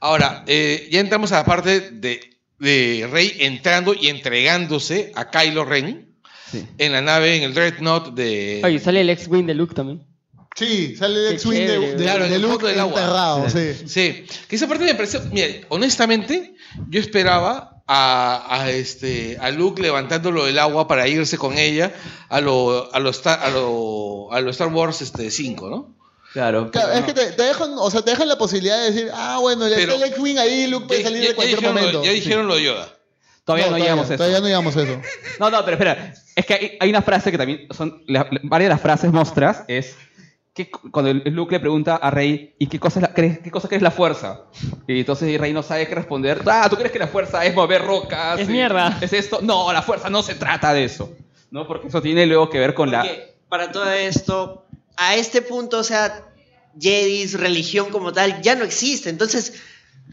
Speaker 2: Ahora, eh, ya entramos a la parte de, de Rey entrando y entregándose a Kylo Ren en la nave, en el Dreadnought de...
Speaker 3: Oye, sale el ex-wing de Luke también.
Speaker 4: Sí, sale el
Speaker 3: Qué
Speaker 4: X-Wing de,
Speaker 3: chévere,
Speaker 4: de-
Speaker 2: Claro,
Speaker 4: de
Speaker 2: en el
Speaker 4: Luke
Speaker 2: fondo del agua.
Speaker 4: enterrado, sí.
Speaker 2: Sí, que esa parte me pareció, mire, honestamente, yo esperaba a, a este a Luke levantándolo del agua para irse con ella a lo a lo Star, a lo, a lo Star Wars este 5, ¿no?
Speaker 1: Claro.
Speaker 4: Claro, es que te, te dejan, o sea, te dejan la posibilidad de decir, ah, bueno, le
Speaker 2: Pero-
Speaker 4: está el X-Wing ahí, Luke puede salir de
Speaker 2: ya
Speaker 4: cualquier
Speaker 2: dijeron,
Speaker 4: momento.
Speaker 2: lo, ya
Speaker 4: Sí.
Speaker 2: dijeron lo de Yoda.
Speaker 1: Todavía no,
Speaker 4: No,
Speaker 1: llegamos
Speaker 4: todavía-
Speaker 1: a eso.
Speaker 4: todavía no llegamos a eso.
Speaker 1: No, no, pero espera. Es que hay, hay una frase que también son. la- la- varias de las frases mostras es. Que cu- cuando el- Luke le pregunta a Rey, ¿y qué cosa, es la, crees, qué cosa crees la fuerza? Y entonces Rey no sabe qué responder. Ah, ¿tú crees que la fuerza es mover rocas? Es mierda. Es esto. No, la fuerza no se trata de eso. ¿No? Porque eso tiene luego que ver con la.
Speaker 7: Para todo esto, a este punto, o sea, Jedis, religión como tal, ya no existe. Entonces,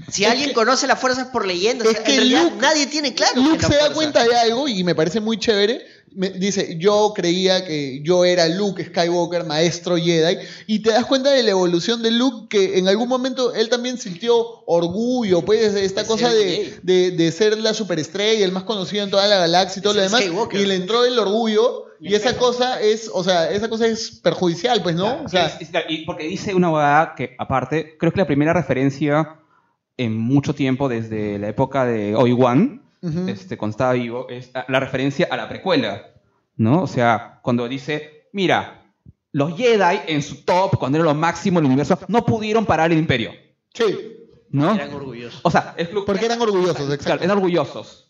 Speaker 7: si alguien conoce la fuerza es por leyenda. o sea, en realidad nadie tiene claro.
Speaker 4: Luke
Speaker 7: que la
Speaker 4: se da
Speaker 7: fuerza-
Speaker 4: cuenta de algo y me parece muy chévere. Me- dice, yo creía que yo era Luke Skywalker, maestro Jedi, y te das cuenta de la evolución de Luke, que en algún momento él también sintió orgullo, pues esta cosa
Speaker 7: ser
Speaker 4: de, de- de ser la superestrella, el más conocido en toda la galaxia y todo lo demás, y le entró el orgullo, y esa cosa es, o sea, esa cosa es perjudicial, pues, ¿no? O sea,
Speaker 1: Es- es- y porque dice una huevada que, aparte, creo que la primera referencia en mucho tiempo desde la época de Obi-Wan,
Speaker 4: ujú.
Speaker 1: este, cuando estaba vivo, es a- la referencia a la precuela, ¿no? O sea, cuando dice, mira, los Jedi en su top, cuando era lo máximo del universo, no pudieron parar el imperio,
Speaker 4: sí,
Speaker 1: ¿no?
Speaker 7: Eran orgullosos.
Speaker 1: O sea, es
Speaker 4: porque eran orgullosos,
Speaker 1: Claro, eran orgullosos.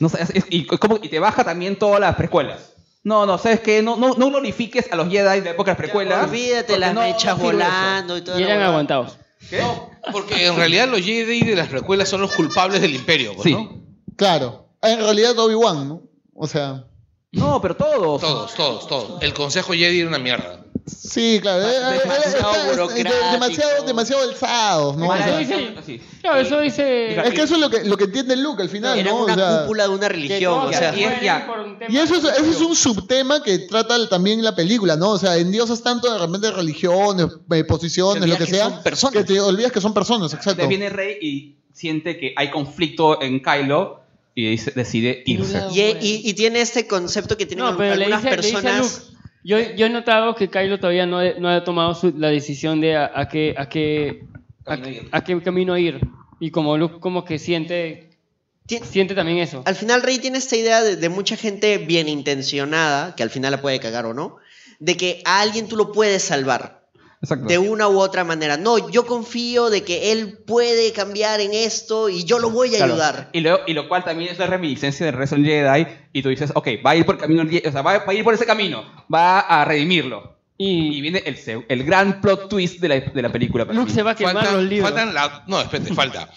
Speaker 1: No, sé, es- es- y, como- y te baja también todas las precuelas. No, no, ¿sabes qué? No, no, no glorifiques a los Jedi de época de las precuelas.
Speaker 7: Olvídate
Speaker 1: porque
Speaker 7: las
Speaker 1: no-
Speaker 7: mechas
Speaker 1: no sirve eso.
Speaker 7: volando y todo.
Speaker 3: aguantados.
Speaker 2: Porque en realidad los Jedi de las precuelas son los culpables del imperio, pues, ¿no?
Speaker 4: claro. En realidad Obi-Wan, ¿no? O sea...
Speaker 1: No, pero todos.
Speaker 2: Todos, todos, todos. El Consejo Jedi era una mierda.
Speaker 4: Sí, claro. eh, eh,
Speaker 2: demasiado
Speaker 4: está- está- es-
Speaker 2: burocrático.
Speaker 4: demasiado, demasiado alzados, ¿no? O sea,
Speaker 3: Claro, eso dice.
Speaker 4: es que eso es lo que, lo que entiende Luke al final,
Speaker 7: Era
Speaker 4: ¿no? O
Speaker 7: una
Speaker 4: sea,
Speaker 7: cúpula de una religión.
Speaker 4: todo
Speaker 7: O sea,
Speaker 4: se fue y eso es, eso es un subtema que trata el- también la película, ¿no? O sea, endiosas tanto de repente religiones, eh, posiciones, lo que sea, que te olvidas que son personas, exacto.
Speaker 1: Entonces viene Rey y siente que hay conflicto en Kylo y dice- decide irse.
Speaker 7: Y, y- y tiene este concepto que tienen
Speaker 3: No, pero le
Speaker 7: algunas
Speaker 3: dice, le dice a
Speaker 7: personas.
Speaker 3: Luke, yo, yo he notado que Kylo todavía no, he- no ha tomado su- la decisión de a, a qué a qué a, a qué camino ir. Y como Luke como que siente siente también eso.
Speaker 7: Al final Rey tiene esta idea de, de mucha gente bien intencionada, que al final la puede cagar o no, de que a alguien tú lo puedes salvar. De una u otra manera. No, yo confío de que él puede cambiar en esto y yo lo voy a
Speaker 1: Claro.
Speaker 7: ayudar.
Speaker 1: Y lo, y lo cual también es la reminiscencia de Reson Jedi. Y tú dices, ok, va a ir por, camino, o sea, va, va a ir por ese camino. Va a redimirlo. Y, viene el, se- el gran plot twist de la, de la película. pues. para mí.
Speaker 2: faltan, faltan la- no, espérate, falta.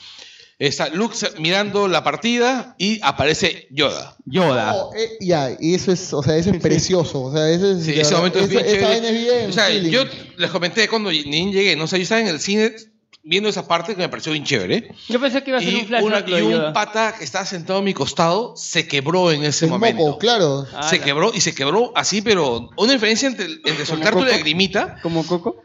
Speaker 2: Está Luke se- mirando la partida y aparece Yoda.
Speaker 1: Yoda.
Speaker 4: Oh, eh, ya, y eso es, o sea, eso es precioso. O sea, ese, es-
Speaker 2: Sí,
Speaker 4: de
Speaker 2: ese
Speaker 4: verdad,
Speaker 2: momento es
Speaker 4: esa-
Speaker 2: bien
Speaker 4: esa
Speaker 2: chévere.
Speaker 4: vaina es bien
Speaker 2: O sea,
Speaker 4: feeling.
Speaker 2: yo les comenté cuando ni llegué, no sé, yo estaba en el cine viendo esa parte que me pareció bien chévere.
Speaker 3: Yo pensé que iba a ser
Speaker 2: Y,
Speaker 3: un flashback
Speaker 2: una-
Speaker 3: lo de
Speaker 2: y un
Speaker 3: Yoda.
Speaker 2: pata que estaba sentado a mi costado se quebró en ese momento.
Speaker 4: claro.
Speaker 2: Se quebró y se quebró así, pero una diferencia entre, entre soltar tu
Speaker 3: Coco?
Speaker 2: lagrimita.
Speaker 3: ¿Como Coco?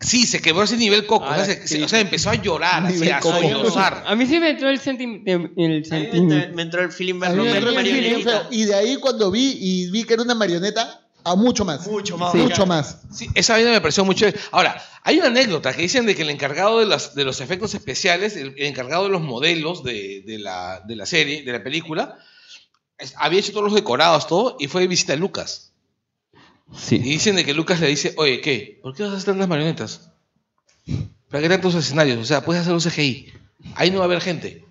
Speaker 2: Sí, se quebró ese nivel Coco.
Speaker 4: Ah,
Speaker 2: o, sea, se- se- o sea, empezó a llorar, así, a sollozar.
Speaker 3: A mí sí me entró el sentimiento. El sentimiento.
Speaker 7: Me entró el film
Speaker 4: A mí me entró el feeling bien feo. Y de ahí cuando vi y vi que era una marioneta, a mucho más. Mucho
Speaker 2: más.
Speaker 4: Mucho más.
Speaker 2: Sí, esa vaina me pareció muy chévere. Ahora, hay una anécdota que dicen de que el encargado de, las- de los efectos especiales, el, el encargado de los modelos de, de la, de la serie, de la película, es- había hecho todos los decorados, todo, y fue de visita a Lucas.
Speaker 1: Sí.
Speaker 2: Y dicen de que Lucas le dice, oye, ¿qué? ¿Por qué vas a hacer tantas marionetas? ¿Para qué tantos escenarios? O sea, puedes hacer un CGI. Ahí no va a haber gente.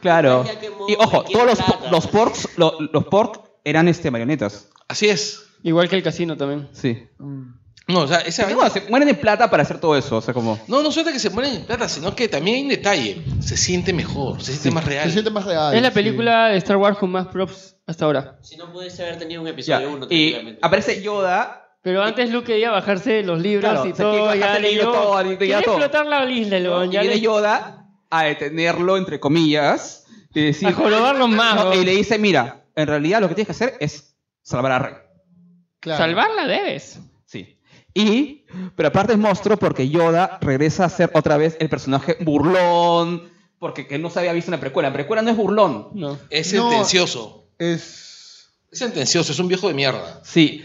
Speaker 1: Claro. Y ojo, todos los, los porks, lo- los, pork eran este, marionetas.
Speaker 2: Así es. Mm.
Speaker 3: Igual que el casino también.
Speaker 1: Sí.
Speaker 2: No, o sea, esa
Speaker 1: vaina- se mueren de plata para hacer todo eso. O sea, como.
Speaker 2: No, no suelta que se mueren en plata, sino que también hay un detalle. Se siente mejor, se siente más real.
Speaker 4: Se siente más real.
Speaker 3: Es la película de Star Wars con más props hasta ahora.
Speaker 7: Si no pudiese haber tenido un episodio 1,
Speaker 1: Y aparece Yoda.
Speaker 3: Pero antes Luke quería bajarse los libros
Speaker 1: Claro,
Speaker 3: y
Speaker 1: se tiene
Speaker 3: todo,
Speaker 1: que
Speaker 3: ya
Speaker 1: bajarse
Speaker 3: le
Speaker 1: el libro,
Speaker 3: dio-
Speaker 1: todo, ya
Speaker 3: quería
Speaker 1: todo.
Speaker 3: explotar la isla,
Speaker 1: Y
Speaker 3: weón. ya
Speaker 1: viene
Speaker 3: le-
Speaker 1: Yoda a detenerlo, entre comillas. Y decir,
Speaker 3: A jorobarlo más,
Speaker 1: No,
Speaker 3: weón.
Speaker 1: y le dice: Mira, en realidad lo que tienes que hacer es salvar a Rey.
Speaker 3: Salvarla debes.
Speaker 1: Sí. Y, pero aparte es monstruo porque Yoda regresa a ser otra vez el personaje burlón, porque que no se había visto en la precuela. En precuela no es burlón.
Speaker 3: No.
Speaker 2: Es
Speaker 1: No,
Speaker 2: sentencioso.
Speaker 4: Es.
Speaker 2: Es sentencioso, es un viejo de mierda.
Speaker 1: Sí.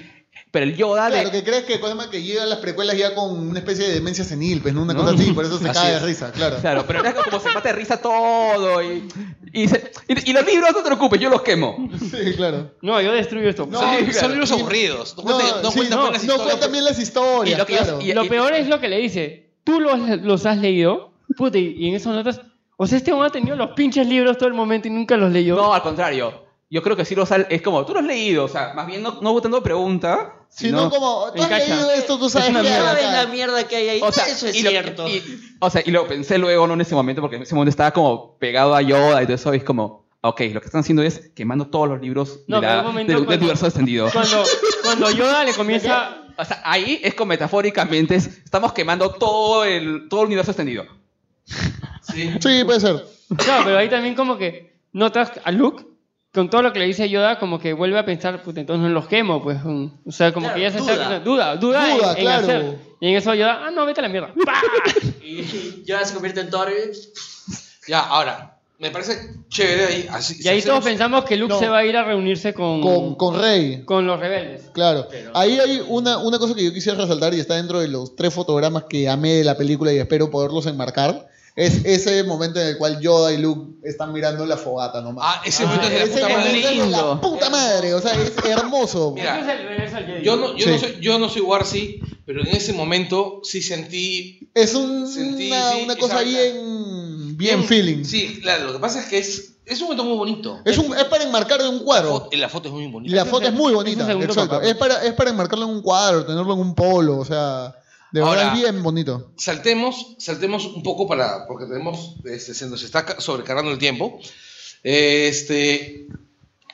Speaker 1: Pero el Yoda
Speaker 4: Claro, que crees que Cosma que llegan las precuelas ya con una especie de demencia senil, pues, ¿no? Una cosa así, por eso se
Speaker 1: Así
Speaker 4: cae de
Speaker 1: es.
Speaker 4: risa, claro.
Speaker 1: Claro, pero era como se mata de risa todo. Y, y, se- y- y los libros, no te preocupes, yo los quemo.
Speaker 4: Sí, claro.
Speaker 3: No, yo destruyo esto.
Speaker 1: No, Sí, son claro. libros
Speaker 2: aburridos.
Speaker 4: No, cuentan- no sí, cuentan no, bien las no historias. cuentan bien las historias,
Speaker 3: Y lo, que-
Speaker 4: claro.
Speaker 3: y lo peor es lo que le dice. Tú los, los has leído, puta, y y en esas notas. O sea, este hombre ha tenido los pinches libros todo el momento y nunca los leyó.
Speaker 1: No, al contrario. Yo creo que sí los al- es como, tú los has leído, o sea, más bien no, no votando pregunta.
Speaker 4: Si no, como, tú has
Speaker 1: encacha.
Speaker 4: leído esto, tú sabes
Speaker 1: una
Speaker 4: que
Speaker 1: mierda.
Speaker 4: acá-
Speaker 7: la mierda que hay ahí.
Speaker 1: O sea,
Speaker 7: eso es
Speaker 1: y lo-
Speaker 7: cierto.
Speaker 1: O sea, y lo pensé luego, no en ese momento, porque en ese momento estaba como pegado a Yoda y todo eso, y es como, ok, lo que están haciendo es quemando todos los libros
Speaker 3: No,
Speaker 1: de
Speaker 3: pero
Speaker 1: la,
Speaker 3: en un momento
Speaker 1: del- del
Speaker 3: cuando-
Speaker 1: universo extendido.
Speaker 3: Cuando, cuando Yoda le comienza.
Speaker 1: O sea, ahí es con metafóricamente, es- estamos quemando todo el, todo el universo extendido.
Speaker 4: Sí, puede ser.
Speaker 3: No, pero ahí también como que notas a Luke con todo lo que le dice Yoda, como que vuelve a pensar, puta, entonces no los quemo, pues. mm. O sea, como
Speaker 7: Claro,
Speaker 3: que ya se
Speaker 7: duda.
Speaker 3: está duda, duda, en-
Speaker 7: Duda,
Speaker 3: en,
Speaker 7: claro.
Speaker 3: hacer. Y en eso Yoda, ah, no, vete a la mierda. ¡Pah!
Speaker 7: Y ya se convierte en Thor.
Speaker 2: Ya, ahora, me parece chévere ahí. Así,
Speaker 3: Y ahí
Speaker 2: si
Speaker 3: todos
Speaker 2: hacemos-
Speaker 3: pensamos que Luke
Speaker 2: No.
Speaker 3: se va a ir a reunirse con,
Speaker 4: Con, con Rey.
Speaker 3: con los rebeldes.
Speaker 4: Claro. Ahí hay una, una cosa que yo quisiera resaltar y está dentro de los tres fotogramas que amé de la película y espero poderlos enmarcar. Es ese momento en el cual Yoda y Luke están mirando la fogata nomás.
Speaker 2: Ah, ese momento es de la puta
Speaker 4: momento
Speaker 2: madre.
Speaker 4: es de la puta madre. O sea, es hermoso.
Speaker 2: Mira, Eso es
Speaker 3: Jedi.
Speaker 2: Yo no, yo
Speaker 4: Sí.
Speaker 2: no soy, yo no soy Warsi, pero en ese momento sí sentí.
Speaker 4: Es un-
Speaker 2: sentí,
Speaker 4: una,
Speaker 2: sí,
Speaker 4: una
Speaker 2: esa
Speaker 4: cosa
Speaker 2: vaina.
Speaker 4: bien, bien feeling.
Speaker 2: Sí, claro, lo que pasa es que es, es un momento muy bonito.
Speaker 4: Es, un, es para enmarcar en un cuadro.
Speaker 2: Y la foto es muy
Speaker 4: Y
Speaker 2: bonita.
Speaker 4: la foto es muy bonita.
Speaker 2: segundo
Speaker 4: Exacto.
Speaker 2: papel.
Speaker 4: Es para, es para enmarcarlo en un cuadro, tenerlo en un polo. O sea, de verdad
Speaker 2: Ahora-
Speaker 4: es bien bonito.
Speaker 2: Saltemos, saltemos un poco para. Porque tenemos. Este, se nos está ca- sobrecargando el tiempo. Este.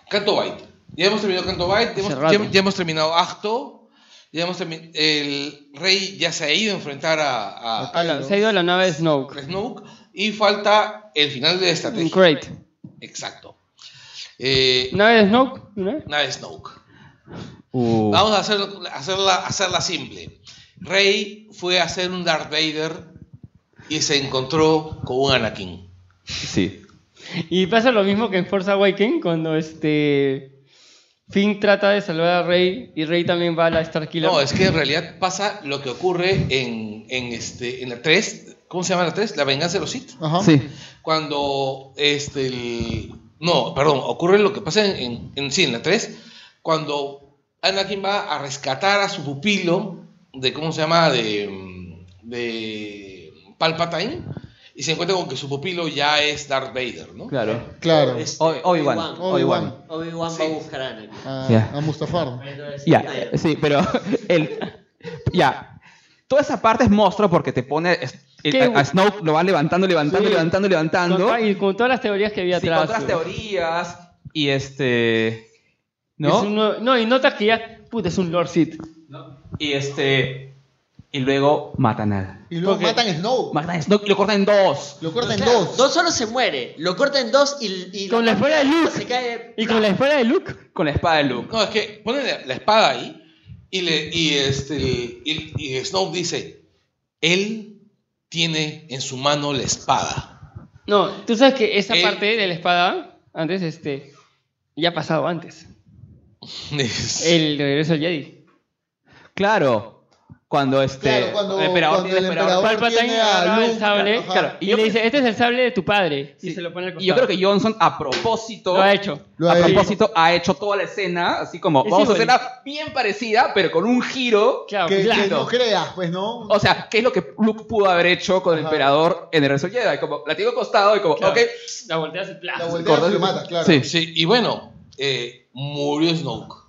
Speaker 2: Canto Byte. Ya hemos terminado Canto Byte. Ya, hemos-
Speaker 1: rato.
Speaker 2: ya- ya hemos terminado Acto. Ya hemos termi- El rey ya se ha ido a enfrentar a. a-
Speaker 3: Se ha ido a la nave de Snoke.
Speaker 2: Snoke. Y falta el final de la estrategia.
Speaker 3: Great.
Speaker 2: Exacto. Eh,
Speaker 3: Nave de Snoke. ¿no?
Speaker 2: nave Snoke.
Speaker 1: Uh.
Speaker 2: Vamos a hacer, hacerla, hacerla simple. Rey fue a hacer un Darth Vader y se encontró con un Anakin.
Speaker 1: Sí.
Speaker 3: Y pasa lo mismo que en Forza Awakens cuando este Finn trata de salvar a Rey y Rey también va a la Starkiller.
Speaker 2: No, es que en realidad pasa lo que ocurre en, en este, en la 3. ¿Cómo se llama la 3? La venganza de los Sith.
Speaker 1: Sí.
Speaker 2: Cuando este. el- no, perdón, ocurre lo que pasa en, en, en- sí, en la 3. Cuando Anakin va a rescatar a su pupilo de. ¿Cómo se llama? De. mm, de Palpatine. Y se encuentra con que su pupilo ya es Darth Vader, ¿no?
Speaker 1: Claro.
Speaker 4: Claro.
Speaker 1: Obi-Wan.
Speaker 4: Obi-Wan.
Speaker 7: Obi-Wan va a buscar a Anakin.
Speaker 4: A,
Speaker 1: Ya.
Speaker 4: ah, a Mustafar.
Speaker 1: Ya, sí, pero el, ya. Toda esa parte es monstruo porque te pone es- el-
Speaker 3: Qué
Speaker 1: a,
Speaker 3: bu-
Speaker 1: a Snoke lo va levantando, levantando,
Speaker 3: Sí.
Speaker 1: levantando, levantando.
Speaker 3: Con- y con todas las teorías que había
Speaker 1: Sí,
Speaker 3: atrás.
Speaker 1: con otras
Speaker 3: güey.
Speaker 1: teorías y este
Speaker 3: Es
Speaker 1: ¿no?
Speaker 3: uno- no, y notas que ya, puta, es un Lord Sith.
Speaker 1: y este y luego matan a
Speaker 4: Y luego
Speaker 1: Porque-
Speaker 4: matan a Snow.
Speaker 1: matan a Snoke y lo cortan en dos
Speaker 4: Lo cortan en
Speaker 7: Claro,
Speaker 4: dos.
Speaker 7: No solo se muere, lo corta en dos y. y
Speaker 3: Con la esfera de Luke.
Speaker 7: Se cae.
Speaker 3: Y con la esfera de Luke.
Speaker 1: con la espada de Luke
Speaker 2: No, es que ponen la, la espada ahí y, le, y, este, y, y Snoke dice, él tiene en su mano la espada.
Speaker 3: No, tú sabes que esa
Speaker 1: Eh.
Speaker 3: parte de la espada, antes, este, ya ha pasado antes. El regreso al Jedi.
Speaker 1: claro cuando este
Speaker 3: Claro, cuando-
Speaker 1: el emperador
Speaker 3: cuando
Speaker 1: tiene
Speaker 3: el
Speaker 1: el emperador.
Speaker 3: emperador Palpatine tiene a agarra el Luke, sable, ajá.
Speaker 1: Claro,
Speaker 3: Y, le dice, este es el sable de tu padre. Y se lo pone al
Speaker 1: y yo creo que Johnson a propósito
Speaker 3: Lo ha hecho. Lo
Speaker 1: a
Speaker 3: ha hecho.
Speaker 1: propósito ha hecho toda la escena así como
Speaker 3: Es
Speaker 1: vamos a
Speaker 3: simbólico.
Speaker 1: hacerla bien parecida pero con un giro
Speaker 4: Que, que no creas, pues, ¿no?
Speaker 1: O sea, ¿qué es lo que Luke pudo haber hecho con el emperador en el Rezo Jedi? Como, la tengo costado y como, ok.
Speaker 3: La volteas y plas.
Speaker 4: La volteas y lo mata, claro.
Speaker 1: Sí.
Speaker 2: Sí, y bueno, eh, murió Snoke.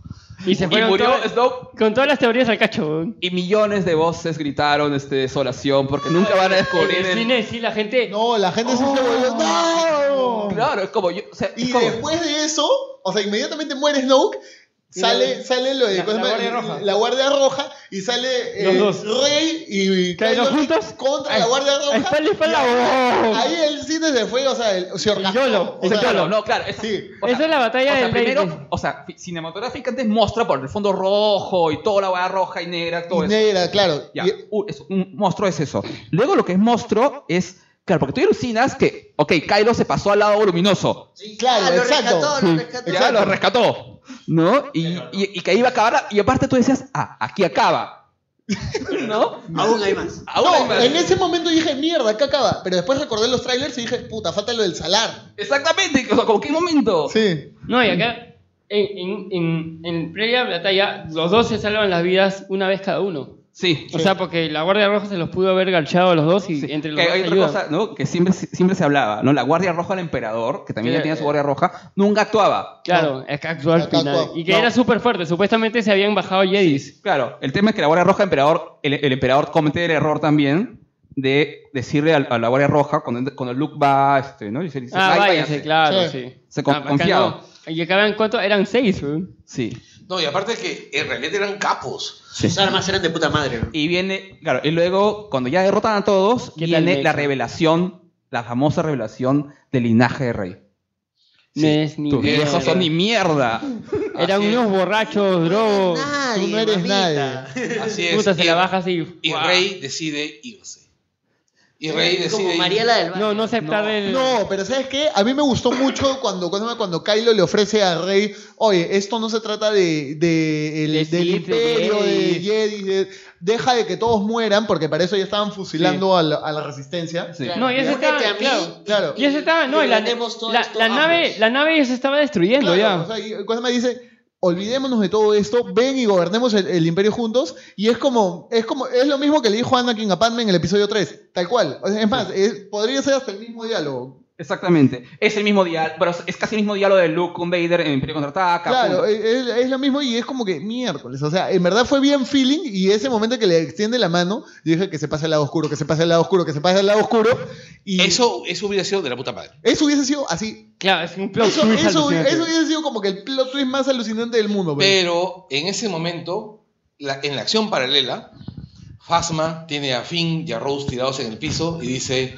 Speaker 3: Y se fueron
Speaker 1: murió
Speaker 3: todas- con todas las teorías al cacho. weón.
Speaker 1: Y millones de voces gritaron este, desolación porque nunca van a descubrir
Speaker 3: En el cine, sí, la gente.
Speaker 4: No, la gente sí se volvió. ¡No!
Speaker 1: Claro, es como yo.
Speaker 4: y después de eso, o sea, inmediatamente muere Snoke.
Speaker 1: Y
Speaker 4: Sale,
Speaker 1: la-
Speaker 4: sale lo de
Speaker 1: la-
Speaker 4: ¿cómo se llama?
Speaker 1: la Guardia Roja.
Speaker 4: La Guardia Roja y sale eh,
Speaker 1: Los dos.
Speaker 4: Rey y
Speaker 1: Claro,
Speaker 4: Kylo Ren contra la Guardia Roja.
Speaker 1: espalda y espalda,
Speaker 4: Y
Speaker 1: ¡wow!
Speaker 4: Ahí el cine se fue, o sea, el, se orgasmó. O sea,
Speaker 1: claro, no, claro. Esa, es la batalla
Speaker 3: del rey.
Speaker 1: primero, O sea, fi- cinematográficamente muestra por el fondo rojo y toda la hueá roja y negra, todo
Speaker 4: Y
Speaker 1: eso.
Speaker 4: negra, claro.
Speaker 1: Ya, u- es- un monstruo es eso. Luego lo que es monstruo es. Claro, porque tú alucinas que, ok, Kylo se pasó al lado luminoso.
Speaker 4: Claro,
Speaker 1: Ah, lo
Speaker 4: exacto.
Speaker 1: rescató, lo
Speaker 4: rescató.
Speaker 1: Ya lo rescató. ¿No? Y, y- y que ahí iba a acabar. la- Y aparte tú decías, ah, aquí acaba. ¿No?
Speaker 7: Aún hay más.
Speaker 1: Aún hay más.
Speaker 4: En ese momento dije, mierda, acá acaba. Pero después recordé los trailers y dije, puta, falta lo del salar.
Speaker 1: Exactamente, o sea, ¿con qué momento?
Speaker 4: Sí.
Speaker 3: No, y acá, en, en, en, en previa batalla, los dos se salvan las vidas una vez cada uno.
Speaker 1: Sí.
Speaker 3: O sea, porque la Guardia Roja se los pudo haber garchado a los dos y entre los
Speaker 1: Que
Speaker 3: dos
Speaker 1: hay
Speaker 3: se
Speaker 1: otra
Speaker 3: ayudan.
Speaker 1: cosa, ¿no? Que siempre, siempre se hablaba, ¿no? La Guardia Roja del Emperador, que también
Speaker 3: Sí,
Speaker 1: ya tenía su
Speaker 3: eh.
Speaker 1: Guardia Roja, nunca actuaba.
Speaker 3: Claro, es que actuó al
Speaker 1: Acá
Speaker 3: final.
Speaker 1: actuó.
Speaker 3: Y que
Speaker 1: No.
Speaker 3: era súper fuerte. Supuestamente se habían bajado Jedis.
Speaker 1: Claro, el tema es que la Guardia Roja Emperador, el, el Emperador comete el error también de decirle al- a, la Guardia Roja cuando, cuando Luke va, este, ¿no? Y se dice,
Speaker 3: Ah,
Speaker 1: "Ay,
Speaker 3: váyanse, claro, sí.
Speaker 1: Se con-
Speaker 3: Ah, acá
Speaker 1: confiado.
Speaker 3: no. Y acaban cuánto? Eran seis, weón.
Speaker 1: Sí.
Speaker 2: No, y aparte que en realidad eran capos.
Speaker 1: Sus
Speaker 7: armas eran de puta madre.
Speaker 1: Y viene, claro, y luego cuando ya derrotan a todos, viene
Speaker 3: Mecha?
Speaker 1: la revelación, la famosa revelación del linaje de rey.
Speaker 3: No es ni
Speaker 1: Tus
Speaker 3: mierda.
Speaker 1: viejos son ni mierda.
Speaker 3: Eran unos borrachos, drogos.
Speaker 7: Nadie,
Speaker 3: Tú no eres
Speaker 7: mamita.
Speaker 3: nadie.
Speaker 2: Así es.
Speaker 3: Puta, se
Speaker 2: Y-
Speaker 3: la baja así.
Speaker 2: Y Rey decide irse. Y Rey decide ir.
Speaker 3: No, no aceptar el...
Speaker 4: No, pero ¿sabes qué? A mí me gustó mucho cuando, cuando, cuando Kylo le ofrece a Rey, oye, esto no se trata de, de- el- del
Speaker 3: Sith, de
Speaker 4: imperio, de
Speaker 3: Jedi".
Speaker 4: Jedi, de- deja de que todos mueran, porque para eso ya estaban fusilando a, la, a la resistencia.
Speaker 3: No, ya se
Speaker 7: Únete
Speaker 3: estaba,
Speaker 7: a mí
Speaker 3: claro.
Speaker 4: Claro.
Speaker 3: Ya se estaba, no,
Speaker 7: y
Speaker 3: la,
Speaker 7: ganemos todo
Speaker 3: la-
Speaker 7: esto
Speaker 3: la nave,
Speaker 7: ambos.
Speaker 3: la nave ya se estaba destruyendo
Speaker 4: Claro,
Speaker 3: ya.
Speaker 4: o sea, y Cosma dice, olvidémonos de todo esto, ven y gobernemos el, el imperio juntos. Y es como, es como, es lo mismo que le dijo Anakin a Padme en el episodio 3, tal cual. O sea, es más, es- podría ser hasta el mismo diálogo.
Speaker 1: Exactamente. Es el mismo diálogo, pero es casi el mismo diálogo de Luke con Vader en Imperio Contraataca.
Speaker 4: Claro, eh,
Speaker 1: punto.
Speaker 4: es, es- es lo mismo y es como que miércoles. O sea, en verdad fue bien feeling y ese momento que le extiende la mano, yo dije que se pase al lado oscuro, que se pase al lado oscuro, que se pase al lado oscuro. Y
Speaker 2: Eso, eso hubiera sido de la puta madre.
Speaker 4: eso hubiese sido así.
Speaker 3: Claro, es un plot
Speaker 4: Eso,
Speaker 3: twist
Speaker 4: eso-
Speaker 3: alucinante.
Speaker 4: eso hubiese sido como que el plot twist más alucinante del mundo. pues. pero-
Speaker 2: Pero en ese momento, la- en la acción paralela, Fasma tiene a Finn y a Rose tirados en el piso y dice: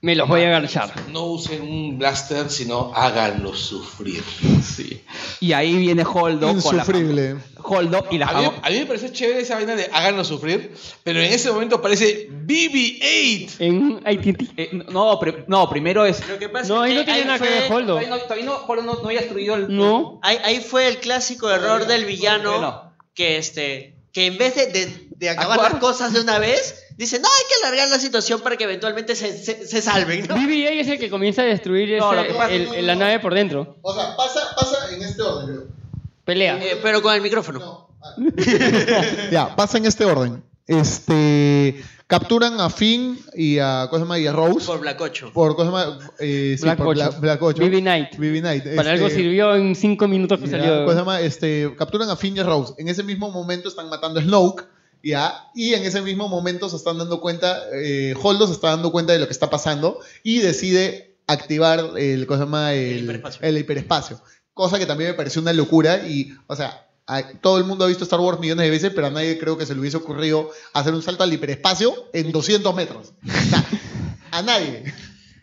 Speaker 3: Me los voy a agarrar.
Speaker 2: No usen un blaster, sino háganlos sufrir.
Speaker 1: Sí. Y ahí viene Holdo.
Speaker 2: Insufrible.
Speaker 1: Con la, Holdo y la
Speaker 2: A mí,
Speaker 1: famo-
Speaker 2: a mí me pareció chévere esa vaina de háganlo sufrir, pero en ese momento parece BB-8.
Speaker 1: Eh, no, pri- no, primero es.
Speaker 3: No, ahí
Speaker 7: que
Speaker 3: no tiene
Speaker 7: ahí
Speaker 3: nada que
Speaker 7: fue-
Speaker 3: ver Holdo.
Speaker 1: Todavía no, todavía no- Holdo no, no había destruido el.
Speaker 3: No.
Speaker 7: Ahí, ahí fue el clásico error del villano que este que en vez de, de- de acabar las cosas de una vez, dice, no, hay que alargar la situación para que eventualmente se, se- se salven, ¿no?
Speaker 3: BBA es el que comienza a destruir
Speaker 7: No,
Speaker 3: ese-
Speaker 7: lo que pasa-
Speaker 3: el- el- la nave por dentro.
Speaker 4: O sea, pasa, pasa en este orden. creo.
Speaker 3: Pelea.
Speaker 7: Eh, pero con el micrófono.
Speaker 4: Ya, pasa en este orden. Este capturan a Finn y a Cosma y a Rose.
Speaker 7: Por Blacocho.
Speaker 4: Por Cosma, eh, sí,
Speaker 3: Black
Speaker 4: por
Speaker 3: Ocho.
Speaker 4: Bla- Black Ocho.
Speaker 3: BB Knight. Para algo
Speaker 4: este-
Speaker 3: sirvió en cinco minutos que
Speaker 4: Ya,
Speaker 3: salió.
Speaker 4: ¿cómo se llama? Este, capturan a Finn y a Rose. En ese mismo momento están matando a Snoke. ¿ya? Y en ese mismo momento se están dando cuenta, eh, Holdo se está dando cuenta de lo que está pasando y decide activar el, ¿cómo se llama? El, el hiperespacio. Cosa que también me pareció una locura y, o sea, a- todo el mundo ha visto Star Wars millones de veces, pero a nadie creo que se le hubiese ocurrido hacer un salto al hiperespacio en 200 metros. O sea, a nadie.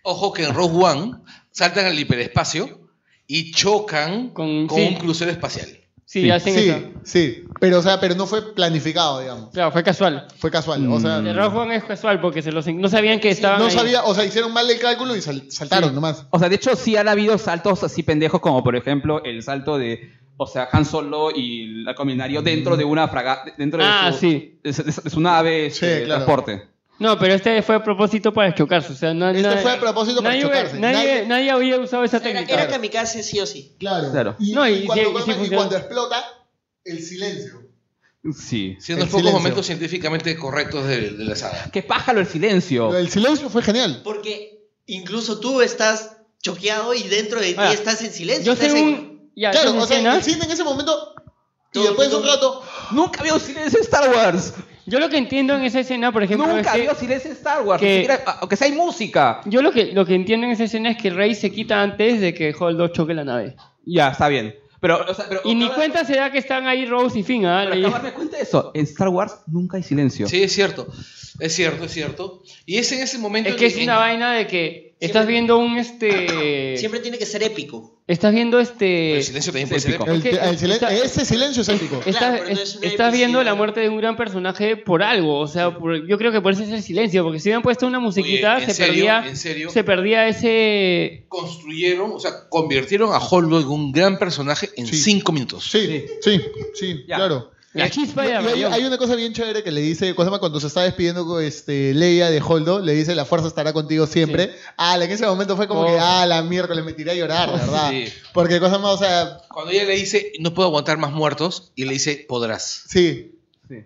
Speaker 2: Ojo que en Rogue One saltan al hiperespacio y chocan con,
Speaker 3: sí.
Speaker 2: un crucero espacial.
Speaker 3: Sí, hacen
Speaker 4: sí,
Speaker 3: eso.
Speaker 4: sí. pero o sea, pero no fue planificado, digamos.
Speaker 3: Claro, fue casual.
Speaker 4: Fue casual, o sea,
Speaker 3: El Rogue One es casual porque se los, no sabían que estaban.
Speaker 4: no
Speaker 3: ahí.
Speaker 4: sabía, o sea, hicieron mal el cálculo y sal- saltaron nomás.
Speaker 1: O sea, de hecho, sí han habido saltos así pendejos, como por ejemplo el salto de. O sea, Han Solo y el combinario dentro de una fraga, dentro
Speaker 3: Ah,
Speaker 1: de, su,
Speaker 3: sí.
Speaker 1: de, su- de su nave este, de
Speaker 3: claro.
Speaker 1: transporte.
Speaker 3: No, pero este fue a propósito para chocarse. O sea, no,
Speaker 4: Este
Speaker 3: nadie-
Speaker 4: fue a propósito para
Speaker 3: nadie hubiera-
Speaker 4: chocarse.
Speaker 3: Nadie,
Speaker 4: Nadie-
Speaker 3: nadie había usado esa técnica.
Speaker 7: Era kamikaze sí o sí.
Speaker 4: Claro.
Speaker 1: Claro.
Speaker 4: Y,
Speaker 3: No, y
Speaker 4: y cuando,
Speaker 3: sí- y sí
Speaker 4: Batman- y
Speaker 3: funcionó.
Speaker 4: cuando explota, el silencio.
Speaker 1: Sí.
Speaker 2: Siendo los pocos momentos científicamente correctos de, de la saga.
Speaker 1: ¡Qué pájalo el silencio!
Speaker 4: El silencio fue genial.
Speaker 7: Porque incluso tú estás choqueado y dentro de ti
Speaker 1: Ahora,
Speaker 7: estás en silencio.
Speaker 3: Ah, yo
Speaker 7: estás
Speaker 3: sé
Speaker 7: en-
Speaker 3: un- ya,
Speaker 4: claro,
Speaker 3: esa
Speaker 4: o sea,
Speaker 3: escena-
Speaker 4: el cine en ese momento Y después de un rato,
Speaker 1: nunca veo silencio en Star Wars.
Speaker 3: Yo lo que entiendo en esa escena, por ejemplo,
Speaker 1: Nunca
Speaker 3: es que-
Speaker 1: veo silencio en Star Wars.
Speaker 3: que-
Speaker 1: ni siquiera- ah, aunque sea hay música.
Speaker 3: Yo lo que, lo que entiendo en esa escena es que Rey se quita antes de que Holdo choque la nave.
Speaker 1: Ya, está bien. Pero, o sea, pero
Speaker 3: Y ni cuenta se da que están ahí Rose y Finn, ¿ah? Ni-
Speaker 1: eso, en Star Wars nunca hay silencio.
Speaker 2: Sí, es cierto. Es cierto, es cierto. Y es en ese momento.
Speaker 3: Es que es una vaina de que estás viendo un este.
Speaker 7: Siempre tiene que ser épico.
Speaker 3: Estás viendo este.
Speaker 2: El silencio también puede
Speaker 3: Es
Speaker 2: ser
Speaker 3: épico.
Speaker 2: épico.
Speaker 3: Es que-
Speaker 4: Pues, el silen- eh,
Speaker 3: está-
Speaker 4: ese silencio es épico.
Speaker 3: Estás,
Speaker 7: pero no es una
Speaker 3: estás viendo
Speaker 7: epicidad.
Speaker 3: la muerte de un gran personaje por algo, o sea, por- yo creo que por eso es el silencio, porque si hubieran puesto una musiquita
Speaker 2: Oye, ¿en
Speaker 3: se
Speaker 2: serio?
Speaker 3: perdía,
Speaker 2: ¿En serio? Eh,
Speaker 3: se perdía ese.
Speaker 2: Construyeron, o sea, convirtieron a Holdo en un gran personaje en cinco minutos.
Speaker 4: Sí, sí, sí, claro.
Speaker 3: La chispa de la
Speaker 4: Y hay,
Speaker 3: rebelión.
Speaker 4: hay una cosa bien chévere que le dice, cosa más, cuando se está despidiendo con, este, Leia de Holdo, le dice la fuerza estará contigo siempre. Ah, en ese momento fue como
Speaker 2: Oh.
Speaker 4: que, ah, la miércoles me tiré a llorar, de ¿verdad? Porque cosa más, o sea,
Speaker 2: Cuando ella le dice, no puedo aguantar más muertos, y le dice, podrás.
Speaker 4: sí,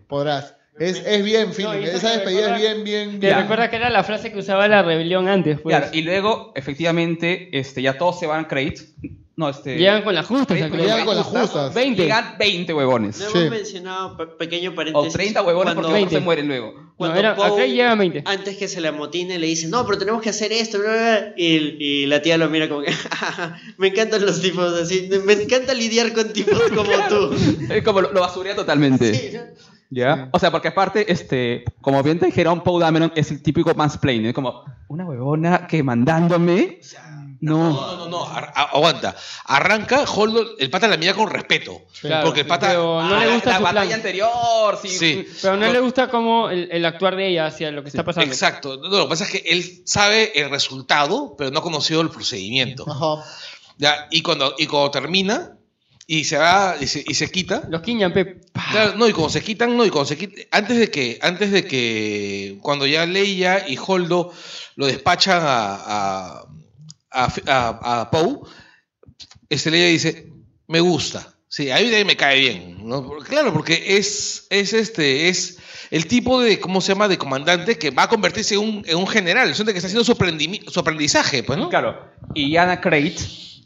Speaker 4: podrás. Es, es bien, Philip,
Speaker 3: y eso
Speaker 4: esa
Speaker 3: te
Speaker 4: despedida es
Speaker 3: recuerda-
Speaker 4: bien, bien,
Speaker 3: Te
Speaker 4: bien.
Speaker 3: recuerda que era la frase que usaba la rebelión antes, pues.
Speaker 1: Claro, y luego, efectivamente, este, ya todos se van a Crate. No, este.
Speaker 3: Llegan con las
Speaker 2: eh,
Speaker 3: justas, al Crate.
Speaker 1: Llegan con las
Speaker 4: justas.
Speaker 3: 20.
Speaker 1: Llegan 20 huevones.
Speaker 7: No hemos mencionado, pe- pequeño
Speaker 1: O
Speaker 7: paréntesis.
Speaker 1: 30 huevones porque
Speaker 7: cuando-
Speaker 1: otros se mueren luego.
Speaker 7: Cuando Poe, antes que se le amotine, le dice, no, pero tenemos que hacer esto, bla, bla, bla", y, y la tía lo mira como que, "Ah, me encantan los tipos así, me encanta lidiar con tipos como tú.
Speaker 1: Es como lo, lo basurea totalmente. ¿Ya? O sea, porque aparte, este, como bien te dijeron, Paul Dameron es el típico mansplainer. Es como, "Pues una huevona que mandándome. No.
Speaker 2: No, no, no, ar- a- aguanta. Arranca, Holdo, el pata la mira con respeto.
Speaker 3: Claro,
Speaker 2: porque el pata.
Speaker 3: pero no le gusta
Speaker 1: Ah, la
Speaker 3: su
Speaker 1: batalla
Speaker 3: plan.
Speaker 1: anterior, sí.
Speaker 2: Sí.
Speaker 3: Pero no le gusta como el, el actuar de ella hacia lo que está pasando.
Speaker 2: Exacto. No, lo que pasa es que él sabe el resultado, pero no ha conocido el procedimiento. Ya, y, cuando, y cuando termina, y se va, y se, y se quita.
Speaker 3: Los quiñan, Pep.
Speaker 2: Claro, no, y cuando se quitan, no, y cuando se quitan. Antes de que, antes de que cuando ya Leia y Holdo lo despachan a, a, a, a- a Poe, este Leia dice, me gusta. Sí, a mí también me cae bien. ¿no? Por- Claro, porque es, es este, es el tipo de, ¿cómo se llama?, de comandante que va a convertirse en un, en un general. Es un que está haciendo su, aprendimi- su aprendizaje, pues, ¿no?
Speaker 1: Claro. Y Ana Crate,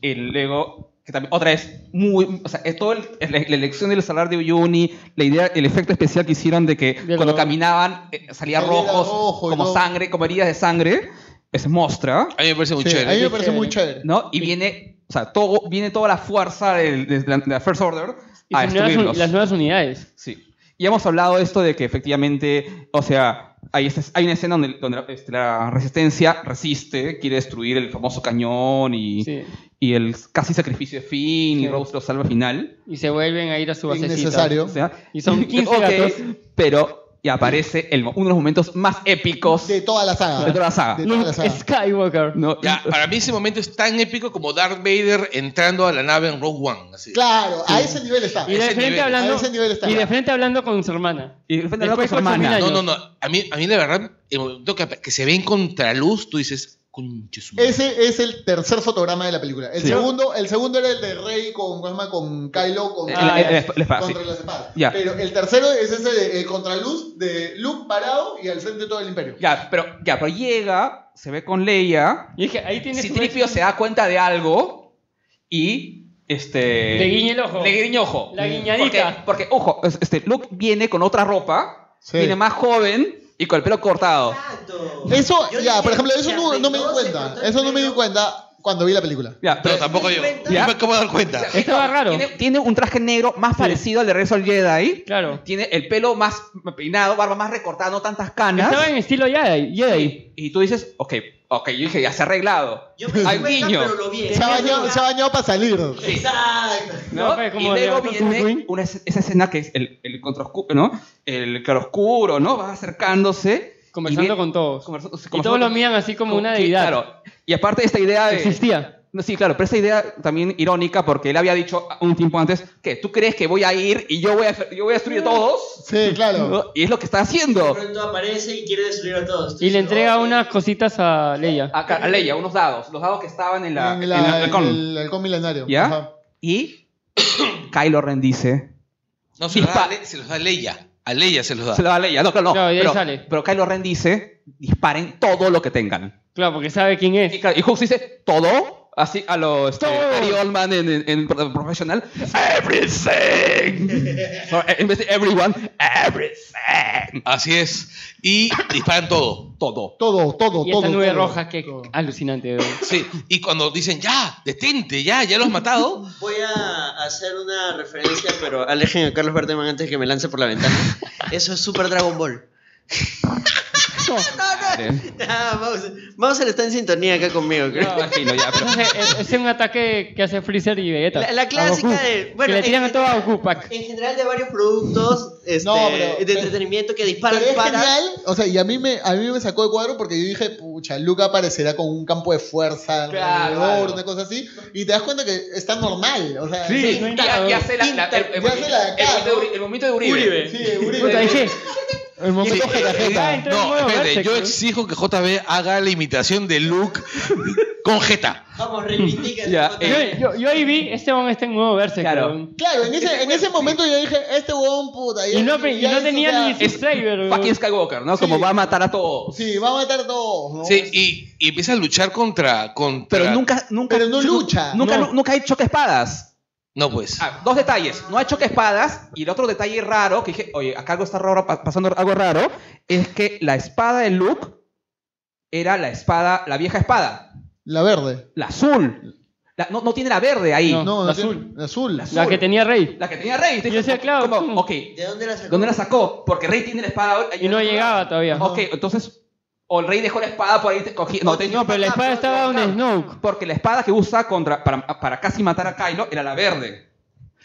Speaker 1: y luego, que también, otra vez, muy, o sea, es todo el- es la, la elección del salar de Uyuni, la idea, el efecto especial que hicieron de que cuando caminaban eh, salía
Speaker 4: Salía
Speaker 1: rojos,
Speaker 4: rojo y
Speaker 1: como
Speaker 4: todo.
Speaker 1: sangre, como heridas de sangre, es mostra.
Speaker 2: A mí me parece muy
Speaker 4: Sí,
Speaker 1: chévere.
Speaker 4: a mí me parece muy chévere.
Speaker 1: ¿No? Y viene, o sea, todo, viene toda la fuerza del- de, la, de la First Order
Speaker 3: Y
Speaker 1: a
Speaker 3: sus nuevas
Speaker 1: destruirlos.
Speaker 3: un- las nuevas unidades.
Speaker 1: Sí. Y hemos hablado de esto de que efectivamente, o sea, hay, este- hay una escena donde, donde la- este, la resistencia resiste, quiere destruir el famoso cañón y, y el casi sacrificio de Finn y Rose lo salva al final.
Speaker 3: Y se vuelven a ir a su base.
Speaker 1: O sea,
Speaker 3: Y son 15
Speaker 1: ok,
Speaker 3: gatos.
Speaker 1: Pero y aparece el mo- uno de los momentos más épicos
Speaker 4: de toda la saga.
Speaker 1: De toda la saga.
Speaker 3: Skywalker.
Speaker 2: Ya, para mí ese momento es tan épico como Darth Vader entrando a la nave en Rogue One. así.
Speaker 4: Claro, a ese nivel está.
Speaker 2: Y de frente hablando-
Speaker 4: A ese nivel está.
Speaker 2: y de
Speaker 3: frente hablando con su hermana.
Speaker 1: Y de frente hablando con su hermana.
Speaker 2: No, no, no. A mí, a mí la verdad, el momento que, que se ve en contraluz, tú dices, "Conche su madre".
Speaker 4: Ese es el tercer fotograma de la película. El
Speaker 2: Sí.
Speaker 4: segundo, el segundo era el de Rey con, ¿cómo se llama? con Kylo con,
Speaker 1: Eh, la- eh, la esp- la espada,
Speaker 4: contra
Speaker 1: sí.
Speaker 4: las espadas.
Speaker 1: Ya.
Speaker 4: Pero el tercero es ese de eh, contraluz de Luke parado y al frente todo el imperio.
Speaker 1: Ya, pero, ya, pero llega, se ve con Leia.
Speaker 3: Y es que ahí tiene
Speaker 1: Si
Speaker 3: su-
Speaker 1: Tripio se da cuenta de algo y. Este,
Speaker 3: Le guiña el ojo.
Speaker 1: Le guiña el ojo.
Speaker 3: La guiñadita.
Speaker 1: Porque, porque, ojo, es- este, Luke viene con otra ropa, viene más joven y con el pelo cortado.
Speaker 4: Eso,
Speaker 1: Yo
Speaker 4: ya,
Speaker 1: dije,
Speaker 4: por ejemplo, eso
Speaker 1: se
Speaker 4: no, no me di
Speaker 1: arregló, se
Speaker 4: cuenta. Eso no me di cuenta cuando vi la película.
Speaker 1: Ya,
Speaker 2: pero tampoco yo. No me acabo de dar cuenta.
Speaker 1: Estaba raro. Tiene, tiene un traje negro más parecido al de Rezo Jedi.
Speaker 3: Claro.
Speaker 1: Tiene el pelo más peinado, barba más recortada, no tantas canas.
Speaker 3: Estaba en estilo Jedi. Jedi.
Speaker 1: Y, tú dices, ok, ok, yo dije, ya se ha arreglado. Hay guiño.
Speaker 4: Se ha bañado, se ha bañado para salir.
Speaker 7: Exacto.
Speaker 1: ¿no?
Speaker 3: pues,
Speaker 1: y luego viene una, es- esa escena que es el, el contraoscuro, ¿no? El claroscuro, ¿no? Va acercándose.
Speaker 3: Conversando con todos. Y todos lo miran así como una
Speaker 1: idea
Speaker 3: deidad.
Speaker 1: Claro. Y aparte esta idea de...
Speaker 3: Existía.
Speaker 1: No, sí, claro, pero esta idea también irónica porque él había dicho un tiempo antes que tú crees que voy a ir y yo voy a, yo voy a destruir a todos.
Speaker 4: Sí, claro.
Speaker 1: ¿no? Y es lo que está haciendo.
Speaker 7: Pronto aparece y quiere destruir a todos. "Oh,
Speaker 3: Y le entrega unas cositas a Leia.
Speaker 1: A, a Leia, unos dados. Los dados que estaban en la...
Speaker 4: En
Speaker 1: en
Speaker 4: la-
Speaker 1: el halcón.
Speaker 4: en el halcón milenario.
Speaker 1: ¿Ya?
Speaker 4: Ajá.
Speaker 1: Y Kylo Ren dice...
Speaker 2: No, se los, da, a Le- se los da a Leia. A Leia se los da.
Speaker 1: Se lo da a Leia, no, claro, no.
Speaker 2: Claro, y ahí
Speaker 1: pero,
Speaker 2: sale.
Speaker 1: pero Kylo Ren dice, disparen todo lo que tengan.
Speaker 3: Claro, porque sabe quién es.
Speaker 1: Y, claro, y Hux dice, todo. así a los este, Gary Oldman en, en, en Pro- Professional. Everything. No, en vez de everyone, everything.
Speaker 2: Así es. Y disparan todo. Todo.
Speaker 4: Todo, todo,
Speaker 3: Y esta
Speaker 2: todo,
Speaker 3: nube
Speaker 2: todo.
Speaker 3: roja que alucinante. ¿verdad?
Speaker 2: Sí. Y cuando dicen, ya, detente, ya, ya lo has matado.
Speaker 7: Voy a hacer una referencia, pero alejen a Carlos Berteman antes de que me lance por la ventana. Eso es Super Dragon Ball. Ah, Mouse- Mouse está en sintonía acá conmigo, creo.
Speaker 3: Entonces, e-, es, es un ataque que hace Freezer y Vegeta.
Speaker 7: La- la
Speaker 3: A
Speaker 7: clásica
Speaker 3: Goku,
Speaker 7: de- bueno,
Speaker 3: que le tiran
Speaker 7: en-
Speaker 3: a todo a Goku Pack.
Speaker 7: En general de varios productos este,
Speaker 4: pero-
Speaker 7: de entretenimiento que disparan
Speaker 4: Pero es
Speaker 7: para...
Speaker 4: genial, o sea, y a mí, me, a mí me sacó de cuadro porque yo dije, pucha, Luca aparecerá con un campo de fuerza alrededor,
Speaker 8: Claro.
Speaker 4: una cosa así, y te das cuenta que está normal, o sea,
Speaker 8: Sí, no hay nada. Ya hace la- la- el- el-
Speaker 4: Ya hace la de acá,
Speaker 8: el momento de Uri- el momento de
Speaker 4: ¿no?
Speaker 8: Uribe. Uribe.
Speaker 4: Sí, de Uribe.
Speaker 8: Puta, dije,
Speaker 4: El momento
Speaker 2: Sí,
Speaker 4: jeta,
Speaker 2: eh,
Speaker 4: jeta.
Speaker 2: No, espérate, yo exijo que JB haga la imitación de Luke con Jeta.
Speaker 7: Vamos, reivindica.
Speaker 3: yo, yo, yo ahí vi, este hombre está en nuevo verse. Claro.
Speaker 4: Claro, en ese, en ese momento yo dije, este huevón puta.
Speaker 3: Y no, pe- y
Speaker 4: ya
Speaker 3: no
Speaker 4: hizo,
Speaker 3: tenía
Speaker 4: o sea,
Speaker 3: ni Saber.
Speaker 1: Fucking Skywalker, ¿no? Como va a matar a todos.
Speaker 4: Sí, va a matar a todos. ¿no?
Speaker 2: Sí, y, y empieza a luchar contra. contra
Speaker 1: Pero nunca, nunca.
Speaker 4: Pero no lucha.
Speaker 1: Nunca,
Speaker 4: No.
Speaker 1: nunca hay choque espadas.
Speaker 2: No, pues.
Speaker 1: Ah, dos detalles. No hay choque espadas. Y el otro detalle raro, que dije, oye, acá algo está raro, pa- pasando algo raro, es que la espada de Luke era la espada, la vieja espada.
Speaker 4: La verde.
Speaker 1: La azul. La- no, no tiene la verde ahí.
Speaker 4: No,
Speaker 1: la
Speaker 4: la azul. La azul.
Speaker 1: La que
Speaker 3: tenía Rey.
Speaker 1: La que tenía Rey. Yo decía, claro. ok. ¿De
Speaker 7: dónde la sacó?
Speaker 1: ¿Dónde la sacó? Porque Rey tiene la espada. Y no
Speaker 3: llegaba todavía.
Speaker 1: Ok, entonces. O el rey dejó la espada por ahí te cogí. No, no pero la espada
Speaker 3: estaba donde Snoke.
Speaker 1: Porque la espada que usa contra, para, para casi matar a Kylo era la verde.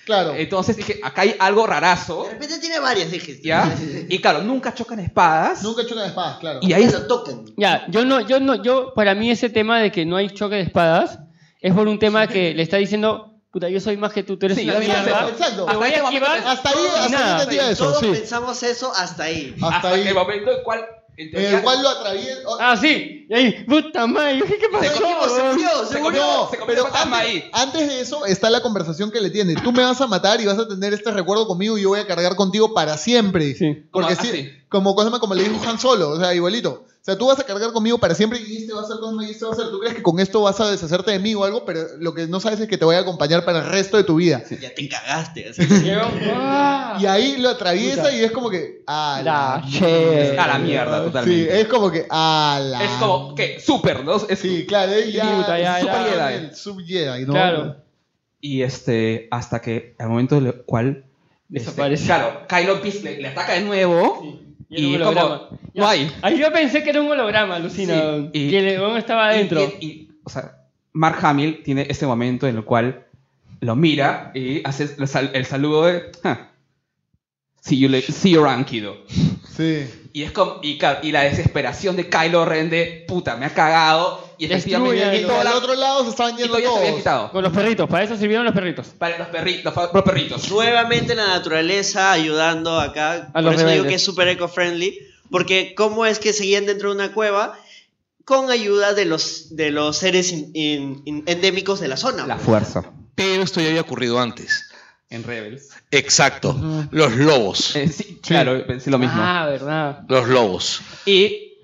Speaker 4: Claro.
Speaker 1: Entonces dije, acá hay algo rarazo.
Speaker 7: De repente tiene varias, dijiste.
Speaker 1: ¿Ya? Y claro, nunca chocan espadas.
Speaker 4: Nunca chocan espadas, claro.
Speaker 1: Y ahí
Speaker 7: lo tocan.
Speaker 3: Ya, yo no, yo no, yo, para mí ese tema de que no hay choque de espadas es por un tema que le está diciendo, puta, yo soy más que tú, tú eres
Speaker 1: Sí,
Speaker 3: una
Speaker 1: exacto,
Speaker 4: Ah,
Speaker 3: mierda.
Speaker 1: exacto.
Speaker 3: Ah, Te voy a
Speaker 1: Hasta ahí-
Speaker 3: esquivar
Speaker 1: hasta ahí- hasta ahí
Speaker 3: y nada.
Speaker 4: entendía eso,
Speaker 7: Todos
Speaker 4: sí.
Speaker 7: pensamos eso hasta ahí.
Speaker 1: Hasta, el momento en cual.
Speaker 4: En el cual Eh, lo atraviesa.
Speaker 3: Ah, sí. Y ahí, puta madre, yo dije, ¿qué pasó?
Speaker 4: No, pero antes, antes de eso está la conversación que le tiene. Tú me vas a matar y vas a tener este recuerdo conmigo y yo voy a cargar contigo para siempre. Porque
Speaker 1: Como-
Speaker 4: sí,
Speaker 1: así.
Speaker 4: como, cosa- como le dijo Han Solo, o sea, igualito. O sea, tú vas a cargar conmigo para siempre y este va a ser conmigo y este va a ser. Tú crees que con esto vas a deshacerte de mí o algo, pero lo que no sabes es que te voy a acompañar para el resto de tu vida.
Speaker 7: Ya te cagaste.
Speaker 4: Y ahí lo atraviesa
Speaker 7: Puta.
Speaker 4: y es como que. ¡A
Speaker 3: la,
Speaker 1: A la mierda,
Speaker 4: Sí,
Speaker 1: totalmente.
Speaker 4: es como que. ¡A la
Speaker 1: es como, ¿qué? Super, ¿no? Es,
Speaker 4: Sí, claro, eh, ya,
Speaker 1: Puta, ya,
Speaker 4: Super
Speaker 1: ya,
Speaker 4: Jedi.
Speaker 1: el
Speaker 4: Sub Jedi, ¿no?
Speaker 1: Claro. Y este, hasta que al momento en el cual. este, claro, Kylo Piss le, le ataca de nuevo.
Speaker 3: el
Speaker 1: Y, es
Speaker 3: holograma.
Speaker 1: como, no hay.
Speaker 3: Ahí yo pensé que era un holograma, alucinado.
Speaker 1: y-
Speaker 3: que el hombre estaba adentro.
Speaker 1: Y, y- o sea, Mark Hamill tiene este momento en el cual lo mira y hace el, sal- el saludo de. "Ja, see, you, la- see you around, kiddo".
Speaker 4: Sí.
Speaker 1: Y, es como, y, claro, y la desesperación de Kylo Ren de puta, me ha cagado. Y efectivamente, y
Speaker 4: Y
Speaker 1: toda
Speaker 4: al
Speaker 1: la-
Speaker 4: otro lado se estaban
Speaker 1: y
Speaker 4: yendo
Speaker 1: todavía se había
Speaker 4: todos.
Speaker 1: quitado.
Speaker 3: Con los perritos, para eso sirvieron los perritos.
Speaker 1: Para los perritos, para los perritos.
Speaker 7: Nuevamente la naturaleza ayudando acá.
Speaker 1: A
Speaker 7: Por
Speaker 1: los
Speaker 7: eso digo
Speaker 1: rebeldes.
Speaker 7: que es súper eco-friendly. Porque cómo es que seguían dentro de una cueva con ayuda de los, de los seres in- in- in- endémicos de la zona. pues.
Speaker 1: Fuerza.
Speaker 2: Pero esto ya había ocurrido antes.
Speaker 1: En Rebels.
Speaker 2: Exacto. Los lobos.
Speaker 1: sí, claro, pensé lo mismo.
Speaker 3: Ah, verdad.
Speaker 2: Los lobos.
Speaker 1: Y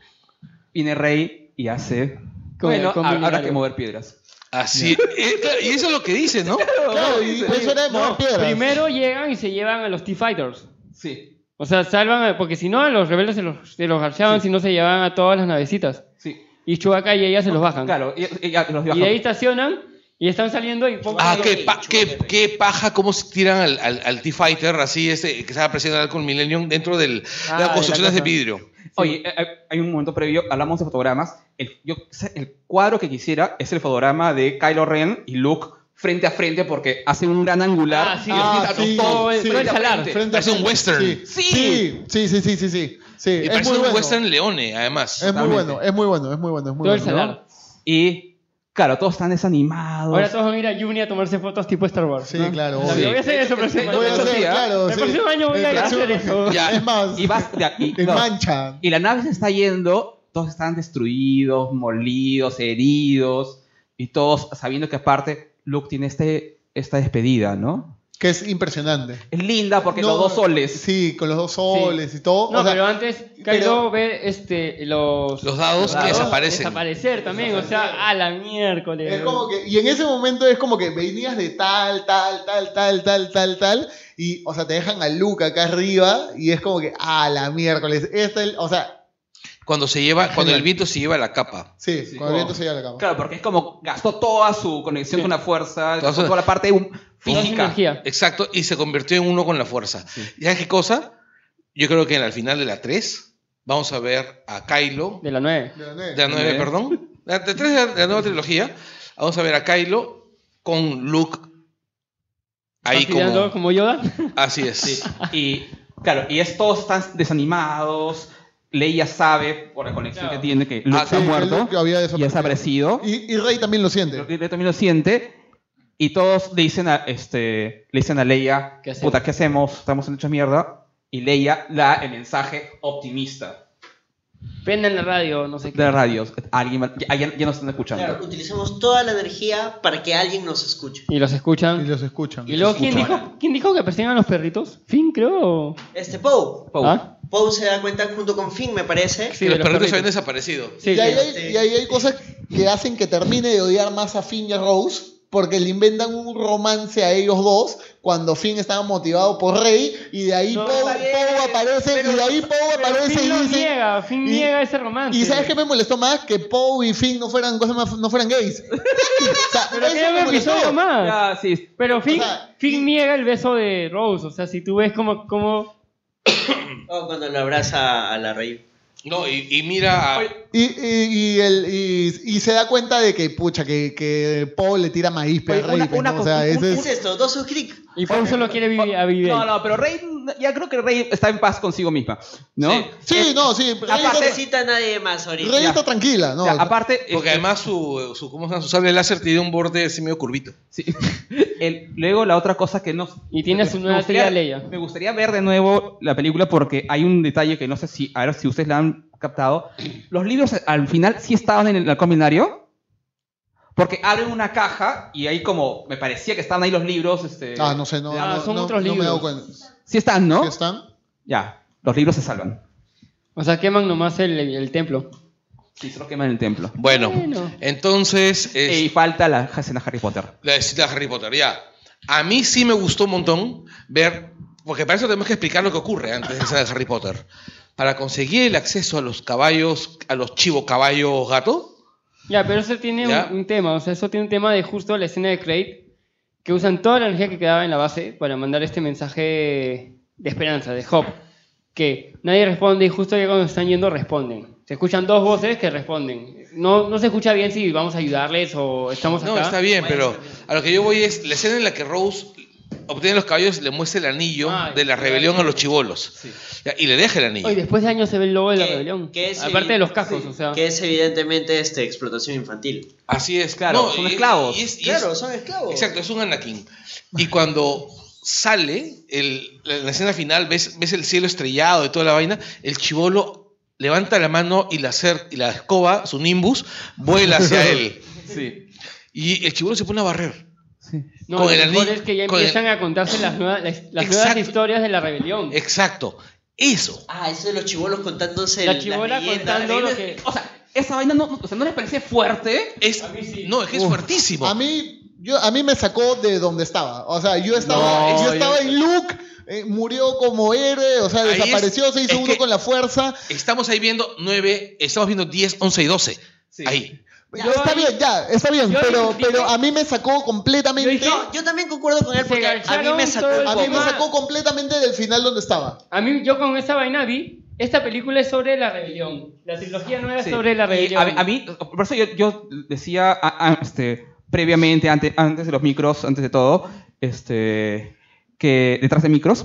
Speaker 1: viene Rey y hace.
Speaker 2: Con-
Speaker 1: bueno,
Speaker 2: con
Speaker 1: ha-
Speaker 2: Milenario.
Speaker 1: habrá que mover piedras.
Speaker 2: Así. eh, claro, y eso es lo que dice, ¿no?
Speaker 4: Claro, y eso era de mover piedras.
Speaker 3: Primero llegan y se llevan a los T-Fighters.
Speaker 1: Sí.
Speaker 3: O sea, salvan, a- porque si no, a los rebeldes se los, se los garchaban si no se llevaban a todas las navecitas.
Speaker 1: Sí.
Speaker 3: Y Chewbacca y ella se los bajan.
Speaker 1: Claro, y, los
Speaker 3: Y de ahí estacionan y están saliendo y...
Speaker 2: Ah, qué, pa- qué- qué paja cómo se tiran al, al, al T-Fighter así, este, que estaba presionado con Millennium dentro
Speaker 1: Ah,
Speaker 2: del, de
Speaker 1: de la
Speaker 2: las construcciones de
Speaker 1: cosa.
Speaker 2: vidrio.
Speaker 1: Oye, eh, eh, hay un momento previo, hablamos de fotogramas. El, yo- el cuadro que quisiera es el fotograma de Kylo Ren y Luke frente a frente porque hacen un gran angular.
Speaker 3: Ah, sí,
Speaker 4: Ah, sí, sí.
Speaker 2: Parece un western.
Speaker 4: Sí, sí, sí, sí, sí, sí. sí. Sí,
Speaker 2: Y
Speaker 4: es
Speaker 2: parece
Speaker 4: muy
Speaker 2: un
Speaker 4: bueno.
Speaker 2: western leone, además.
Speaker 4: Es muy bueno, es muy bueno, es muy bueno, es muy
Speaker 1: Todo el
Speaker 4: bueno.
Speaker 1: salar. Y claro, todos están desanimados.
Speaker 3: Ahora todos van a ir a Juni a tomarse fotos tipo Star Wars. Sí,
Speaker 4: claro.
Speaker 3: Voy a hacer eso el próximo año.
Speaker 4: Voy a hacer,
Speaker 3: Sí, ¿ah?
Speaker 4: claro,
Speaker 3: El
Speaker 4: sí.
Speaker 3: próximo año voy a
Speaker 4: El
Speaker 3: ir a
Speaker 4: próximo-
Speaker 3: hacer eso.
Speaker 4: Ya. Es más,
Speaker 1: y vas de aquí.
Speaker 4: te
Speaker 1: no.
Speaker 4: manchan.
Speaker 1: Y la nave se está yendo, todos están destruidos, molidos, heridos, y todos sabiendo que aparte Luke tiene este, esta despedida, ¿no?
Speaker 4: que es impresionante.
Speaker 1: Es linda porque los dos soles.
Speaker 4: Sí, con los dos soles y todo.
Speaker 3: No,
Speaker 4: o sea,
Speaker 3: pero antes Kaido ve este, los,
Speaker 2: Los dados que desaparecen.
Speaker 3: Desaparecer también, o sea, a la miércoles.
Speaker 4: Es como que, y en ese momento es como que venías de tal, tal, tal, tal, tal, tal, tal, y, o sea, te dejan a Luca acá arriba, y es como que, ah, la miércoles, esta, es- o sea,
Speaker 2: Cuando se lleva, cuando el viento se lleva la capa.
Speaker 4: sí, con el
Speaker 1: oh.
Speaker 4: viento se lleva la cama.
Speaker 1: Claro, porque es como gastó toda su conexión con la fuerza, gastó
Speaker 2: Entonces-
Speaker 1: toda la parte um, física.
Speaker 3: energía.
Speaker 2: Exacto, y se convirtió en uno con la fuerza. ¿Y sabes qué cosa? Yo creo que al final de la 3 vamos a ver a Kylo.
Speaker 3: De la 9.
Speaker 4: De la
Speaker 2: De
Speaker 4: 9.
Speaker 2: la 9, perdón. La- De 3 de la- de la nueva trilogía. Vamos a ver a Kylo con Luke. Ahí
Speaker 1: Fastidiando
Speaker 2: como.
Speaker 3: como Yoda.
Speaker 2: Así es.
Speaker 1: Y claro, y es todos están desanimados. Leia sabe por la conexión que tiene que
Speaker 2: Ah,
Speaker 1: Luke Ah, está
Speaker 4: sí, que
Speaker 1: muerto
Speaker 4: Luke había
Speaker 1: y ha desaparecido.
Speaker 4: Y, Rey también lo siente.
Speaker 1: Rey también lo siente. Y todos le dicen a, este, le dicen a Leia,
Speaker 3: hacemos?
Speaker 1: puta, ¿qué hacemos? Estamos hechos mierda. Y Leia da el mensaje optimista
Speaker 3: Prenden la radio, no sé qué.
Speaker 1: de radios. Alguien, va- ya, ya- ya nos están escuchando.
Speaker 10: Claro, utilicemos toda la energía para que alguien nos escuche.
Speaker 3: Y los escuchan. Y
Speaker 4: los escuchan.
Speaker 3: Y luego, ¿quién dijo, ¿quién dijo que persiguen a los perritos? ¿Finn, creo? o-
Speaker 10: Este Poe.
Speaker 3: Poe. ¿Ah?
Speaker 10: Poe se da cuenta junto con Finn, me parece.
Speaker 2: que los perritos habían desaparecido.
Speaker 4: y, ahí hay, y ahí hay cosas que hacen que termine de odiar más a Finn y a Rose, porque le inventan un romance a ellos dos, cuando Finn estaba motivado por Rey, y de ahí Poe Poe aparece, y de ahí Poe aparece
Speaker 3: Finn
Speaker 4: y
Speaker 3: lo
Speaker 4: dice...
Speaker 3: niega, Finn
Speaker 4: y-
Speaker 3: niega ese romance.
Speaker 4: Y sabes qué me molestó más que Poe y Finn no fueran cosas más- no fueran gays. O sea,
Speaker 3: Pero
Speaker 4: eso
Speaker 3: queda
Speaker 4: me
Speaker 3: un
Speaker 4: molestó.
Speaker 3: episodio más. Pero Finn,
Speaker 4: O sea,
Speaker 3: Finn niega el beso de Rose. O sea, si tú ves como... como...
Speaker 10: Oh, cuando lo abraza a la Rey.
Speaker 2: Mm. No, y, y mira. a-
Speaker 4: Y, y, y el, y, y se da cuenta de que, pucha, que, que Poe le tira maíz, pero
Speaker 1: Oye, una-
Speaker 4: Rey, pues,
Speaker 1: una
Speaker 4: ¿no? o sea,
Speaker 1: cosa-
Speaker 4: ese
Speaker 1: un-
Speaker 4: es...
Speaker 1: un-
Speaker 10: Esto, dos sus clic.
Speaker 3: Y por eso lo quiere vivir, a vivir.
Speaker 1: No, no, pero Rey, ya creo que Rey está en paz consigo misma. ¿No?
Speaker 4: Sí, no, sí.
Speaker 10: No necesita a nadie más ahorita.
Speaker 4: Rey está tranquila, ¿no?
Speaker 1: aparte.
Speaker 2: Porque además su, su, ¿cómo se llama? su sable láser tiene un borde así medio curvito.
Speaker 1: El- luego la otra cosa que nos...
Speaker 3: Y tiene su
Speaker 1: me
Speaker 3: nueva
Speaker 1: gustaría-
Speaker 3: tía Leia.
Speaker 1: Me gustaría ver de nuevo la película porque hay un detalle que no sé si, a ver si ustedes la han captado. Los libros al final sí estaban en el halcón binario. Porque abren una caja y ahí como me parecía que estaban ahí los libros. Este,
Speaker 4: Ah, no sé, no,
Speaker 1: Ah,
Speaker 4: no,
Speaker 1: son
Speaker 4: no-
Speaker 1: otros
Speaker 4: no me he dado
Speaker 1: libros.
Speaker 4: cuenta.
Speaker 1: Sí están, ¿no?
Speaker 4: Sí están.
Speaker 1: Ya, los libros se salvan.
Speaker 3: O sea, queman nomás el, el templo. Eh.
Speaker 1: Sí, se los queman en el templo.
Speaker 2: Bueno,
Speaker 3: Bueno.
Speaker 2: entonces.
Speaker 1: Y falta la escena Harry Potter.
Speaker 2: La de la de Harry Potter, ya. A mí sí me gustó un montón ver, porque para eso tenemos que explicar lo que ocurre antes de esa de Harry Potter. Para conseguir el acceso a los caballos, a los chivo caballos gato,
Speaker 3: Ya, pero eso tiene un-
Speaker 2: Ya.
Speaker 3: Un, tema. O sea, eso tiene un tema de justo la escena de Crate. Que usan toda la energía que quedaba en la base para mandar este mensaje de esperanza, de Hop. Que nadie responde y justo ya cuando están yendo responden. Se escuchan dos voces que responden. No, no se escucha bien si vamos a ayudarles o estamos acá.
Speaker 2: No, está bien, pero a lo que yo voy es la escena en la que Rose obtiene los caballos y le muestra el anillo
Speaker 3: Ah,
Speaker 2: de la rebelión a los chivolos. Ya, Y le deja el anillo.
Speaker 3: Oye, después de años se ve el logo de la rebelión.
Speaker 10: es
Speaker 3: Aparte de
Speaker 10: evi-
Speaker 3: los cascos, o sea.
Speaker 10: Que es evidentemente este, explotación infantil.
Speaker 2: Así es,
Speaker 10: claro, son esclavos. Claro,
Speaker 2: son
Speaker 10: esclavos.
Speaker 2: Exacto, es un Anakin. Y cuando sale, el, la, la escena final, ves, ves el cielo estrellado y toda la vaina, el chivolo levanta la mano y la, cer- y la escoba, su nimbus, vuela hacia él.
Speaker 1: Sí.
Speaker 2: Y el chivolo se pone a barrer.
Speaker 3: No,
Speaker 2: Con
Speaker 3: lo
Speaker 2: el
Speaker 3: mejor
Speaker 2: anillo-
Speaker 3: es que ya
Speaker 2: con el-
Speaker 3: empiezan a contarse las nuevas, las, las nuevas
Speaker 2: Exacto.
Speaker 3: historias de la rebelión.
Speaker 2: Exacto. Eso.
Speaker 10: Ah, eso de los chivolos contándose
Speaker 3: La
Speaker 10: el- las
Speaker 3: chibola
Speaker 10: leyendas.
Speaker 3: contando lo
Speaker 10: Ahí-
Speaker 3: que...
Speaker 1: O sea, esa vaina no, o sea, no les parece fuerte.
Speaker 2: Es, No, es que es fuertísimo.
Speaker 4: A mí, yo, a mí me sacó de donde estaba. O sea, yo estaba,
Speaker 2: No,
Speaker 4: yo
Speaker 2: yo-
Speaker 4: estaba en Luke, eh, murió como héroe, o sea,
Speaker 2: Ahí es-
Speaker 4: desapareció, se
Speaker 2: es
Speaker 4: hizo uno
Speaker 2: que-
Speaker 4: con la fuerza.
Speaker 2: Estamos ahí viendo 9, estamos viendo 10, 11 y 12. Ahí.
Speaker 4: Ya, está bien, ya, está bien,
Speaker 2: yo
Speaker 4: pero,
Speaker 2: dije-
Speaker 4: pero a mí me sacó completamente.
Speaker 10: No, yo también concuerdo con él porque a mí me sacó.
Speaker 4: a mí me
Speaker 3: tema.
Speaker 4: sacó completamente del final donde estaba.
Speaker 3: A mí, yo con esa vaina vi, esta película es sobre la rebelión. La trilogía no era
Speaker 1: Sí.
Speaker 3: sobre la
Speaker 1: Y
Speaker 3: rebelión.
Speaker 1: A, a mí, por eso yo, yo decía a- a- este, previamente, antes, antes de los micros, antes de todo, este, que detrás de micros,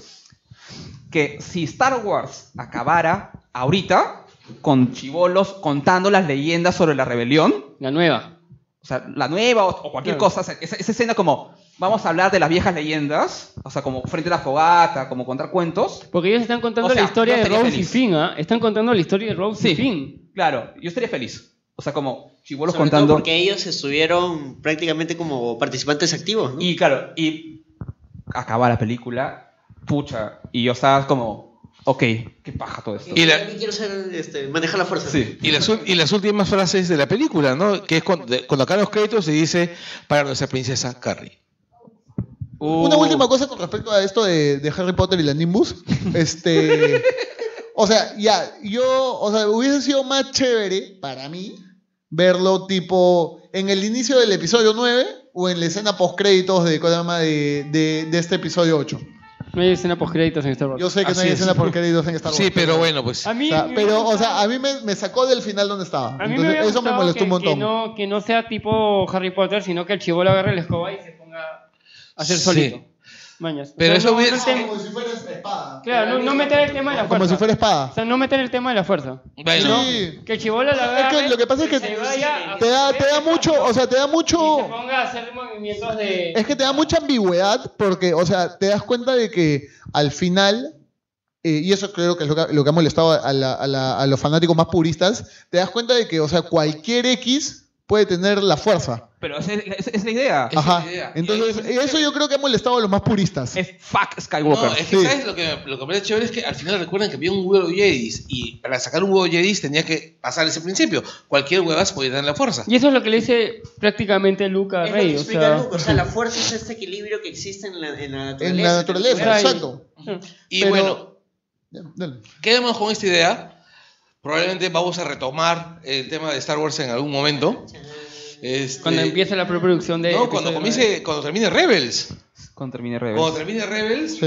Speaker 1: que si Star Wars acabara ahorita con chivolos contando las leyendas sobre la rebelión,
Speaker 3: la nueva,
Speaker 1: o sea, la nueva o, o cualquier
Speaker 3: Claro.
Speaker 1: cosa, o sea, esa, esa escena como vamos a hablar de las viejas leyendas, o sea, como frente a la fogata, como contar cuentos.
Speaker 3: Porque ellos están contando la historia de Rose y Finn, ¿ah? Están contando la historia de Rose y Finn.
Speaker 1: Claro, yo estaría feliz. O sea, como chivolos
Speaker 10: Sobre
Speaker 1: contando.
Speaker 10: todo porque ellos estuvieron prácticamente como participantes activos, ¿no?
Speaker 1: Y claro, y acaba la película, pucha, y yo estaba como, ok, qué paja todo esto.
Speaker 7: Y la... Quiero ser, este, manejar la fuerza.
Speaker 1: Sí.
Speaker 2: Y las, ul- y las últimas frases de la película, ¿no? Que es cuando, de- cuando acaban los créditos y dice, para nuestra princesa Carrie.
Speaker 4: Uh, Una
Speaker 2: Uh.
Speaker 4: última cosa con respecto a esto de, de Harry Potter y la Nimbus. Este. o sea, ya, yo. O sea, hubiese sido más chévere para mí verlo tipo en el inicio del episodio 9 o en la escena post créditos de, ¿cómo se llama? de, de, de este episodio 8.
Speaker 3: No hay escena post-créditos en Star Wars.
Speaker 4: Yo sé que no hay escena post créditos en Star Wars.
Speaker 2: Sí, pero bueno, pues.
Speaker 3: A mí,
Speaker 4: O sea,
Speaker 3: me-
Speaker 4: pero, o sea, a mí me, me sacó del final donde estaba.
Speaker 3: a mí me
Speaker 4: Entonces,
Speaker 3: hubiera
Speaker 4: eso me
Speaker 3: gustado
Speaker 4: molestó
Speaker 3: que,
Speaker 4: un montón.
Speaker 3: Que no, que no sea tipo Harry Potter, sino que el chivolo agarre la escoba y se ponga a hacer
Speaker 2: Sí.
Speaker 3: solito. Mañas.
Speaker 2: Pero eso
Speaker 3: no-
Speaker 2: hubiera-
Speaker 3: no te- Claro, no, no meter el tema de la fuerza.
Speaker 4: Como si fuera espada.
Speaker 3: O sea, no meter el tema de la fuerza.
Speaker 4: Bueno.
Speaker 3: Sí. Que el chivolo la
Speaker 4: Es
Speaker 3: agarre.
Speaker 4: que lo que pasa es que
Speaker 3: se vaya a-
Speaker 4: te da, te da mucho, o sea, te da mucho.
Speaker 3: ponga a hacer movimientos de.
Speaker 4: Es que te da mucha ambigüedad porque, o sea, te das cuenta de que al final, eh, y eso creo que es lo que, lo que ha molestado a, la- a la- a los fanáticos más puristas, te das cuenta de que, o sea, cualquier X puede tener la fuerza.
Speaker 1: Pero esa es, esa es la idea.
Speaker 4: Ajá. Entonces, eso yo creo que ha molestado a los más puristas.
Speaker 1: Es fuck Skywalker.
Speaker 2: No, es que ¿sabes lo que, lo que me parece chévere? Es que al final recuerdan que había un huevo Jedis y para sacar un huevo Jedis tenía que pasar ese principio. Cualquier huevas podía dar la fuerza.
Speaker 3: Y eso es lo que le dice prácticamente Luke a
Speaker 7: Es lo que
Speaker 3: Rey. O
Speaker 7: explica
Speaker 3: sea,
Speaker 7: Luke, o sea, la fuerza es este equilibrio que existe en la, en la naturaleza.
Speaker 4: En la naturaleza,
Speaker 7: Entonces,
Speaker 4: exacto.
Speaker 2: Y
Speaker 4: Pero-
Speaker 2: bueno,
Speaker 4: dale.
Speaker 2: quedémonos con esta idea. Probablemente vamos a retomar el tema de Star Wars en algún momento. Este-
Speaker 3: cuando empieza la preproducción de.
Speaker 2: No, cuando, comience, cuando termine Rebels.
Speaker 1: Cuando termine Rebels.
Speaker 2: Cuando termine Rebels,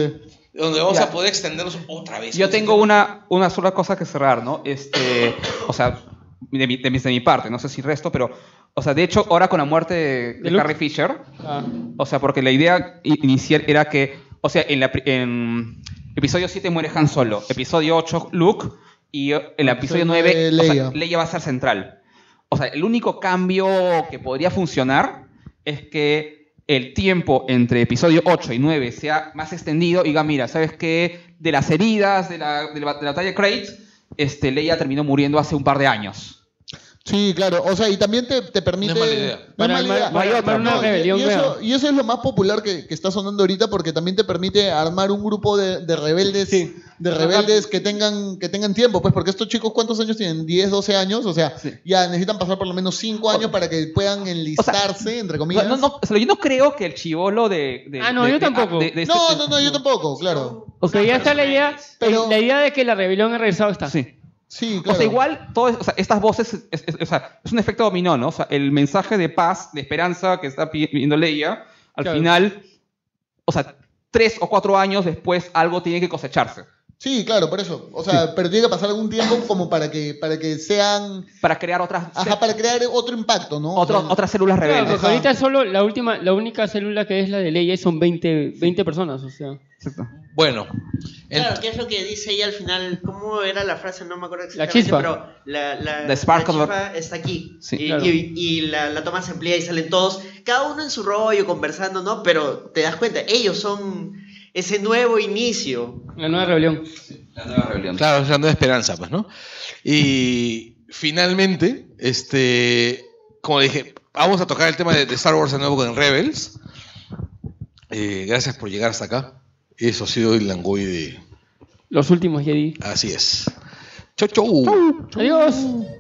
Speaker 2: donde vamos a poder extendernos otra vez. este
Speaker 1: Yo tengo una, una sola cosa que cerrar, ¿no? Este, o sea, de mi, de, mi, de mi parte, no sé si resto, pero, o sea, de hecho, ahora con la muerte de, de
Speaker 3: Luke?
Speaker 1: Carrie Fisher,
Speaker 3: Ah.
Speaker 1: o sea, porque la idea i- inicial era que, o sea, en, la, pri- en episodio 7 muere Han Solo, episodio 8 Luke, y en el episodio 9 o sea,
Speaker 4: Leia.
Speaker 1: Leia. va a ser central. O sea, el único cambio que podría funcionar es que el tiempo entre episodio 8 y 9 sea más extendido y diga, mira, ¿sabes qué? De las heridas de la, de la, de la batalla de Crate, este, Leia terminó muriendo hace un par de años.
Speaker 4: Sí, claro. O sea, y también te, te permite.
Speaker 1: No es mala
Speaker 4: No
Speaker 1: idea.
Speaker 4: es
Speaker 1: Para
Speaker 4: mala
Speaker 1: armar-
Speaker 4: idea.
Speaker 1: para
Speaker 4: No,
Speaker 1: armar una
Speaker 4: no, y-
Speaker 1: rebelión
Speaker 4: y, eso,
Speaker 1: nueva.
Speaker 4: y eso es lo más popular que, que está sonando ahorita porque también te permite armar un grupo de, de rebeldes. De rebeldes que tengan, que tengan tiempo, pues, porque estos chicos, ¿cuántos años tienen? ¿10, 12 años? O sea, ya necesitan pasar por lo menos 5 años para que puedan enlistarse, entre
Speaker 1: O sea,
Speaker 4: comillas.
Speaker 1: no, no, o sea, yo no creo que el chivolo de, de-
Speaker 3: Ah, no,
Speaker 1: de-
Speaker 3: yo
Speaker 1: de-
Speaker 3: tampoco.
Speaker 1: de- este de-
Speaker 4: No, no, no, yo tampoco, claro.
Speaker 1: O sea,
Speaker 3: ya está la idea. La idea de que la rebelión ha regresado está.
Speaker 1: Sí.
Speaker 4: Sí,
Speaker 1: O sea, igual, todo, es- o sea, estas voces, es, es- o sea, es un efecto dominó, ¿no? O sea, el mensaje de paz, de esperanza que está pidiendo Leia, al
Speaker 4: Claro.
Speaker 1: final, o sea, tres o cuatro años después algo tiene que cosecharse.
Speaker 4: Sí, claro, por eso. O sea, pero tiene que pasar algún tiempo como para que, para que sean.
Speaker 1: Para crear otras.
Speaker 4: Ajá, para crear otro impacto, ¿no?
Speaker 1: Otro- otras células
Speaker 3: Claro,
Speaker 1: rebeldes.
Speaker 3: porque ahorita solo la última, la única célula que es la de Leia son 20, 20 personas, o sea.
Speaker 2: Bueno,
Speaker 7: Claro, ¿qué es lo que dice ella al final? ¿Cómo era la frase? No me acuerdo exactamente.
Speaker 3: chispa.
Speaker 7: Pero la, la,
Speaker 1: The spark
Speaker 7: la
Speaker 1: of-
Speaker 7: chispa está aquí.
Speaker 1: Sí,
Speaker 7: y
Speaker 1: claro.
Speaker 7: y- y la, la toma se amplía y salen todos, cada uno en su rollo, conversando, ¿no? Pero te das cuenta, ellos son ese nuevo inicio.
Speaker 3: La nueva rebelión.
Speaker 2: Claro, es la nueva esperanza, pues, ¿no? Y finalmente, este, como dije, vamos a tocar el tema de, de Star Wars de nuevo con Rebels. Eh, gracias por llegar hasta acá. Eso ha sido el Langoy de...
Speaker 3: Los últimos Jedi.
Speaker 2: Así es. Chau, chau.
Speaker 3: Adiós.